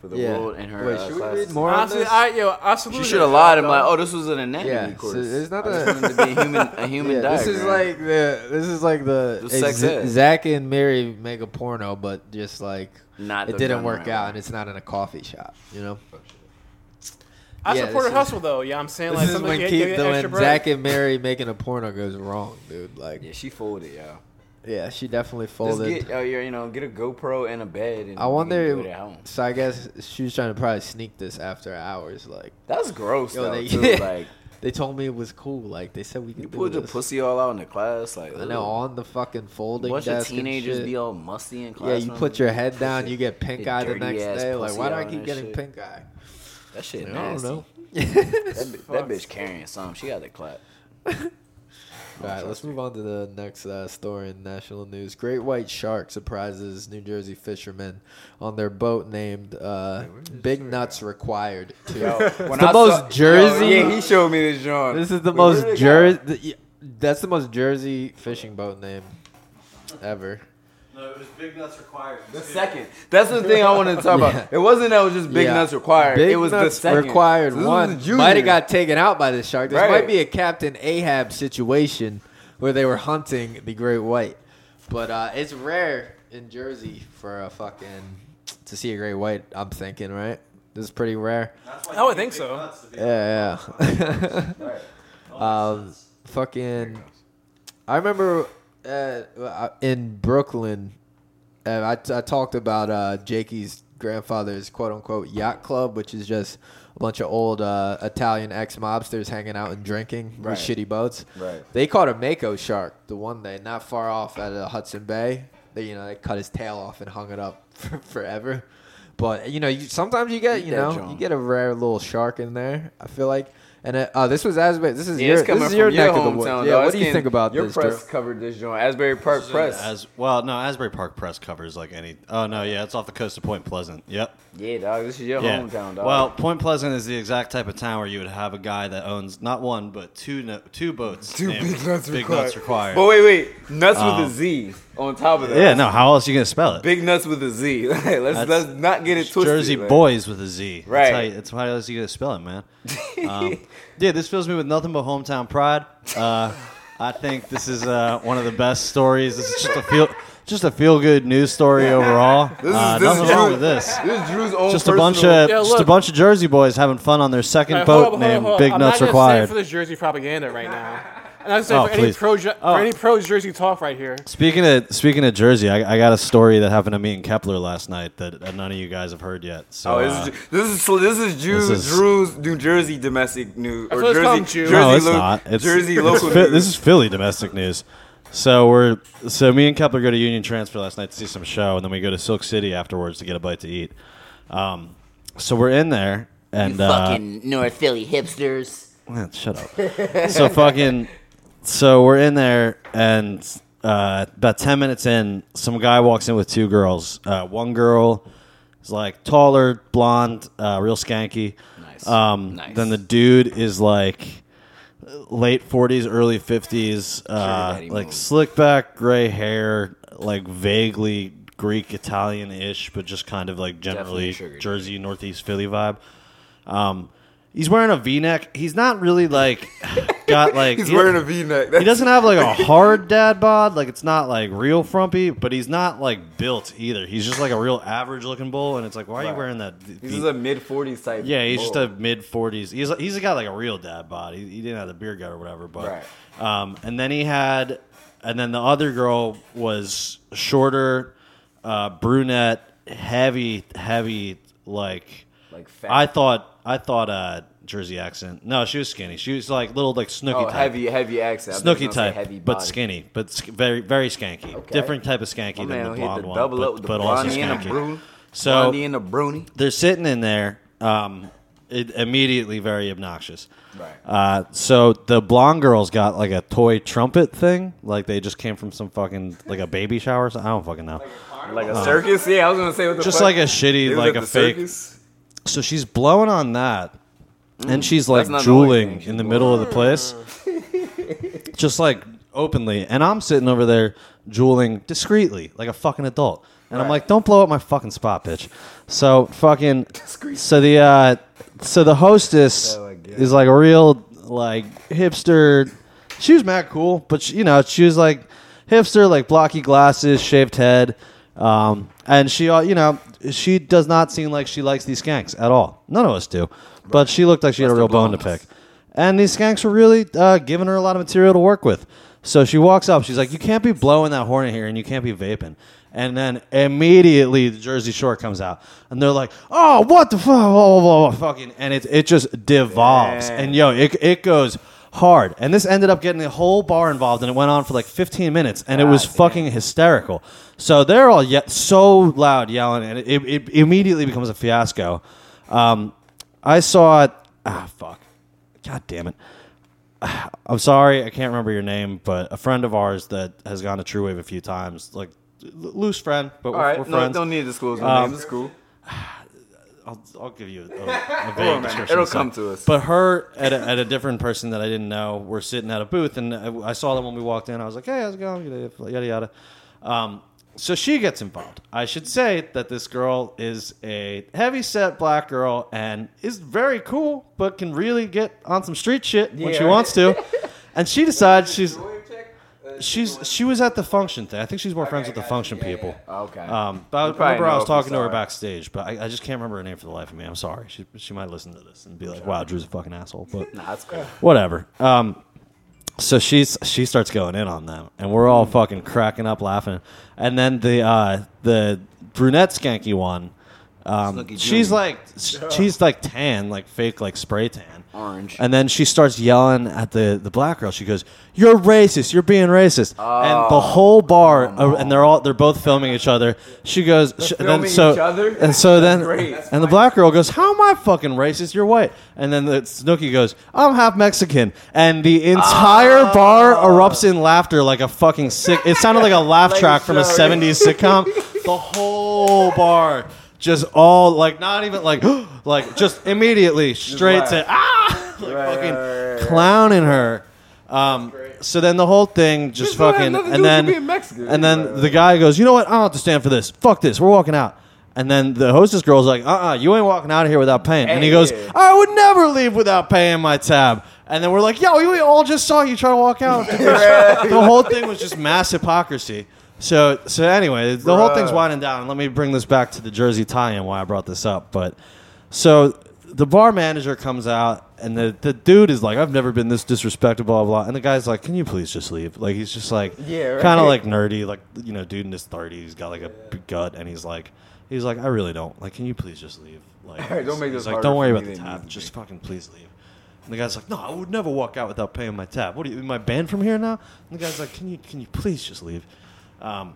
Speaker 4: for the
Speaker 3: yeah.
Speaker 4: world and her.
Speaker 3: Wait,
Speaker 4: uh,
Speaker 3: should we
Speaker 4: classes.
Speaker 3: read more on
Speaker 5: Honestly,
Speaker 3: this?
Speaker 5: I yo, I salute
Speaker 4: She
Speaker 5: her,
Speaker 4: should have lied. I'm
Speaker 5: though.
Speaker 4: like, oh, this was an anatomy
Speaker 3: Yeah, so
Speaker 4: course.
Speaker 3: there's not
Speaker 4: I just
Speaker 3: a-
Speaker 4: wanted to be a human, a human
Speaker 3: yeah, this is
Speaker 4: diagram.
Speaker 3: like the this is like the,
Speaker 4: The sex
Speaker 3: Z-
Speaker 4: ed.
Speaker 3: Zach and Mary make a porno, but just like
Speaker 4: Not the
Speaker 3: it didn't
Speaker 4: gun
Speaker 3: work
Speaker 4: around.
Speaker 3: out, and it's not in a coffee shop, you know.
Speaker 5: I
Speaker 3: Yeah,
Speaker 5: support
Speaker 3: this
Speaker 5: a
Speaker 3: is-
Speaker 5: hustle though. Yeah, I'm saying like
Speaker 3: This is
Speaker 5: somebody get,
Speaker 3: when, Keith,
Speaker 5: get
Speaker 3: the,
Speaker 5: extra
Speaker 3: when
Speaker 5: bread.
Speaker 3: Zach and Mary making a porno goes wrong, dude. Like,
Speaker 4: Yeah, she folded, yeah.
Speaker 3: yeah, she definitely
Speaker 4: Just
Speaker 3: folded.
Speaker 4: get, uh, your- you know, get a GoPro and a bed. And
Speaker 3: I
Speaker 4: you can
Speaker 3: wonder.
Speaker 4: do it at home.
Speaker 3: So I guess she was trying to probably sneak this after hours. Like
Speaker 4: That's gross,
Speaker 3: Yo,
Speaker 4: though.
Speaker 3: they-
Speaker 4: too. Like
Speaker 3: they told me it was cool. Like they said we could
Speaker 4: you
Speaker 3: do
Speaker 4: pulled your
Speaker 3: this.
Speaker 4: pussy all out in the class, like
Speaker 3: I know on the fucking folding
Speaker 4: bunch of
Speaker 3: desk. and
Speaker 4: teenagers
Speaker 3: shit.
Speaker 4: be all musty in class.
Speaker 3: yeah, you put your head down, you get
Speaker 4: Your
Speaker 3: pink eye the
Speaker 4: dirty
Speaker 3: next
Speaker 4: ass
Speaker 3: day. Like,
Speaker 4: pussy
Speaker 3: why do
Speaker 4: out
Speaker 3: I
Speaker 4: on
Speaker 3: keep
Speaker 4: that
Speaker 3: getting
Speaker 4: shit.
Speaker 3: pink eye?
Speaker 4: that
Speaker 3: I
Speaker 4: shit.
Speaker 3: don't
Speaker 4: Nasty.
Speaker 3: know.
Speaker 4: That, bi- that bitch carrying something. She got the clap.
Speaker 3: All right, let's move on to the next uh, story in national news. Great white shark surprises New Jersey fishermen on their boat named uh, "Big Nuts Required." Too.
Speaker 4: When
Speaker 12: the
Speaker 4: I
Speaker 12: most
Speaker 4: saw-
Speaker 12: Jersey-
Speaker 4: Yo, yeah, he showed me this John.
Speaker 12: This is the
Speaker 4: Wait, where did
Speaker 12: most
Speaker 4: it
Speaker 12: Jersey.
Speaker 4: go?
Speaker 3: That's the most Jersey fishing boat name ever.
Speaker 13: No, it was big nuts required.
Speaker 4: The second. That's the thing I wanted to talk
Speaker 3: Yeah.
Speaker 4: about. It wasn't that it was just big
Speaker 3: Yeah.
Speaker 4: nuts required.
Speaker 3: Big
Speaker 4: it was
Speaker 3: nuts
Speaker 4: the second
Speaker 3: required
Speaker 4: So this was
Speaker 3: one.
Speaker 4: the junior.
Speaker 3: Might have got taken out by this shark. This
Speaker 4: Right.
Speaker 3: might be a Captain Ahab situation where they were hunting the great white, but uh, it's rare in Jersey for a fucking to see a great white. I'm thinking, right? This is pretty rare.
Speaker 13: That's why
Speaker 5: I
Speaker 13: you
Speaker 5: would
Speaker 13: need
Speaker 5: think
Speaker 13: big
Speaker 5: so.
Speaker 13: nuts to be-
Speaker 3: Yeah, yeah.
Speaker 4: Right.
Speaker 3: um, fucking. I remember uh, uh, in Brooklyn, uh, I, t- I talked about uh, Jakey's grandfather's quote unquote yacht club, which is just a bunch of old uh, Italian ex mobsters hanging out and drinking
Speaker 4: Right.
Speaker 3: with shitty boats.
Speaker 4: Right.
Speaker 3: They caught a mako shark the one day, not far off at uh, Hudson Bay. They you know they cut his tail off and hung it up for, forever. But you know, you, sometimes you get
Speaker 4: Eat
Speaker 3: you
Speaker 4: that
Speaker 3: know
Speaker 4: junk.
Speaker 3: you get a rare little shark in there. I feel like, and uh, uh, this was as this is
Speaker 4: Yeah,
Speaker 3: your
Speaker 4: it's coming
Speaker 3: this is your
Speaker 4: from your
Speaker 3: neck of the
Speaker 4: hometown.
Speaker 3: woods.
Speaker 4: dog.
Speaker 3: Yeah, what
Speaker 4: It's
Speaker 3: do you
Speaker 4: getting-
Speaker 3: think about
Speaker 4: your
Speaker 3: this?
Speaker 4: press
Speaker 3: Drew?
Speaker 4: covered this joint? Asbury Park Press.
Speaker 7: As well, no, Asbury Park Press covers like any. Oh no, yeah, it's off the coast of Point Pleasant. Yep.
Speaker 4: yeah, dog. This is your
Speaker 7: Yeah.
Speaker 4: hometown, dog.
Speaker 7: Well, Point Pleasant is the exact type of town where you would have a guy that owns not one but two no, two boats. Two big nuts big required. Nuts required.
Speaker 4: but wait, wait. Nuts
Speaker 7: Um,
Speaker 4: with a Z on top of that.
Speaker 7: yeah, no. How else you gonna spell it?
Speaker 4: Big nuts with a Z. Like, let's
Speaker 7: That's-
Speaker 4: let's not get it twisted.
Speaker 7: Jersey
Speaker 4: like.
Speaker 7: boys with a Z. That's how,
Speaker 4: Right.
Speaker 7: you- that's how else you gonna spell it, man. Um, yeah, this fills me with nothing but hometown pride. Uh, I think this is uh, one of the best stories. This is just a feel just a feel good news story overall.
Speaker 4: This is,
Speaker 7: Uh,
Speaker 4: this
Speaker 7: nothing
Speaker 4: is
Speaker 7: wrong
Speaker 4: Drew-
Speaker 7: with this.
Speaker 4: This is Drew's own
Speaker 7: Just a
Speaker 4: personal-
Speaker 7: bunch of
Speaker 5: Oh, Yeah,
Speaker 7: just a
Speaker 5: look.
Speaker 7: bunch of Jersey boys having fun on their second
Speaker 5: Alright, hold
Speaker 7: boat
Speaker 5: up, hold up,
Speaker 7: named
Speaker 5: hold up.
Speaker 7: Big
Speaker 5: I'm
Speaker 7: Nuts
Speaker 5: not gonna
Speaker 7: Required.
Speaker 5: stand for this Jersey propaganda right now. And I'm
Speaker 7: Oh,
Speaker 5: saying for any
Speaker 7: please.
Speaker 5: pro, Jer-
Speaker 7: Oh.
Speaker 5: for any pro Jersey talk right here.
Speaker 7: Speaking of speaking of Jersey, I, I got a story that happened to me and Kepler last night that uh, none of you guys have heard yet. So
Speaker 4: Oh,
Speaker 7: uh,
Speaker 4: this is this is so this is, Drew,
Speaker 7: this is-
Speaker 4: Drew's New Jersey domestic news or
Speaker 5: what it's
Speaker 4: Jersey
Speaker 5: called, Jew.
Speaker 4: Jersey,
Speaker 7: no, it's
Speaker 4: lo-
Speaker 7: not. It's,
Speaker 4: Jersey
Speaker 7: it's
Speaker 4: local.
Speaker 7: Phi-
Speaker 4: news.
Speaker 7: this is Philly domestic news. So we're so me and Kepler go to Union Transfer last night to see some show, and then we go to Silk City afterwards to get a bite to eat. Um, so we're in there, and uh,
Speaker 8: North Philly hipsters.
Speaker 7: Man, Eh, shut up. so fucking. So we're in there, and uh, about ten minutes in, some guy walks in with two girls. Uh, one girl is like taller, blonde, uh, real skanky.
Speaker 4: Nice.
Speaker 7: Um,
Speaker 4: Nice.
Speaker 7: Then the dude is like late forties, early fifties, uh,
Speaker 4: daddy
Speaker 7: like
Speaker 4: mode.
Speaker 7: slick back, gray hair, like vaguely Greek Italian ish, but just kind of like generally
Speaker 4: Definitely sugar daddy.
Speaker 7: Jersey, Northeast Philly vibe. Um, he's wearing a V-neck. He's not really like got like
Speaker 4: He's
Speaker 7: he-
Speaker 4: wearing a V-neck.
Speaker 7: He doesn't have like a hard dad bod. Like it's not like real frumpy, but he's not like built either. He's just like a real average looking bull, and it's like why are you
Speaker 4: Right.
Speaker 7: wearing that? v-
Speaker 4: He's just a mid forties type.
Speaker 7: yeah, he's just
Speaker 4: bull.
Speaker 7: a mid forties. He's he's got like a real dad bod. He, he didn't have the beer gut or whatever, but um, and then he had, and then the other girl was shorter, uh, brunette, heavy, heavy, like
Speaker 4: like fat.
Speaker 7: I thought I thought uh Jersey accent. No, she was skinny. She was like little like snooky
Speaker 4: oh,
Speaker 7: type.
Speaker 4: heavy heavy accent. I thought you
Speaker 7: Snooky
Speaker 4: were gonna say
Speaker 7: type,
Speaker 4: heavy
Speaker 7: but
Speaker 4: body.
Speaker 7: skinny, but sk- very, very skanky.
Speaker 4: Okay.
Speaker 7: Different type of skanky
Speaker 4: My
Speaker 7: than
Speaker 4: Oh, man
Speaker 7: the
Speaker 4: hit
Speaker 7: blonde
Speaker 4: the
Speaker 7: one,
Speaker 4: double
Speaker 7: but,
Speaker 4: up with the
Speaker 7: but also
Speaker 4: blondie and the
Speaker 7: skanky.
Speaker 4: brune.
Speaker 7: So-
Speaker 4: blondie and the bruni.
Speaker 7: They're sitting in there, um, it, immediately very obnoxious.
Speaker 4: Right.
Speaker 7: Uh, so the blonde girl's got like a toy trumpet thing, like they just came from some fucking like a baby shower. Or something. I don't fucking know.
Speaker 4: Like a circus? Yeah, I was gonna say what the
Speaker 7: Uh-huh. Just
Speaker 4: fuck?
Speaker 7: like a
Speaker 4: They
Speaker 7: shitty,
Speaker 4: was
Speaker 7: like
Speaker 4: at
Speaker 7: a
Speaker 4: the
Speaker 7: fake-
Speaker 4: circus?
Speaker 7: So she's blowing on that, and she's like
Speaker 4: Mm. not the only
Speaker 7: drooling
Speaker 4: thing she's
Speaker 7: in the middle of the place, just like openly. And I'm sitting over there drooling discreetly, like a fucking adult. And I'm like, "Don't blow up my fucking spot, bitch." So fucking. So the uh, so the hostess
Speaker 4: Oh, I get it.
Speaker 7: is like a real like hipster. She was mad cool, but she, you know she was like hipster, like blocky glasses, shaved head. Um, and she, uh, you know, she does not seem like she likes these skanks at all. None of us do. But she looked like she had a real bone to pick. And these skanks were really uh, giving her a lot of material to work with. So she walks up. She's like, "You can't be blowing that horn in here, and you can't be vaping." And then immediately the Jersey Shore comes out, and they're like, "Oh, what the fuck, blah, blah, blah, blah, fucking!" And it it just devolves, and yo, it it goes hard. And this ended up getting the whole bar involved, and it went on for like 15 minutes, and it was fucking hysterical. So they're all yet so loud yelling, and it, it, it immediately becomes a fiasco. Um, I saw it. Ah, fuck. God damn it. I'm sorry, I can't remember your name, but a friend of ours that has gone to True Wave a few times, like l- loose friend, but we're,
Speaker 4: All right,
Speaker 7: we're
Speaker 4: no,
Speaker 7: friends.
Speaker 4: don't need to disclose my
Speaker 7: Um,
Speaker 4: names. It's cool.
Speaker 7: I'll, I'll give you a, a vague description.
Speaker 4: It'll
Speaker 7: so.
Speaker 4: come to us.
Speaker 7: But her at a, at a different person that I didn't know were sitting at a booth, and I, I saw them when we walked in. I was like, "Hey, how's it going?" Yada yada. yada. Um, so she gets involved. I should say that this girl is a heavy set black girl and is very cool, but can really get on some street shit when she
Speaker 3: Yeah.
Speaker 7: wants to. and she decides she's
Speaker 4: Uh,
Speaker 7: she's she was at the function thing. I think she's more friends with the function people.
Speaker 4: Okay.
Speaker 7: Um, but I
Speaker 4: probably
Speaker 7: remember I
Speaker 4: know
Speaker 7: was
Speaker 4: if we
Speaker 7: talking to
Speaker 4: saw
Speaker 7: her
Speaker 4: her.
Speaker 7: backstage, but I, I just can't remember her name for the life of me. I'm sorry. She she might listen to this and be like, "Wow, Drew's a fucking asshole," but
Speaker 4: That's cool.
Speaker 7: whatever. Um, so she's she starts going in on them, and we're all fucking cracking up laughing. And then the uh, the brunette skanky one, um,
Speaker 4: Snooki
Speaker 7: she's
Speaker 4: Junior.
Speaker 7: like she's like tan, like fake, like spray tan,
Speaker 4: Orange.
Speaker 7: And then she starts yelling at the the black girl. She goes, "You're racist. You're being racist." and
Speaker 4: Oh.
Speaker 7: the whole bar, uh, and they're all they're both filming each other. She goes, sh- and then
Speaker 4: filming
Speaker 7: so
Speaker 4: each other?
Speaker 7: and so then
Speaker 4: great.
Speaker 7: and the black girl goes, "How am I fucking racist? You're white." And then the Snooki goes, "I'm half Mexican," and the entire bar
Speaker 4: Ah.
Speaker 7: erupts in laughter like a fucking sick. It sounded like a laugh track from a
Speaker 4: sorry.
Speaker 7: '70s sitcom. The whole bar just all like not even like like just immediately straight to ah like
Speaker 4: Right, right,
Speaker 7: fucking
Speaker 4: right, right.
Speaker 7: clowning her. Um, so then the whole thing just
Speaker 4: This had
Speaker 7: fucking
Speaker 4: nothing to do with
Speaker 7: and then
Speaker 4: you being Mexican.
Speaker 7: and then
Speaker 4: Right,
Speaker 7: the guy goes, you know what? I don't have to stand for this. Fuck this. We're walking out. And then the hostess girl's like, uh uh you ain't walking out of here without paying. and he
Speaker 4: Hey.
Speaker 7: goes, I would never leave without paying my tab. And then we're like, yo, we all just saw you try to walk out. the whole thing was just mass hypocrisy. So, so anyway, the whole thing's winding down. And let me bring this back to the Jersey tie-in. Why I brought this up, but so the bar manager comes out, and the, the dude is like, "I've never been this disrespectful," blah blah. And the guy's like, "Can you please just leave?" Like he's just like,
Speaker 4: Yeah, right.
Speaker 7: kind of like nerdy, like you know, dude in his thirties, he's got like a big gut, and he's like, he's like, "I really don't like. Can you please just leave?" Like,
Speaker 4: Don't
Speaker 7: he's-
Speaker 4: make this
Speaker 7: he's like,
Speaker 4: harder
Speaker 7: "Don't worry
Speaker 4: for
Speaker 7: about
Speaker 4: me
Speaker 7: the
Speaker 4: than it
Speaker 7: tab.
Speaker 4: needs to
Speaker 7: Just fucking please leave." And the guy's like, "No, I would never walk out without paying my tab. What are you? Am I banned from here now?" And the guy's like, "Can you can you please just leave?" Um,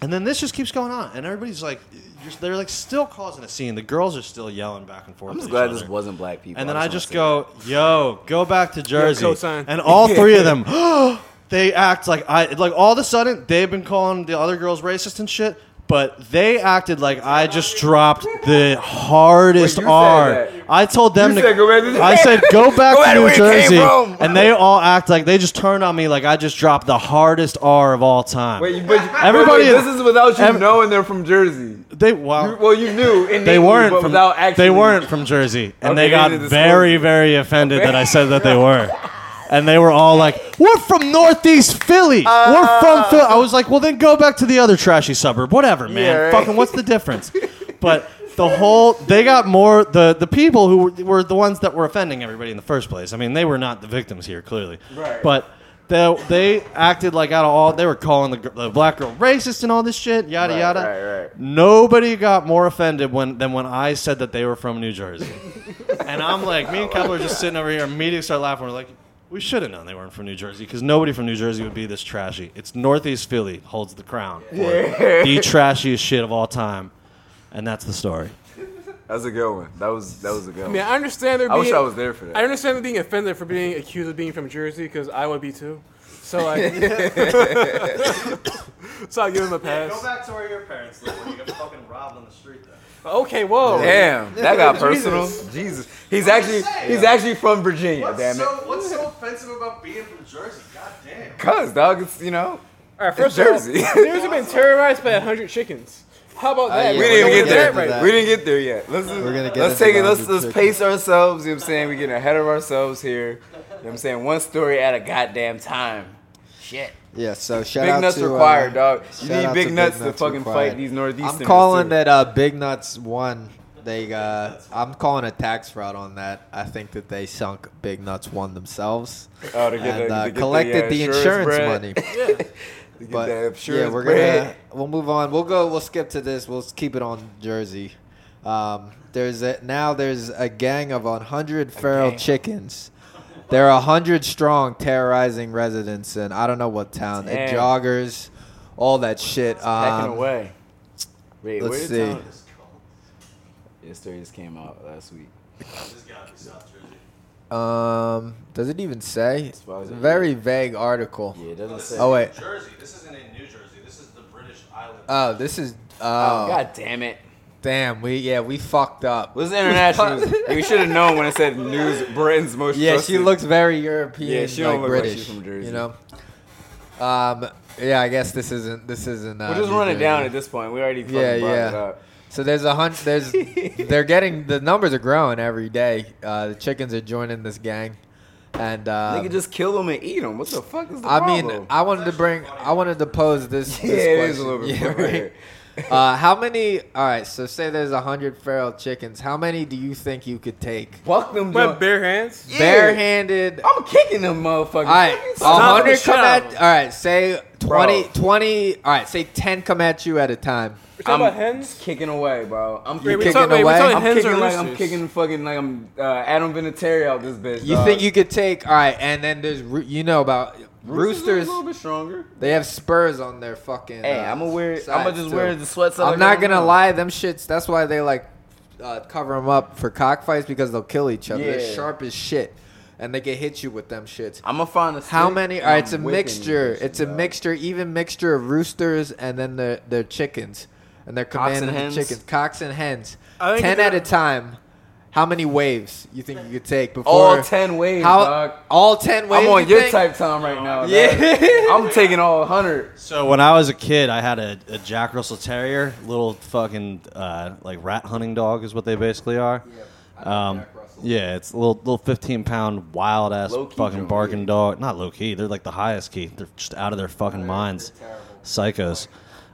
Speaker 7: and then this just keeps going on, and everybody's like, you're, they're like still causing a scene. The girls are still yelling back and forth.
Speaker 4: I'm
Speaker 7: at
Speaker 4: just
Speaker 7: each
Speaker 4: glad
Speaker 7: other.
Speaker 4: this wasn't black people.
Speaker 7: And then I just
Speaker 4: wanna
Speaker 7: go, yo, go back to Jersey.
Speaker 5: cosign.
Speaker 7: and all three of them, they act like I like all of a sudden they've been calling the other girls racist and shit, but they acted like I just dropped the hardest
Speaker 4: Wait, you said
Speaker 7: R.
Speaker 4: that.
Speaker 7: I told them
Speaker 4: You
Speaker 7: to
Speaker 4: said go back to-
Speaker 7: I said go back
Speaker 4: Go
Speaker 7: to
Speaker 4: back
Speaker 7: New
Speaker 4: where you came
Speaker 7: Jersey.
Speaker 4: from.
Speaker 7: And they all act like they just turned on me like I just dropped the hardest R of all time.
Speaker 4: say that. Wait, but everybody.
Speaker 7: Everybody is-
Speaker 4: this is without you
Speaker 7: ev-
Speaker 4: knowing they're from Jersey.
Speaker 7: they wow.
Speaker 4: You- well, you knew. innately,
Speaker 7: they weren't
Speaker 4: but
Speaker 7: from
Speaker 4: without actually.
Speaker 7: they weren't from Jersey, and
Speaker 4: Okay,
Speaker 7: they got
Speaker 4: they didn't
Speaker 7: very very offended that I said that they were, and they were all like, "We're from Northeast Philly. we're from Philly." I was like, "Well, then go back to the other trashy suburb. Whatever, man.
Speaker 4: Yeah, right.
Speaker 7: Fucking what's the difference?" But the whole they got more the the people who were, were the ones that were offending everybody in the first place. I mean, they were not the victims here clearly,
Speaker 4: Right.
Speaker 7: but. They, they acted like out of all they were calling the, gr- the black girl racist and all this shit yada
Speaker 4: Right,
Speaker 7: yada
Speaker 4: right, right.
Speaker 7: Nobody got more offended when than when I said that they were from New Jersey. and I'm like, me and Kepler are just sitting over here, immediately start laughing. We're like, we should have known they weren't from New Jersey because nobody from New Jersey would be this trashy. It's Northeast Philly holds the crown. for The trashiest shit of all time. And that's the story.
Speaker 4: That's a good one. That was that was a good
Speaker 5: I
Speaker 4: one.
Speaker 5: mean, I understand there
Speaker 4: I
Speaker 5: being.
Speaker 4: wish I was there for that.
Speaker 5: I understand them being offended for being accused of being from Jersey because I would be too. So like, so I give him a pass.
Speaker 7: back to where your parents live when you get fucking robbed on the street then.
Speaker 5: Okay, whoa.
Speaker 4: Damn, that got personal. Jesus, he's actually he's actually from Virginia. damn it,
Speaker 7: what's so offensive about being from Jersey? God damn.
Speaker 4: cuz dog, it's you know.
Speaker 5: All right, first
Speaker 4: Jersey.
Speaker 5: of all, New Jersey been terrorized by hundred chickens. How
Speaker 3: Uh,
Speaker 5: about
Speaker 6: yeah,
Speaker 5: that?
Speaker 4: We
Speaker 6: we're
Speaker 4: didn't even
Speaker 6: gonna
Speaker 4: get there.
Speaker 6: get into that.
Speaker 4: We didn't get there yet. Let's
Speaker 6: We're gonna get
Speaker 4: let's
Speaker 6: into
Speaker 4: take it.
Speaker 6: that
Speaker 4: Let's
Speaker 6: under
Speaker 4: let's
Speaker 6: chicken.
Speaker 4: pace ourselves. You know what I'm saying? We're getting ahead of ourselves here. You know what I'm saying? One story at a goddamn time.
Speaker 8: Shit.
Speaker 3: Yeah, so shout
Speaker 4: Big
Speaker 3: out
Speaker 4: nuts
Speaker 3: to, uh,
Speaker 4: required, dog. You
Speaker 3: shout out
Speaker 4: need
Speaker 3: to
Speaker 4: big nuts to
Speaker 3: Nuts
Speaker 4: fucking
Speaker 3: Required.
Speaker 4: fight these northeasterners.
Speaker 3: I'm calling
Speaker 4: too.
Speaker 3: that uh, Big Nuts one. They uh, I'm calling a tax fraud on that. I think that they sunk Big Nuts one themselves
Speaker 4: Oh, to get
Speaker 3: and
Speaker 4: the- to
Speaker 3: uh,
Speaker 4: get the,
Speaker 3: collected
Speaker 4: uh,
Speaker 3: the
Speaker 4: insurance
Speaker 3: insurance
Speaker 4: bread.
Speaker 3: money.
Speaker 4: To get
Speaker 3: But
Speaker 4: that
Speaker 3: yeah,
Speaker 4: insurance
Speaker 3: we're
Speaker 4: bread.
Speaker 3: gonna we'll move on. We'll go. We'll skip to this. We'll keep it on Jersey. Um, there's a, now there's a gang of 100 feral chickens. They're a hundred strong, terrorizing residents in I don't know what town. They
Speaker 4: Damn.
Speaker 3: joggers, all that shit.
Speaker 4: Hacking
Speaker 3: Um,
Speaker 4: away. Wait,
Speaker 3: let's
Speaker 4: where did
Speaker 3: see.
Speaker 4: Tom- This story just came out last week.
Speaker 3: um, does it even say?
Speaker 4: That's what I was-
Speaker 3: Very vague article.
Speaker 4: Yeah, it doesn't say.
Speaker 3: Oh wait.
Speaker 14: Jersey. This isn't in New Jersey. This is the British island.
Speaker 3: Oh, this is.
Speaker 4: Oh,
Speaker 3: Oh,
Speaker 4: God damn it.
Speaker 3: damn. We yeah, we fucked up.
Speaker 4: This is international. you should have known when it said news Britain's most
Speaker 3: Yeah,
Speaker 4: trusted.
Speaker 3: she looks very European,
Speaker 4: Yeah, she don't
Speaker 3: like
Speaker 4: look like
Speaker 3: British.
Speaker 4: she's from Jersey.
Speaker 3: You know. Um. Yeah, I guess this isn't. This isn't. Uh,
Speaker 4: We'll just
Speaker 3: New
Speaker 4: run it
Speaker 3: Jersey.
Speaker 4: down at this point. We already fucking
Speaker 3: Yeah,
Speaker 4: brought
Speaker 3: yeah.
Speaker 4: it up.
Speaker 3: So there's a hundred. There's they're getting the numbers are growing every day. Uh, the chickens are joining this gang, and
Speaker 4: They
Speaker 3: uh,
Speaker 4: could just kill them and eat them. What the fuck is the
Speaker 3: I
Speaker 4: problem?
Speaker 3: mean, I wanted to bring. I wanted to pose this.
Speaker 4: yeah,
Speaker 3: this
Speaker 4: it is a
Speaker 3: question.
Speaker 4: little bit
Speaker 3: Yeah,
Speaker 4: right.
Speaker 3: right. uh, how many? All right. So say there's a hundred feral chickens. How many do you think you could take?
Speaker 4: Fuck them.
Speaker 5: My
Speaker 4: dog.
Speaker 5: bare hands.
Speaker 4: Yeah.
Speaker 3: Barehanded.
Speaker 4: I'm kicking them motherfuckers.
Speaker 3: All right,
Speaker 4: Fuck you,
Speaker 3: a
Speaker 4: son.
Speaker 5: Stop
Speaker 3: hundred
Speaker 5: the
Speaker 3: come
Speaker 5: show.
Speaker 3: at. All right, say
Speaker 4: Bro.
Speaker 3: 20, 20 All right, say ten come at you at a time.
Speaker 5: We're talking
Speaker 4: I'm
Speaker 5: about hens.
Speaker 4: kicking away, bro. I'm
Speaker 5: Wait,
Speaker 4: kicking.
Speaker 5: we
Speaker 3: kicking
Speaker 5: talk- wait, we
Speaker 3: away?
Speaker 5: talking
Speaker 4: I'm
Speaker 5: hens or
Speaker 4: kicking like I'm
Speaker 5: roosters?
Speaker 4: kicking fucking like I'm uh, Adam Vinatieri out this bitch.
Speaker 3: You
Speaker 4: dog.
Speaker 3: think you could take? All right, and then there's roo- you know about
Speaker 4: are
Speaker 3: roosters.
Speaker 4: A little bit stronger.
Speaker 3: They have spurs on their fucking.
Speaker 4: Hey,
Speaker 3: uh,
Speaker 4: I'm gonna wear. I'm gonna
Speaker 3: sides,
Speaker 4: just
Speaker 3: too.
Speaker 4: wear the sweats.
Speaker 3: I'm not gonna lie, them shits. That's why they like uh, cover them up for cockfights because they'll kill each other.
Speaker 4: Yeah.
Speaker 3: They're sharp as shit, and they can hit you with them shits.
Speaker 4: I'm gonna find a.
Speaker 3: How
Speaker 4: stick
Speaker 3: many?
Speaker 4: and
Speaker 3: All right,
Speaker 4: I'm
Speaker 3: it's a
Speaker 4: whipping
Speaker 3: mixture.
Speaker 4: these bitches,
Speaker 3: It's a
Speaker 4: dog.
Speaker 3: mixture, even mixture of roosters and then their their chickens, and they're
Speaker 4: Cocks and
Speaker 3: commanding the
Speaker 4: hens?
Speaker 3: chickens, cocks and hens.
Speaker 5: I think
Speaker 3: Ten
Speaker 5: if
Speaker 3: at a
Speaker 5: they're-
Speaker 3: time. How many waves you think you could take before
Speaker 4: All ten waves,
Speaker 3: How
Speaker 4: dog.
Speaker 3: all ten waves?
Speaker 4: I'm on
Speaker 3: you
Speaker 4: your
Speaker 3: think?
Speaker 4: type time right now. dog.
Speaker 3: Yeah.
Speaker 4: I'm taking all 100.
Speaker 7: So when I was a kid, I had a, a Jack Russell Terrier, little fucking uh, like rat hunting dog is what they basically are. Yeah, um, yeah it's a little little fifteen pound wild ass
Speaker 4: Low-key
Speaker 7: fucking
Speaker 4: joint,
Speaker 7: barking
Speaker 4: yeah.
Speaker 7: dog. Not low key. They're like the highest key. They're just out of their fucking minds, psychos.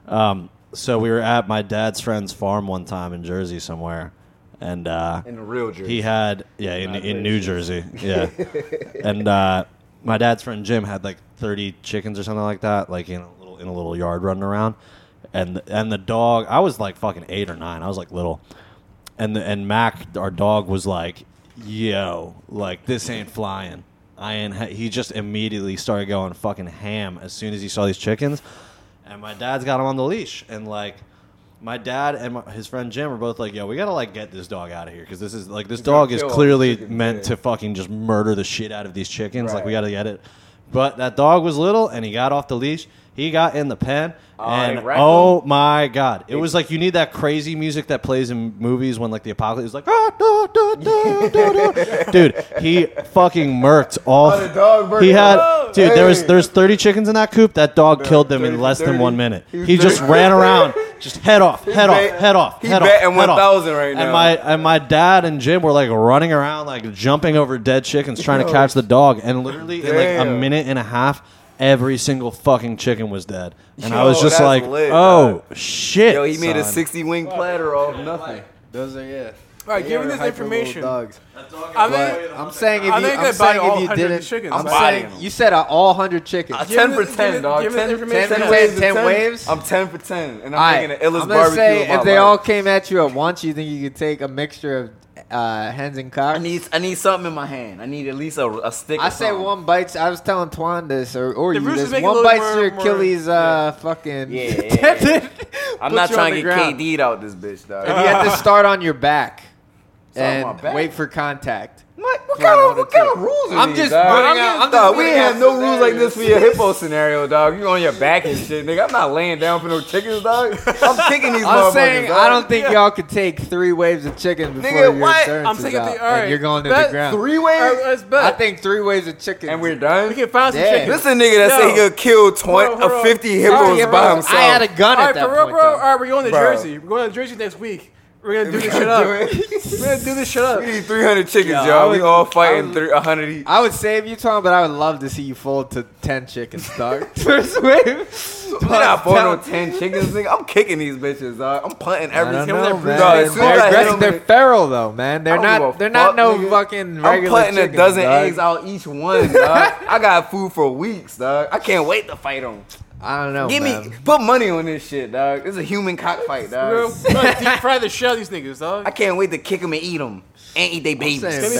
Speaker 7: Um, so we were at my dad's friend's farm one time in Jersey somewhere, and uh,
Speaker 4: In the real jersey.
Speaker 7: he had yeah in, in New Jersey yeah, and uh, my dad's friend Jim had like thirty chickens or something like that, like in a little in a little yard running around, and and the dog I was like fucking eight or nine I was like little, and the, and Mac our dog was like yo like this ain't flying I ain't ha-. he just immediately started going fucking ham as soon as he saw these chickens, and my dad's got him on the leash and like my dad and my, his friend Jim are both like, "Yo, we gotta like get this dog out of here because this is like this dog is
Speaker 4: kill all the
Speaker 7: clearly
Speaker 4: chickens,
Speaker 7: meant
Speaker 4: yeah.
Speaker 7: to fucking just murder the shit out of these chickens. Like we
Speaker 4: Right.
Speaker 7: gotta get it." But that dog was little, and he got off the leash. He got in the pen,
Speaker 4: they
Speaker 7: and
Speaker 4: wrecked
Speaker 7: oh my god, it was like you need that crazy music that plays in movies when like the apocalypse is like, "Ah, da, da, da, da, da." dude, he fucking murked all.
Speaker 4: Oh, the dog murked
Speaker 7: he
Speaker 4: it.
Speaker 7: had,
Speaker 4: Oh,
Speaker 7: dude. There was
Speaker 4: hey.
Speaker 7: there's 30 chickens in that coop. That dog killed them in
Speaker 4: 30,
Speaker 7: less than
Speaker 4: 30.
Speaker 7: one minute.
Speaker 4: He was
Speaker 7: He just
Speaker 4: 30.
Speaker 7: ran around, just head off, head off,
Speaker 4: bet-
Speaker 7: head off,
Speaker 4: he
Speaker 7: head off.
Speaker 4: betting
Speaker 7: head off.
Speaker 4: 1,000 right now.
Speaker 7: And my and my dad and Jim were like running around, like jumping over dead chickens, trying to catch the dog. And literally in like a
Speaker 4: Damn.
Speaker 7: minute and a half, every single fucking chicken was dead. And I
Speaker 4: Yo,
Speaker 7: was just
Speaker 4: that's
Speaker 7: like,
Speaker 4: lit,
Speaker 7: oh shit.
Speaker 4: Yo, he made a
Speaker 7: son."
Speaker 4: 60 wing platter off nothing.
Speaker 3: Those are yeah.
Speaker 5: All right,
Speaker 3: They
Speaker 5: give me
Speaker 3: are
Speaker 5: this
Speaker 3: hyper little
Speaker 5: information.
Speaker 3: Dogs.
Speaker 5: I
Speaker 3: But
Speaker 5: think
Speaker 3: I'm saying if you,
Speaker 5: I think they
Speaker 3: I'm
Speaker 5: buy
Speaker 3: saying
Speaker 5: all
Speaker 3: if you
Speaker 5: 100
Speaker 3: didn't,
Speaker 5: chickens.
Speaker 3: I'm
Speaker 5: I'm
Speaker 3: saying
Speaker 4: buying
Speaker 3: you said uh, all hundred chickens.
Speaker 4: I'm
Speaker 5: Give
Speaker 4: 10
Speaker 5: me
Speaker 4: for
Speaker 5: this-
Speaker 4: 10,
Speaker 5: give me-
Speaker 4: dog.
Speaker 5: give me this
Speaker 4: 10,
Speaker 5: information.
Speaker 4: 10
Speaker 5: Ten
Speaker 4: waves.
Speaker 3: waves, ten waves?
Speaker 4: I'm 10 for 10, and I'm making
Speaker 3: Alright,
Speaker 4: the illest
Speaker 3: I'm gonna
Speaker 4: barbecue
Speaker 3: say
Speaker 4: of my
Speaker 3: if they
Speaker 4: life.
Speaker 3: all came at you at once, you think you could take a mixture of uh, hens and cocks?
Speaker 4: I need, I need something in my hand. I need at least a, a stick.
Speaker 3: I
Speaker 4: or
Speaker 3: say
Speaker 4: something.
Speaker 15: One bites. I was telling Twan this, or, or
Speaker 5: The
Speaker 15: you
Speaker 5: Roosters
Speaker 15: this.
Speaker 5: make it
Speaker 15: One
Speaker 5: look
Speaker 15: bites
Speaker 5: more-
Speaker 15: your
Speaker 5: more-
Speaker 15: Achilles, uh, fucking.
Speaker 4: Yeah, yeah, yeah. I'm
Speaker 15: Put
Speaker 4: not
Speaker 15: you
Speaker 4: trying
Speaker 15: on the
Speaker 4: to get
Speaker 15: ground.
Speaker 4: KD'd out this bitch, dog.
Speaker 15: You have to start on your back
Speaker 4: on
Speaker 15: and
Speaker 4: my back?
Speaker 15: wait for contact.
Speaker 4: What, what kind of what kind of rules are
Speaker 15: I'm
Speaker 4: these,
Speaker 15: just
Speaker 4: dog?
Speaker 15: putting out- I'm just
Speaker 4: Dog, we
Speaker 15: putting
Speaker 4: ain't
Speaker 15: out
Speaker 4: have no rules like this for your hippo scenario, dog. You on your back and shit, nigga. I'm not laying down for no chickens, dog. I'm kicking these
Speaker 15: I'm
Speaker 4: motherfuckers.
Speaker 15: saying
Speaker 4: dog.
Speaker 15: I don't think
Speaker 5: Yeah.
Speaker 15: y'all could take three waves of chicken before
Speaker 4: Nigga,
Speaker 15: your
Speaker 4: what?
Speaker 15: insurance
Speaker 5: I'm
Speaker 15: is
Speaker 5: taking
Speaker 15: out,
Speaker 5: the all right.
Speaker 15: and you're going to
Speaker 5: Bet
Speaker 15: the ground.
Speaker 4: three
Speaker 5: All
Speaker 4: ways
Speaker 5: right, let's bet.
Speaker 15: I think three waves of chicken.
Speaker 4: and we're done.
Speaker 5: we can find some
Speaker 15: Yeah.
Speaker 5: chickens.
Speaker 4: This is a nigga that said he
Speaker 5: No.
Speaker 4: could kill 20,
Speaker 5: Hold on, hold
Speaker 4: uh,
Speaker 5: on.
Speaker 4: 50
Speaker 15: Sorry,
Speaker 4: hippos
Speaker 15: yeah, bro,
Speaker 4: by himself.
Speaker 15: I had a gun
Speaker 5: All
Speaker 15: at
Speaker 5: right,
Speaker 15: that
Speaker 5: for real,
Speaker 15: point.
Speaker 5: bro. All
Speaker 15: though.
Speaker 5: right, we're going to
Speaker 4: Bro.
Speaker 5: Jersey. We're going to Jersey next week. We're gonna do this shit up. We're gonna do this shit up.
Speaker 4: We need 300 chickens,
Speaker 3: Yo, I
Speaker 4: y'all. We
Speaker 3: would-
Speaker 4: all
Speaker 3: I
Speaker 4: fighting
Speaker 3: would-
Speaker 4: through 100 each.
Speaker 3: I would save you, Tom, but I would love to see you fold to ten chickens, dog. First wave.
Speaker 4: I'm not falling on 10 chickens, nigga. I'm kicking these bitches, dog. I'm punting
Speaker 3: I
Speaker 4: every
Speaker 3: don't
Speaker 4: single
Speaker 3: know,
Speaker 4: Dog,
Speaker 3: man.
Speaker 4: as soon as
Speaker 3: They're,
Speaker 4: I hit
Speaker 3: aggressive.
Speaker 4: them,
Speaker 3: they're feral though, man. They're
Speaker 4: I don't give
Speaker 3: not.
Speaker 4: a
Speaker 3: They're not
Speaker 4: fuck,
Speaker 3: no
Speaker 4: nigga.
Speaker 3: fucking
Speaker 4: I'm
Speaker 3: regular.
Speaker 4: putting a
Speaker 3: chickens,
Speaker 4: dozen
Speaker 3: dog.
Speaker 4: eggs out each one, dog. I got food for weeks, dog. I can't wait to fight them.
Speaker 3: I don't know.
Speaker 4: Give me,
Speaker 3: Oh, man.
Speaker 4: put money on this shit, dog. This is a human cockfight,
Speaker 5: Bro,
Speaker 4: dog.
Speaker 5: bro, deep fry the shell these niggas, dog.
Speaker 4: I can't wait to kick them and eat them and eat their
Speaker 3: I'm
Speaker 4: babies.
Speaker 3: saying
Speaker 5: Give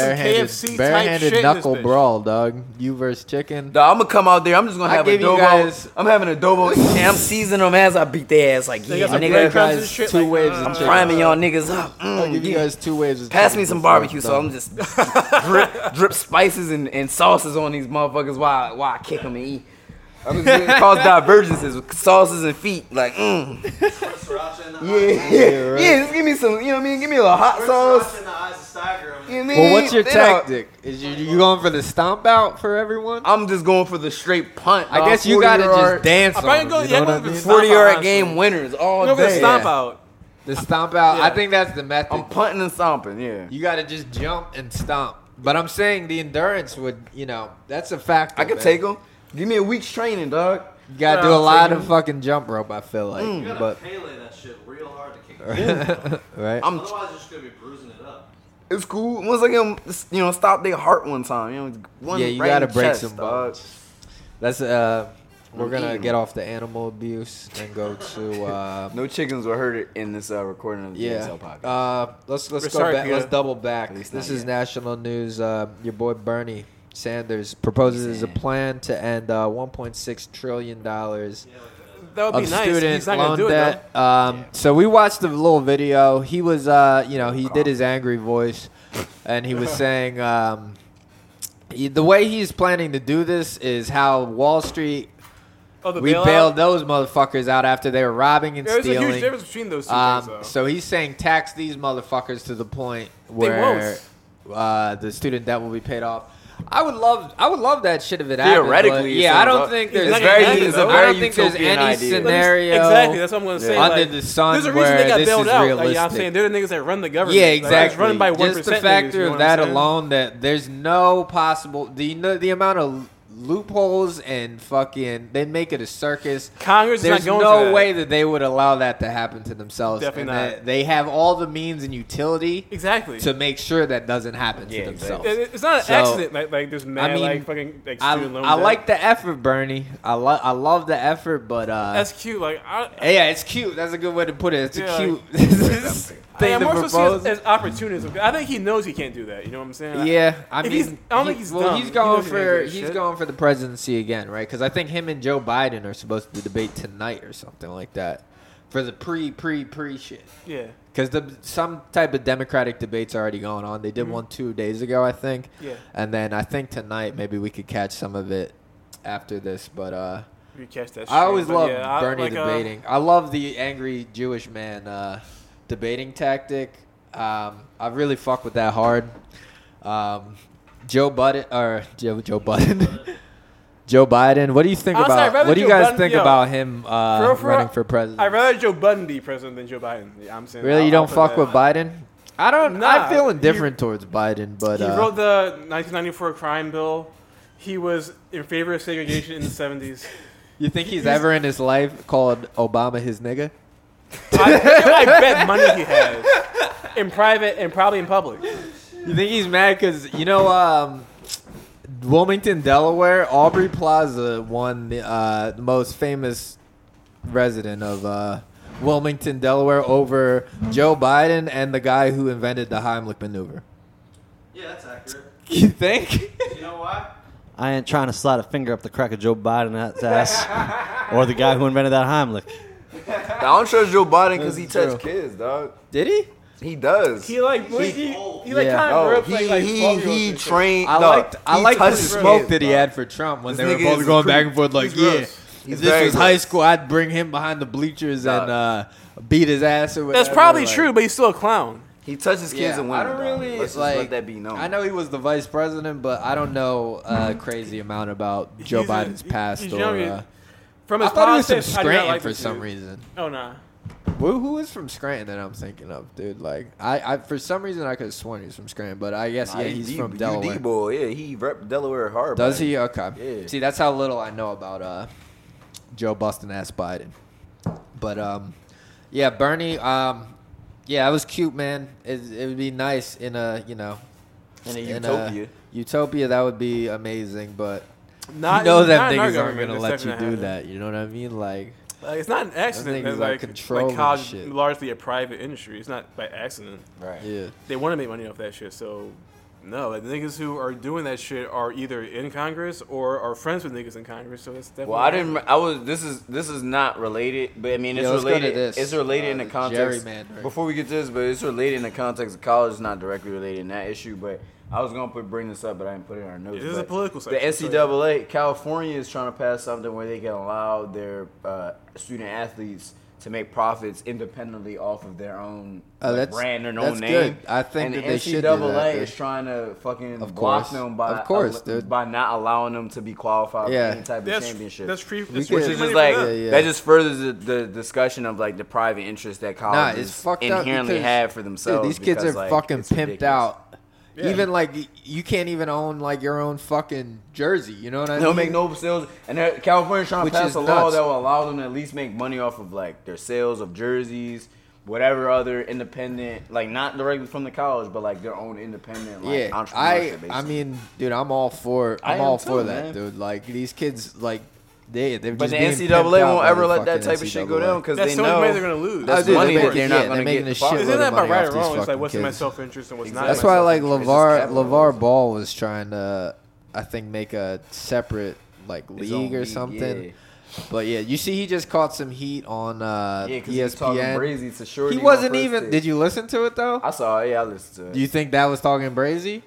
Speaker 5: me some KFC type
Speaker 3: barehanded, barehanded
Speaker 5: shit in this
Speaker 3: knuckle
Speaker 5: bitch.
Speaker 3: brawl, dog. You versus chicken.
Speaker 4: Dog, I'm gonna come out there. I'm just gonna
Speaker 3: I
Speaker 4: have
Speaker 3: give you
Speaker 4: adobo.
Speaker 3: guys-
Speaker 4: I'm having adobo. and I'm seasoning them as I beat their ass. Like,
Speaker 5: They
Speaker 4: yeah,
Speaker 5: got some
Speaker 4: nigga.
Speaker 5: breadcrumbs and
Speaker 3: guys
Speaker 5: shit,
Speaker 3: two
Speaker 5: like,
Speaker 3: waves
Speaker 5: uh,
Speaker 3: and chicken.
Speaker 4: priming y'all niggas up.
Speaker 3: I'll give
Speaker 4: Mm,
Speaker 3: you
Speaker 4: yeah.
Speaker 3: guys two waves. Of
Speaker 4: Pass
Speaker 3: chicken
Speaker 4: me some
Speaker 3: before
Speaker 4: barbecue, so
Speaker 3: done.
Speaker 4: I'm just drip, drip spices and, and sauces on these motherfuckers while, while I kick them and eat. I'm just gonna cause divergences with sauces and feet. Like, mm. yeah, yeah,
Speaker 3: right.
Speaker 4: just give me some. You know what I mean? Give me a little hot sauce. You know what I
Speaker 3: Well, what's
Speaker 4: mean?
Speaker 3: your
Speaker 4: They don't-
Speaker 3: tactic? Is you, you going for the stomp out for everyone?
Speaker 4: I'm just going for the straight punt.
Speaker 3: I guess you gotta just dance.
Speaker 5: I'm probably
Speaker 3: on 'em,
Speaker 5: gonna-
Speaker 3: you
Speaker 5: yeah,
Speaker 3: know
Speaker 5: I'm
Speaker 3: what I
Speaker 5: gonna
Speaker 3: mean?
Speaker 5: be-
Speaker 4: forty
Speaker 5: Stomp
Speaker 4: yard
Speaker 5: out,
Speaker 4: game winners all
Speaker 5: We're gonna
Speaker 4: day.
Speaker 5: stomp
Speaker 3: yeah.
Speaker 5: out.
Speaker 3: The stomp out. I
Speaker 5: Yeah.
Speaker 3: think that's the method.
Speaker 4: I'm punting and stomping. Yeah.
Speaker 3: You got to just jump and stomp. But I'm saying the endurance would, you know, that's a factor.
Speaker 4: I could
Speaker 3: man.
Speaker 4: take them. Give me a week's training, dog.
Speaker 3: You got to do a lot of fucking jump rope. I feel like, but
Speaker 9: Pele that shit real hard to kick.
Speaker 4: Mm.
Speaker 3: right.
Speaker 4: I'm
Speaker 9: Otherwise, you're just gonna be bruising it up.
Speaker 4: It's cool. Once I get them, you know, stop their heart one time. You know, one
Speaker 3: Yeah, you
Speaker 4: right in
Speaker 3: gotta
Speaker 4: the
Speaker 3: break
Speaker 4: chest,
Speaker 3: some
Speaker 4: dog.
Speaker 3: That's uh, we're
Speaker 4: I'm
Speaker 3: gonna
Speaker 4: eating.
Speaker 3: get off the animal abuse and go to uh,
Speaker 4: No chickens were hurt in this uh, recording of the
Speaker 3: yeah.
Speaker 4: DSL podcast.
Speaker 3: Uh, let's let's
Speaker 5: We're
Speaker 3: go
Speaker 5: sorry,
Speaker 3: back.
Speaker 5: Peter.
Speaker 3: Let's double back.
Speaker 4: least
Speaker 3: This
Speaker 4: not
Speaker 3: is
Speaker 4: yet.
Speaker 3: national news. Uh, your boy Bernie Sanders proposes a plan to end uh, 1.6 trillion dollars.
Speaker 5: That would
Speaker 3: of
Speaker 5: be nice.
Speaker 3: student
Speaker 5: He's not
Speaker 3: loan
Speaker 5: gonna do it though.
Speaker 3: debt. um, So we watched the little video. He was, uh, you know, he did his angry voice, and he was saying um, he- the way he's planning to do this is how Wall Street
Speaker 5: Oh, the
Speaker 3: we
Speaker 5: bailout?
Speaker 3: bailed those motherfuckers out after they were robbing and
Speaker 5: There's a huge
Speaker 3: stealing.
Speaker 5: difference between those two
Speaker 3: Um,
Speaker 5: things, though.
Speaker 3: so he's saying tax these motherfuckers to the point where uh, the student debt will be paid off. I would love, I would love that shit if it happened. but
Speaker 4: Theoretically, it
Speaker 3: yeah, I
Speaker 4: sounds
Speaker 3: don't
Speaker 4: up-
Speaker 3: think
Speaker 4: It's
Speaker 3: there's
Speaker 5: very-
Speaker 3: any,
Speaker 5: it's a
Speaker 3: I
Speaker 4: very
Speaker 3: don't think there's
Speaker 4: utopian
Speaker 3: any
Speaker 4: idea. Let me-
Speaker 3: scenario.
Speaker 5: Exactly, that's what I'm gonna say.
Speaker 3: Under
Speaker 5: like,
Speaker 3: the sun
Speaker 5: there's a reason
Speaker 3: where
Speaker 5: they got
Speaker 3: this
Speaker 5: bailed
Speaker 3: is
Speaker 5: out. Like, you know what
Speaker 3: realistic.
Speaker 5: I'm saying they're the niggas that run the government.
Speaker 3: Yeah,
Speaker 5: Like, it's
Speaker 3: exactly.
Speaker 5: running by one
Speaker 3: Just the factor of that alone, that there's no possible the no- the amount of loopholes and fucking they make it a circus.
Speaker 5: Congress is not
Speaker 3: there's
Speaker 5: going
Speaker 3: no
Speaker 5: to that.
Speaker 3: way that they would allow that to happen to themselves.
Speaker 5: Definitely
Speaker 3: and
Speaker 5: not.
Speaker 3: that They have all the means and utility
Speaker 5: Exactly.
Speaker 3: to make sure that doesn't happen
Speaker 4: Yeah,
Speaker 3: to
Speaker 4: exactly.
Speaker 3: themselves.
Speaker 5: It- it- it's not an
Speaker 3: So,
Speaker 5: accident. Like, like there's mad
Speaker 3: mean,
Speaker 5: like fucking like
Speaker 3: I,
Speaker 5: student loan
Speaker 3: I
Speaker 5: debt.
Speaker 3: like the effort, Bernie. I love I love the effort, but uh,
Speaker 5: That's cute. Like I,
Speaker 3: yeah, it's cute. That's a good way to put it. It's
Speaker 5: Yeah,
Speaker 3: a cute
Speaker 5: like-
Speaker 3: thing
Speaker 5: I'm
Speaker 3: to
Speaker 5: more so
Speaker 3: propose.
Speaker 5: see it as, as opportunism. I think he knows he can't do that. You know what I'm saying? Like,
Speaker 3: Yeah, I
Speaker 5: If
Speaker 3: mean,
Speaker 5: he's- I don't
Speaker 3: he-
Speaker 5: think he's
Speaker 3: well.
Speaker 5: dumb.
Speaker 3: He's
Speaker 5: He
Speaker 3: going
Speaker 5: knows he ain't
Speaker 3: for
Speaker 5: doing
Speaker 3: he's
Speaker 5: shit.
Speaker 3: going for the presidency again, right? Because I think him and Joe Biden are supposed to debate tonight or something like that for the pre pre pre shit.
Speaker 5: yeah,
Speaker 3: Because the some type of Democratic debates already going on. They did one two days ago, I think.
Speaker 5: Mm-hmm. Yeah.
Speaker 3: and then I think tonight maybe we could catch some of it after this, but uh.
Speaker 5: If you catch that.
Speaker 3: I always
Speaker 5: shit. But
Speaker 3: love
Speaker 5: yeah, I-
Speaker 3: Bernie
Speaker 5: like, uh,
Speaker 3: debating. I love the angry Jewish man uh, debating tactic. Um, I really fuck with that hard. Um, Joe Budden or Joe Joe Budden, Joe Biden. What do you think
Speaker 5: Honestly, I'd
Speaker 3: about?
Speaker 5: rather
Speaker 3: What do you
Speaker 5: Joe
Speaker 3: guys
Speaker 5: Budden-
Speaker 3: think
Speaker 5: yo,
Speaker 3: about him uh,
Speaker 5: for real, for real,
Speaker 3: running for president?
Speaker 5: I'd rather Joe Budden be president than Joe Biden. Yeah, I'm saying.
Speaker 3: really, you
Speaker 5: I'll-
Speaker 3: don't
Speaker 5: I'll
Speaker 3: fuck
Speaker 5: put
Speaker 3: with
Speaker 5: that.
Speaker 3: Biden? I don't. I
Speaker 5: Nah,
Speaker 3: feel
Speaker 5: he-
Speaker 3: indifferent towards Biden, but
Speaker 5: He
Speaker 3: uh,
Speaker 5: wrote the 1994 crime bill. He was in favor of segregation in the 70s.
Speaker 3: you think he's ever in his life called Obama his nigga?
Speaker 5: I, yo, I bet money he has in private and probably in public.
Speaker 3: You think he's mad because you know, um, Wilmington, Delaware, Aubrey Plaza won the uh, the most famous resident of uh, Wilmington, Delaware, over Joe Biden and the guy who invented the Heimlich maneuver.
Speaker 9: Yeah, that's accurate.
Speaker 3: You think?
Speaker 9: You know why?
Speaker 7: I ain't trying to slide a finger up the crack of Joe Biden's ass, or the guy who invented that Heimlich.
Speaker 4: I don't trust Joe Biden because he
Speaker 3: That's true.
Speaker 4: touched kids, dog.
Speaker 3: Did he?
Speaker 4: He does.
Speaker 5: He like he, he, he like
Speaker 3: Yeah. Oh,
Speaker 5: kind of
Speaker 4: no,
Speaker 5: grew up
Speaker 4: he,
Speaker 5: like, like
Speaker 4: he,
Speaker 5: 12-year-olds
Speaker 4: he
Speaker 5: and shit.
Speaker 4: trained.
Speaker 3: I
Speaker 4: no,
Speaker 3: liked I
Speaker 4: he
Speaker 3: liked the
Speaker 4: touches
Speaker 3: smoke
Speaker 4: kids,
Speaker 3: that he
Speaker 4: dog.
Speaker 3: had for Trump when
Speaker 4: This
Speaker 3: they were
Speaker 4: nigga
Speaker 3: both
Speaker 4: is
Speaker 3: going
Speaker 4: creep.
Speaker 3: back and forth like,
Speaker 5: He's
Speaker 3: yeah.
Speaker 5: gross.
Speaker 4: He's
Speaker 3: if this
Speaker 4: very
Speaker 3: was high
Speaker 4: gross.
Speaker 3: school, I'd bring him behind the bleachers and uh, beat his ass or whatever.
Speaker 5: That's probably
Speaker 3: like-
Speaker 5: true, but he's still a clown.
Speaker 4: He touches kids and women.
Speaker 3: I don't
Speaker 4: dog.
Speaker 3: really
Speaker 4: Let's just
Speaker 3: like.
Speaker 4: let that be known. Mm-hmm.
Speaker 3: I know he was the vice president, but I don't know a crazy amount about Joe
Speaker 5: He's a-
Speaker 3: Biden's
Speaker 5: he-
Speaker 3: past.
Speaker 5: he's
Speaker 3: or
Speaker 5: young, he-
Speaker 3: uh,
Speaker 5: From
Speaker 3: I
Speaker 5: his
Speaker 3: thought he was from
Speaker 5: politics, I do not
Speaker 3: Scranton
Speaker 5: like
Speaker 3: for
Speaker 5: this
Speaker 3: some
Speaker 5: dude.
Speaker 3: reason.
Speaker 5: Oh nah.
Speaker 3: Who who is from Scranton that I'm thinking of, dude? Like I, I for some reason I could have sworn he's from Scranton, but I guess yeah he's
Speaker 4: D-
Speaker 3: from
Speaker 4: you
Speaker 3: Delaware.
Speaker 4: D boy, yeah, he rep Delaware hard.
Speaker 3: Does
Speaker 4: man.
Speaker 3: he? Okay.
Speaker 4: Yeah.
Speaker 3: See, that's how little I know about uh, Joe Bustin' ass Biden. But um, yeah, Bernie. Um, yeah, that was cute, man. It, it would be nice in a you know
Speaker 4: In a
Speaker 3: in
Speaker 4: utopia.
Speaker 3: utopia that would be amazing, but
Speaker 5: Not
Speaker 3: you know
Speaker 5: in- not
Speaker 3: them
Speaker 5: in our
Speaker 3: things aren't
Speaker 5: government,
Speaker 3: gonna
Speaker 5: it's
Speaker 3: let
Speaker 5: not
Speaker 3: you
Speaker 5: gonna
Speaker 3: do
Speaker 5: happen.
Speaker 3: that. You know what I mean? Like
Speaker 5: Like, it's not an accident.
Speaker 3: things
Speaker 5: It's
Speaker 3: are
Speaker 5: like,
Speaker 3: control
Speaker 5: like college,
Speaker 3: and shit.
Speaker 5: largely a private industry. It's not by accident.
Speaker 4: Right.
Speaker 3: yeah.
Speaker 5: They want to make money off that shit. So, no, like, the niggas who are doing that shit are either in Congress or are friends with niggas in Congress. So that's definitely.
Speaker 4: Well, I didn't. I was. This is this is not related, but I mean, it's
Speaker 3: Yeah, let's go to
Speaker 4: related.
Speaker 3: this.
Speaker 4: It's related
Speaker 3: Uh,
Speaker 4: in the
Speaker 3: the
Speaker 4: context.
Speaker 3: gerrymandering.
Speaker 4: Before we get to this, but it's related in the context of college. It's not directly related in that issue, but I was gonna put bring this up, but I didn't put it in our notes.
Speaker 5: This is
Speaker 4: but
Speaker 5: a political
Speaker 4: The
Speaker 5: section, so yeah.
Speaker 4: NCAA, California is trying to pass something where they can allow their uh, student athletes to make profits independently off of their own
Speaker 3: Oh,
Speaker 4: like,
Speaker 3: that's-
Speaker 4: brand and their
Speaker 3: that's
Speaker 4: own
Speaker 3: good.
Speaker 4: name.
Speaker 3: I think
Speaker 4: and
Speaker 3: that
Speaker 4: the
Speaker 3: they
Speaker 4: NCAA
Speaker 3: should do that, dude.
Speaker 4: is trying to fucking
Speaker 3: Of
Speaker 4: block
Speaker 3: course.
Speaker 4: them by
Speaker 3: Of course, dude.
Speaker 4: by not allowing them to be qualified
Speaker 3: Yeah.
Speaker 4: for any type of
Speaker 5: That's,
Speaker 4: championship.
Speaker 5: that's free. That's
Speaker 3: We
Speaker 5: free
Speaker 4: Which
Speaker 3: could-
Speaker 5: money
Speaker 4: is just
Speaker 5: for
Speaker 4: like
Speaker 5: them.
Speaker 3: Yeah, yeah.
Speaker 4: that just furthers the, the discussion of like the private interest that
Speaker 3: Nah,
Speaker 4: colleges
Speaker 3: it's fucked up
Speaker 4: inherently
Speaker 3: because-
Speaker 4: have for
Speaker 3: Dude,
Speaker 4: themselves.
Speaker 3: these kids are
Speaker 4: because, like,
Speaker 3: fucking
Speaker 4: it's
Speaker 3: pimped
Speaker 4: ridiculous.
Speaker 3: out. Even like y- you can't even own like your own fucking jersey. You know what I
Speaker 4: They
Speaker 3: mean?
Speaker 4: don't make no sales, and they're- California's trying
Speaker 3: Which
Speaker 4: to pass
Speaker 3: is
Speaker 4: a law
Speaker 3: nuts.
Speaker 4: that will allow them to at least make money off of like their sales of jerseys, whatever other independent, like not directly from the college, but like their own independent, like
Speaker 3: yeah,
Speaker 4: entrepreneurship.
Speaker 3: I I
Speaker 4: basically.
Speaker 3: mean, dude, I'm all for
Speaker 4: I
Speaker 3: I'm
Speaker 4: am
Speaker 3: all
Speaker 4: too,
Speaker 3: for that,
Speaker 4: man.
Speaker 3: dude. Like these kids, like they they're
Speaker 4: but
Speaker 3: just
Speaker 4: the NCAA
Speaker 3: being pimped out
Speaker 4: won't
Speaker 3: by
Speaker 4: ever
Speaker 3: the
Speaker 4: let that
Speaker 3: fucking
Speaker 4: type of shit go
Speaker 3: NCAA.
Speaker 4: down because
Speaker 5: That's
Speaker 4: they
Speaker 5: so
Speaker 4: know
Speaker 5: much money they're gonna lose.
Speaker 4: that's
Speaker 3: Oh, dude,
Speaker 4: money
Speaker 3: they're
Speaker 4: that they're
Speaker 3: making-
Speaker 4: not
Speaker 3: yeah,
Speaker 4: gonna
Speaker 3: they're making
Speaker 4: get
Speaker 3: a
Speaker 4: fucked.
Speaker 3: shitload
Speaker 5: Isn't
Speaker 3: of
Speaker 5: that about
Speaker 3: money off
Speaker 5: right or
Speaker 3: these
Speaker 5: wrong? It's
Speaker 3: fucking
Speaker 5: like what's in my
Speaker 3: kids.
Speaker 5: self interest and what's not. in
Speaker 3: That's
Speaker 5: my
Speaker 3: why
Speaker 5: self-
Speaker 3: like
Speaker 4: It's just
Speaker 3: Levar
Speaker 4: capitalism.
Speaker 3: Levar Ball was trying to, I think, make a separate like
Speaker 4: His own
Speaker 3: league or
Speaker 4: league,
Speaker 3: something.
Speaker 4: yeah.
Speaker 3: But yeah, you see, he just caught some heat on uh,
Speaker 4: Yeah, because he's talking
Speaker 3: ESPN.
Speaker 4: crazy to Shorty.
Speaker 3: he
Speaker 4: on
Speaker 3: wasn't
Speaker 4: first
Speaker 3: even.
Speaker 4: take.
Speaker 3: Did you listen to it though?
Speaker 4: I saw it. Yeah, I listened to it.
Speaker 3: Do you think that was talking brazy?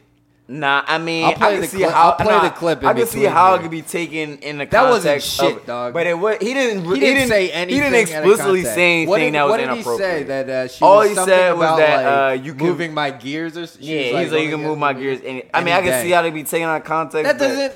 Speaker 4: nah, I mean,
Speaker 3: I'll play
Speaker 4: I can
Speaker 3: the
Speaker 4: see
Speaker 3: clip-
Speaker 4: how
Speaker 3: I'll play
Speaker 4: nah,
Speaker 3: the clip in
Speaker 4: I can see
Speaker 3: between
Speaker 4: how
Speaker 3: there.
Speaker 4: it could be taken in the context.
Speaker 3: That wasn't
Speaker 4: of
Speaker 3: shit,
Speaker 4: it.
Speaker 3: dog.
Speaker 4: But it was. He didn't.
Speaker 3: He didn't say anything.
Speaker 4: He didn't explicitly say anything
Speaker 3: what did,
Speaker 4: that was
Speaker 3: what did
Speaker 4: inappropriate.
Speaker 3: He say that uh, she
Speaker 4: All
Speaker 3: was
Speaker 4: he
Speaker 3: something
Speaker 4: said was
Speaker 3: about,
Speaker 4: that,
Speaker 3: like,
Speaker 4: uh, you can-
Speaker 3: moving my gears or s- she was oh,
Speaker 4: yeah, he's like, you can move my gears. Any, I
Speaker 3: any
Speaker 4: mean, I can
Speaker 3: day.
Speaker 4: see how they be taken out of context.
Speaker 3: That
Speaker 4: but-
Speaker 3: doesn't.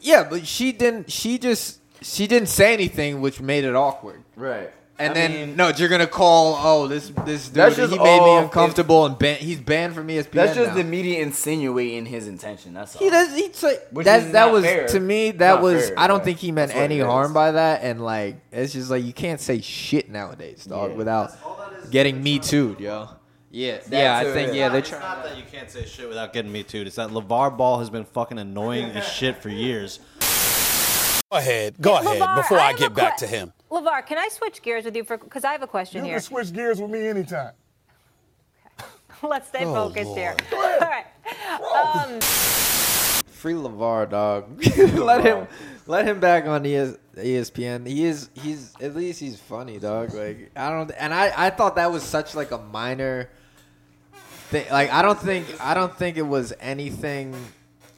Speaker 3: Yeah, but she didn't. She just she didn't say anything, which made it awkward.
Speaker 4: Right.
Speaker 3: And
Speaker 4: I
Speaker 3: then
Speaker 4: mean,
Speaker 3: no, you're gonna call. Oh, this this dude.
Speaker 4: That's
Speaker 3: he
Speaker 4: just
Speaker 3: made
Speaker 4: all-
Speaker 3: me uncomfortable and ban- he's banned from E ESPN.
Speaker 4: that's just
Speaker 3: now.
Speaker 4: the media insinuating his intention. That's all.
Speaker 3: He does. He t-
Speaker 4: Which
Speaker 3: that's,
Speaker 4: is
Speaker 3: that
Speaker 4: not
Speaker 3: was
Speaker 4: fair.
Speaker 3: to me. That
Speaker 4: Not
Speaker 3: was.
Speaker 4: fair,
Speaker 3: I don't
Speaker 4: but
Speaker 3: think he meant
Speaker 4: that's what
Speaker 3: any
Speaker 4: it is.
Speaker 3: harm by that. And like, it's just like you can't say shit nowadays, dog,
Speaker 4: Yeah.
Speaker 3: without getting me too, yo. Yeah, yeah.
Speaker 4: That
Speaker 3: I
Speaker 4: too,
Speaker 3: think
Speaker 4: yeah.
Speaker 3: yeah. They're
Speaker 7: it's
Speaker 3: trying.
Speaker 7: not that you can't say shit without getting me too. It's that LeVar Ball has been fucking annoying as shit for years.
Speaker 16: Go ahead. Go ahead
Speaker 1: LeVar,
Speaker 16: before I,
Speaker 1: have
Speaker 16: get
Speaker 1: a
Speaker 16: back
Speaker 1: que-
Speaker 16: to him.
Speaker 1: LeVar, can I switch gears with you for? Because I have a question here.
Speaker 17: switch gears with me anytime.
Speaker 1: Let's stay focused here.
Speaker 17: Lord.
Speaker 1: All right. Um,
Speaker 3: Free Levar, dog. let him, let him back on E ES, ESPN. He is, he's at least he's funny, dog. Like I don't, and I, I thought that was such like a minor thing. Like I don't think, I don't think it was anything.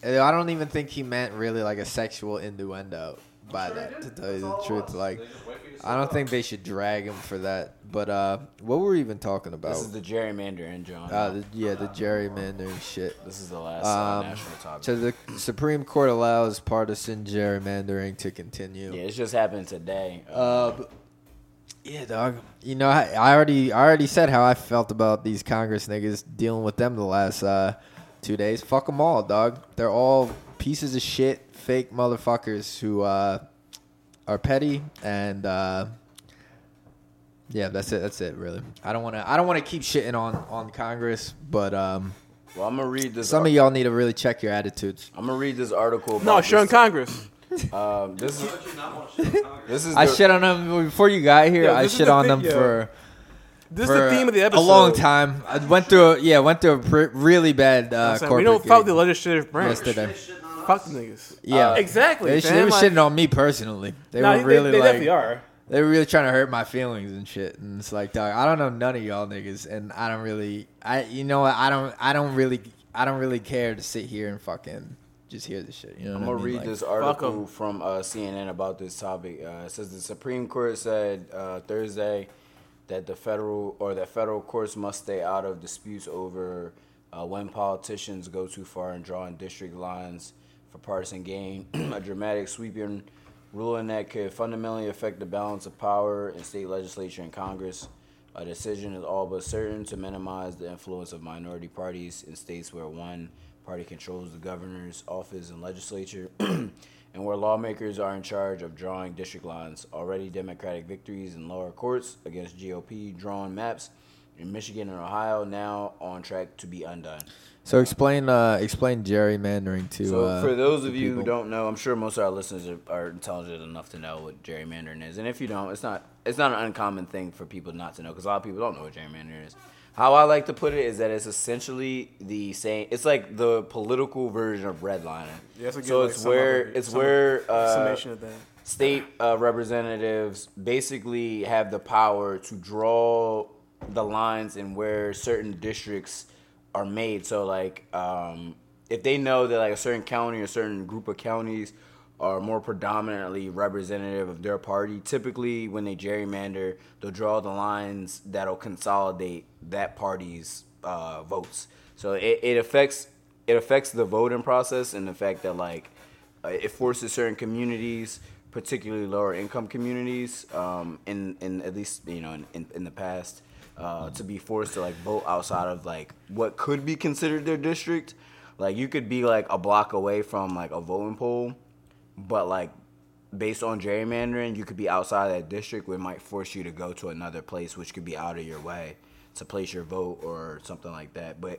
Speaker 3: I don't even think he meant really like a sexual innuendo by that. To tell you the truth, like I don't think they should drag him for that. But uh, what were we even talking about?
Speaker 4: This is the gerrymandering, John.
Speaker 3: uh, the, yeah, the gerrymandering shit.
Speaker 4: this is the last uh,
Speaker 3: Um,
Speaker 4: national topic.
Speaker 3: so the Supreme Court allows partisan gerrymandering to continue.
Speaker 4: yeah, it's just happened today.
Speaker 3: Uh, but- yeah, dog. You know, I, I already, I already said how I felt about these Congress niggas dealing with them the last uh, two days. Fuck them all, dog. They're all pieces of shit, fake motherfuckers who uh, are petty and. Uh, yeah, that's it. That's it, really. I don't want to. I don't want to keep shitting on on Congress, but um,
Speaker 4: well, I'm gonna read this.
Speaker 3: some of y'all need to really check your attitudes.
Speaker 4: I'm gonna read this article.
Speaker 5: No,
Speaker 4: about
Speaker 5: show in
Speaker 4: this-
Speaker 5: Congress.
Speaker 4: Um, this is this is
Speaker 3: I
Speaker 4: the-
Speaker 3: shit on them before you got here.
Speaker 5: Yo,
Speaker 3: I
Speaker 5: this is
Speaker 3: shit
Speaker 5: the
Speaker 3: on
Speaker 5: thing,
Speaker 3: them
Speaker 5: yo.
Speaker 3: for,
Speaker 5: This
Speaker 3: for
Speaker 5: is the theme of the episode.
Speaker 3: A long time. I went through. A, yeah, went through a pre- really bad uh,
Speaker 5: Listen,
Speaker 3: corporate.
Speaker 5: we don't
Speaker 3: gig
Speaker 5: fuck the legislative branch.
Speaker 3: yesterday.
Speaker 5: Fuck the niggas. Uh,
Speaker 3: Yeah,
Speaker 5: exactly,
Speaker 3: They, sh-
Speaker 5: fam,
Speaker 3: they were
Speaker 5: like-
Speaker 3: shitting on me personally. They
Speaker 5: Nah,
Speaker 3: were really
Speaker 5: they, they
Speaker 3: like
Speaker 5: definitely are.
Speaker 3: they were really trying to hurt my feelings and shit. And it's like, dog, I don't know none of y'all niggas, and I don't really, I you know, what, I don't, I don't really, I don't really care to sit here and fucking just hear this shit. You know,
Speaker 4: I'm
Speaker 3: what I
Speaker 4: gonna
Speaker 3: mean?
Speaker 4: read
Speaker 3: Like,
Speaker 4: this
Speaker 5: 'em.
Speaker 4: article from uh, CNN about this topic. Uh, it says the Supreme Court said uh, Thursday that the federal or that federal courts must stay out of disputes over uh, when politicians go too far in drawing district lines for partisan gain. a dramatic, sweeping ruling that could fundamentally affect the balance of power in state legislature and Congress. A decision is all but certain to minimize the influence of minority parties in states where one party controls the governor's office and legislature, and where lawmakers are in charge of drawing district lines. Already Democratic victories in lower courts against GOP drawn maps in Michigan and Ohio now on track to be undone.
Speaker 3: So explain uh, explain gerrymandering to.
Speaker 4: So
Speaker 3: uh,
Speaker 4: for those of
Speaker 3: to
Speaker 4: you who
Speaker 3: people.
Speaker 4: don't know, I'm sure most of our listeners are, are intelligent enough to know what gerrymandering is, and if you don't, it's not it's not an uncommon thing for people not to know because a lot of people don't know what gerrymandering is. How I like to put it is that it's essentially the same. It's like the political version of redlining.
Speaker 5: Yeah, that's a good,
Speaker 4: so
Speaker 5: like,
Speaker 4: it's
Speaker 5: sum
Speaker 4: where
Speaker 5: up-
Speaker 4: it's
Speaker 5: sum-
Speaker 4: where uh,
Speaker 5: summation of that.
Speaker 4: state uh, representatives basically have the power to draw the lines in where certain districts are made. So, like, um, if they know that like a certain county or certain group of counties are more predominantly representative of their party, typically when they gerrymander, they'll draw the lines that'll consolidate that party's uh, votes. So it, it affects it affects the voting process and the fact that like uh, it forces certain communities, particularly lower income communities, um, in, in at least you know in, in, in the past, uh, to be forced to like vote outside of like what could be considered their district. Like you could be like a block away from like a voting poll, but like based on gerrymandering, you could be outside that district, which might force you to go to another place, which could be out of your way to place your vote or something like that. But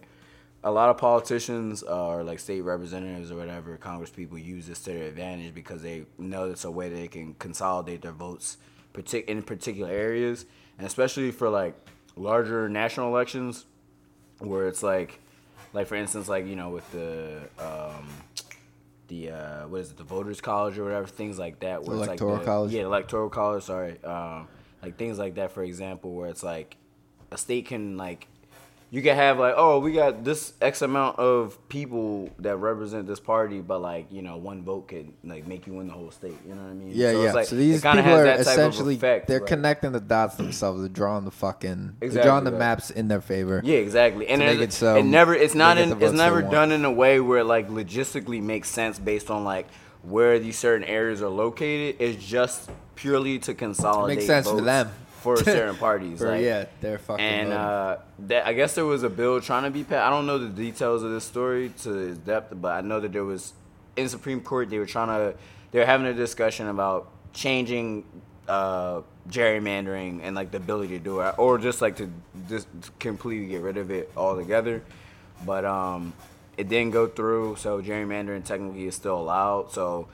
Speaker 4: a lot of politicians uh, or like state representatives or whatever, Congress people use this to their advantage because they know it's a way they can consolidate their votes partic- in particular areas, and especially for like larger national elections where it's like, like for instance, like you know with the um, the uh, what is it, the voters college or whatever, things like that. Where it's
Speaker 3: Electoral
Speaker 4: like the,
Speaker 3: college.
Speaker 4: Yeah, electoral college. Sorry, um, like things like that. For example, where it's like a state can like you can have like oh we got this x amount of people that represent this party but like you know one vote could like make you win the whole state you know what i mean
Speaker 3: Yeah, yeah.
Speaker 4: it's like,
Speaker 3: so these
Speaker 4: it
Speaker 3: people
Speaker 4: kinda has
Speaker 3: are
Speaker 4: that type of
Speaker 3: essentially
Speaker 4: effect,
Speaker 3: they're
Speaker 4: right?
Speaker 3: connecting the dots themselves. They're drawing the fucking they're
Speaker 4: Exactly
Speaker 3: drawing the
Speaker 4: that.
Speaker 3: maps in their favor.
Speaker 4: Yeah, exactly. And
Speaker 3: To
Speaker 4: it,
Speaker 3: make it so
Speaker 4: it never it's
Speaker 3: they
Speaker 4: not
Speaker 3: get
Speaker 4: in,
Speaker 3: the
Speaker 4: it's
Speaker 3: votes they
Speaker 4: never
Speaker 3: want.
Speaker 4: done in a way where like logistically makes sense based on like where these certain areas are located. It's just purely to consolidate.
Speaker 3: sense for
Speaker 4: votes
Speaker 3: them.
Speaker 4: for certain parties.
Speaker 3: For-
Speaker 4: like-
Speaker 3: yeah, they're fucking
Speaker 4: And
Speaker 3: voting.
Speaker 4: uh, that I guess there was a bill trying to be passed. I don't know the details of this story to its depth, but I know that there was in Supreme Court they were trying to they were having a discussion about changing uh, gerrymandering and like the ability to do it, or just like to just completely get rid of it altogether. But um, it didn't go through, so gerrymandering technically is still allowed. So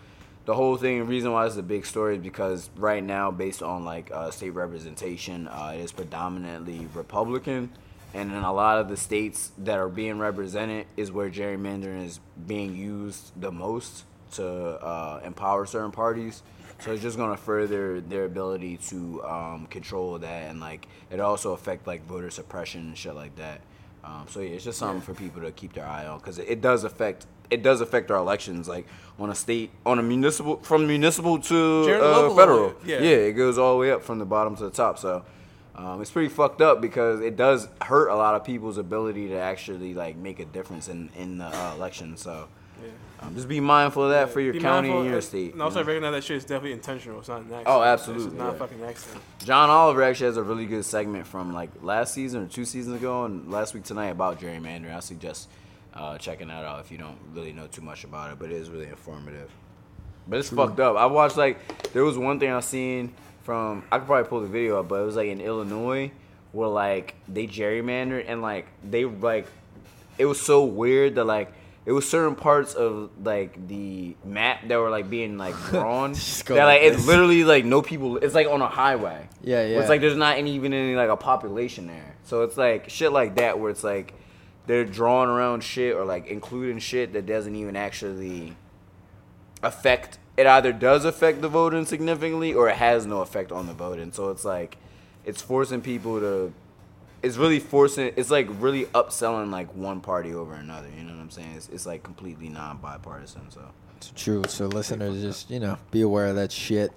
Speaker 4: the whole thing, the reason why it's a big story is because right now, based on like uh, state representation, uh, it is predominantly Republican, and in a lot of the states that are being represented is where gerrymandering is being used the most to uh, empower certain parties. So it's just gonna further their ability to um, control that, and like it also affect like voter suppression and shit like that. Um, so yeah, it's just something for people to keep their eye on because it, it does affect it does affect our elections, like on a state, on a municipal, from municipal to
Speaker 5: General
Speaker 4: uh,
Speaker 5: local
Speaker 4: federal.
Speaker 5: level,
Speaker 4: Yeah.
Speaker 5: yeah.
Speaker 4: it goes all the way up from the bottom to the top. So um, it's pretty fucked up because it does hurt a lot of people's ability to actually like make a difference in in the uh, election. So um, just be mindful of that for your
Speaker 5: Be
Speaker 4: county
Speaker 5: mindful,
Speaker 4: and your
Speaker 5: and-
Speaker 4: state.
Speaker 5: And also
Speaker 4: you know?
Speaker 5: recognize that shit is definitely intentional. It's not an accident.
Speaker 4: Oh,
Speaker 5: It's
Speaker 4: absolutely,
Speaker 5: not
Speaker 4: yeah.
Speaker 5: a fucking accident.
Speaker 4: John Oliver actually has a really good segment from like last season or two seasons ago and last week tonight about gerrymandering. I suggest uh, checking that out if you don't really know too much about it, but it is really informative. But it's fucked up. I watched like there was one thing I seen from I could probably pull the video up, but it was like in Illinois where like they gerrymandered and like they like it was so weird that like it was certain parts of like the map that were like being like drawn
Speaker 3: Just
Speaker 4: that
Speaker 3: go
Speaker 4: like
Speaker 3: like
Speaker 4: it's
Speaker 3: this.
Speaker 4: literally like no people. It's like on a highway.
Speaker 3: Yeah,
Speaker 4: Where
Speaker 3: yeah.
Speaker 4: It's like there's not any, even any like a population there. So it's like shit like that where it's like they're drawing around shit or like including shit that doesn't even actually affect it either does affect the voting significantly or it has no effect on the voting. So it's like it's forcing people to it's really forcing it's like really upselling like one party over another, you know what I'm saying? It's, it's like completely non bipartisan, so
Speaker 3: It's true. So listeners, just you know, be aware of that shit.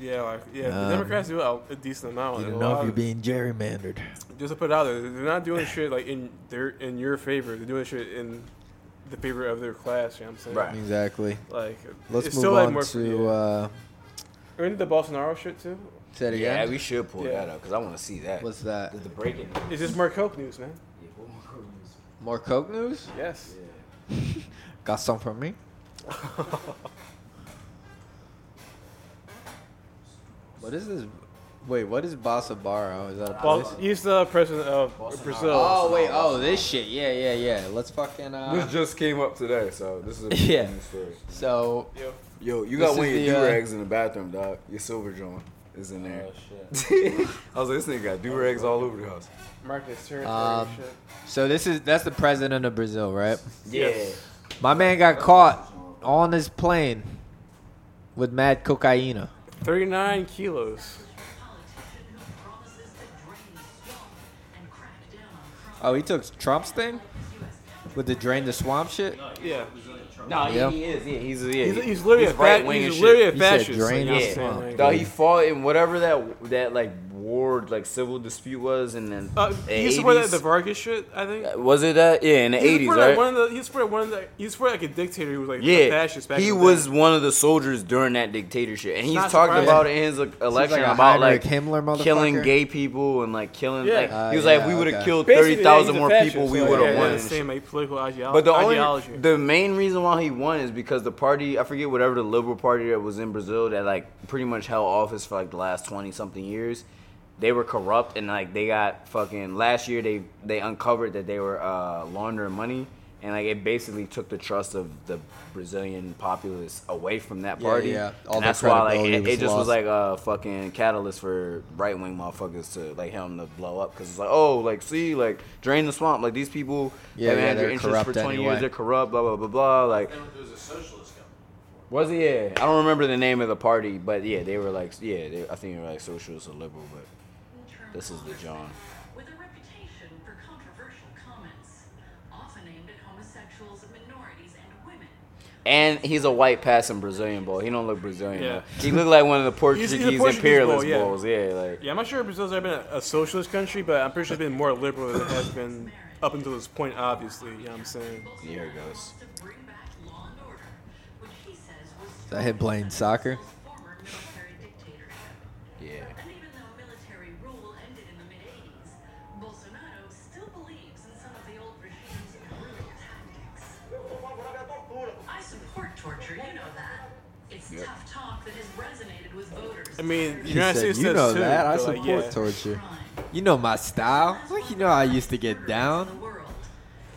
Speaker 5: Yeah, like yeah,
Speaker 3: Um,
Speaker 5: the Democrats do a, a decent amount.
Speaker 3: You
Speaker 5: and
Speaker 3: don't
Speaker 5: a
Speaker 3: know
Speaker 5: lot
Speaker 3: if you're
Speaker 5: of-
Speaker 3: being gerrymandered.
Speaker 5: just to put it out there, they're not doing shit like in their in your favor. They're doing shit in the favor of their class. You know what I'm saying?
Speaker 4: Right.
Speaker 3: Exactly.
Speaker 5: Like
Speaker 3: Let's
Speaker 5: it's
Speaker 3: move
Speaker 5: still like
Speaker 3: on
Speaker 5: more
Speaker 3: to
Speaker 5: Yeah.
Speaker 3: uh,
Speaker 5: Or into the Bolsonaro shit too.
Speaker 3: Say it
Speaker 4: Yeah,
Speaker 3: again?
Speaker 4: we should pull
Speaker 5: Yeah.
Speaker 4: that up because I want to see that.
Speaker 3: What's that?
Speaker 4: The, the breaking.
Speaker 5: It's just more Coke news, man.
Speaker 3: More Coke news?
Speaker 5: Yes.
Speaker 3: Got some for me? what is this? Wait, what is Bossa Barra? Is that a
Speaker 5: Well,
Speaker 3: place?
Speaker 5: he's the president of Brazil.
Speaker 3: Oh wait, oh this shit. Yeah, yeah, yeah. Let's fucking uh
Speaker 4: this just came up today, so this is a
Speaker 3: Yeah.
Speaker 4: new story.
Speaker 3: so
Speaker 4: Yo, you
Speaker 3: This
Speaker 4: got one of
Speaker 3: is
Speaker 4: your
Speaker 3: the, uh,
Speaker 4: do rags in the bathroom, dog. Your silver joint is in there. I Oh, was like, this nigga got do rags all over the house.
Speaker 5: Marcus Turner.
Speaker 3: Um,
Speaker 5: shit.
Speaker 3: so this is that's the president of Brazil, right?
Speaker 4: Yeah.
Speaker 3: My man got caught on his plane with mad cocaina.
Speaker 5: 39 kilos.
Speaker 3: Oh, he took Trump's thing? With the drain the swamp shit?
Speaker 5: Yeah.
Speaker 4: No, he,
Speaker 3: Yeah.
Speaker 4: he is. Yeah, he's yeah.
Speaker 5: He's,
Speaker 4: he-
Speaker 5: he's literally a
Speaker 4: right
Speaker 5: fa-
Speaker 4: wing and
Speaker 5: he's
Speaker 4: shit.
Speaker 5: literally
Speaker 3: You
Speaker 5: a
Speaker 3: said
Speaker 5: fascist.
Speaker 3: drain
Speaker 5: like,
Speaker 3: the
Speaker 5: you know what I'm saying?
Speaker 3: swamp.
Speaker 4: Dog, he fought in whatever that that like war, like civil dispute was, and then
Speaker 5: Uh,
Speaker 4: the
Speaker 5: he supported
Speaker 4: 80s.
Speaker 5: the Vargas shit, I think.
Speaker 4: was it that? Yeah, in the
Speaker 5: He
Speaker 4: eighties,
Speaker 5: supported, like,
Speaker 4: right?
Speaker 5: one of the, he supported one of the, he supported like a dictator who was like a
Speaker 4: yeah,
Speaker 5: fascist back
Speaker 4: he
Speaker 5: in the
Speaker 4: was
Speaker 5: day.
Speaker 4: one of the soldiers during that dictatorship, and he's
Speaker 5: not
Speaker 4: talking
Speaker 5: surprising.
Speaker 4: about it in his election
Speaker 3: like a
Speaker 4: about
Speaker 3: Heinrich
Speaker 4: like
Speaker 3: Himmler
Speaker 4: killing
Speaker 3: motherfucker.
Speaker 4: gay people and like killing.
Speaker 5: Yeah.
Speaker 4: Like,
Speaker 3: Uh,
Speaker 4: he was like,
Speaker 3: yeah,
Speaker 4: if we would have
Speaker 3: okay.
Speaker 4: killed
Speaker 5: Basically,
Speaker 4: thirty thousand
Speaker 5: he's a
Speaker 4: more
Speaker 5: fascist,
Speaker 4: people, we
Speaker 5: so,
Speaker 4: would have
Speaker 5: yeah,
Speaker 4: won.
Speaker 5: yeah,
Speaker 4: and
Speaker 5: the
Speaker 4: shit.
Speaker 5: same like, political ideology.
Speaker 4: But the only
Speaker 5: ideology.
Speaker 4: the main reason why he won is because the party I forget whatever the liberal party that was in Brazil that like pretty much held office for like the last twenty something years, they were corrupt and like they got fucking last year they they uncovered that they were uh, laundering money and like it basically took the trust of the Brazilian populace away from that
Speaker 3: Yeah,
Speaker 4: party.
Speaker 3: yeah. All
Speaker 4: and
Speaker 3: their
Speaker 4: that's why like
Speaker 3: credibility
Speaker 4: it,
Speaker 3: was
Speaker 4: it just was
Speaker 3: lost.
Speaker 4: like a fucking catalyst for right wing motherfuckers to like help them to blow up because it's like oh like see like drain the swamp like these people
Speaker 3: Yeah,
Speaker 4: yeah, they
Speaker 3: yeah,
Speaker 4: had
Speaker 3: they're
Speaker 4: your interest for
Speaker 3: corrupt
Speaker 4: 20
Speaker 3: anyway.
Speaker 4: years. They're corrupt. Blah blah blah blah. Like,
Speaker 9: It was a socialist government.
Speaker 4: was it? Yeah, I don't remember the name of the party, but yeah, they were like, yeah, they, I think they were like socialist or liberal, but this is the John.
Speaker 17: With a reputation for controversial comments, often aimed at homosexuals, minorities, and women.
Speaker 4: And he's a white passing Brazilian boy. He don't look Brazilian.
Speaker 5: Yeah.
Speaker 4: though. He looked like one of the
Speaker 5: He's-
Speaker 4: Portuguese,
Speaker 5: he's a Portuguese
Speaker 4: imperialist
Speaker 5: boy, yeah.
Speaker 4: balls. Yeah, like
Speaker 5: Yeah, I'm not sure if Brazil's ever been a, a socialist country, but I'm pretty sure it's been more liberal than it has been up until this point, obviously. You know what I'm saying?
Speaker 4: here it goes.
Speaker 17: To bring back law and order, which he says was
Speaker 3: Is that him playing soccer?
Speaker 17: former military dictatorship.
Speaker 4: Yeah,
Speaker 17: And even though military rule ended in the mid 80s, Bolsonaro still believes in some of the old regime's brutal tactics. I support torture, you know that. It's tough talk that has resonated with voters.
Speaker 5: I mean,
Speaker 3: He
Speaker 5: United
Speaker 3: said,
Speaker 5: States
Speaker 3: you
Speaker 5: does
Speaker 3: know
Speaker 5: too.
Speaker 3: that. I
Speaker 5: but,
Speaker 3: support
Speaker 5: like, yeah.
Speaker 3: torture. You know my style. Like you know I used to get
Speaker 17: The
Speaker 3: down.
Speaker 17: world.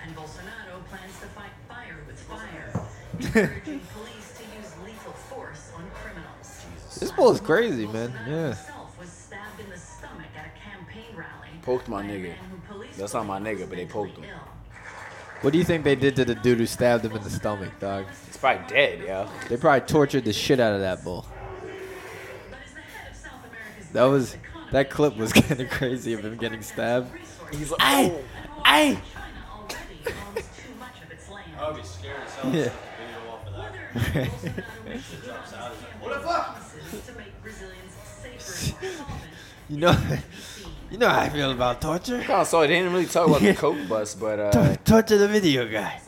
Speaker 17: And Bolsonaro plans to fight fire with fire, encouraging police to use lethal force on criminals.
Speaker 3: This bull is crazy, man. Yeah.
Speaker 17: Himself was stabbed in the stomach at a campaign rally.
Speaker 4: Poked my
Speaker 17: by a
Speaker 4: nigga.
Speaker 17: man who police
Speaker 4: That's not my
Speaker 17: believe
Speaker 4: nigga,
Speaker 17: was
Speaker 4: but they
Speaker 17: mentally
Speaker 4: poked him.
Speaker 17: ill.
Speaker 3: What do you think they did to the dude who stabbed him in the stomach, dog?
Speaker 4: it's probably dead. Yeah,
Speaker 3: They probably tortured the shit out of that bull.
Speaker 17: But as the head of South America's
Speaker 3: That was
Speaker 17: largest economy,
Speaker 3: that clip was kind of crazy of him getting stabbed.
Speaker 17: He's like, hey, hey. China already owns too much of its land.
Speaker 4: Oh,
Speaker 9: I would be scared as hell
Speaker 3: Yeah.
Speaker 9: to take a video off of that.
Speaker 17: Whether Bolsonaro wishes to what the fuck? to make Brazilians safer and more solvent
Speaker 3: You know,
Speaker 17: is seen.
Speaker 3: you know how I feel about torture.
Speaker 4: kind of saw. it. They didn't really talk about the coke bus, but uh,
Speaker 3: Tor- torture the video guy.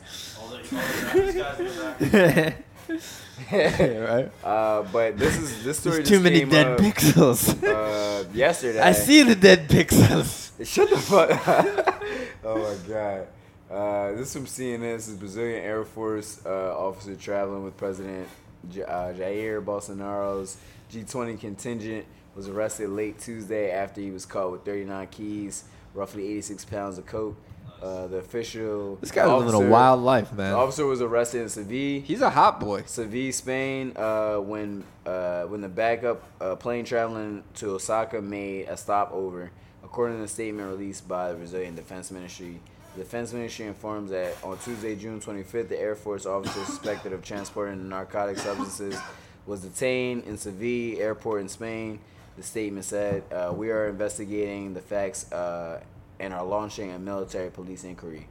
Speaker 9: All the, all the Japanese guys in the back.
Speaker 3: right?
Speaker 4: uh, but this is this story
Speaker 3: There's
Speaker 4: just
Speaker 3: too many
Speaker 4: came
Speaker 3: dead
Speaker 4: up,
Speaker 3: pixels.
Speaker 4: uh, yesterday.
Speaker 3: I see the dead pixels.
Speaker 4: Shut the fuck up. oh my god. Uh, this is from CNN. This is Brazilian Air Force uh, officer traveling with President J- uh, Jair Bolsonaro's G20 contingent was arrested late Tuesday after he was caught with 39 keys, roughly 86 pounds of coke. Uh, the official.
Speaker 3: This guy's living
Speaker 4: officer-
Speaker 3: a wild life,
Speaker 4: The
Speaker 3: man.
Speaker 4: officer was arrested in Seville.
Speaker 3: He's a hot boy.
Speaker 4: Seville, Spain, uh, when uh, when the backup uh, plane traveling to Osaka made a stopover. According to a statement released by the Brazilian Defense Ministry, the Defense Ministry informs that on Tuesday, June 25th, the Air Force officer suspected of transporting narcotic substances was detained in Seville airport in Spain. The statement said, uh, "We are investigating the facts uh, and are launching a military police inquiry."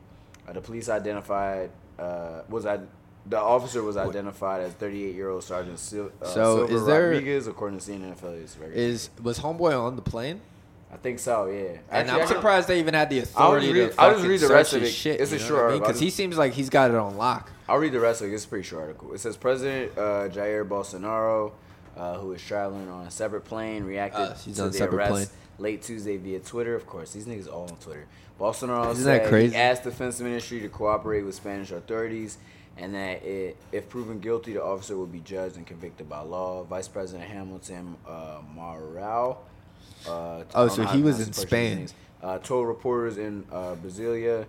Speaker 4: Uh, the police identified uh, was I the officer was identified as 38 year old Sergeant Sil- uh,
Speaker 3: So,
Speaker 4: Silver
Speaker 3: is there-
Speaker 4: Rodriguez, according to CNN affiliates record.
Speaker 3: Is was homeboy on the plane?
Speaker 4: I think so. Yeah,
Speaker 3: And
Speaker 4: Actually, I
Speaker 3: I'm
Speaker 4: can-
Speaker 3: surprised they even had the authority
Speaker 4: read-
Speaker 3: to
Speaker 4: I'll
Speaker 3: fucking
Speaker 4: just read the
Speaker 3: search
Speaker 4: rest of
Speaker 3: his
Speaker 4: it.
Speaker 3: shit.
Speaker 4: It's
Speaker 3: you
Speaker 4: a
Speaker 3: know
Speaker 4: short
Speaker 3: what I mean?
Speaker 4: article.
Speaker 3: Because he seems like he's got it on lock.
Speaker 4: I'll read the rest of it. It's a pretty short article. It says President uh, Jair Bolsonaro uh, who was traveling on a separate plane, reacted
Speaker 3: Uh, she's
Speaker 4: to
Speaker 3: on a
Speaker 4: the
Speaker 3: separate
Speaker 4: arrest
Speaker 3: plane.
Speaker 4: late Tuesday via Twitter. Of course, these niggas all on Twitter. Bolsonaro
Speaker 3: Isn't
Speaker 4: said
Speaker 3: that crazy?
Speaker 4: he asked Defense Ministry to cooperate with Spanish authorities and that it, if proven guilty, the officer will be judged and convicted by law. Vice President Hamilton uh, Marau. Uh,
Speaker 3: Oh,
Speaker 4: I don't
Speaker 3: so
Speaker 4: know how
Speaker 3: he
Speaker 4: to
Speaker 3: was
Speaker 4: pronounce
Speaker 3: in
Speaker 4: the person's
Speaker 3: Spain.
Speaker 4: names, Uh, told reporters in uh, Brasilia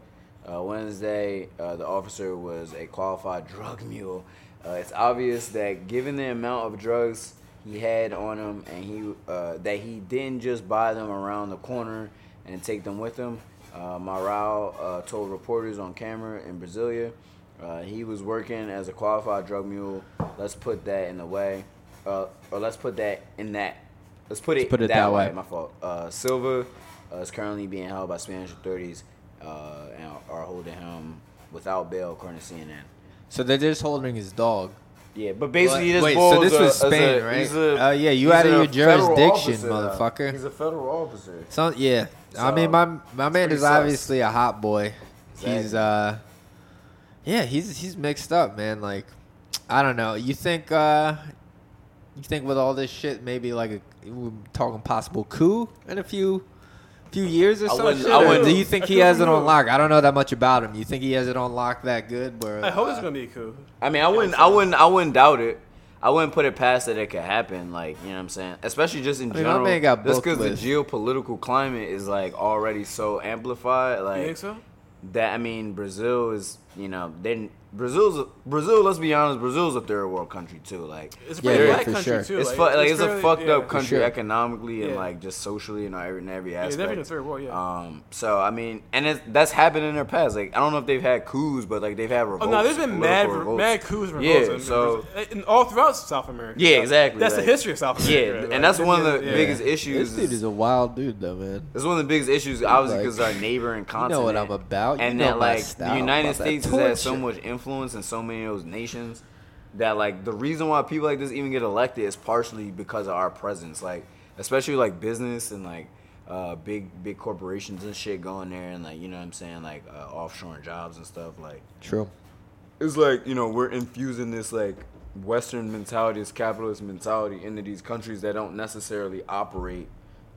Speaker 4: uh, Wednesday uh, the officer was a qualified drug mule. Uh, it's obvious that given the amount of drugs he had on him, and he uh, that he didn't just buy them around the corner and take them with him. Uh, Marau uh, told reporters on camera in Brasilia uh, he was working as a qualified drug mule. Let's put that in the way, uh, or let's put that in that. Let's put it,
Speaker 3: put it that way.
Speaker 4: My fault. Uh, Silva uh, is currently being held by Spanish authorities uh, and are holding him without bail, according to CNN.
Speaker 3: So they're just holding his dog.
Speaker 4: Yeah, but basically, this
Speaker 3: wait,
Speaker 4: bull
Speaker 3: so this
Speaker 4: is a-
Speaker 3: was
Speaker 4: is a-
Speaker 3: Spain, right?
Speaker 4: he's a-
Speaker 3: Oh yeah, you
Speaker 4: he's
Speaker 3: out of
Speaker 4: a
Speaker 3: your
Speaker 4: federal
Speaker 3: jurisdiction,
Speaker 4: officer, though.
Speaker 3: motherfucker.
Speaker 4: He's a federal officer.
Speaker 3: Some, yeah. I
Speaker 4: So,
Speaker 3: mean, my my man
Speaker 4: pretty
Speaker 3: is
Speaker 4: sus.
Speaker 3: obviously a hot boy. He's
Speaker 4: Exactly.
Speaker 3: uh, yeah, he's he's mixed up, man. Like, I don't know. You think uh, you think with all this shit, maybe like a, we're talking possible coup in a few few years or
Speaker 4: I
Speaker 3: some
Speaker 4: wouldn't-
Speaker 3: shit.
Speaker 4: I
Speaker 3: Or
Speaker 4: wouldn't-
Speaker 3: Do you think
Speaker 4: I
Speaker 3: he has it
Speaker 4: couldn't
Speaker 3: on
Speaker 4: know.
Speaker 3: lock? I don't know that much about him. You think he has it on lock that good? Where
Speaker 5: I hope it's gonna be cool.
Speaker 4: I mean, I wouldn't, I wouldn't, I wouldn't doubt it. I wouldn't put it past that it could happen. Like you know what I'm saying, especially just in
Speaker 3: I mean, my
Speaker 4: general.
Speaker 3: man got
Speaker 4: just
Speaker 3: booked
Speaker 4: because the
Speaker 3: with-
Speaker 4: geopolitical climate is like already so amplified. Like
Speaker 5: think so?
Speaker 4: that I mean, Brazil is you know then Brazil's Brazil. Let's be honest, Brazil's a third world country too. Like
Speaker 5: It's a
Speaker 3: Yeah,
Speaker 5: pretty
Speaker 3: yeah,
Speaker 5: black
Speaker 3: for
Speaker 5: country
Speaker 3: sure.
Speaker 5: too.
Speaker 4: it's fu- like it's, a
Speaker 5: fairly-
Speaker 4: fucked
Speaker 5: yeah.
Speaker 4: up country
Speaker 3: sure.
Speaker 4: economically and
Speaker 5: Yeah.
Speaker 4: like just socially and every, in every
Speaker 5: Yeah,
Speaker 4: aspect.
Speaker 5: definitely a third world. Yeah.
Speaker 4: Um, so I mean, and it's, that's happened in their past. Like I don't know if they've had coups, but like they've had revolts.
Speaker 5: Oh no, there's been mad,
Speaker 4: political revolts.
Speaker 5: mad coups, and
Speaker 4: Yeah,
Speaker 5: revolts in-
Speaker 4: so-
Speaker 5: in all throughout South America.
Speaker 4: Yeah, exactly.
Speaker 5: That's
Speaker 4: like-
Speaker 5: the history of South
Speaker 4: Yeah,
Speaker 5: America. like,
Speaker 4: and that's one of the
Speaker 5: yeah.
Speaker 4: biggest issues.
Speaker 3: this dude
Speaker 4: is-
Speaker 3: is a wild dude, though, man.
Speaker 4: That's one of the biggest issues, obviously,
Speaker 3: Like,
Speaker 4: because our neighboring
Speaker 3: You
Speaker 4: continent.
Speaker 3: know what I'm about. You
Speaker 4: and
Speaker 3: know
Speaker 4: that,
Speaker 3: my
Speaker 4: like,
Speaker 3: style
Speaker 4: the United
Speaker 3: about that
Speaker 4: States has had so
Speaker 3: torture.
Speaker 4: much influence in so many of those nations that, like, the reason why people like this even get elected is partially because of our presence. Like, especially, like, business and, like, uh, big, big corporations and shit going there and, like, you know what I'm saying? Like, uh, offshore jobs and stuff. Like,
Speaker 3: True.
Speaker 4: it's like you know we're infusing this like western mentality this capitalist mentality into these countries that don't necessarily operate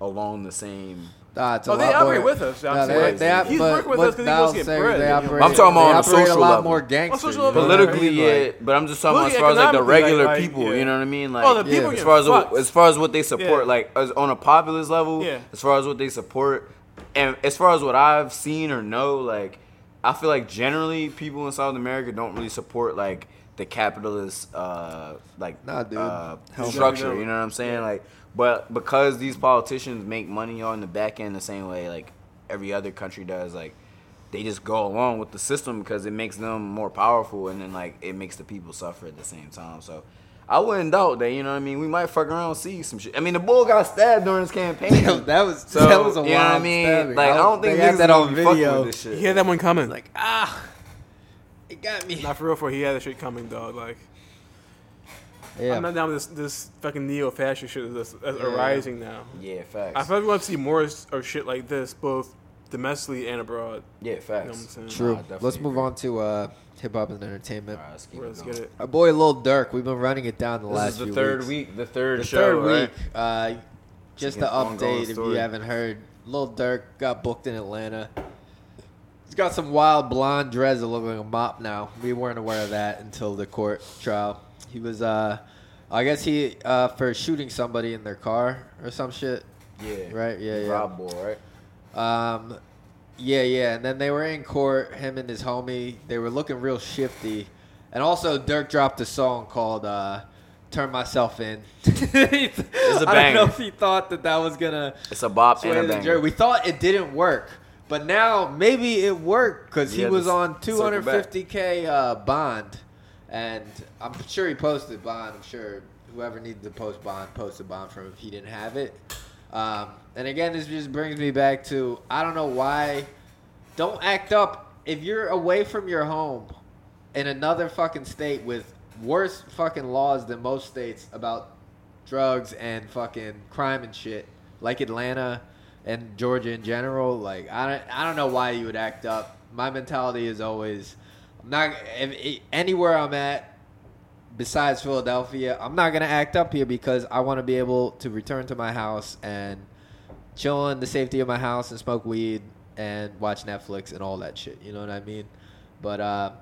Speaker 4: along the same
Speaker 3: Nah, it's a
Speaker 5: Oh, they
Speaker 3: lot
Speaker 5: operate
Speaker 3: more-
Speaker 5: with us,
Speaker 3: Nah,
Speaker 5: I'm
Speaker 3: they-
Speaker 5: saying.
Speaker 3: they op-
Speaker 5: He's
Speaker 3: but
Speaker 5: working with
Speaker 3: what
Speaker 5: us 'cause he
Speaker 3: Niall
Speaker 5: wants to get
Speaker 3: saying,
Speaker 5: bread,
Speaker 3: They
Speaker 5: you know? I'm
Speaker 3: operate,
Speaker 4: talking
Speaker 3: they
Speaker 4: on a
Speaker 3: operate
Speaker 4: social
Speaker 3: a lot
Speaker 4: level.
Speaker 3: more
Speaker 4: On
Speaker 3: gangster.
Speaker 5: social
Speaker 3: you know
Speaker 5: level,
Speaker 3: what I mean?
Speaker 4: politically yeah
Speaker 3: Like,
Speaker 4: but i'm just talking about as
Speaker 5: Politically,
Speaker 4: far as like the
Speaker 5: economically,
Speaker 4: regular
Speaker 5: like-
Speaker 4: people
Speaker 5: like, yeah.
Speaker 4: you know what i mean like
Speaker 5: Oh, the people
Speaker 4: as
Speaker 5: get
Speaker 4: far as what,
Speaker 5: fucked.
Speaker 4: as far as what they support
Speaker 5: Yeah.
Speaker 4: like as, on a populist level
Speaker 5: Yeah.
Speaker 4: as far as what they support and as far as what i've seen or know like i feel like generally people in south america don't really support like the capitalist uh like
Speaker 3: Nah, dude.
Speaker 4: uh,
Speaker 3: Hell no.
Speaker 4: structure you know what i'm saying like but because these politicians make money on the back end the same way like every other country does like they just go along with the system because it makes them more powerful and then like it makes the people suffer at the same time. So I wouldn't doubt that, you know what I mean? We might fuck around and see some shit. I mean the bull got stabbed during his campaign.
Speaker 3: that was
Speaker 4: so
Speaker 3: that was a
Speaker 4: you know what I
Speaker 3: wild
Speaker 4: mean?
Speaker 3: stabbing.
Speaker 4: Like I don't
Speaker 3: they
Speaker 4: think
Speaker 3: had
Speaker 4: niggas
Speaker 3: that
Speaker 4: gonna
Speaker 3: on
Speaker 4: be fucking
Speaker 3: video.
Speaker 4: with this shit.
Speaker 5: He had that one coming. Like,
Speaker 3: Ah, it got me.
Speaker 5: not for real. For he had that shit coming, dog. Like,
Speaker 3: Yeah,
Speaker 5: I'm not down with this this fucking neo-fascist shit that's, that's
Speaker 3: Yeah.
Speaker 5: arising now.
Speaker 4: Yeah,
Speaker 5: I
Speaker 4: facts.
Speaker 5: feel like we want to see more s- of shit like this, both domestically and abroad.
Speaker 4: yeah,
Speaker 5: You know what I'm
Speaker 4: facts.
Speaker 5: saying?
Speaker 3: true.
Speaker 4: I definitely
Speaker 3: Let's move
Speaker 4: agree.
Speaker 3: on to uh, hip hop and entertainment.
Speaker 4: Alright, let's keep
Speaker 5: Let's
Speaker 4: it
Speaker 5: get
Speaker 4: going.
Speaker 5: it.
Speaker 3: Our boy Lil Durk, we've been running it down the
Speaker 4: This
Speaker 3: last
Speaker 4: is the
Speaker 3: few
Speaker 4: third
Speaker 3: weeks.
Speaker 4: week, the third
Speaker 3: The
Speaker 4: show,
Speaker 3: third
Speaker 4: right?
Speaker 3: week. Uh, just to
Speaker 4: It's an ongoing
Speaker 3: update, if you
Speaker 4: story.
Speaker 3: haven't heard, Lil Durk got booked in Atlanta. He's got some wild blonde dreads that look like a mop now. We weren't aware of that until the court trial. He was, uh, I guess he uh, for shooting somebody in their car or some shit.
Speaker 4: Yeah.
Speaker 3: Right, yeah, yeah.
Speaker 4: Rob Bull, right?
Speaker 3: Um, yeah, yeah. And then they were in court, him and his homie. They were looking real shifty. And also, Dirk dropped a song called uh, Turn Myself In. it's
Speaker 4: a
Speaker 3: I don't
Speaker 4: banger.
Speaker 3: know if he thought that that was going to
Speaker 4: It's a bop
Speaker 3: sway
Speaker 4: and a
Speaker 3: the
Speaker 4: banger.
Speaker 3: jury. We thought it didn't work. But now maybe it worked because he
Speaker 4: Yeah,
Speaker 3: was
Speaker 4: this-
Speaker 3: on
Speaker 4: circle back.
Speaker 3: 250K uh, bond. And I'm sure he posted bond. I'm sure whoever needed to post bond posted bond from him if he didn't have it. Um, and again, this just brings me back to I don't know why. Don't act up if you're away from your home in another fucking state with worse fucking laws than most states about drugs and fucking crime and shit, like Atlanta and Georgia in general. Like I don't, I don't know why you would act up. My mentality is always, I'm not if, if- anywhere I'm at. besides Philadelphia, I'm not gonna act up here because I want to be able to return to my house and chill in the safety of my house and smoke weed and watch Netflix and all that shit. You know what I mean? But uh,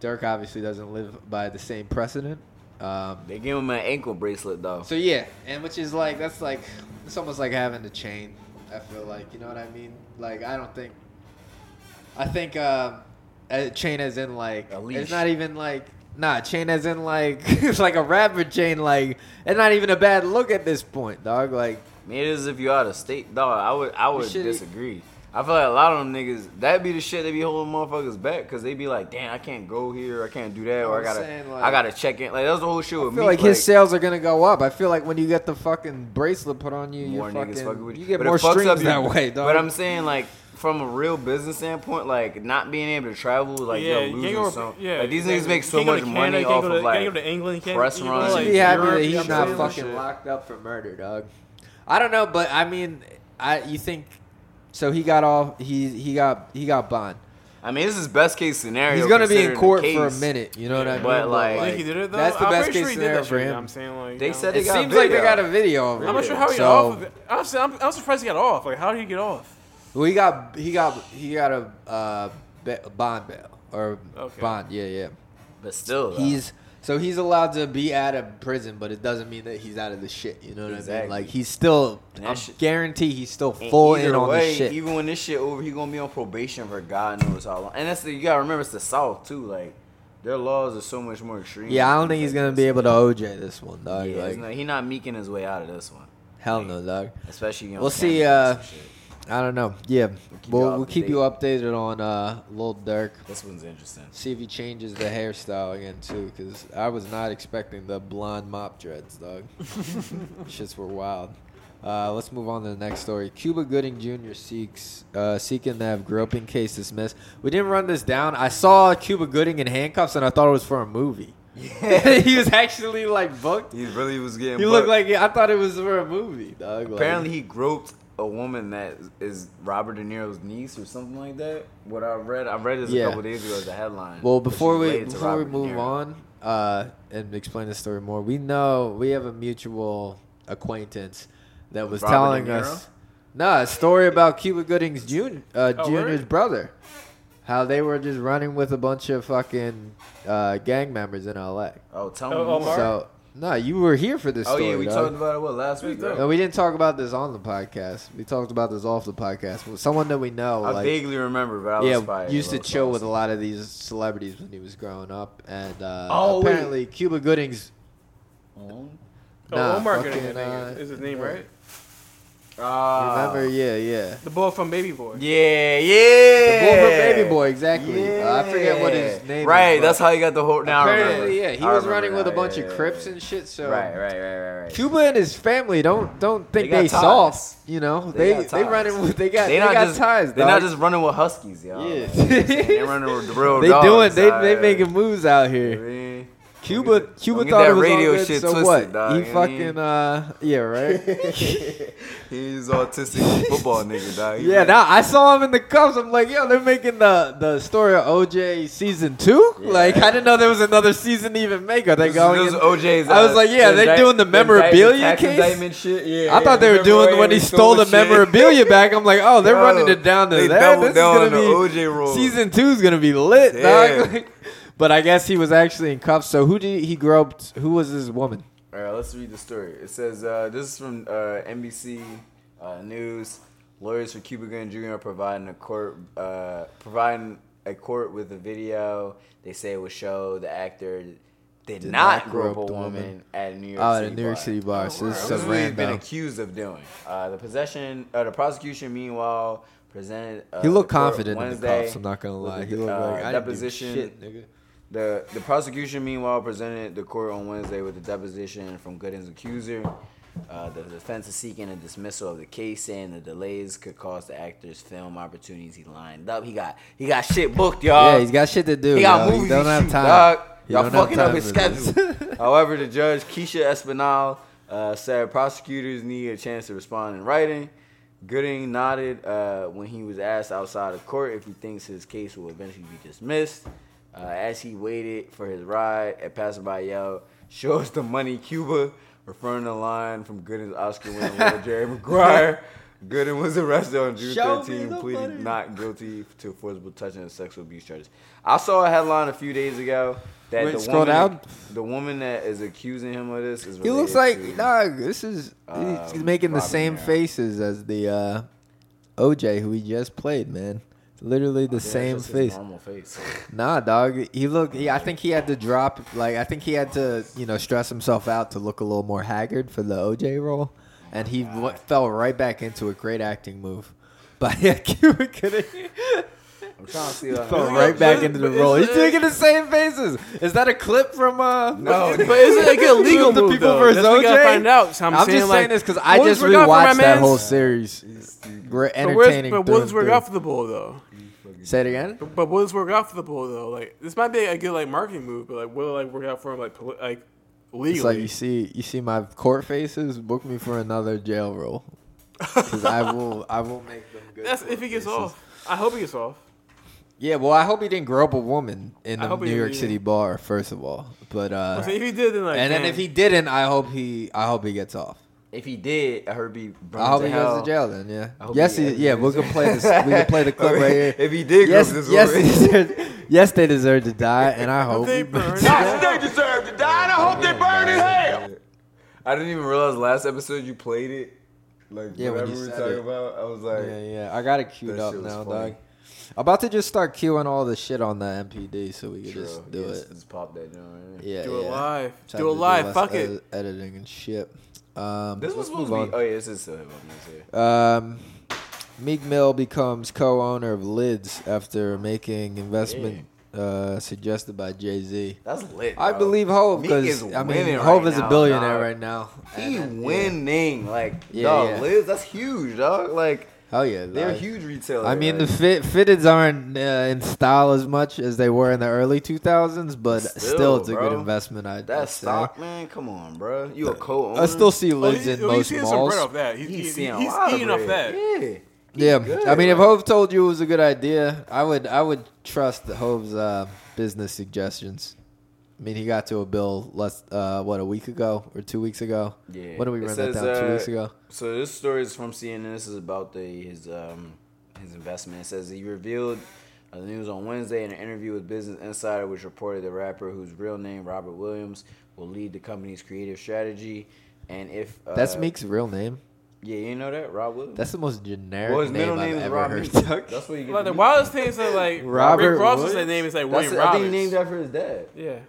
Speaker 3: Dirk obviously doesn't live by the same precedent. Um,
Speaker 4: they gave him an ankle bracelet though.
Speaker 3: So yeah, and which is like that's like it's almost like having the chain. I feel like you know what I mean. Like I don't think. I think um, a chain as in like
Speaker 4: leash.
Speaker 3: it's not even like nah chain as in like it's like a rapper chain like it's not even a bad look at this point dog like
Speaker 4: I mean, it is if you out of state, dog. I would, I would
Speaker 3: shit-
Speaker 4: disagree. I feel like a lot of them niggas that be the shit they be holding motherfuckers back because they be like, damn, I can't go here, I can't do that, or I
Speaker 3: I'm
Speaker 4: gotta,
Speaker 3: saying, like-
Speaker 4: I gotta check in. Like that's the whole shit with
Speaker 3: I feel
Speaker 4: me.
Speaker 3: like his sales are gonna go up. I feel like when you get the fucking bracelet put on you,
Speaker 4: more
Speaker 3: you're
Speaker 4: niggas
Speaker 3: fucking,
Speaker 4: fucking with
Speaker 3: you get
Speaker 4: But it
Speaker 3: more
Speaker 4: fucks
Speaker 3: streams
Speaker 4: your-
Speaker 3: that way, dog.
Speaker 4: But I'm saying like from a real business standpoint, like not being able to travel, like
Speaker 5: Yeah,
Speaker 4: you're
Speaker 5: you
Speaker 4: losing
Speaker 5: can't go-
Speaker 4: some.
Speaker 5: yeah,
Speaker 4: like these
Speaker 5: exactly.
Speaker 4: niggas make
Speaker 5: You
Speaker 4: so
Speaker 5: can't go
Speaker 4: much
Speaker 5: to
Speaker 4: money
Speaker 5: Canada, you can't
Speaker 4: off
Speaker 5: go
Speaker 4: of
Speaker 5: to-
Speaker 4: like
Speaker 5: you can't go to England, you can't-
Speaker 4: press
Speaker 5: you can't go to,
Speaker 4: runs.
Speaker 5: like,
Speaker 3: be happy
Speaker 5: Europe,
Speaker 3: that
Speaker 5: you
Speaker 3: he's
Speaker 5: can't
Speaker 3: not
Speaker 5: do that
Speaker 3: fucking
Speaker 5: shit.
Speaker 3: locked up for murder, dog. I don't know, but I mean, I you think so? He got off. He he got he got bond.
Speaker 4: I mean, this is best case scenario.
Speaker 3: He's gonna be in
Speaker 4: considering the
Speaker 3: court for a
Speaker 4: case.
Speaker 3: minute. You know what I mean?
Speaker 4: But like,
Speaker 5: think he did it though.
Speaker 3: that's the
Speaker 5: I'm
Speaker 3: best
Speaker 5: pretty sure
Speaker 3: case
Speaker 5: he did
Speaker 3: scenario
Speaker 5: that
Speaker 3: for
Speaker 5: shit,
Speaker 3: him.
Speaker 5: I'm saying like
Speaker 4: They
Speaker 5: you
Speaker 4: said
Speaker 5: know.
Speaker 4: they
Speaker 3: It
Speaker 4: got
Speaker 3: seems
Speaker 4: video.
Speaker 3: like they got a video of it.
Speaker 5: I'm not sure how he
Speaker 3: so,
Speaker 5: got off. Of it. Honestly, I'm, I'm surprised he got off. Like, how did he get off?
Speaker 3: Well, he got he got he got a uh, ba- bond bail or
Speaker 5: Okay.
Speaker 3: bond. Yeah, yeah.
Speaker 4: but still, though.
Speaker 3: He's so he's allowed to be out of prison, but it doesn't mean that he's out of the shit. You know what I
Speaker 4: Exactly.
Speaker 3: mean? Like he's still,
Speaker 4: And that
Speaker 3: I
Speaker 4: shit-
Speaker 3: guarantee he's still
Speaker 4: And
Speaker 3: full
Speaker 4: either
Speaker 3: in on
Speaker 4: way,
Speaker 3: this shit.
Speaker 4: Even when this shit over, he gonna be on probation for God knows how long. And that's the you gotta remember it's the South too. Like their laws are so much more extreme.
Speaker 3: yeah, I don't think he's gonna be able to OJ this one, dog.
Speaker 4: Yeah,
Speaker 3: like
Speaker 4: he's not, he not meeking his way out of this one,
Speaker 3: hell no, dog.
Speaker 4: especially. You know,
Speaker 3: We'll see.
Speaker 4: cannabis
Speaker 3: Uh,
Speaker 4: and shit.
Speaker 3: I don't know. Yeah,
Speaker 4: keep
Speaker 3: we'll,
Speaker 4: you
Speaker 3: we'll
Speaker 4: up to
Speaker 3: keep
Speaker 4: date.
Speaker 3: you updated on uh, Lil Durk.
Speaker 4: this one's interesting.
Speaker 3: See if he changes the hairstyle again too, because I was not expecting the blonde mop dreads, dog. Shits were wild. Uh, let's move on to the next story. Cuba Gooding Jr. seeks uh, seeking to have groping case dismissed. We didn't run this down. I saw Cuba Gooding in handcuffs, and I thought it was for a movie. he was actually like booked.
Speaker 4: He really was getting.
Speaker 3: He looked like I thought it was for a movie, dog. Like,
Speaker 4: Apparently, he groped a woman that is Robert De Niro's niece or something like that. What I read, I read this
Speaker 3: Yeah.
Speaker 4: a couple days ago as a headline.
Speaker 3: Well,
Speaker 4: But she's
Speaker 3: before we
Speaker 4: related to
Speaker 3: before we
Speaker 4: Robert De
Speaker 3: move
Speaker 4: Niro.
Speaker 3: on uh, and explain the story more, we know we have a mutual acquaintance that was
Speaker 4: Robert De
Speaker 3: telling
Speaker 4: Niro?
Speaker 3: us no a story about Cuba Gooding's Jun- uh,
Speaker 5: Oh, word?
Speaker 3: Junior's brother, how they were just running with a bunch of fucking uh, gang members in L.A.
Speaker 4: oh, tell me.
Speaker 5: Oh,
Speaker 4: more.
Speaker 5: Omar?
Speaker 3: So no, you were here for this.
Speaker 4: Oh
Speaker 3: story,
Speaker 4: yeah, we
Speaker 3: dog.
Speaker 4: talked about it what last week. Right?
Speaker 3: No, we didn't talk about this on the podcast. We talked about this off the podcast. Well, Someone that we know,
Speaker 4: I
Speaker 3: like,
Speaker 4: vaguely remember, but I was
Speaker 3: yeah,
Speaker 4: fired.
Speaker 3: used to
Speaker 4: That's
Speaker 3: chill
Speaker 4: all
Speaker 3: with a
Speaker 4: I'm
Speaker 3: lot of these celebrities when he was growing up, and uh,
Speaker 4: Oh, wait.
Speaker 3: apparently Cuba Gooding's.
Speaker 4: saying.
Speaker 5: Oh,
Speaker 3: Nah,
Speaker 5: Omar Gooding I
Speaker 3: fucking,
Speaker 5: think,
Speaker 3: uh,
Speaker 5: is- is his name,
Speaker 3: yeah.
Speaker 5: right?
Speaker 4: Ah.
Speaker 3: Remember, yeah, yeah.
Speaker 5: The boy from Baby Boy.
Speaker 4: Yeah, yeah.
Speaker 3: The boy from Baby Boy, exactly. Uh, I forget what his
Speaker 4: Yeah.
Speaker 3: name. is,
Speaker 4: Right,
Speaker 3: but
Speaker 4: that's how you got the whole. Now I remember.
Speaker 3: apparently, yeah, he
Speaker 4: I
Speaker 3: was
Speaker 4: remember
Speaker 3: running with
Speaker 4: now,
Speaker 3: a bunch
Speaker 4: yeah,
Speaker 3: of
Speaker 4: yeah,
Speaker 3: Crips
Speaker 4: yeah.
Speaker 3: and shit. So
Speaker 4: Right, right, right, right, right.
Speaker 3: Cuba and his family don't don't think
Speaker 4: got
Speaker 3: they,
Speaker 4: ties.
Speaker 3: soft. You know,
Speaker 4: They
Speaker 3: they
Speaker 4: got
Speaker 3: they,
Speaker 4: ties.
Speaker 3: running with they got they,
Speaker 4: not
Speaker 3: got
Speaker 4: just,
Speaker 3: ties.
Speaker 4: They're not
Speaker 3: dog.
Speaker 4: just running with huskies, y'all.
Speaker 3: Yeah.
Speaker 4: they're running with the real
Speaker 3: they doing
Speaker 4: dogs,
Speaker 3: they they
Speaker 4: uh,
Speaker 3: making moves out here.
Speaker 4: man.
Speaker 3: Cuba Cuba
Speaker 4: get
Speaker 3: thought
Speaker 4: that
Speaker 3: it was
Speaker 4: radio
Speaker 3: all good,
Speaker 4: shit
Speaker 3: so
Speaker 4: twisted,
Speaker 3: what?
Speaker 4: dog,
Speaker 3: he
Speaker 4: you know what I mean?
Speaker 3: fucking uh yeah right.
Speaker 4: He's autistic football nigga, dog. He
Speaker 3: yeah,
Speaker 4: really-
Speaker 3: now I saw him in the cups. I'm like, yo, they're making the the story of OJ season two. Like I didn't know there was another season to even make. Are they
Speaker 4: This is-
Speaker 3: going?
Speaker 4: this is
Speaker 3: in-
Speaker 4: OJ's.
Speaker 3: I was
Speaker 4: uh,
Speaker 3: like, yeah, they're
Speaker 4: indict-
Speaker 3: doing the
Speaker 4: indictment-
Speaker 3: memorabilia
Speaker 4: tax
Speaker 3: case?
Speaker 4: indictment shit. Yeah,
Speaker 3: I thought they were doing when he stole the memorabilia back. I'm like, oh, they're
Speaker 4: Yo,
Speaker 3: running it down to
Speaker 4: they
Speaker 3: that.
Speaker 4: doubled
Speaker 3: This is
Speaker 4: down
Speaker 3: gonna
Speaker 4: on the
Speaker 3: be
Speaker 4: OJ rules.
Speaker 3: season two is gonna be lit,
Speaker 4: Damn.
Speaker 3: dog. Like, but I guess he was actually in cuffs. So who did he groped? Who was this woman?
Speaker 4: All right, let's read the story. It says uh, this is from uh, NBC uh, News. Lawyers for Cuba Gooding Jr. are providing a court uh, providing a court with a video. They say it will show the actor did, not, grope a woman, at a New York
Speaker 3: Oh, at
Speaker 4: City
Speaker 3: a New York
Speaker 4: bar.
Speaker 3: City bar. So this is
Speaker 4: This
Speaker 3: some
Speaker 4: is what he's been
Speaker 3: random.
Speaker 4: accused of doing. Uh, the possession, uh, the prosecution, meanwhile, presented. Uh,
Speaker 3: He looked
Speaker 4: the court
Speaker 3: confident in the
Speaker 4: Wednesday
Speaker 3: cuffs. I'm not gonna
Speaker 4: with
Speaker 3: lie.
Speaker 4: the,
Speaker 3: He looked
Speaker 4: uh,
Speaker 3: like I didn't do
Speaker 4: deposition.
Speaker 3: shit, nigga.
Speaker 4: The the prosecution, meanwhile, presented the court on Wednesday with a deposition from Gooden's accuser. Uh, the defense is seeking a dismissal of the case, saying the delays could cost the actor's film opportunities. He lined up. He got he got shit booked, y'all.
Speaker 3: Yeah, he's got shit to do.
Speaker 4: Uh, He got
Speaker 3: yo.
Speaker 4: movies.
Speaker 3: He don't
Speaker 4: to
Speaker 3: have
Speaker 4: shoot,
Speaker 3: time.
Speaker 4: Dog.
Speaker 3: He
Speaker 4: Y'all
Speaker 3: don't have
Speaker 4: fucking up
Speaker 3: time
Speaker 4: his
Speaker 3: for this.
Speaker 4: schedule. However, the judge, Keisha Espinal, uh, said prosecutors need a chance to respond in writing. Gooding nodded uh, when he was asked outside of court if he thinks his case will eventually be dismissed. Uh, as he waited for his ride, a passerby yelled, "Show us the money, Cuba!" Referring to the line from Gooden's Oscar-winning role, Jerry Maguire. Gooden was arrested on June
Speaker 17: Show me
Speaker 4: 13,
Speaker 17: the
Speaker 4: pleaded
Speaker 17: money.
Speaker 4: not guilty to forcible touching and sexual abuse charges. I saw a headline a few days ago that
Speaker 3: Wait,
Speaker 4: the
Speaker 3: scroll
Speaker 4: woman,
Speaker 3: down.
Speaker 4: the woman that is accusing him of this is
Speaker 3: He looks like
Speaker 4: related to-
Speaker 3: dog. This is
Speaker 4: uh,
Speaker 3: he's making the
Speaker 4: Robin
Speaker 3: same
Speaker 4: Aaron.
Speaker 3: faces as the uh, OJ who he just played, man. It's literally the
Speaker 4: Yeah, it's
Speaker 3: same
Speaker 4: just his
Speaker 3: face.
Speaker 4: normal face.
Speaker 3: Nah, dog. He look. He, I think he had to drop. Like I think he had to, you know, stress himself out to look a little more haggard for the OJ role, and he w- fell right back into a great acting move. But yeah, Cuba couldn't.
Speaker 4: I'm trying to see that.
Speaker 3: Fell right back into the role. He's making the same faces. Is that a clip from? uh
Speaker 4: No.
Speaker 3: but
Speaker 5: is it a good legal
Speaker 3: the
Speaker 5: move,
Speaker 3: people
Speaker 5: though?
Speaker 3: versus
Speaker 5: That's what we gotta
Speaker 3: OJ?
Speaker 5: find out. So I'm saying,
Speaker 3: just saying
Speaker 5: like,
Speaker 3: this because I
Speaker 5: what is
Speaker 3: just
Speaker 5: we got for my
Speaker 3: rewatched that
Speaker 5: mans?
Speaker 3: whole series. We're
Speaker 5: But where's,
Speaker 3: entertaining.
Speaker 5: but
Speaker 3: through
Speaker 5: what
Speaker 3: and
Speaker 5: does work
Speaker 3: through.
Speaker 5: out for the bull though?
Speaker 3: Say it again.
Speaker 5: But, but what does work out for the bull though? Like this might be a good like marketing move, but like what will like work out for him like poli- like legally?
Speaker 3: It's like you see, you see my court faces. Book me for another jail role, because I will, I will make them good.
Speaker 5: That's if he gets off. I hope he gets off.
Speaker 3: Yeah, well, I hope he didn't grow up a woman in
Speaker 5: I
Speaker 3: a
Speaker 5: hope he
Speaker 3: New York
Speaker 5: didn't.
Speaker 3: City bar, first of all. But uh,
Speaker 5: So if he did, then, like,
Speaker 3: and then
Speaker 5: damn.
Speaker 3: if he didn't, I hope he, I hope he gets off.
Speaker 4: If he did, I heard be.
Speaker 3: I hope he goes to jail then.
Speaker 4: I
Speaker 3: Yeah.
Speaker 4: hope
Speaker 3: Yes.
Speaker 4: he-
Speaker 3: He, yeah. We can play this. We can play the clip right here.
Speaker 4: If he did grow
Speaker 3: yes,
Speaker 4: up this
Speaker 3: yes,
Speaker 4: woman.
Speaker 3: he deserved- yes, they deserve to die, and I hope.
Speaker 5: They burn.
Speaker 4: they deserve to die, and I hope they burn in hell. I didn't even realize last episode you played it. Like
Speaker 3: Yeah, when
Speaker 4: whatever
Speaker 3: you
Speaker 4: we were
Speaker 3: said
Speaker 4: talking
Speaker 3: it.
Speaker 4: about, I was like,
Speaker 3: Yeah, yeah. I got it queued
Speaker 4: That
Speaker 3: up
Speaker 4: shit was
Speaker 3: now,
Speaker 4: funny.
Speaker 3: dog. About to just start queuing all the shit on the MPD so we can
Speaker 4: True.
Speaker 3: just do
Speaker 4: Yes,
Speaker 3: it.
Speaker 4: Just pop that down. Right
Speaker 3: Yeah,
Speaker 5: Do it
Speaker 3: yeah.
Speaker 5: live.
Speaker 3: Time
Speaker 5: Do
Speaker 3: to
Speaker 5: it live.
Speaker 3: less
Speaker 5: Fuck
Speaker 3: edi-
Speaker 5: it.
Speaker 3: Editing and shit. Um,
Speaker 4: This was
Speaker 3: let's
Speaker 4: supposed
Speaker 3: move
Speaker 4: to uh,
Speaker 3: on.
Speaker 4: be. Oh yeah, this is still hip hop news here.
Speaker 3: Um, Meek Mill becomes co-owner of Lids after making investment uh, suggested by Jay Z.
Speaker 4: That's lit.
Speaker 3: I
Speaker 4: bro.
Speaker 3: believe Hove
Speaker 4: Meek is
Speaker 3: because I mean
Speaker 4: winning
Speaker 3: Hove
Speaker 4: right
Speaker 3: is a
Speaker 4: now,
Speaker 3: billionaire
Speaker 4: dog.
Speaker 3: right now.
Speaker 4: He
Speaker 3: And, uh,
Speaker 4: winning. Like,
Speaker 3: Yeah,
Speaker 4: dog,
Speaker 3: yeah.
Speaker 4: Liz, that's huge, dog. Like,
Speaker 3: Hell yeah,
Speaker 4: they're
Speaker 3: dog.
Speaker 4: huge retailers.
Speaker 3: I mean,
Speaker 4: like,
Speaker 3: the fit fitteds aren't uh, in style as much as they were in the early 2000s, but still, it's a good
Speaker 4: bro.
Speaker 3: investment. I
Speaker 4: That stock, man. Come on, bro. You a co-owner?
Speaker 3: I still see
Speaker 5: Oh,
Speaker 3: lids
Speaker 5: he-
Speaker 3: in
Speaker 5: oh, he's
Speaker 3: most
Speaker 5: seeing some
Speaker 3: malls.
Speaker 5: bread off that. He's,
Speaker 4: He's
Speaker 5: he's,
Speaker 4: seeing a
Speaker 5: he's
Speaker 4: lot of
Speaker 5: eating off
Speaker 4: bread.
Speaker 5: that.
Speaker 4: Yeah.
Speaker 3: yeah,
Speaker 4: good,
Speaker 3: I mean, if
Speaker 4: bro.
Speaker 3: Hove told you it was a good idea, I would I would trust Hove's uh, business suggestions. I mean, he got to a bill less uh, what a week ago or two weeks ago.
Speaker 4: Yeah.
Speaker 3: when did we
Speaker 4: It
Speaker 3: run
Speaker 4: says,
Speaker 3: that down? two
Speaker 4: uh,
Speaker 3: weeks ago.
Speaker 4: So this story is from CNN. This is about the his um his investment. It says he revealed uh, the news on Wednesday in an interview with Business Insider, which reported the rapper, whose real name Robert Williams, will lead the company's creative strategy. And if uh,
Speaker 3: That's Meek's real name.
Speaker 4: Yeah, you know that Rob Williams.
Speaker 3: That's the most generic
Speaker 4: well, his
Speaker 3: name
Speaker 4: middle
Speaker 3: I've
Speaker 4: name is
Speaker 3: ever
Speaker 4: Rob.
Speaker 3: heard.
Speaker 4: Meek.
Speaker 3: Doug.
Speaker 4: That's what you get.
Speaker 5: Like the
Speaker 4: Meek.
Speaker 5: wildest thing is that like
Speaker 3: Robert
Speaker 5: Rick Ross's
Speaker 3: Woods?
Speaker 5: name is like
Speaker 4: That's
Speaker 5: William
Speaker 4: I think he
Speaker 5: Roberts.
Speaker 4: named after his dad.
Speaker 5: yeah.
Speaker 4: I'm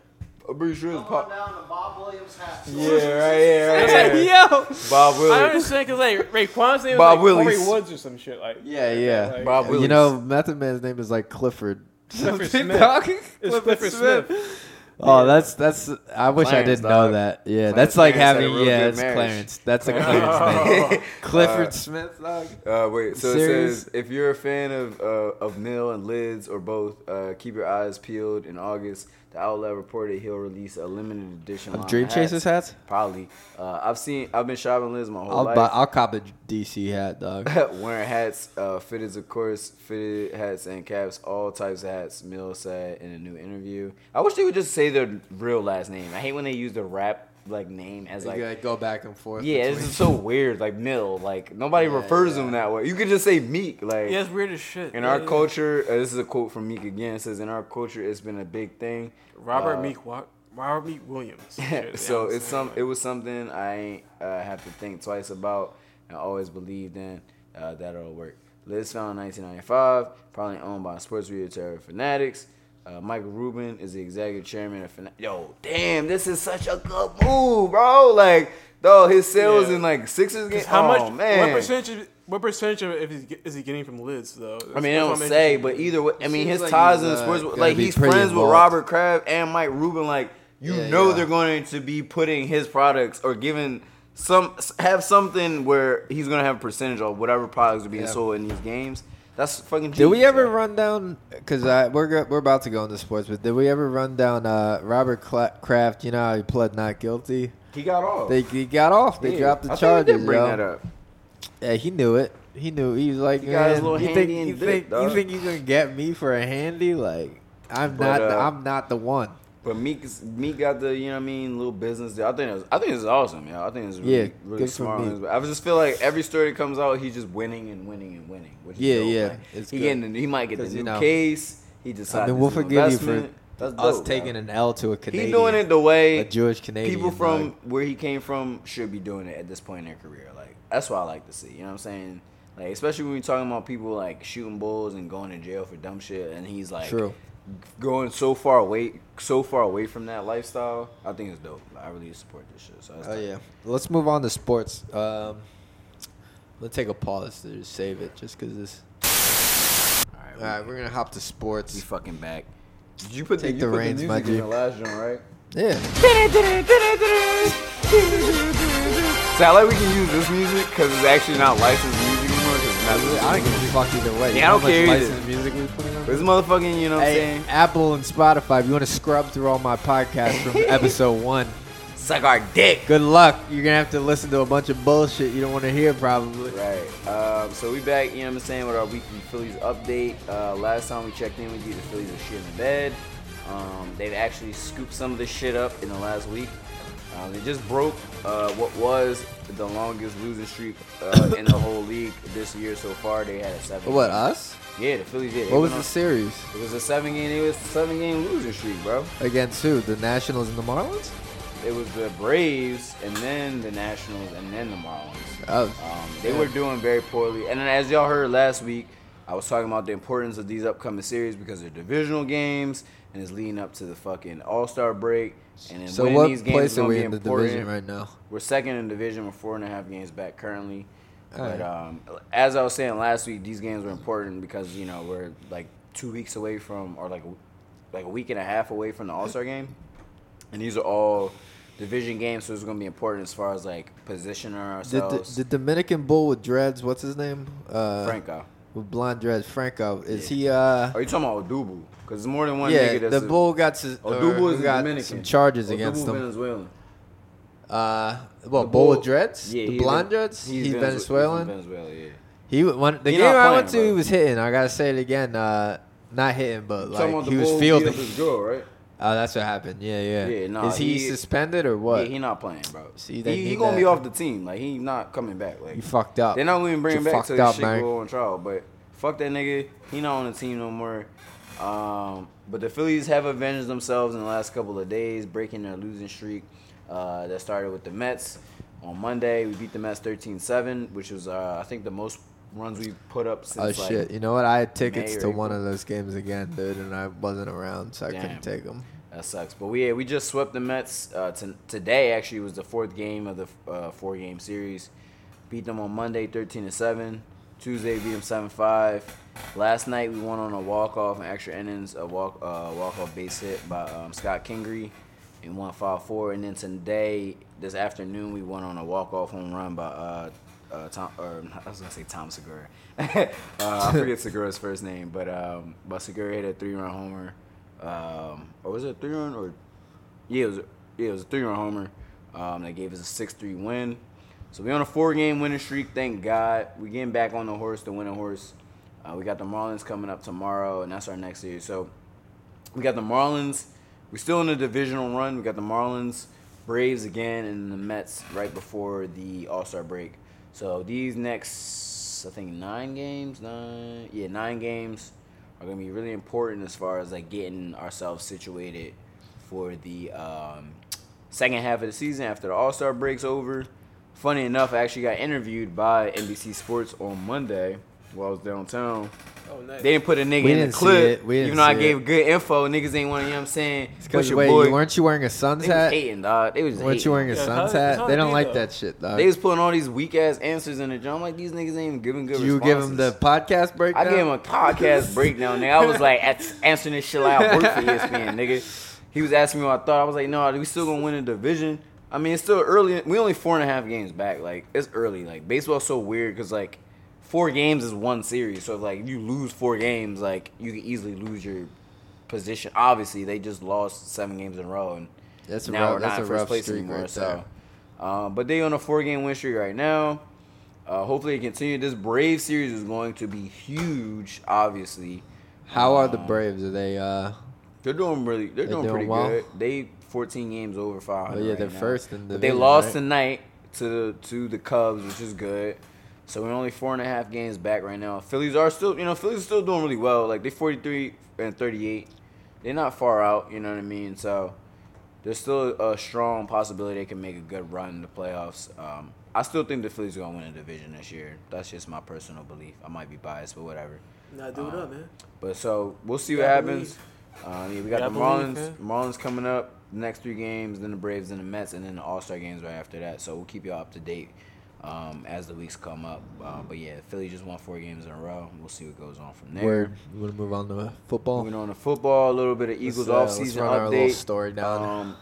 Speaker 4: Oh, pretty sure his
Speaker 9: Going
Speaker 4: pop.
Speaker 9: down to Bob Williams' hat.
Speaker 5: Oh,
Speaker 4: Yeah, right here, right
Speaker 5: It's
Speaker 4: here.
Speaker 5: like, yo.
Speaker 4: Bob
Speaker 5: I
Speaker 4: Williams.
Speaker 5: understand because like Raekwon's name is like
Speaker 4: Bob
Speaker 5: Corey
Speaker 4: Willis.
Speaker 5: Woods or some shit like.
Speaker 3: Yeah, yeah.
Speaker 5: Like,
Speaker 4: Bob
Speaker 3: You
Speaker 4: Willis.
Speaker 3: know, Method Man's name is like Clifford.
Speaker 5: Clifford
Speaker 3: Something,
Speaker 5: Smith.
Speaker 3: dog.
Speaker 5: It's Clifford Smith.
Speaker 3: Oh, that's that's. I wish I
Speaker 4: Clarence,
Speaker 3: didn't know
Speaker 4: dog.
Speaker 3: that. Yeah,
Speaker 4: Clarence
Speaker 3: that's like
Speaker 4: Clarence had a
Speaker 3: having.
Speaker 4: real
Speaker 3: Yeah,
Speaker 4: good
Speaker 3: it's
Speaker 4: marriage.
Speaker 3: Clarence. That's a Clarence name. Clifford Smith, dog.
Speaker 5: Oh.
Speaker 4: Uh, wait, so
Speaker 3: Serious?
Speaker 4: it says if you're a fan of uh, of Mill and Lids or both, uh, keep your eyes peeled. In August, the outlet reported he'll release a limited edition line
Speaker 3: Of Dream
Speaker 4: hats.
Speaker 3: Chasers hats.
Speaker 4: Probably. Uh, I've seen. I've been shopping Lids my whole
Speaker 3: I'll
Speaker 4: life.
Speaker 3: buy, I'll cop a DC hat, dog.
Speaker 4: Wearing hats, uh, fitteds of course, fitted hats and caps, all types of hats. Mill said in a new interview. I wish they would just say their real last name. I hate when they use the rap like name as like
Speaker 3: you gotta go back and forth.
Speaker 4: Yeah, this
Speaker 3: between-
Speaker 4: is so weird. Like Mill, like nobody refers to him that way. You could just say Meek. Like
Speaker 5: Yeah, it's weird as shit.
Speaker 4: in our
Speaker 5: Yeah.
Speaker 4: culture, uh, this is a quote from Meek again. It says, "In our culture, it's been a big thing."
Speaker 5: Robert
Speaker 4: Uh,
Speaker 5: Meek, Wa- Robert Meek Williams. Shit,
Speaker 4: so
Speaker 5: yeah,
Speaker 4: it's some. It was something I ain't uh, have to think twice about, and always believed in uh, that it'll work. Liz found in 1995, probably owned by sports retailer Fanatics. Uh, Michael Rubin is the executive chairman of Fanatics. Yo, damn, this is such a good move, bro. Like, though his sales
Speaker 5: Yeah.
Speaker 4: in like Sixers games.
Speaker 5: 'Cause how
Speaker 4: oh,
Speaker 5: much?
Speaker 4: Man.
Speaker 5: What percentage? What percentage of if he's, ge- is he getting from Lids though?
Speaker 4: I mean, they
Speaker 5: That's
Speaker 4: don't
Speaker 5: what I'm
Speaker 4: say,
Speaker 5: interested
Speaker 4: but either way, I mean,
Speaker 3: Seems
Speaker 4: his
Speaker 3: like
Speaker 4: ties
Speaker 3: he's,
Speaker 4: in
Speaker 3: uh,
Speaker 4: sports,
Speaker 3: gotta
Speaker 4: like
Speaker 3: be
Speaker 4: he's
Speaker 3: pretty
Speaker 4: friends with
Speaker 3: involved.
Speaker 4: Robert Kraft and Mike Rubin. Like, you
Speaker 3: Yeah,
Speaker 4: know,
Speaker 3: yeah.
Speaker 4: they're going to be putting his products or giving some have something where he's going to have a percentage of whatever products are being
Speaker 3: Yeah.
Speaker 4: sold in these games. That's fucking.
Speaker 3: Did we
Speaker 4: genius,
Speaker 3: ever
Speaker 4: yo.
Speaker 3: run down? Because we're go- we're about to go into sports, but did we ever run down uh, Robert Cla- Kraft? You know how he pled not guilty.
Speaker 4: He got off.
Speaker 3: They he got off. They
Speaker 4: Oh, Yeah.
Speaker 3: dropped
Speaker 4: I
Speaker 3: the
Speaker 4: think we
Speaker 3: charges.
Speaker 4: Did bring
Speaker 3: yo.
Speaker 4: that up.
Speaker 3: Yeah, he knew it. He knew. He was like,
Speaker 4: He got his
Speaker 3: "Man,
Speaker 4: little
Speaker 3: you think
Speaker 4: handy and
Speaker 3: you
Speaker 4: dip,
Speaker 3: think you
Speaker 4: dog."
Speaker 3: think you gonna get me for a handy? Like, I'm
Speaker 4: But,
Speaker 3: not.
Speaker 4: uh,
Speaker 3: I'm not the one.
Speaker 4: But Meek, is- Meek got the you know what I mean little business. deal. I think it was, I think it's awesome, yo. I think it's really,
Speaker 3: Yeah,
Speaker 4: really
Speaker 3: good for
Speaker 4: smart.
Speaker 3: Meek.
Speaker 4: But I just feel like every story that comes out, he's just winning and winning and winning. Which is
Speaker 3: Yeah,
Speaker 4: dope.
Speaker 3: yeah,
Speaker 4: Like,
Speaker 3: it's
Speaker 4: he
Speaker 3: good.
Speaker 4: getting the- he might get the
Speaker 3: 'Cause,
Speaker 4: new
Speaker 3: you know,
Speaker 4: case. He decided.
Speaker 3: I mean, we'll
Speaker 4: this is an
Speaker 3: forgive you for
Speaker 4: investment. That's
Speaker 18: us
Speaker 4: dope,
Speaker 18: taking
Speaker 4: yo.
Speaker 18: an L to a Canadian.
Speaker 4: Oh, He doing it the way
Speaker 18: a Jewish Canadian.
Speaker 4: people from
Speaker 18: like,
Speaker 4: where he came from should be doing it at this point in their career. Like that's what I like to see. You know what I'm saying? Like especially when you're talking about people like shooting bulls and going to jail for dumb shit, and he's like
Speaker 18: True.
Speaker 4: going so far away, so far away from that lifestyle. I think it's dope. I really support this shit. So that's
Speaker 18: Oh,
Speaker 4: dope.
Speaker 18: yeah.
Speaker 3: Let's move on to sports.
Speaker 18: um, let's take a pause to just save it, just because this.
Speaker 4: All right,
Speaker 3: All right, we're gonna hop to sports.
Speaker 4: we fucking back. Did you put
Speaker 3: Take
Speaker 4: the,
Speaker 3: the
Speaker 4: you put
Speaker 3: reins,
Speaker 4: the music in
Speaker 3: Magic.
Speaker 4: the last joint, right?
Speaker 3: Yeah.
Speaker 4: See, I like we can use this music because it's actually not licensed music anymore. 'cause it's not
Speaker 3: I don't give a fuck either way. You
Speaker 4: Yeah, I don't
Speaker 3: know how much
Speaker 4: care either.
Speaker 3: licensed music we put on?
Speaker 4: This motherfucking, you know what I'm
Speaker 3: Hey,
Speaker 4: saying?
Speaker 3: Apple and Spotify, if you want to scrub through all my podcasts from episode one,
Speaker 4: Suck our dick.
Speaker 3: good luck. You're going to have to listen to a bunch of bullshit you don't want to hear, probably.
Speaker 4: Right. Um, so we back, you know what I'm saying, with our weekly Phillies update. Uh, last time we checked in with you, the Phillies were shit in the bed. Um, they've actually scooped some of this shit up in the last week. Uh, they just broke uh, what was the longest losing streak uh, in the whole league this year so far. They had a seven.
Speaker 3: What, us?
Speaker 4: Yeah, the Phillies did. They
Speaker 3: What was
Speaker 4: went
Speaker 3: the
Speaker 4: on-
Speaker 3: series?
Speaker 4: It was a seven game. It was a seven game losing streak, bro.
Speaker 3: Against who? The Nationals and the Marlins?
Speaker 4: It was the Braves and then the Nationals and then the Marlins.
Speaker 3: Oh.
Speaker 4: Um, they were doing very poorly. And then, as y'all heard last week, I was talking about the importance of these upcoming series because they're divisional games and it's leading up to the fucking All Star break. And then
Speaker 3: So
Speaker 4: winning
Speaker 3: what
Speaker 4: these games
Speaker 3: place
Speaker 4: is
Speaker 3: are
Speaker 4: gonna
Speaker 3: we
Speaker 4: be
Speaker 3: in the
Speaker 4: important.
Speaker 3: division right now?
Speaker 4: We're second in division. We're four and a half games back currently.
Speaker 3: Alright.
Speaker 4: But um, as I was saying last week, these games were important because you know we're like two weeks away from, or like like a week and a half away from the All Star game, and these are all division games, so it's gonna be important as far as like positioning
Speaker 3: Did the,
Speaker 4: ourselves.
Speaker 3: the Dominican bull with dreads, what's his name? Uh,
Speaker 4: Franco,
Speaker 3: With blonde dreads, Franco. Is he, uh,
Speaker 4: are you talking about Odubu? Because it's more than one
Speaker 3: yeah,
Speaker 4: nigga. That's
Speaker 3: the bull got, s- or
Speaker 4: Odubu is a
Speaker 3: got
Speaker 4: Dominican.
Speaker 3: some charges
Speaker 4: Odubu
Speaker 3: against him.
Speaker 4: Venezuelan.
Speaker 3: Uh, well,
Speaker 4: The
Speaker 3: bull
Speaker 4: bull-
Speaker 3: with dreads,
Speaker 4: Yeah,
Speaker 3: the
Speaker 4: he's
Speaker 3: blonde
Speaker 4: Ven-
Speaker 3: dreads. He's,
Speaker 4: Venezue-
Speaker 3: Venezuelan.
Speaker 4: He's from Venezuela, yeah.
Speaker 3: He wa- one the
Speaker 4: He
Speaker 3: game
Speaker 4: not
Speaker 3: I
Speaker 4: playing,
Speaker 3: went to, he
Speaker 4: bro.
Speaker 3: was hitting. I gotta say it again. Uh, not hitting, but
Speaker 4: Talking about
Speaker 3: like
Speaker 4: the
Speaker 3: he was
Speaker 4: bull beat up
Speaker 3: fielding.
Speaker 4: his girl, right?
Speaker 3: Oh, that's what happened. Yeah, yeah.
Speaker 4: Yeah, nah,
Speaker 3: Is he,
Speaker 4: he-
Speaker 3: suspended or what?
Speaker 4: Yeah, he not playing, bro.
Speaker 3: See, they
Speaker 4: he he
Speaker 3: need
Speaker 4: gonna be
Speaker 3: that.
Speaker 4: off the team. Like he not coming back. Like
Speaker 3: you fucked up.
Speaker 4: they're not gonna even bring
Speaker 3: You
Speaker 4: him back
Speaker 3: fucked
Speaker 4: till this
Speaker 3: up,
Speaker 4: shit
Speaker 3: man.
Speaker 4: go on trial. But fuck that nigga. He not on the team no more. Um, but the Phillies have avenged themselves in the last couple of days, breaking their losing streak uh, that started with the Mets on Monday. We beat the Mets 13-7, which was uh, I think the most runs we've put up since.
Speaker 3: Oh
Speaker 4: like,
Speaker 3: shit! You know what? I had tickets
Speaker 4: May or
Speaker 3: to one
Speaker 4: April.
Speaker 3: of those games again, dude, and I wasn't around, so I
Speaker 4: Damn.
Speaker 3: couldn't take them.
Speaker 4: That sucks. But we we just swept the Mets. Uh, t- today actually was the fourth game of the uh, four game series. Beat them on Monday, thirteen to seven. Tuesday beat them seven five. Last night we won on a walk off and extra innings, a walk uh, walk off base hit by um, Scott Kingery in one five four. And then today this afternoon we won on a walk off home run by. Uh, uh, Tom, or I was gonna say Tom Segura. uh, I forget Segura's first name, but um, but Segura hit a three-run homer um, or was it a three run or yeah, it was a, yeah, it was a three run homer. Um, that gave us a six three win. So we on a four game winning streak. Thank God we getting back on the horse, the winning horse. Uh, we got the Marlins coming up tomorrow, and that's our next series. So we got the Marlins. We're still in a divisional run. We got the Marlins, Braves again, and the Mets right before the All Star break. So these next, I think nine games, nine yeah, nine games are gonna be really important as far as like getting ourselves situated for the um, second half of the season after the All Star break's over. Funny enough, I actually got interviewed by NBC Sports on Monday while I was downtown.
Speaker 5: Oh, nice.
Speaker 4: They didn't put a nigga
Speaker 3: We
Speaker 4: in
Speaker 3: didn't
Speaker 4: the
Speaker 3: see
Speaker 4: clip,
Speaker 3: it. We didn't
Speaker 4: even though I
Speaker 3: see
Speaker 4: gave
Speaker 3: it.
Speaker 4: good info. Niggas ain't want to, you know what I'm saying? But
Speaker 3: Because
Speaker 4: your
Speaker 3: wait,
Speaker 4: boy,
Speaker 3: you, weren't you wearing a Suns
Speaker 4: they was
Speaker 3: hat?
Speaker 4: hating, dog. They was
Speaker 3: Weren't
Speaker 4: hating.
Speaker 3: you wearing a
Speaker 5: Yeah, it's
Speaker 3: Suns
Speaker 5: how- it's
Speaker 3: hat?
Speaker 5: how
Speaker 3: They
Speaker 5: it
Speaker 3: don't
Speaker 5: be,
Speaker 3: like
Speaker 5: though.
Speaker 3: that shit, dog.
Speaker 4: They was putting all these weak ass answers in the joint. I'm like, these niggas ain't even giving good
Speaker 3: you give
Speaker 4: responses.
Speaker 3: him the podcast
Speaker 4: I
Speaker 3: breakdown.
Speaker 4: gave him a podcast breakdown, nigga. I was like, at- answering this shit like I work for E ESPN, nigga. He was asking me what I thought. I was like, no, we still gonna win the division. I mean, it's still early. We only four and a half games back. Like, it's early. Like, baseball's so weird because like four games is one series. So like, if you lose four games, like you can easily lose your position. Obviously, they just lost seven games in a row, and
Speaker 3: That's a
Speaker 4: now
Speaker 3: rough-
Speaker 4: we're
Speaker 3: that's
Speaker 4: not
Speaker 3: a
Speaker 4: in first
Speaker 3: rough
Speaker 4: place
Speaker 3: streak
Speaker 4: anymore.
Speaker 3: right
Speaker 4: so, uh, but they on a four game win streak right now. Uh, hopefully, they continue. This Brave series is going to be huge. Obviously,
Speaker 3: How are the Braves? Are they? uh
Speaker 4: They're doing really. They're,
Speaker 3: They're
Speaker 4: doing,
Speaker 3: doing
Speaker 4: pretty
Speaker 3: well.
Speaker 4: good. They 14 games over 500.
Speaker 3: Oh, yeah,
Speaker 4: right
Speaker 3: they're
Speaker 4: now.
Speaker 3: first in
Speaker 4: But they
Speaker 3: division,
Speaker 4: lost
Speaker 3: right?
Speaker 4: tonight to to the Cubs, which is good. So we're only four and a half games back right now. Phillies are still, you know, Phillies are still doing really well. Like they 43 and 38. They're not far out. You know what I mean? So there's still a strong possibility they can make a good run in the playoffs. Um, I still think the Phillies are gonna win the division this year. That's just my personal belief. I might be biased, but whatever.
Speaker 19: Nah, do it
Speaker 4: Um,
Speaker 19: up, man.
Speaker 4: But so we'll see what
Speaker 19: Gotta
Speaker 4: happens. Um, yeah, we got
Speaker 19: Gotta
Speaker 4: the
Speaker 19: believe,
Speaker 4: Marlins.
Speaker 19: man.
Speaker 4: Marlins coming up the next three games, then the Braves, then the Mets, and then the All Star games right after that. So we'll keep y'all up to date um, as the weeks come up. Uh, but yeah, Philly just won four games in a row. We'll see what goes on from there.
Speaker 3: Word. You want to move on to uh, football?
Speaker 4: Moving on to football, a little bit of Eagles
Speaker 3: Let's, uh,
Speaker 4: off season
Speaker 3: Let's run
Speaker 4: update.
Speaker 3: our little story down.
Speaker 4: Um,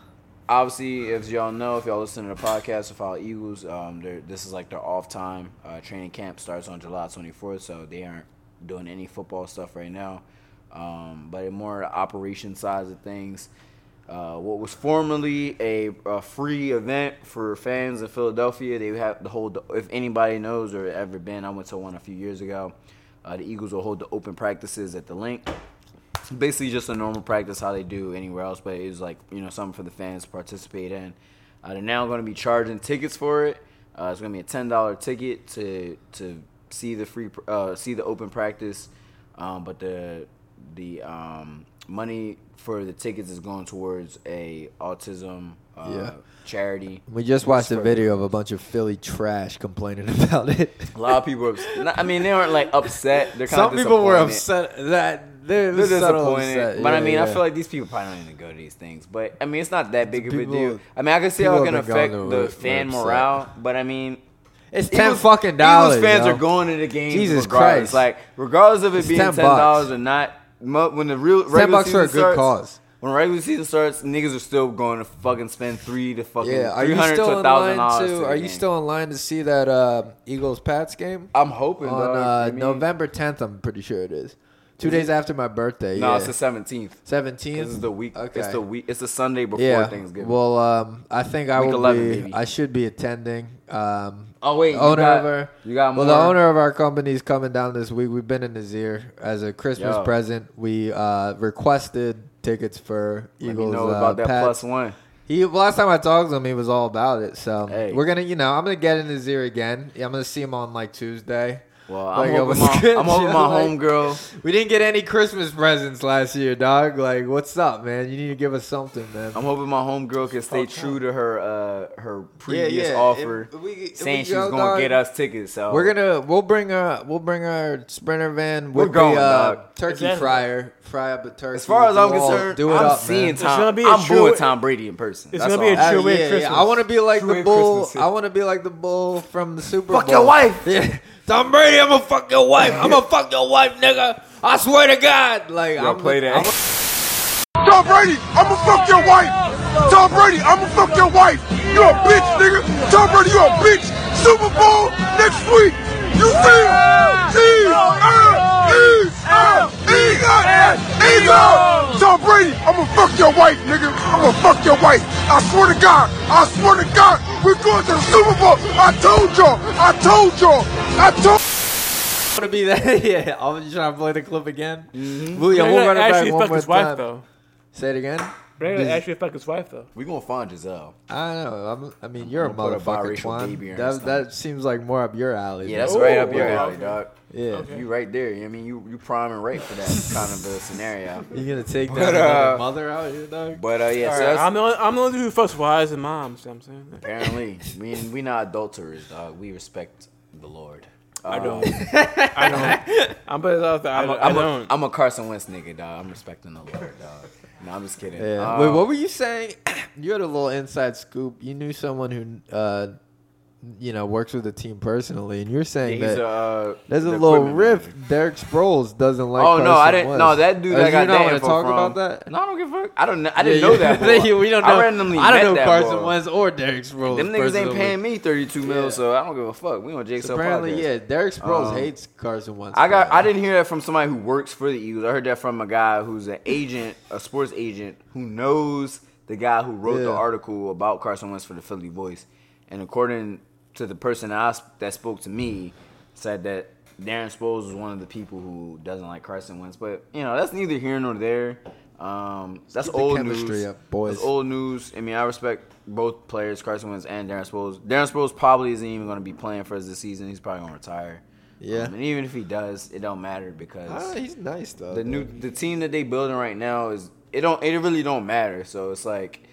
Speaker 4: obviously, if y'all know, if y'all listen to the podcast, to follow Eagles, um, they're- this is like their off time. Uh, training camp starts on July 24th, so they aren't doing any football stuff right now. Um, but in more operation sides of things, uh, what was formerly a, a free event for fans in Philadelphia, they have the whole. If anybody knows or ever been, I went to one a few years ago. Uh, the Eagles will hold the open practices at the link basically just a normal practice how they do anywhere else, but it was like you know something for the fans to participate in. Uh, they're now going to be charging tickets for it. Uh, it's going to be a ten dollar ticket to to see the free pr- uh, see the open practice, um, but the the um, money for the tickets is going towards a autism uh,
Speaker 3: Yeah.
Speaker 4: charity.
Speaker 3: We just watched a video of a bunch of Philly trash complaining about it.
Speaker 4: A lot of people. Are ups- not- I mean, they aren't like upset. They're kind
Speaker 3: Some
Speaker 4: of
Speaker 3: people were
Speaker 4: disappointed.
Speaker 3: upset that they
Speaker 4: They're
Speaker 3: were subtle
Speaker 4: disappointed,
Speaker 3: upset.
Speaker 4: but I
Speaker 3: Yeah,
Speaker 4: mean, I
Speaker 3: yeah.
Speaker 4: feel like these people probably don't even go to these things. But I mean, it's not that big of a
Speaker 3: People-
Speaker 4: deal. I mean, I can see how it
Speaker 3: people
Speaker 4: can
Speaker 3: have been
Speaker 4: affect
Speaker 3: going
Speaker 4: the
Speaker 3: to it,
Speaker 4: fan
Speaker 3: were upset.
Speaker 4: morale. But I mean,
Speaker 3: It's 10 fucking dollars,
Speaker 4: Eagles fans
Speaker 3: yo.
Speaker 4: are going to the game.
Speaker 3: Jesus
Speaker 4: Jesus regardless.
Speaker 3: Christ.
Speaker 4: Christ! Like regardless of it
Speaker 3: It's
Speaker 4: being
Speaker 3: 10
Speaker 4: ten
Speaker 3: bucks.
Speaker 4: dollars or not, mo- when the real
Speaker 3: 10
Speaker 4: regular
Speaker 3: bucks
Speaker 4: season
Speaker 3: for a good
Speaker 4: starts,
Speaker 3: cause.
Speaker 4: When regular season starts, niggas are still going to fucking spend three to fucking
Speaker 3: Yeah, are
Speaker 4: three
Speaker 3: you
Speaker 4: hundred
Speaker 3: still
Speaker 4: to
Speaker 3: in
Speaker 4: thousand
Speaker 3: line
Speaker 4: dollars.
Speaker 3: to? Are you still in line to see that uh, Eagles Pats game?
Speaker 4: I'm hoping
Speaker 3: on
Speaker 4: dog,
Speaker 3: uh,
Speaker 4: I mean-
Speaker 3: November 10th. I'm pretty sure it is. Two
Speaker 4: Is
Speaker 3: days
Speaker 4: it?
Speaker 3: after my birthday.
Speaker 4: No,
Speaker 3: yeah.
Speaker 4: it's the seventeenth.
Speaker 3: Seventeenth.
Speaker 4: This is the week.
Speaker 3: Okay.
Speaker 4: It's the week. It's the Sunday before
Speaker 3: yeah.
Speaker 4: Thanksgiving.
Speaker 3: Well, um, I think I
Speaker 4: Week
Speaker 3: will
Speaker 4: 11,
Speaker 3: be.
Speaker 4: baby.
Speaker 3: I should be attending. Um,
Speaker 4: Oh, wait,
Speaker 3: the
Speaker 4: you
Speaker 3: owner
Speaker 4: got-
Speaker 3: of our,
Speaker 4: you got
Speaker 3: well, the
Speaker 4: more?
Speaker 3: owner of our company is coming down this week. We've been in his ear as a Christmas
Speaker 4: Yo.
Speaker 3: present. We uh, requested tickets for
Speaker 4: Let me
Speaker 3: Eagles.
Speaker 4: know
Speaker 3: uh,
Speaker 4: about that
Speaker 3: Pats.
Speaker 4: plus one.
Speaker 3: He last time I talked to him, he was all about it. So
Speaker 4: Hey.
Speaker 3: we're gonna, you know, I'm gonna get in his ear again. Yeah, I'm gonna see him on like Tuesday.
Speaker 4: Well,
Speaker 3: Like,
Speaker 4: I'm
Speaker 3: it
Speaker 4: hoping
Speaker 3: was
Speaker 4: my,
Speaker 3: good,
Speaker 4: I'm hoping
Speaker 3: yo,
Speaker 4: my
Speaker 3: like-
Speaker 4: homegirl.
Speaker 3: We didn't get any Christmas presents last year, dog. Like, what's up, man? You need to give us something, man.
Speaker 4: I'm hoping my homegirl can stay true to her uh, her previous
Speaker 3: yeah,
Speaker 4: offer,
Speaker 3: if we- if
Speaker 4: saying
Speaker 3: we
Speaker 4: she's
Speaker 3: go,
Speaker 4: gonna
Speaker 3: dog,
Speaker 4: get us tickets. So
Speaker 3: We're gonna we'll bring our we'll bring our sprinter van.
Speaker 4: We're
Speaker 3: with the,
Speaker 4: going,
Speaker 3: uh,
Speaker 4: dog.
Speaker 3: turkey
Speaker 4: Exactly.
Speaker 3: fryer, fry up a turkey.
Speaker 4: As far as
Speaker 3: do
Speaker 4: I'm
Speaker 3: all-
Speaker 4: concerned,
Speaker 3: do it
Speaker 4: I'm
Speaker 3: up,
Speaker 4: seeing
Speaker 3: man.
Speaker 4: Tom. I'm booing Tom Brady in person.
Speaker 3: It's
Speaker 4: That's
Speaker 3: gonna be
Speaker 4: all.
Speaker 3: a true Uh, wave yeah, Christmas. yeah, I wanna be like
Speaker 4: True
Speaker 3: the
Speaker 4: wave
Speaker 3: bull-
Speaker 4: Christmas, yeah.
Speaker 3: I want to be like the bull from the Super
Speaker 4: Fuck
Speaker 3: Bowl.
Speaker 4: your wife.
Speaker 3: Yeah. Tom Brady, I'm gonna fuck your wife. I'm gonna fuck your wife, nigga. I swear to God. Like,
Speaker 4: Yo,
Speaker 3: I'm
Speaker 4: play that.
Speaker 7: Tom Brady, I'ma fuck your wife. Tom Brady, I'ma fuck your wife. You a bitch, nigga. Tom Brady, you a bitch. Super Bowl next week. You see? E T-I-E-I-E-I-S. Eagles. Tom Brady, I'ma fuck your wife, nigga. I'ma fuck your wife. I swear to God. I swear to God. We're going to the Super Bowl. I told y'all. I told y'all. I
Speaker 3: I
Speaker 7: told.
Speaker 3: want to be that. yeah, I'm just trying to play the clip again.
Speaker 4: Mm-hmm.
Speaker 3: We'll, yeah,
Speaker 5: Brady
Speaker 3: we'll run it
Speaker 5: actually
Speaker 3: back one
Speaker 5: fucked
Speaker 3: more
Speaker 5: his wife,
Speaker 3: time.
Speaker 5: though.
Speaker 3: Say it again.
Speaker 5: Brandon
Speaker 3: This-
Speaker 5: actually fucked his wife though.
Speaker 4: We gonna find Giselle.
Speaker 3: I don't know. I'm, I mean, you're a
Speaker 4: I'm gonna put a
Speaker 3: motherfucking
Speaker 4: biracial
Speaker 3: twine.
Speaker 4: baby in her
Speaker 3: That, that seems like more up your alley.
Speaker 4: Yeah,
Speaker 3: man.
Speaker 4: that's right up your alley, dog.
Speaker 3: Yeah.
Speaker 4: you right there. I mean, you you prime and right for that kind of a scenario.
Speaker 3: You gonna take
Speaker 4: But,
Speaker 3: that another
Speaker 4: uh,
Speaker 3: mother out here, dog?
Speaker 4: But uh, yeah,
Speaker 5: All
Speaker 4: so
Speaker 5: right,
Speaker 4: that's,
Speaker 5: I'm the only, I'm the only dude who fucks wives and moms. You know what I'm saying.
Speaker 4: apparently we we not adulterers, dog. We respect the Lord.
Speaker 5: I
Speaker 4: Um,
Speaker 5: don't. I don't. I'm putting it out there. I,
Speaker 4: I'm a,
Speaker 5: don't- I
Speaker 4: I'm, a,
Speaker 5: don't.
Speaker 4: I'm a Carson Wentz nigga, dog. I'm respecting the Lord, dog. No, I'm just kidding.
Speaker 3: Yeah.
Speaker 4: Um,
Speaker 3: Wait, what were you saying? you had a little inside scoop. You knew someone who, uh, you know, works with the team personally, and you're saying
Speaker 4: Yeah, he's
Speaker 3: that
Speaker 4: a, uh,
Speaker 3: there's a
Speaker 4: the
Speaker 3: little
Speaker 4: equipment
Speaker 3: rift. Derek Sproles doesn't like.
Speaker 4: oh no, I
Speaker 3: Carson
Speaker 4: didn't.
Speaker 3: Wentz.
Speaker 4: No, that dude.
Speaker 3: Uh,
Speaker 4: that
Speaker 3: you
Speaker 4: got
Speaker 3: don't
Speaker 4: that
Speaker 3: wanna
Speaker 4: info
Speaker 3: talk
Speaker 4: from-
Speaker 3: about that.
Speaker 4: No, I don't give a fuck. I don't. know- I didn't
Speaker 3: Yeah,
Speaker 4: know
Speaker 3: yeah.
Speaker 4: that. boy.
Speaker 3: we don't know.
Speaker 4: I randomly.
Speaker 3: I don't
Speaker 4: met
Speaker 3: know
Speaker 4: that
Speaker 3: Carson
Speaker 4: boy.
Speaker 3: Wentz or Derek Sproles.
Speaker 4: Them niggas
Speaker 3: personally.
Speaker 4: ain't paying me thirty-two mil, so I don't give a fuck. We on Jake's
Speaker 3: So apparently, yeah, Derek Sproles hates Carson Wentz.
Speaker 4: I got. I didn't hear that from somebody who works for the Eagles. I heard that from a guy who's an agent, a sports agent who knows the guy who wrote the
Speaker 3: Yeah.
Speaker 4: article about Carson Wentz for the Philly Voice, and according to the person that, I, sp- that spoke to me, said that Darren Sproles was one of the people who doesn't like Carson Wentz. But you know, that's neither here nor there. Um, that's
Speaker 6: keep the
Speaker 4: old
Speaker 6: chemistry
Speaker 4: news.
Speaker 6: up, boys.
Speaker 4: That's old news. I mean, I respect both players, Carson Wentz and Darren Sproles. Darren Sproles probably isn't even going to be playing for us this season. He's probably going to retire.
Speaker 6: Yeah.
Speaker 4: Um, and even if he does, it don't matter because
Speaker 6: Ah, he's nice, though,
Speaker 4: The new
Speaker 6: dude.
Speaker 4: the team that they building right now is it don't it really don't matter. So it's like,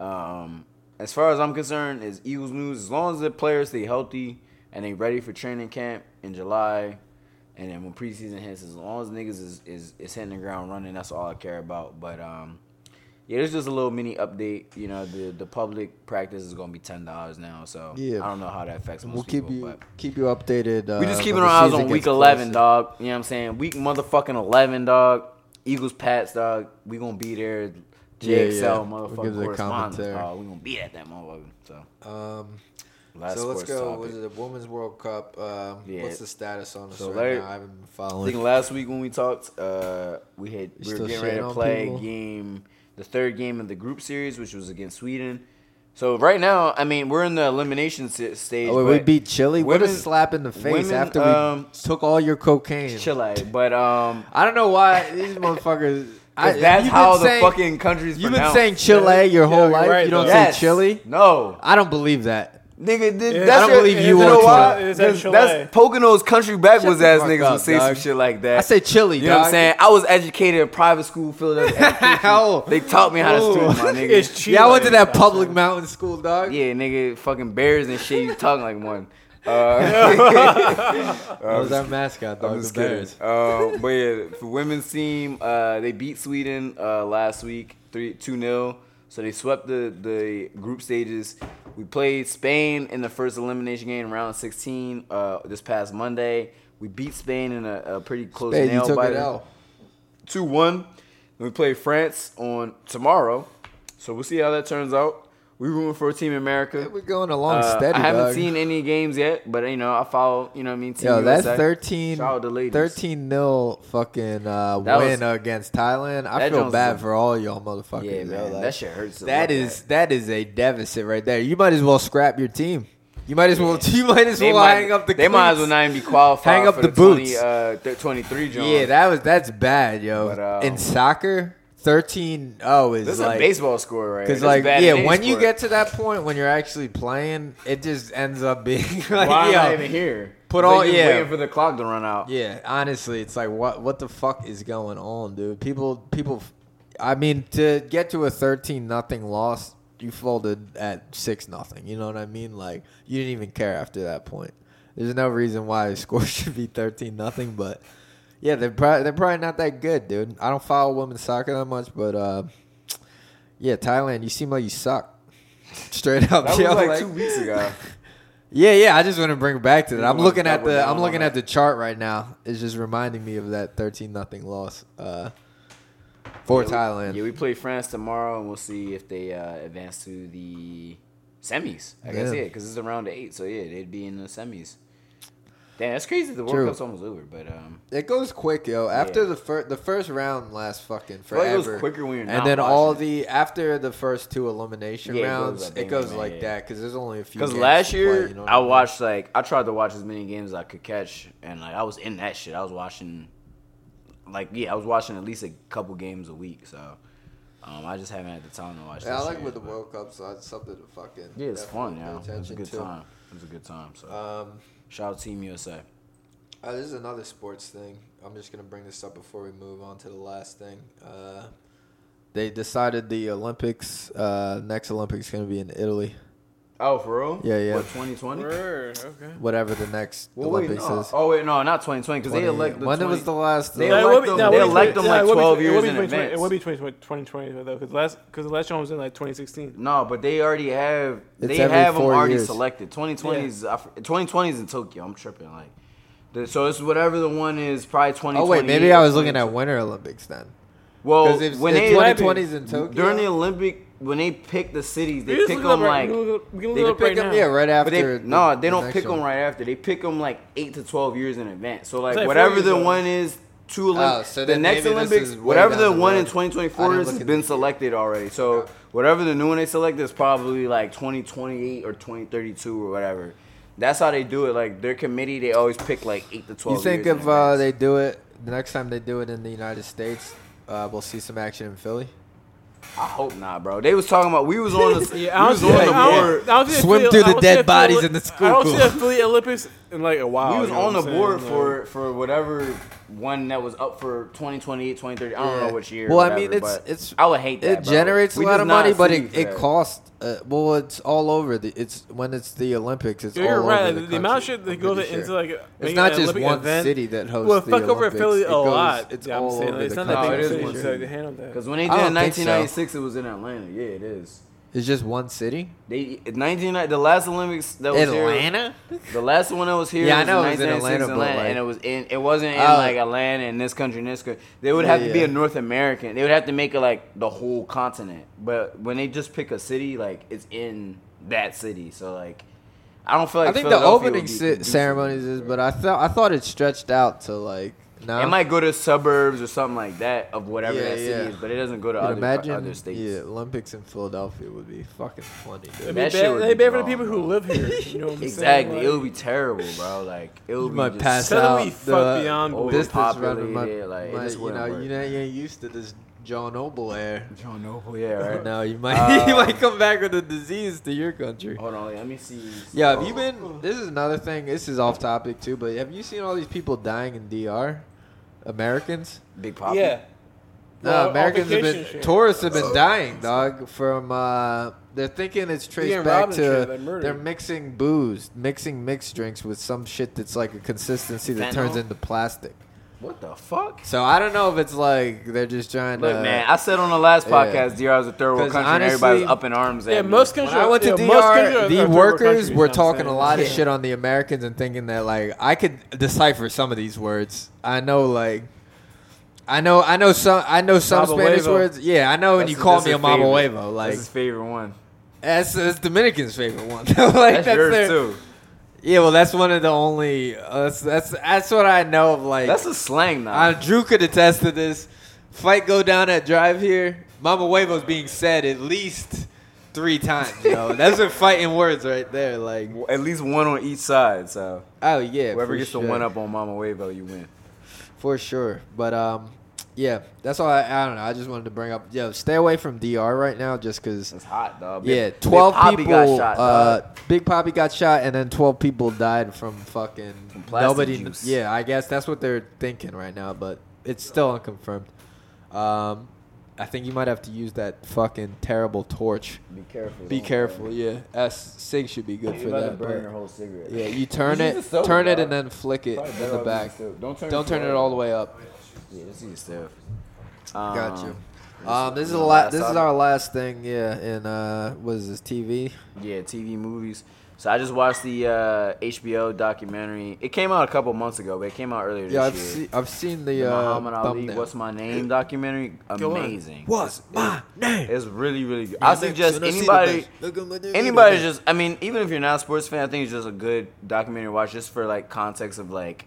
Speaker 4: um, as far as I'm concerned, is Eagles news. As long as the players stay healthy and they ready for training camp in July, and then when preseason hits, as long as niggas is is, is hitting the ground running, that's all I care about. But um. Yeah, there's just a little mini update. You know, the, the public practice is gonna be ten dollars now, so
Speaker 6: Yeah.
Speaker 4: I don't know how that affects most
Speaker 6: We'll keep
Speaker 4: people.
Speaker 6: you
Speaker 4: but
Speaker 6: keep you updated. Uh,
Speaker 4: we just keeping
Speaker 6: when
Speaker 4: our
Speaker 6: the
Speaker 4: eyes
Speaker 6: season
Speaker 4: on week
Speaker 6: gets
Speaker 4: eleven,
Speaker 6: closer.
Speaker 4: dog. You know what I'm saying? Week motherfucking eleven, dog. Eagles, Pats, dog. We gonna be there.
Speaker 6: Yeah, yeah.
Speaker 4: JXL,
Speaker 6: We'll
Speaker 4: motherfucking
Speaker 6: give the
Speaker 4: correspondence,
Speaker 6: commentary.
Speaker 4: dog. We gonna be at that motherfucker. So,
Speaker 6: um,
Speaker 4: last
Speaker 6: so let's
Speaker 4: sports
Speaker 6: go.
Speaker 4: topic.
Speaker 6: Was it the Women's World Cup? Um,
Speaker 4: Yeah.
Speaker 6: What's the status on us
Speaker 4: So
Speaker 6: right
Speaker 4: Larry-
Speaker 6: now? I haven't been
Speaker 4: I
Speaker 6: following.
Speaker 4: think last week when we talked, uh, we had we were
Speaker 6: still
Speaker 4: getting ready
Speaker 6: shitting
Speaker 4: to
Speaker 6: on
Speaker 4: play
Speaker 6: people?
Speaker 4: game, the third game of the group series, which was against Sweden. So right now, I mean, we're in the elimination si- stage.
Speaker 6: Oh, wait, we
Speaker 4: but
Speaker 6: beat Chile. what a
Speaker 4: women-
Speaker 6: slap in the face
Speaker 4: women,
Speaker 6: after we
Speaker 4: um,
Speaker 6: took all your cocaine.
Speaker 4: Chile, but um,
Speaker 3: I don't know why these motherfuckers. I,
Speaker 4: that's
Speaker 3: you've been
Speaker 4: how the
Speaker 3: saying-
Speaker 4: fucking country's
Speaker 3: You've
Speaker 4: pronounced.
Speaker 3: been saying Chile your
Speaker 4: Yeah,
Speaker 3: whole
Speaker 4: you're
Speaker 3: life.
Speaker 4: right,
Speaker 3: you don't
Speaker 4: though.
Speaker 3: say
Speaker 4: Yes.
Speaker 3: Chile.
Speaker 4: No,
Speaker 3: I don't believe that.
Speaker 4: Nigga,
Speaker 3: Yeah,
Speaker 4: did, that's
Speaker 3: I don't
Speaker 4: your-
Speaker 3: believe
Speaker 4: you
Speaker 3: you
Speaker 4: know
Speaker 3: or
Speaker 4: why?
Speaker 3: Chile. It's
Speaker 4: That's,
Speaker 3: actually
Speaker 4: that's Pocono's country backwards
Speaker 3: the
Speaker 4: ass
Speaker 3: fuck
Speaker 4: niggas
Speaker 3: up,
Speaker 4: would say some
Speaker 3: dog.
Speaker 4: shit like that.
Speaker 3: I say Chile,
Speaker 4: You know what I'm
Speaker 3: dog.
Speaker 4: saying? I was educated in private school, Philadelphia. education. they taught me how to swim, my nigga.
Speaker 3: yeah, I went to that public mountain school, dog.
Speaker 4: Yeah, nigga, fucking bears and shit. You talking like one. Uh,
Speaker 3: That was our mascot, dog,
Speaker 4: I'm just
Speaker 3: the
Speaker 4: kidding.
Speaker 3: Bears.
Speaker 4: Uh, but yeah, for women's team, uh, they beat Sweden uh, last week, three two 0 So they swept the the group stages. We played Spain in the first elimination game, round 16, uh, this past Monday. We beat Spain in a, a pretty close
Speaker 6: Spain, you
Speaker 4: nail
Speaker 6: took it
Speaker 4: biter
Speaker 6: out.
Speaker 4: two one. We play France on tomorrow, so we'll see how that turns out. We rooting for a team in America.
Speaker 6: We're going along
Speaker 4: Uh,
Speaker 6: steady.
Speaker 4: I haven't
Speaker 6: dog.
Speaker 4: seen any games yet, but you know I follow. You know what I mean. Team
Speaker 6: Yo, that
Speaker 4: USA.
Speaker 6: 13,
Speaker 4: Shout out to ladies.
Speaker 6: 13 nil fucking uh,
Speaker 4: That
Speaker 6: win
Speaker 4: was-
Speaker 6: against Thailand. I
Speaker 4: that
Speaker 6: feel
Speaker 4: Jones
Speaker 6: bad
Speaker 4: is-
Speaker 6: for all y'all motherfuckers.
Speaker 4: Yeah, man,
Speaker 6: yo, like,
Speaker 4: that shit hurts to
Speaker 3: That
Speaker 4: look
Speaker 3: is that is a deficit right there. You might as well scrap your team. You might as well. You might as
Speaker 4: They
Speaker 3: well
Speaker 4: might-
Speaker 3: hang up the.
Speaker 4: They might as well
Speaker 3: cleats.
Speaker 4: not even be qualified.
Speaker 3: Hang up
Speaker 4: for
Speaker 3: the
Speaker 4: the, 20,
Speaker 3: boots.
Speaker 4: uh, th- twenty-three. Jones.
Speaker 3: Yeah, that was that's bad, yo.
Speaker 4: But, um,
Speaker 3: In soccer, 13-0 is
Speaker 4: This is
Speaker 3: like
Speaker 4: a baseball score, right?
Speaker 3: Because
Speaker 4: This is
Speaker 3: like
Speaker 4: bad in
Speaker 3: yeah,
Speaker 4: any
Speaker 3: when you
Speaker 4: sport.
Speaker 3: get to that point when you're actually playing, it just ends up being like
Speaker 4: why am I
Speaker 3: yo,
Speaker 4: even here?
Speaker 3: Put
Speaker 4: It's like
Speaker 3: all
Speaker 4: just
Speaker 3: yeah,
Speaker 4: waiting for the clock to run out.
Speaker 3: yeah, honestly, it's like what what the fuck is going on, dude? People people I mean to get to a 13 nothing loss, you folded at 6 nothing. You know what I mean? Like you didn't even care after that point. There's no reason why the score should be 13 nothing, but yeah, they're probably, they're probably not that good, dude. I don't follow women's soccer that much, but uh, yeah, Thailand, you seem like you suck. Straight up,
Speaker 4: That was
Speaker 3: yo,
Speaker 4: like two weeks ago.
Speaker 3: yeah, yeah. I just want to bring it back to that. I'm
Speaker 4: wanna
Speaker 3: looking at
Speaker 4: double
Speaker 3: the
Speaker 4: down
Speaker 3: I'm
Speaker 4: on
Speaker 3: looking
Speaker 4: that.
Speaker 3: at the chart right now. It's just reminding me of that 13 nothing loss uh, for
Speaker 4: Yeah, we-
Speaker 3: Thailand.
Speaker 4: Yeah, we play France tomorrow, and we'll see if they uh, advance to the semis. I guess
Speaker 3: Yeah.
Speaker 4: yeah, because it's a round of eight, so yeah, they'd be in the semis. Damn, that's crazy. The World
Speaker 3: True.
Speaker 4: Cup's almost over, but um,
Speaker 3: It goes quick, yo. After
Speaker 4: Yeah.
Speaker 3: the first the first round lasts fucking
Speaker 4: feel like
Speaker 3: forever.
Speaker 4: it goes quicker when you're
Speaker 3: and
Speaker 4: not
Speaker 3: then
Speaker 4: watching
Speaker 3: all
Speaker 4: it.
Speaker 3: the after the first two elimination
Speaker 4: Yeah, it goes
Speaker 3: rounds,
Speaker 4: like
Speaker 3: it
Speaker 4: bang,
Speaker 3: goes
Speaker 4: bang,
Speaker 3: like
Speaker 4: yeah.
Speaker 3: that because there's only a few.
Speaker 4: because
Speaker 3: games
Speaker 4: last
Speaker 3: to
Speaker 4: year
Speaker 3: play, you know what
Speaker 4: I
Speaker 3: mean?
Speaker 4: watched like I tried to watch as many games as I could catch, and like I was in that shit. I was watching, like yeah, I was watching at least a couple games a week. So um, I just haven't had the time to watch.
Speaker 3: Yeah, I
Speaker 4: this
Speaker 3: like
Speaker 4: year,
Speaker 3: with the
Speaker 4: but-
Speaker 3: World Cup, so it's something to fucking.
Speaker 4: Yeah, it's fun.
Speaker 3: definitely pay
Speaker 4: Yeah, it's a
Speaker 3: attention
Speaker 4: good
Speaker 3: to.
Speaker 4: time. It was a good time. So
Speaker 3: Um,
Speaker 4: shout out Team USA.
Speaker 3: Uh, this is another sports thing. I'm just gonna bring this up before we move on to the last thing. Uh, they decided the Olympics, uh, next Olympics, gonna be in Italy.
Speaker 4: Oh, for real?
Speaker 3: Yeah, yeah.
Speaker 4: What 2020?
Speaker 5: Okay.
Speaker 3: Whatever the next
Speaker 4: Well, wait,
Speaker 3: Olympics
Speaker 4: no.
Speaker 3: is.
Speaker 4: Oh wait, no, not 2020 because they
Speaker 3: 20.
Speaker 4: elect. The
Speaker 3: When
Speaker 4: 20
Speaker 3: was the last-
Speaker 4: They
Speaker 3: No, it
Speaker 4: elect
Speaker 3: would be-
Speaker 4: them.
Speaker 3: no,
Speaker 4: they
Speaker 3: it would be-
Speaker 4: elect them
Speaker 3: no,
Speaker 4: like
Speaker 5: it would be
Speaker 4: 12
Speaker 5: twen- it
Speaker 4: years
Speaker 5: would be
Speaker 4: in
Speaker 5: 2020 It would
Speaker 4: advance.
Speaker 5: be 2020 2020 though, because last because the last one was in like 2016.
Speaker 4: No, but they already have.
Speaker 5: It's
Speaker 4: They
Speaker 5: every
Speaker 4: have them
Speaker 5: four
Speaker 4: already
Speaker 5: years.
Speaker 4: selected. 2020 is I f- 2020 is in Tokyo. I'm tripping. Like, the- so it's whatever the one is. Probably 2020.
Speaker 3: Oh wait, maybe I was looking at Winter Olympics then.
Speaker 4: Well,
Speaker 3: 'Cause if-
Speaker 4: when
Speaker 3: if
Speaker 4: they
Speaker 3: 2020s in Tokyo-
Speaker 4: during the Olympic, when they pick the cities, they
Speaker 3: We just
Speaker 4: pick
Speaker 3: look it up
Speaker 4: them
Speaker 3: right-
Speaker 4: like
Speaker 3: we look it up- we can look
Speaker 4: they
Speaker 3: it up right
Speaker 4: pick 'em-
Speaker 3: now. Yeah, right
Speaker 4: but they-
Speaker 3: after the-
Speaker 4: no, they
Speaker 3: the
Speaker 4: don't
Speaker 3: next
Speaker 4: pick them
Speaker 3: one.
Speaker 4: right after. They pick them like eight to twelve years in advance. So like
Speaker 3: like four
Speaker 4: whatever
Speaker 3: years
Speaker 4: the
Speaker 3: ago.
Speaker 4: one is, two
Speaker 3: Oh,
Speaker 4: Olympics.
Speaker 3: so
Speaker 4: the
Speaker 3: then
Speaker 4: next
Speaker 3: maybe this
Speaker 4: Olympics,
Speaker 3: is way
Speaker 4: whatever
Speaker 3: down
Speaker 4: the
Speaker 3: the
Speaker 4: one
Speaker 3: road.
Speaker 4: in twenty twenty
Speaker 3: I
Speaker 4: four
Speaker 3: didn't
Speaker 4: is,
Speaker 3: look
Speaker 4: has
Speaker 3: at
Speaker 4: been selected already. So whatever the new one they select is probably like twenty twenty eight or twenty thirty two or whatever. That's how they do it. Like their committee, they always pick like eight to twelve.
Speaker 3: You think uh,
Speaker 4: years in
Speaker 3: if uh, they do it the next time they do it in the United States, uh, we'll see some action in Philly?
Speaker 4: I hope not, bro. They was talking about we was on the
Speaker 5: Yeah, I don't
Speaker 4: we was
Speaker 5: see
Speaker 4: on
Speaker 5: that-
Speaker 4: the
Speaker 5: I
Speaker 4: board.
Speaker 5: don't- I don't see that
Speaker 3: Swim
Speaker 5: Philly-
Speaker 3: through
Speaker 5: I
Speaker 3: the
Speaker 5: don't
Speaker 3: dead
Speaker 5: see that
Speaker 3: bodies
Speaker 5: Philly-
Speaker 3: in the
Speaker 5: I don't
Speaker 3: school.
Speaker 5: see the Philly Olympics in like a while.
Speaker 4: we was
Speaker 5: Oh, you know
Speaker 4: on the
Speaker 5: what I'm
Speaker 4: board
Speaker 5: saying?
Speaker 4: for for whatever one that was up for 2028, 2030. I don't
Speaker 3: Yeah.
Speaker 4: know which year.
Speaker 3: Well, I
Speaker 4: whatever,
Speaker 3: mean, it's
Speaker 4: but
Speaker 3: it's.
Speaker 4: I would hate that.
Speaker 3: It
Speaker 4: bro.
Speaker 3: generates a
Speaker 4: We
Speaker 3: lot
Speaker 4: does
Speaker 3: of
Speaker 4: not
Speaker 3: money, but
Speaker 4: see
Speaker 3: it, it
Speaker 4: that.
Speaker 3: costs. Uh, well, it's all over. The, it's when it's the Olympics. It's
Speaker 5: Yeah, you're
Speaker 3: all
Speaker 5: right.
Speaker 3: over
Speaker 5: The,
Speaker 3: the,
Speaker 5: amount of
Speaker 3: country,
Speaker 5: shit that
Speaker 3: I'm
Speaker 5: goes
Speaker 3: pretty
Speaker 5: into
Speaker 3: sure.
Speaker 5: like
Speaker 3: It's
Speaker 5: making
Speaker 3: not
Speaker 5: an
Speaker 3: just
Speaker 5: Olympic
Speaker 3: one
Speaker 5: event.
Speaker 3: city that hosts
Speaker 5: Well,
Speaker 3: the
Speaker 5: fuck over
Speaker 3: Olympics.
Speaker 5: Philly
Speaker 3: It
Speaker 5: a
Speaker 3: goes-
Speaker 5: lot.
Speaker 3: it's
Speaker 5: yeah, I'm
Speaker 3: all
Speaker 5: saying,
Speaker 3: over
Speaker 5: like, it's
Speaker 3: the
Speaker 5: not that big
Speaker 3: country.
Speaker 5: of a
Speaker 3: Oh,
Speaker 5: city
Speaker 3: it is one
Speaker 5: to
Speaker 3: city.
Speaker 5: to handle that.
Speaker 4: Because when they
Speaker 3: I
Speaker 4: did it in
Speaker 3: don't think so.
Speaker 4: 1996, it was in Atlanta. Yeah, it is.
Speaker 3: It's just one city.
Speaker 4: They 19 the last Olympics that was
Speaker 3: Atlanta?
Speaker 4: Here, the last one that was here.
Speaker 3: Yeah, I
Speaker 4: was
Speaker 3: know it
Speaker 4: in
Speaker 3: was in
Speaker 4: 1996
Speaker 3: Atlanta, but, like-
Speaker 4: and it was in. It wasn't in
Speaker 3: Oh.
Speaker 4: like Atlanta in this country, in this country. They would
Speaker 3: Yeah,
Speaker 4: have to be
Speaker 3: yeah.
Speaker 4: a North American. They would have to make it like the whole continent. But when they just pick a city, like it's in that city. So like, I don't feel like
Speaker 3: I think the
Speaker 4: Philadelphia
Speaker 3: opening
Speaker 4: would be
Speaker 3: ce-
Speaker 4: conducive.
Speaker 3: ceremonies is, but I thought I thought it stretched out to like. No,
Speaker 4: It might go to suburbs or something like that of whatever
Speaker 3: Yeah,
Speaker 4: that city
Speaker 3: yeah.
Speaker 4: is, but it doesn't go to
Speaker 3: But
Speaker 4: other,
Speaker 3: imagine,
Speaker 4: other states.
Speaker 3: Yeah, Olympics in Philadelphia would be fucking funny.
Speaker 5: It'd
Speaker 3: Dude.
Speaker 5: be bad,
Speaker 4: That shit would
Speaker 5: it'd
Speaker 4: be
Speaker 5: be bad for the
Speaker 4: wrong,
Speaker 5: people who
Speaker 4: bro.
Speaker 5: live here. You know what I'm
Speaker 4: Exactly,
Speaker 5: saying?
Speaker 4: it
Speaker 5: Like,
Speaker 4: would be terrible, bro. Like it would
Speaker 3: You
Speaker 4: be
Speaker 3: might
Speaker 4: just
Speaker 3: pass out.
Speaker 5: suddenly fuck
Speaker 3: the
Speaker 5: beyond belief.
Speaker 3: distance running
Speaker 4: Overpopulated,
Speaker 3: my,
Speaker 4: yeah, like, it
Speaker 3: my-
Speaker 4: just
Speaker 3: you
Speaker 4: wouldn't
Speaker 3: know,
Speaker 4: work.
Speaker 3: you know, you ain't used to this John Noble air.
Speaker 4: John Noble, yeah, right.
Speaker 3: No, you might you
Speaker 4: Uh,
Speaker 3: might come back with a disease to your
Speaker 5: Oh,
Speaker 3: country.
Speaker 4: Hold on, let me see.
Speaker 3: Yeah, have you been? This is another thing. This is off topic too, but have you seen all these people dying in DR? Americans?
Speaker 4: Big Pop?
Speaker 5: yeah.
Speaker 3: No,
Speaker 5: Well, on
Speaker 3: Americans have been
Speaker 5: vacation shit. Oh.
Speaker 3: tourists have been dying, dog. From uh, they're thinking it's traced
Speaker 5: Ian
Speaker 3: back
Speaker 5: Robinson
Speaker 3: to
Speaker 5: shit, they murdered.
Speaker 3: they're mixing booze, mixing mixed drinks with some shit that's like a consistency that turns
Speaker 4: Fentanyl?
Speaker 3: into plastic.
Speaker 4: What the fuck?
Speaker 3: So I don't know if it's like they're just trying
Speaker 4: Look,
Speaker 3: to.
Speaker 4: man, I said on the last
Speaker 3: Uh, yeah.
Speaker 4: podcast, DR is a third world
Speaker 3: 'Cause
Speaker 4: country, and everybody was
Speaker 3: honestly-
Speaker 4: up in arms at
Speaker 5: Yeah,
Speaker 4: me.
Speaker 5: most
Speaker 3: When
Speaker 5: countries.
Speaker 3: I went to
Speaker 5: yeah, most countries
Speaker 3: DR,
Speaker 5: are
Speaker 3: the
Speaker 5: third world countries,
Speaker 3: workers
Speaker 5: you know
Speaker 3: were
Speaker 5: what I'm
Speaker 3: talking a
Speaker 5: saying?
Speaker 3: lot of
Speaker 5: Yeah.
Speaker 3: shit on the Americans and thinking that like I could decipher some of these words. I know like I know I know some I know some Spanish
Speaker 5: Mabahuevo.
Speaker 3: words. Yeah, I know when
Speaker 4: That's-
Speaker 3: you call
Speaker 4: that's
Speaker 3: me a
Speaker 4: his favorite.
Speaker 3: mamahuevo. Like
Speaker 4: That's his favorite one.
Speaker 3: that's, that's Dominican's favorite one. like
Speaker 4: That's, yours
Speaker 3: their-
Speaker 4: too.
Speaker 3: Yeah, well, that's one of the only. Uh, that's, that's that's what I know of. Like
Speaker 4: That's a slang now.
Speaker 3: uh, Drew could attest to this. Fight go down at drive here. Mama Huevo's being said at least three times. Yo, those are fighting words right there. Like,
Speaker 4: at least one on each side. So
Speaker 3: oh yeah,
Speaker 4: whoever
Speaker 3: for
Speaker 4: gets
Speaker 3: sure.
Speaker 4: the one up on Mama Wavo, you win.
Speaker 3: for sure. But um, yeah, that's all. I, I don't know. I just wanted to bring up. Yo, stay away from DR right now, just because.
Speaker 4: It's hot, dog.
Speaker 3: Yeah, twelve
Speaker 4: Poppy
Speaker 3: people.
Speaker 4: got shot.
Speaker 3: uh,
Speaker 4: dog.
Speaker 3: Big Poppy got shot, and then twelve people died from fucking
Speaker 4: plastic
Speaker 3: nobody.
Speaker 4: juice.
Speaker 3: Yeah, I guess that's what they're thinking right now, but it's still unconfirmed. Um, I think you might have to use that fucking terrible torch.
Speaker 4: be careful.
Speaker 3: Be
Speaker 4: don't
Speaker 3: careful. Yeah, S sig should be good
Speaker 4: You're
Speaker 3: for
Speaker 4: about to
Speaker 3: that.
Speaker 4: burn
Speaker 3: but-
Speaker 4: your whole cigarette.
Speaker 3: yeah, you turn
Speaker 4: Just
Speaker 3: it,
Speaker 4: use the soap,
Speaker 3: turn it,
Speaker 4: dog.
Speaker 3: and then flick it
Speaker 4: Probably
Speaker 3: in
Speaker 4: better
Speaker 3: the
Speaker 4: off
Speaker 3: back.
Speaker 4: using soap. Don't turn
Speaker 3: Don't
Speaker 4: it
Speaker 3: turn it
Speaker 4: forward.
Speaker 3: all the way up.
Speaker 4: Yeah, let's use stuff.
Speaker 3: Got you.
Speaker 4: Um,
Speaker 3: Um, this is
Speaker 4: the
Speaker 3: a lot.
Speaker 4: last
Speaker 3: This is
Speaker 4: topic.
Speaker 3: our last thing. Yeah, and uh, what is this TV?
Speaker 4: Yeah, TV movies. So I just watched the uh, HBO documentary. It came out a couple months ago, but it came out earlier this
Speaker 3: Yeah, I've
Speaker 4: year.
Speaker 3: seen. I've seen the,
Speaker 4: The
Speaker 3: uh,
Speaker 4: Muhammad Ali,
Speaker 3: thumbnail.
Speaker 4: What's My Name documentary. Amazing.
Speaker 3: What's my name?
Speaker 4: It's really, really good. I suggest anybody, anybody just, I mean, even if you're not a sports fan, I think it's just a good documentary to watch just for like context of like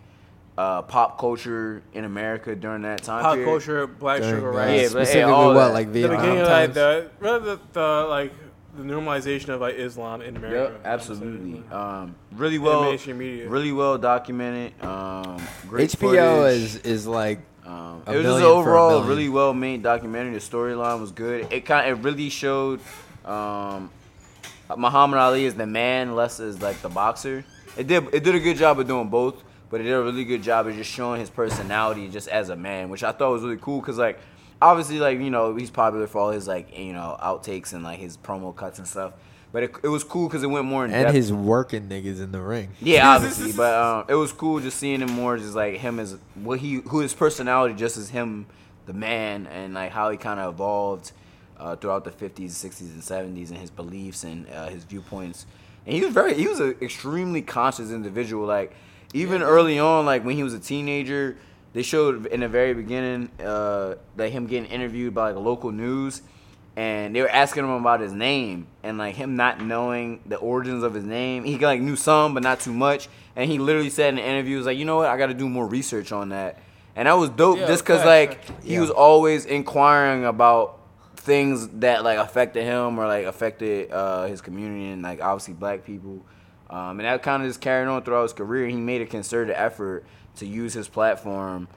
Speaker 4: uh, pop culture in America during that time
Speaker 5: Pop
Speaker 4: period.
Speaker 5: culture, black
Speaker 3: During,
Speaker 5: sugar
Speaker 3: uh,
Speaker 5: rice.
Speaker 4: Yeah, but, hey,
Speaker 3: specifically
Speaker 4: all
Speaker 3: what
Speaker 4: that.
Speaker 3: like
Speaker 4: The
Speaker 5: the
Speaker 3: Vietnam
Speaker 5: beginning of like
Speaker 3: times.
Speaker 5: the rather the, the like the normalization of like Islam in America. you know
Speaker 4: Yep,
Speaker 5: what I'm saying?
Speaker 4: absolutely. Um, really well,
Speaker 5: Animation media.
Speaker 4: really well documented. Um, great
Speaker 3: HBO
Speaker 4: footage.
Speaker 3: is is like
Speaker 4: Um,
Speaker 3: A
Speaker 4: it was just
Speaker 3: million
Speaker 4: an
Speaker 3: for a
Speaker 4: overall
Speaker 3: million.
Speaker 4: really well made documentary. The storyline was good. It kind it really showed um, Muhammad Ali is the man, less is like the boxer. It did it did a good job of doing both, but it did a really good job of just showing his personality just as a man, which I thought was really cool because like obviously like you know he's popular for all his like you know outtakes and like his promo cuts and stuff. But it, it was cool because it went more in
Speaker 3: and
Speaker 4: depth.
Speaker 3: his working niggas in the ring.
Speaker 4: Yeah, obviously, but um, it was cool just seeing him more, just like him as what he, who his personality, just as him, the man, and like how he kind of evolved uh, throughout the fifties, sixties, and seventies, and his beliefs and uh, his viewpoints. And he was very, he was an extremely conscious individual. Like even early on, like when he was a teenager, they showed in the very beginning, uh, like him getting interviewed by like local news and they were asking him about his name and like him not knowing the origins of his name. He like knew some, but not too much. And he literally said in the interview, he "Was like, you know what? I got to do more research on that." And that was dope,
Speaker 5: Yeah,
Speaker 4: just because
Speaker 5: facts,
Speaker 4: like he was always inquiring about things that like affected him or like affected uh, his community and like obviously black people. Um, and that kind of just carried on throughout his career. He made a concerted effort to use his platform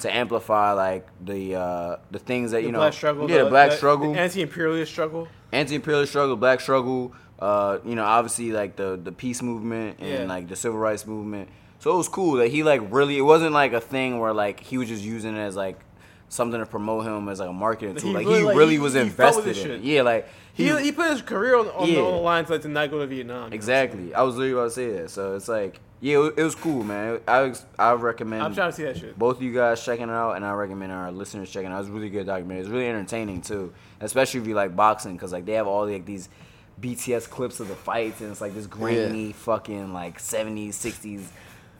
Speaker 4: to amplify like the uh, the things that you
Speaker 5: The
Speaker 4: know,
Speaker 5: black struggle,
Speaker 4: yeah, the,
Speaker 5: the-
Speaker 4: black
Speaker 5: the-
Speaker 4: struggle,
Speaker 5: the anti-imperialist struggle.
Speaker 4: anti-imperialist struggle, black struggle. Uh, you know, obviously like the the peace movement and
Speaker 5: Yeah.
Speaker 4: like the civil rights movement. So it was cool that he like really. It wasn't like a thing where like he was just using it as like something to promote him as like a marketing
Speaker 5: He
Speaker 4: tool. Like
Speaker 5: really-
Speaker 4: he
Speaker 5: like,
Speaker 4: really
Speaker 5: he-
Speaker 4: was
Speaker 5: he felt with
Speaker 4: invested
Speaker 5: this
Speaker 4: in.
Speaker 5: shit.
Speaker 4: It. Yeah, like
Speaker 5: He, he put his career on, on,
Speaker 4: Yeah.
Speaker 5: the, on the line to, like, to not go to Vietnam.
Speaker 4: Exactly. I was literally about to say that. So it's like, yeah, it wa- it was cool, man. I ex- I recommend.
Speaker 5: I'm trying to see that shit.
Speaker 4: Both of you guys checking it out, and I recommend our listeners checking it out. It's a really good documentary. It's really entertaining too, especially if you like boxing, because like they have all like these BTS clips of the fights, and it's like this grainy fucking like 70s, 60s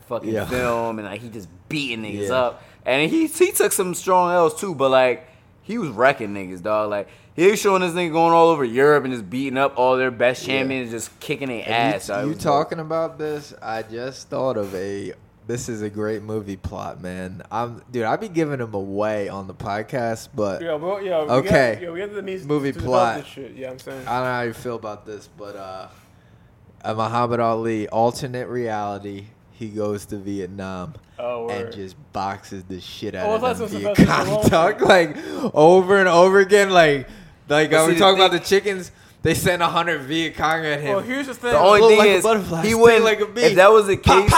Speaker 4: fucking
Speaker 3: Yeah.
Speaker 4: film, and like he just beating niggas
Speaker 3: Yeah.
Speaker 4: up, and he he took some strong L's too, but like. He was wrecking niggas, dog. Like he was showing this nigga going all over Europe and just beating up all their best champions, just kicking their
Speaker 3: And
Speaker 4: ass.
Speaker 3: You,
Speaker 4: dog. It
Speaker 3: you
Speaker 4: was
Speaker 3: talking about this? I just thought of a. This is a great movie plot, man. I'm dude. I'd be giving him away on the podcast, but
Speaker 5: Yo, bro, yo, we got-
Speaker 3: okay.
Speaker 5: yo, we got the means
Speaker 3: movie
Speaker 5: to develop
Speaker 3: plot.
Speaker 5: this shit. Yeah, I'm saying.
Speaker 3: I don't know how you feel about this, but uh, uh, Muhammad Ali, alternate reality. He goes to Vietnam
Speaker 5: Oh,
Speaker 3: and
Speaker 5: word.
Speaker 3: just boxes the shit out
Speaker 5: Oh, I thought
Speaker 3: of them
Speaker 5: this was
Speaker 3: Viet
Speaker 5: supposed to be
Speaker 3: Cong
Speaker 5: long.
Speaker 3: dog, like over and over again. Like, like
Speaker 4: But
Speaker 3: I
Speaker 4: see,
Speaker 3: was
Speaker 4: the
Speaker 3: talking about the chickens. They sent hundred Viet Cong at him.
Speaker 5: Well, here's the thing.
Speaker 4: The only
Speaker 3: Look
Speaker 4: thing
Speaker 3: like a
Speaker 4: is,
Speaker 3: butterfly,
Speaker 4: he
Speaker 3: sting
Speaker 4: wouldn't.
Speaker 3: like a bee.
Speaker 4: if that was the case,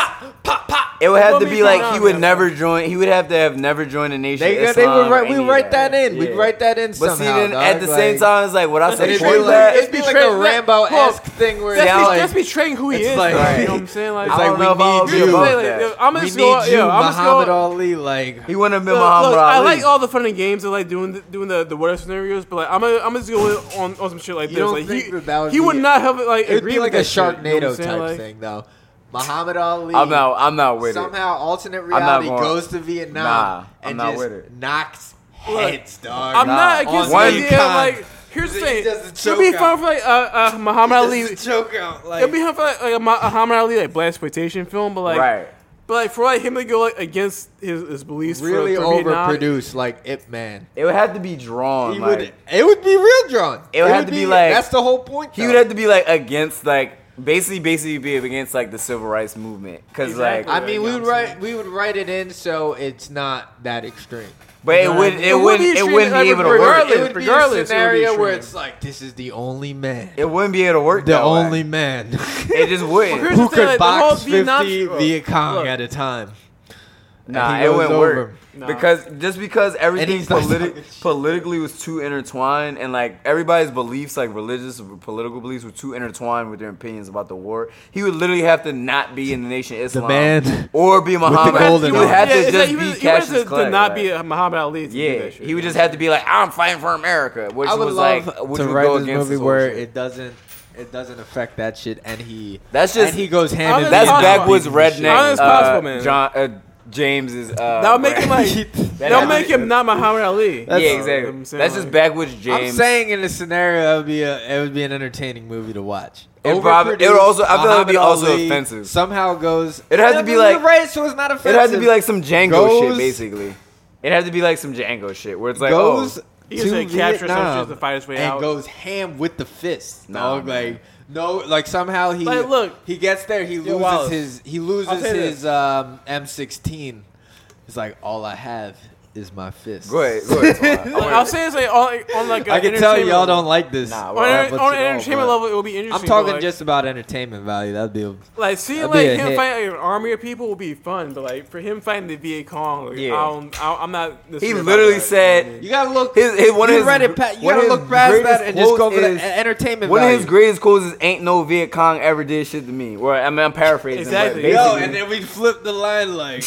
Speaker 4: it would have
Speaker 5: Put
Speaker 4: to
Speaker 5: me
Speaker 4: be like he
Speaker 5: down,
Speaker 4: would
Speaker 5: man.
Speaker 4: never join. He would have to have never joined the nation.
Speaker 3: They,
Speaker 4: of
Speaker 3: they
Speaker 4: Islam
Speaker 3: would
Speaker 4: or
Speaker 3: write, we
Speaker 4: any of
Speaker 3: write that, in. we
Speaker 4: Yeah.
Speaker 3: write that in
Speaker 4: But see,
Speaker 3: somehow.
Speaker 4: then at
Speaker 3: dog,
Speaker 4: the same
Speaker 3: like-
Speaker 4: time, it's like, would I
Speaker 3: it'd be
Speaker 4: support
Speaker 3: like-
Speaker 4: that?
Speaker 3: It'd be like a Rambo-esque thing where
Speaker 5: That's,
Speaker 3: it's
Speaker 5: be,
Speaker 3: like-
Speaker 5: that's betraying who he
Speaker 3: it's
Speaker 5: is.
Speaker 3: like-
Speaker 5: though, you know what I'm saying? Like,
Speaker 3: It's like,
Speaker 4: don't know
Speaker 3: we
Speaker 4: if I'll
Speaker 3: need
Speaker 4: be
Speaker 3: you.
Speaker 4: about
Speaker 5: Like,
Speaker 4: that.
Speaker 5: I'm
Speaker 3: We
Speaker 5: gonna
Speaker 3: need
Speaker 5: go.
Speaker 3: you,
Speaker 5: Yo, I'm
Speaker 3: Muhammad
Speaker 5: gonna go.
Speaker 3: Ali. Like,
Speaker 4: He wouldn't have been
Speaker 5: Look,
Speaker 4: Muhammad
Speaker 5: look, I
Speaker 4: Ali.
Speaker 5: like all the fun and games. I like doing the, doing the, the what if scenarios, but like I'm gonna, I'm just going on, on some shit like
Speaker 3: You
Speaker 5: this.
Speaker 3: don't
Speaker 5: like,
Speaker 3: think
Speaker 5: he,
Speaker 3: that that would
Speaker 5: he would
Speaker 3: be-
Speaker 5: not have like
Speaker 3: it'd
Speaker 5: agree
Speaker 3: be like a
Speaker 5: with that shit, you know what
Speaker 3: Sharknado
Speaker 5: I'm saying?
Speaker 3: type
Speaker 5: Like,
Speaker 3: thing, though. Muhammad Ali.
Speaker 4: I'm not. I'm not with it.
Speaker 3: somehow alternate
Speaker 4: not
Speaker 3: reality
Speaker 4: going-
Speaker 3: goes to Vietnam
Speaker 4: Nah, I'm
Speaker 3: and
Speaker 4: not
Speaker 3: just
Speaker 4: with it.
Speaker 3: knocks heads, dog.
Speaker 5: I'm not
Speaker 3: Nah,
Speaker 5: against
Speaker 3: on
Speaker 5: the
Speaker 3: the
Speaker 5: idea.
Speaker 3: con.
Speaker 5: Like here's the
Speaker 3: He
Speaker 5: thing,
Speaker 3: does the
Speaker 5: it'd be
Speaker 3: choke
Speaker 5: fun
Speaker 3: out.
Speaker 5: for like uh, uh, Muhammad Ali.
Speaker 3: Just choke out. Like,
Speaker 5: It'd be fun for like, like a Ma- a Muhammad Ali like black exploitation film, but like
Speaker 4: Right.
Speaker 5: But like for like him to go like against his, his beliefs,
Speaker 3: really
Speaker 5: for, for Vietnam,
Speaker 3: overproduced, like Ip Man.
Speaker 4: It would have to be drawn.
Speaker 3: He
Speaker 4: like,
Speaker 3: would, it would be real drawn.
Speaker 4: It would have to be like-
Speaker 3: that's the whole point.
Speaker 4: He
Speaker 3: though.
Speaker 4: would have to be like against like basically basically be against like the civil rights movement because
Speaker 5: Exactly.
Speaker 4: like
Speaker 3: I mean, we would write we would write it in so it's not that extreme.
Speaker 4: but it would
Speaker 5: It
Speaker 4: it
Speaker 5: would
Speaker 4: wouldn't
Speaker 5: be
Speaker 4: it
Speaker 5: treated
Speaker 4: wouldn't
Speaker 5: like
Speaker 4: be able to
Speaker 5: regardless.
Speaker 4: work.
Speaker 3: it would be
Speaker 5: regardless, it would
Speaker 3: a
Speaker 5: be
Speaker 3: scenario where
Speaker 5: extreme.
Speaker 3: it's like this is the only man,
Speaker 4: It wouldn't be able to work.
Speaker 3: the
Speaker 4: that way.
Speaker 3: only man
Speaker 4: It just
Speaker 5: Well,
Speaker 4: wouldn't.
Speaker 5: here's
Speaker 3: who
Speaker 5: the thing,
Speaker 3: could
Speaker 5: like, the whole
Speaker 3: box
Speaker 5: Vietnam-
Speaker 3: fifty
Speaker 5: look,
Speaker 3: Viet Cong
Speaker 5: look.
Speaker 3: at a time.
Speaker 4: Nah,
Speaker 3: he
Speaker 4: it
Speaker 3: goes
Speaker 4: wouldn't
Speaker 3: over.
Speaker 4: work
Speaker 5: Nah.
Speaker 4: because just because everything
Speaker 3: he's not
Speaker 4: politi-
Speaker 3: talking shit.
Speaker 4: politically was too intertwined and like everybody's beliefs, like religious or political beliefs, were too intertwined with their opinions about the war. He would literally have to not be in the Nation of Islam,
Speaker 3: man
Speaker 4: or be Muhammad.
Speaker 3: golden
Speaker 4: he would
Speaker 3: arm.
Speaker 4: have to
Speaker 5: it's
Speaker 4: just
Speaker 5: like, he
Speaker 4: be
Speaker 5: was- he
Speaker 4: Cassius
Speaker 5: wanted to,
Speaker 4: Clay,
Speaker 5: to not
Speaker 4: like-
Speaker 5: be a Muhammad Ali. To do
Speaker 4: Yeah,
Speaker 5: that shit.
Speaker 4: he would just have to be like, I'm fighting for America, which
Speaker 3: I would
Speaker 4: was like,
Speaker 3: love
Speaker 4: which
Speaker 3: to
Speaker 4: would
Speaker 3: write
Speaker 4: go
Speaker 3: this
Speaker 4: against
Speaker 3: movie
Speaker 4: this whole
Speaker 3: where
Speaker 4: shit.
Speaker 3: it doesn't it doesn't affect that shit, and he
Speaker 4: That's just-
Speaker 3: and he goes
Speaker 5: How
Speaker 3: ham.
Speaker 5: is
Speaker 3: and
Speaker 4: that's
Speaker 5: How is it
Speaker 4: backwoods
Speaker 5: possible?
Speaker 4: redneck.
Speaker 5: How is it
Speaker 4: uh,
Speaker 5: possible, man?
Speaker 4: John uh, James's. Uh,
Speaker 5: That'll make him like that'll
Speaker 4: had to
Speaker 5: make
Speaker 4: be-
Speaker 5: him not Muhammad Ali.
Speaker 4: yeah, exactly.
Speaker 5: I'm saying,
Speaker 4: That's just
Speaker 5: like-
Speaker 4: backwoods James.
Speaker 3: I'm saying in this scenario, it would be a, it would be an entertaining movie to watch.
Speaker 4: It prob- it would also- I feel like it'd be
Speaker 3: Muhammad
Speaker 4: also
Speaker 3: Ali
Speaker 4: offensive.
Speaker 3: Somehow goes.
Speaker 4: It'd have to
Speaker 3: Yeah,
Speaker 4: be
Speaker 3: you're
Speaker 4: like-
Speaker 3: right, so it's not
Speaker 4: It
Speaker 3: offensive.
Speaker 4: had to be like some Django shit,
Speaker 3: Goes-
Speaker 4: basically. It had to be like some Django shit where it's like,
Speaker 3: goes
Speaker 4: oh,
Speaker 5: He
Speaker 3: to
Speaker 5: just said capture some
Speaker 3: Vietnam
Speaker 5: shit to fight his way
Speaker 3: and
Speaker 5: out.
Speaker 3: goes ham with the fist.
Speaker 4: Nah,
Speaker 3: dog.
Speaker 4: man.
Speaker 3: like no, like somehow he
Speaker 5: Like, look.
Speaker 3: he gets there. He loses
Speaker 5: Wallace.
Speaker 3: his he
Speaker 5: I'll
Speaker 3: loses
Speaker 5: tell you
Speaker 3: his um, M16. It's like all I have is my fist.
Speaker 4: go ahead, go ahead. Twan.
Speaker 5: Like, I'll say it's like on like, on like a
Speaker 3: I can tell
Speaker 5: entertainment
Speaker 3: y'all
Speaker 5: level.
Speaker 3: don't like this.
Speaker 4: Nah,
Speaker 5: on,
Speaker 4: we're
Speaker 5: an-
Speaker 4: up
Speaker 5: on
Speaker 4: to
Speaker 5: an
Speaker 4: no,
Speaker 5: entertainment
Speaker 4: but-
Speaker 5: level, it will be
Speaker 3: I'm
Speaker 5: interesting. but,
Speaker 3: talking
Speaker 5: like,
Speaker 3: just about entertainment value. That'd be a
Speaker 5: like seeing
Speaker 3: that'd be
Speaker 5: like
Speaker 3: a
Speaker 5: him
Speaker 3: hit.
Speaker 5: fighting an army of people will be fun, but like for him fighting the Viet Cong, like,
Speaker 4: Yeah.
Speaker 5: I don't, I, I'm not.
Speaker 4: He literally said,
Speaker 3: You gotta look.
Speaker 4: His- his- one of
Speaker 3: you
Speaker 4: his
Speaker 3: read
Speaker 4: gr-
Speaker 3: it. Pa- you
Speaker 4: one of his
Speaker 3: gotta look past
Speaker 4: greatest
Speaker 3: that and just go
Speaker 4: quotes
Speaker 3: for the e-
Speaker 4: is-
Speaker 3: en- entertainment.
Speaker 4: one of his
Speaker 3: value.
Speaker 4: greatest quotes is "Ain't no Viet Cong ever did shit to me." Where I mean, I'm paraphrasing.
Speaker 5: Exactly.
Speaker 4: But
Speaker 5: Yo,
Speaker 4: basically,
Speaker 5: and
Speaker 3: then we flip the line like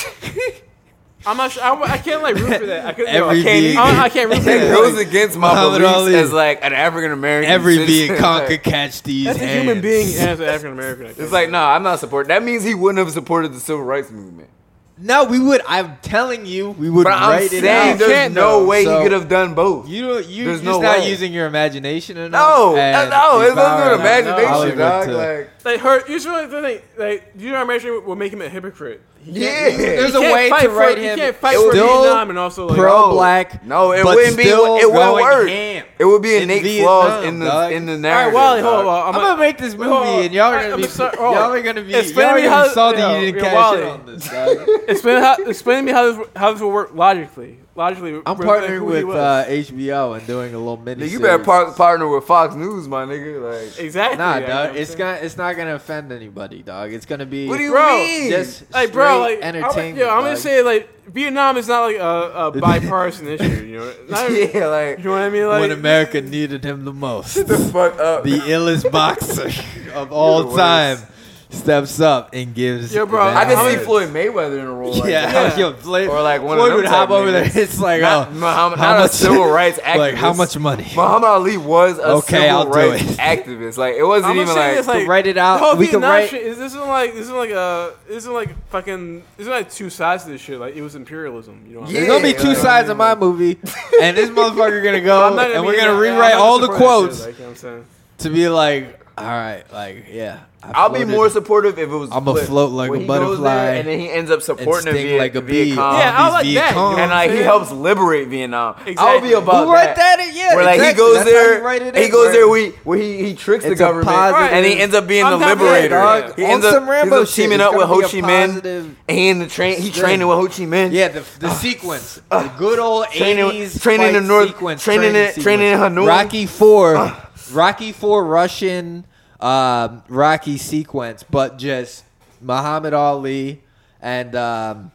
Speaker 5: I'm not. Sure, I, w- I can't like root for that. I, could, yo, I
Speaker 3: Every
Speaker 5: can't.
Speaker 3: Viet-
Speaker 5: I, I can't root for
Speaker 4: it
Speaker 5: that.
Speaker 4: goes against my
Speaker 3: Muhammad
Speaker 4: beliefs
Speaker 3: Ali.
Speaker 4: as like an African American.
Speaker 3: every
Speaker 4: citizen.
Speaker 3: Viet Cong could
Speaker 4: Like,
Speaker 3: catch these
Speaker 5: That's a
Speaker 3: hands.
Speaker 5: human being as an African American.
Speaker 4: it's like, nah, I'm not supporting. That means he wouldn't have supported the civil rights movement.
Speaker 3: No, we would. I'm telling you, we would
Speaker 4: But I'm
Speaker 3: write it
Speaker 4: saying
Speaker 3: out.
Speaker 4: there's
Speaker 5: Can't,
Speaker 4: no
Speaker 5: though.
Speaker 4: way
Speaker 3: So-
Speaker 4: he could have done both.
Speaker 3: You don't. You
Speaker 4: There's
Speaker 3: just
Speaker 4: no
Speaker 3: not
Speaker 4: way.
Speaker 3: using your imagination enough.
Speaker 4: no,
Speaker 3: and
Speaker 4: no, it's
Speaker 3: devour
Speaker 4: not an
Speaker 3: it.
Speaker 4: imagination,
Speaker 3: Hollywood
Speaker 4: dog.
Speaker 3: to-
Speaker 4: Like,
Speaker 5: like her. Usually the thing, like you know, what I mentioned will make him a hypocrite. He
Speaker 4: yeah,
Speaker 3: There's
Speaker 5: he
Speaker 3: a
Speaker 5: can't
Speaker 3: way
Speaker 5: fight
Speaker 3: to
Speaker 5: for-
Speaker 3: write
Speaker 5: he
Speaker 3: him.
Speaker 5: can't fight
Speaker 3: It's
Speaker 5: for
Speaker 3: still
Speaker 5: Vietnam and also, like-
Speaker 3: pro black.
Speaker 4: No, it
Speaker 3: but
Speaker 4: wouldn't be. It
Speaker 3: still
Speaker 4: wouldn't
Speaker 3: going
Speaker 4: work.
Speaker 3: ham.
Speaker 4: It would be
Speaker 3: In
Speaker 4: innate
Speaker 3: Vietnam,
Speaker 4: flaws in the
Speaker 3: dog.
Speaker 4: in the
Speaker 5: All right,
Speaker 4: narrative.
Speaker 5: Wally, hold on.
Speaker 4: dog.
Speaker 5: I'm,
Speaker 3: I'm gonna make this movie,
Speaker 4: Oh,
Speaker 5: hold on.
Speaker 3: and y'all are
Speaker 5: I-
Speaker 3: gonna
Speaker 5: I'm
Speaker 3: be
Speaker 5: sorry, hold on.
Speaker 3: y'all are gonna be
Speaker 5: Explain
Speaker 3: y'all
Speaker 5: to me
Speaker 3: are
Speaker 5: how-
Speaker 3: gonna be salty
Speaker 5: yo,
Speaker 3: you didn't
Speaker 5: yo,
Speaker 3: cash
Speaker 5: Wally.
Speaker 3: in on this. Dog.
Speaker 5: explain how explain to me how this how this will work logically. Logically,
Speaker 3: I'm
Speaker 5: we're
Speaker 3: partnering
Speaker 5: who he
Speaker 3: with
Speaker 5: was.
Speaker 3: uh, HBO and doing a little mini.
Speaker 4: Nigga, you better par- partner with Fox News, my nigga. Like
Speaker 5: Exactly.
Speaker 3: Nah,
Speaker 5: yeah, you know what
Speaker 3: dog.
Speaker 5: I'm
Speaker 3: It's
Speaker 5: saying?
Speaker 3: gonna. It's not gonna offend anybody, dog. It's gonna be.
Speaker 4: What do you
Speaker 5: Bro,
Speaker 4: mean?
Speaker 3: Just
Speaker 5: like, bro, like, I'm,
Speaker 3: entertainment.
Speaker 5: yeah, I'm gonna
Speaker 3: dog.
Speaker 5: say like Vietnam is not like a, a bipartisan issue. You know, not,
Speaker 4: yeah, like
Speaker 5: you know what I mean? Like,
Speaker 3: when America needed him the most,
Speaker 4: the fuck up.
Speaker 3: the illest boxer of all
Speaker 4: worst.
Speaker 3: time steps up and gives.
Speaker 5: Yo, bro,
Speaker 4: I
Speaker 3: Vanderbilt-
Speaker 4: can see Floyd Mayweather in a role like
Speaker 3: yeah,
Speaker 4: that.
Speaker 3: yo, Floyd,
Speaker 4: Or like one
Speaker 3: Floyd
Speaker 4: of them
Speaker 3: would
Speaker 4: type
Speaker 3: hop over there.
Speaker 4: niggas.
Speaker 3: It's like,
Speaker 4: Not
Speaker 3: oh,
Speaker 4: Muhammad-
Speaker 3: how
Speaker 4: not a
Speaker 3: much
Speaker 4: civil rights
Speaker 3: Like, how
Speaker 4: activist.
Speaker 3: much money?
Speaker 4: Muhammad Ali was a
Speaker 3: Okay,
Speaker 4: civil
Speaker 3: I'll do
Speaker 4: rights
Speaker 3: it.
Speaker 4: activist. Like it wasn't
Speaker 5: I'm
Speaker 4: even
Speaker 5: just saying
Speaker 4: like,
Speaker 5: it's like
Speaker 3: write it out,
Speaker 5: The whole
Speaker 3: we can
Speaker 5: Vietnam
Speaker 3: write-
Speaker 5: shit is this isn't like this isn't like uh this isn't like fucking this isn't like two sides to this shit. Like it was imperialism. You know what I
Speaker 3: There's
Speaker 5: mean?
Speaker 3: gonna be
Speaker 4: Yeah,
Speaker 3: two
Speaker 4: like-
Speaker 3: sides of my movie, and this motherfucker gonna
Speaker 5: I'm
Speaker 3: go
Speaker 5: not
Speaker 3: and
Speaker 5: be-
Speaker 3: we're gonna
Speaker 5: yeah, I'm
Speaker 3: rewrite
Speaker 5: not
Speaker 3: all the
Speaker 5: supporting that shit,
Speaker 3: quotes
Speaker 5: like, you know what I'm saying?
Speaker 3: to be like, all right, like yeah. I
Speaker 4: I'll be
Speaker 3: floated
Speaker 4: more supportive if it was.
Speaker 3: I'ma
Speaker 4: Flip.
Speaker 3: float like
Speaker 4: When
Speaker 3: a
Speaker 4: he goes
Speaker 3: butterfly
Speaker 4: there and then he ends up supporting
Speaker 3: and
Speaker 4: the
Speaker 3: sting
Speaker 4: Viet,
Speaker 3: like a
Speaker 4: Viet
Speaker 3: bee.
Speaker 4: Cong.
Speaker 5: Yeah, I
Speaker 3: These
Speaker 5: like
Speaker 3: Viet
Speaker 5: that, you know
Speaker 3: Cong.
Speaker 5: what
Speaker 4: and like he
Speaker 5: saying?
Speaker 4: helps liberate Vietnam. I'll be
Speaker 5: Exactly.
Speaker 4: about
Speaker 3: Who write that? in? Yeah,
Speaker 4: Where like
Speaker 3: exactly.
Speaker 4: he goes
Speaker 3: That's how you
Speaker 4: there,
Speaker 3: write it
Speaker 4: he
Speaker 3: in,
Speaker 4: goes
Speaker 3: bro.
Speaker 4: there. We where he he tricks the
Speaker 3: It's a
Speaker 4: government,
Speaker 3: positive-
Speaker 4: and he ends up being
Speaker 5: I'm
Speaker 4: the
Speaker 5: not mad,
Speaker 4: liberator.
Speaker 5: dog.
Speaker 4: He
Speaker 3: On
Speaker 4: ends up,
Speaker 3: some Rambo
Speaker 4: he's up
Speaker 3: shit,
Speaker 4: teaming
Speaker 3: it's
Speaker 4: up with
Speaker 3: gotta
Speaker 4: Ho
Speaker 3: be a
Speaker 4: Chi Minh,
Speaker 3: positive
Speaker 4: and he in the train. He
Speaker 3: spin.
Speaker 4: training with Ho Chi Minh.
Speaker 3: Yeah, the, the sequence, the good old
Speaker 4: Training-
Speaker 3: eighties
Speaker 4: training in the North-
Speaker 3: sequence,
Speaker 4: training in-
Speaker 3: sequence.
Speaker 4: training in Hanoi.
Speaker 3: Rocky Four, Rocky Four Russian, um, Rocky sequence, but just Muhammad Ali and um,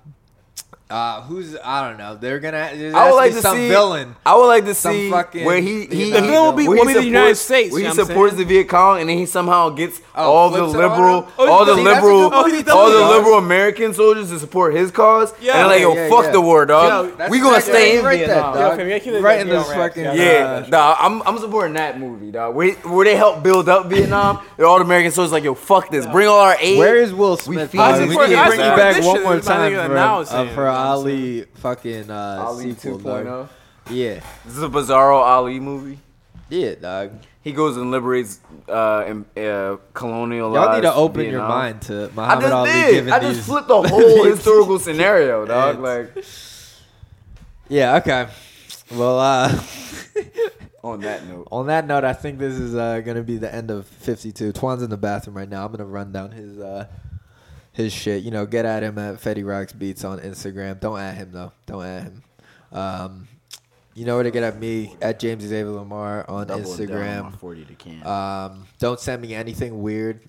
Speaker 3: uh, who's I don't know. They're gonna. There has
Speaker 4: I would like
Speaker 3: be
Speaker 4: to
Speaker 3: some
Speaker 4: see.
Speaker 3: villain.
Speaker 4: I would like to
Speaker 3: Some
Speaker 4: see
Speaker 3: fucking
Speaker 4: where he he
Speaker 3: Vietnam The villain would
Speaker 5: be-
Speaker 4: where
Speaker 5: would be the United
Speaker 4: supports-
Speaker 5: States,
Speaker 4: Where
Speaker 5: you
Speaker 4: he
Speaker 5: know what I'm
Speaker 4: supports the
Speaker 5: saying?
Speaker 4: Viet Cong, and then he somehow gets
Speaker 3: Oh,
Speaker 4: all the
Speaker 3: flips it all
Speaker 4: liberal,
Speaker 3: around? Oh,
Speaker 4: all the
Speaker 3: See, that's a good
Speaker 4: liberal,
Speaker 3: movie, though,
Speaker 4: all the
Speaker 3: dog.
Speaker 4: liberal American soldiers to support his cause.
Speaker 5: Yeah,
Speaker 4: and they're like,
Speaker 5: yeah,
Speaker 4: yo,
Speaker 3: yeah,
Speaker 4: fuck
Speaker 3: yeah.
Speaker 4: the war, dog.
Speaker 3: That's
Speaker 4: uh, we gonna
Speaker 3: exactly
Speaker 4: stay in
Speaker 3: right there,
Speaker 4: Vietnam.
Speaker 3: dog.
Speaker 5: Yeah, okay, we gotta keep it
Speaker 3: right in
Speaker 5: Vietnam
Speaker 3: this
Speaker 5: wrapped,
Speaker 3: fucking
Speaker 5: yeah.
Speaker 4: Yeah,
Speaker 3: uh,
Speaker 4: nah, I'm I'm supporting that movie, dog. Where, where they help build up Vietnam, the all American soldiers like, yo, fuck this, bring all our aid.
Speaker 3: Where is Will
Speaker 4: We
Speaker 3: Smith?
Speaker 4: feed
Speaker 3: dog?
Speaker 4: his
Speaker 3: we
Speaker 4: kids
Speaker 3: need to bring you
Speaker 4: that.
Speaker 3: back
Speaker 5: This
Speaker 3: one
Speaker 5: shit
Speaker 3: more
Speaker 5: is my
Speaker 3: time
Speaker 5: nigga
Speaker 3: for,
Speaker 5: now is
Speaker 3: uh,
Speaker 5: saying,
Speaker 3: for
Speaker 5: you know what I'm
Speaker 3: Ali fucking uh,
Speaker 4: Ali oh.
Speaker 3: sequel,
Speaker 4: 2.0?
Speaker 3: dog. Yeah,
Speaker 4: This is a Bizarro Ali movie.
Speaker 3: yeah, dog.
Speaker 4: He goes and liberates uh, in, uh, colonial.
Speaker 3: Y'all need to open your mind to
Speaker 4: I
Speaker 3: Muhammad
Speaker 4: just
Speaker 3: Ali
Speaker 4: did.
Speaker 3: giving
Speaker 4: I just
Speaker 3: these-
Speaker 4: flipped the whole
Speaker 3: these-
Speaker 4: historical scenario, dog. Like
Speaker 3: Yeah. Okay. Well, uh,
Speaker 4: on that note,
Speaker 3: on that note, I think this is uh, gonna be the end of fifty-two. Twan's in the bathroom right now. I'm gonna run down his uh, his shit. You know, get at him at Fetty Rocks Beats on Instagram. Don't at him though. Don't at him. Um, you know where to get at me at James Xavier Lamar on
Speaker 4: doubling down on my
Speaker 3: Instagram.
Speaker 4: Forty to can.
Speaker 3: Um, don't send me anything weird.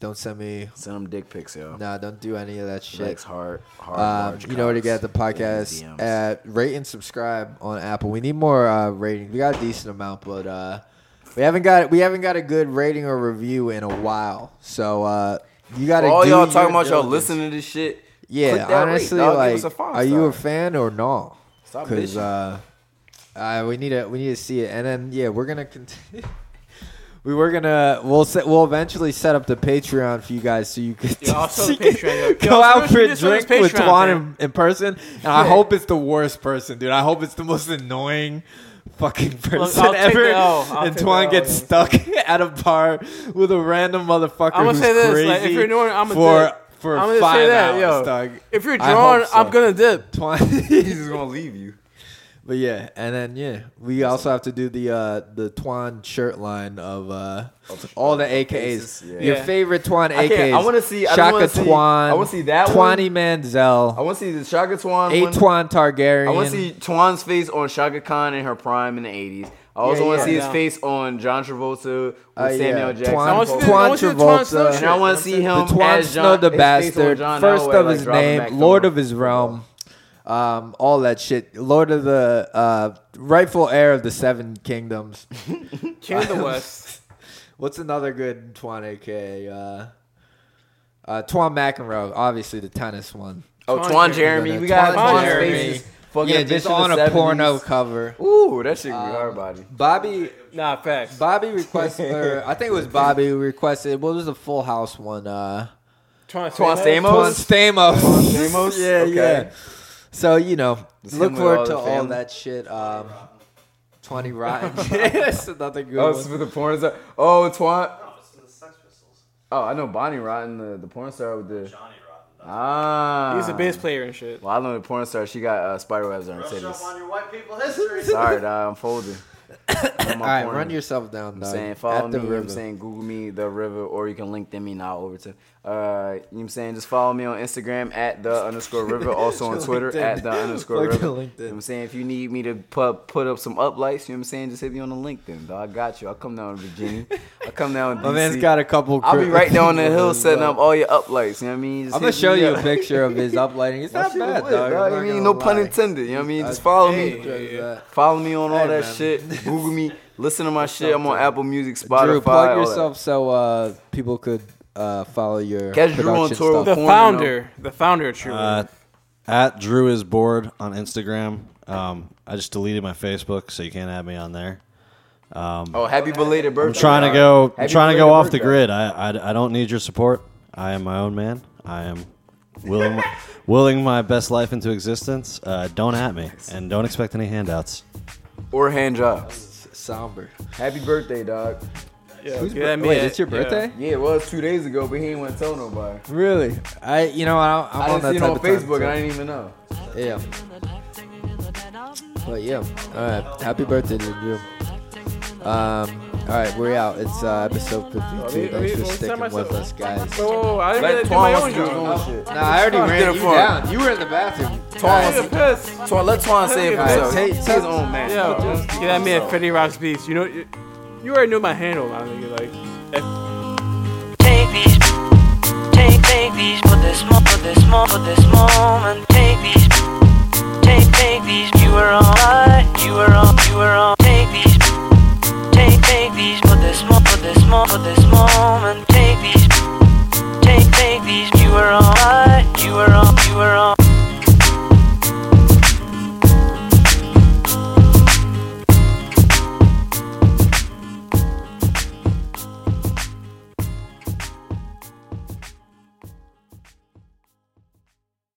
Speaker 3: Don't send me.
Speaker 4: Send him dick pics, yo.
Speaker 3: Nah, don't do any of that shit.
Speaker 4: Legs hard, hard,
Speaker 3: Um,
Speaker 4: large
Speaker 3: you know where to
Speaker 4: cocks
Speaker 3: get the
Speaker 4: in his
Speaker 3: podcast
Speaker 4: DMs.
Speaker 3: at rate and subscribe on Apple. We need more uh, ratings. We got a decent amount, but uh, we haven't got we haven't got a good rating or review in a while. So uh, you got
Speaker 4: For
Speaker 3: to
Speaker 4: all y'all talking about y'all listening to this shit.
Speaker 3: Yeah,
Speaker 4: click that rate,
Speaker 3: honestly,
Speaker 4: dog. Give
Speaker 3: like,
Speaker 4: us a five
Speaker 3: are you a
Speaker 4: star.
Speaker 3: fan or no?
Speaker 4: Stop
Speaker 3: Because
Speaker 4: bitching.
Speaker 3: uh, uh, we need to we need to see it, and then yeah, we're gonna continue. we were gonna we'll set, we'll eventually set up the Patreon for you guys so you could
Speaker 5: Yeah, I'll sell the
Speaker 3: you could
Speaker 5: Patreon, yo.
Speaker 3: go
Speaker 5: Yo, seriously,
Speaker 3: out for a
Speaker 5: just sell this
Speaker 3: drink with
Speaker 5: Patreon,
Speaker 3: Twan
Speaker 5: man.
Speaker 3: in, in person, and I hope it's the worst person, dude. I hope it's the most annoying. Fucking person
Speaker 5: I'll take
Speaker 3: ever,
Speaker 5: the L. I'll
Speaker 3: and
Speaker 5: take the
Speaker 3: Twan
Speaker 5: L,
Speaker 3: gets
Speaker 5: yeah.
Speaker 3: stuck at a bar with a random motherfucker
Speaker 5: I'm
Speaker 3: who's
Speaker 5: gonna say this:
Speaker 3: crazy
Speaker 5: like, if you're doing, I'm
Speaker 3: for
Speaker 5: gonna dip.
Speaker 3: for
Speaker 5: I'm gonna
Speaker 3: five
Speaker 5: say that,
Speaker 3: hours,
Speaker 5: yo.
Speaker 3: dog.
Speaker 5: If you're
Speaker 3: I hope
Speaker 5: drawn, I'm
Speaker 3: so.
Speaker 5: gonna dip.
Speaker 3: Twan,
Speaker 4: He's just gonna leave you.
Speaker 3: But yeah, and then yeah, we also have to do the uh the Twan shirt line of uh all the AKAs.
Speaker 4: Yeah.
Speaker 3: Your
Speaker 5: Yeah.
Speaker 3: favorite Twan
Speaker 4: I can't-
Speaker 3: AKAs.
Speaker 4: I wanna see- I just
Speaker 3: Shaka
Speaker 4: wanna see-
Speaker 3: Twan.
Speaker 4: I wanna see that one.
Speaker 3: Twani
Speaker 4: I
Speaker 3: Manziel.
Speaker 4: want to see the Shaka Twan.
Speaker 3: A
Speaker 4: one.
Speaker 3: Twan Targaryen.
Speaker 4: I want to see Twan's face on Shaka Khan in her prime in the 80s. I also
Speaker 3: Yeah,
Speaker 4: want to
Speaker 3: yeah.
Speaker 4: see his
Speaker 5: Yeah.
Speaker 4: face on John Travolta with
Speaker 3: Uh,
Speaker 4: Samuel
Speaker 3: yeah.
Speaker 4: Jackson.
Speaker 3: Twan,
Speaker 5: I wanna see the- I
Speaker 3: Twan
Speaker 5: wanna see the Twan Snow
Speaker 3: Travolta.
Speaker 5: shit.
Speaker 4: and I want to see
Speaker 3: the
Speaker 4: him
Speaker 3: Twan
Speaker 4: as
Speaker 3: Snow
Speaker 4: John,
Speaker 3: the
Speaker 4: his face on
Speaker 3: bastard,
Speaker 4: John
Speaker 3: first
Speaker 4: Elway,
Speaker 3: of
Speaker 4: like
Speaker 3: his
Speaker 4: driving
Speaker 3: name,
Speaker 4: back
Speaker 3: Lord
Speaker 4: door.
Speaker 3: of his realm, um, all that shit, Lord of the uh, rightful heir of the seven kingdoms.
Speaker 5: King of the West.
Speaker 3: What's another good Twan AK? Uh, uh, Twan McEnroe, obviously the tennis one.
Speaker 4: Oh,
Speaker 5: Twan
Speaker 4: Twan
Speaker 5: Jeremy.
Speaker 4: Jeremy. We got
Speaker 5: Twan
Speaker 4: Twan's
Speaker 5: Jeremy.
Speaker 4: face. Fucking
Speaker 3: yeah,
Speaker 4: bitch
Speaker 3: just
Speaker 4: of the
Speaker 3: on a
Speaker 4: 70s.
Speaker 3: porno cover.
Speaker 4: Ooh, that shit um, hard body.
Speaker 3: Bobby,
Speaker 5: Nah, facts.
Speaker 3: Bobby requested. or I think it was Bobby who requested. What was the Full House one? Uh,
Speaker 5: Twan
Speaker 4: Twan
Speaker 5: Stamos?
Speaker 4: Stamos?
Speaker 3: Twan Stamos.
Speaker 4: Stamos?
Speaker 3: yeah,
Speaker 4: Okay.
Speaker 3: yeah. So you know,
Speaker 4: him
Speaker 3: look
Speaker 4: with
Speaker 3: forward
Speaker 4: all
Speaker 3: to
Speaker 4: the
Speaker 3: all
Speaker 4: family.
Speaker 3: that shit. Um, Twenty Rotten. yes, another good
Speaker 4: Oh,
Speaker 3: one.
Speaker 4: it's for the porn star. Oh, Twan. Oh, I know Bonnie Rotten, the, the porn star with the. Johnny Rotten. Ah.
Speaker 5: He's a bass player and shit.
Speaker 4: Well, I know the porn star. She got uh, spider webs on her titties.
Speaker 9: your white people history.
Speaker 4: Sorry, dog. I'm folding. I'm
Speaker 6: All right,
Speaker 4: up on
Speaker 6: run
Speaker 4: it.
Speaker 6: yourself down,
Speaker 4: I'm
Speaker 6: dog.
Speaker 4: saying follow
Speaker 6: At
Speaker 4: me.
Speaker 6: the
Speaker 4: You know what I'm
Speaker 6: river.
Speaker 4: saying Google me the river, or you can LinkedIn me now over to. Uh, you know what I'm saying just follow me on Instagram at the underscore river, also on
Speaker 6: Your
Speaker 4: Twitter
Speaker 6: LinkedIn.
Speaker 4: at the underscore
Speaker 6: Fuck
Speaker 4: river.
Speaker 6: your
Speaker 4: You know what I'm saying if you need me to put put up some uplights, you know what I'm saying just hit me on the LinkedIn. Dog, I got you. I'll come down to Virginia. I'll come down. To
Speaker 3: My man's
Speaker 4: DC.
Speaker 3: Oh, got a couple
Speaker 4: I'll be
Speaker 3: cri-
Speaker 4: right down the hill
Speaker 3: as
Speaker 4: setting
Speaker 3: well.
Speaker 4: up all your uplights. You know what I mean?
Speaker 3: I'm gonna
Speaker 4: hit
Speaker 3: show
Speaker 4: me
Speaker 3: you
Speaker 4: up.
Speaker 3: a picture of his uplighting. It's
Speaker 4: That
Speaker 3: not
Speaker 4: shit is
Speaker 3: bad,
Speaker 4: lit,
Speaker 3: dog.
Speaker 4: dog.
Speaker 3: I'm
Speaker 4: You
Speaker 3: not
Speaker 4: mean,
Speaker 3: gonna
Speaker 4: no pun
Speaker 3: lie.
Speaker 4: intended. You know what I mean? Just
Speaker 3: I-
Speaker 4: follow
Speaker 3: Hey,
Speaker 4: me.
Speaker 3: yeah, yeah.
Speaker 4: Follow me on all
Speaker 3: Hey,
Speaker 4: that
Speaker 3: man.
Speaker 4: shit. Google me. Listen to my shit. I'm on Apple Music, Spotify.
Speaker 3: Drew,
Speaker 4: all
Speaker 3: plug
Speaker 4: that.
Speaker 3: yourself so uh, people could uh, follow your
Speaker 4: Catch Drew on
Speaker 3: production
Speaker 4: tour
Speaker 3: stuff.
Speaker 5: The founder, the founder of True.
Speaker 7: Uh, at Drew is bored on Instagram. Um, I just deleted my Facebook, so you can't add me on there. Um,
Speaker 4: Oh, happy belated birthday.
Speaker 7: I'm trying to
Speaker 4: dog.
Speaker 7: go. I'm
Speaker 4: Happy
Speaker 7: trying to
Speaker 4: belated
Speaker 7: go off the
Speaker 4: birthday.
Speaker 7: grid. I, I I don't need your support. I am my own man. I am willing willing my best life into existence. Uh, don't at me and don't expect any handouts.
Speaker 4: Or hand jobs.
Speaker 6: Somber.
Speaker 4: Happy birthday, dog.
Speaker 5: Yeah,
Speaker 3: Who's bir- wait, it's your birthday?
Speaker 4: Yeah, it was two days ago, but he ain't want to tell nobody.
Speaker 3: Really? I, you know, I, I'm
Speaker 4: I
Speaker 3: on
Speaker 4: didn't
Speaker 3: that
Speaker 4: see it
Speaker 3: type
Speaker 4: on
Speaker 3: of time,
Speaker 4: Facebook,
Speaker 3: so-
Speaker 4: and I didn't even know.
Speaker 6: Yeah. But yeah, all right. Happy birthday to you. Um, all right, we're out. It's uh, episode 52. Thanks for sticking with us, guys.
Speaker 5: Whoa, whoa, whoa, I didn't
Speaker 4: Let
Speaker 5: really do
Speaker 4: Twan
Speaker 5: my
Speaker 4: wants
Speaker 5: own
Speaker 4: to do his
Speaker 5: job.
Speaker 4: own shit.
Speaker 3: Nah, I already
Speaker 4: Did
Speaker 3: ran
Speaker 4: it
Speaker 3: you
Speaker 4: for him.
Speaker 3: down. You were in the bathroom.
Speaker 4: Twan
Speaker 5: Take a
Speaker 4: wants to.
Speaker 5: piss.
Speaker 4: Twan, let Twan say it for
Speaker 5: Alright,
Speaker 4: himself.
Speaker 3: take-
Speaker 4: He's his own man.
Speaker 5: Yo,
Speaker 4: Just
Speaker 5: get at me at Freddy Rocks Beats. You know, you, you already know my handle. I think like. F-
Speaker 20: Take these, take, take these, put this more, put this more, put this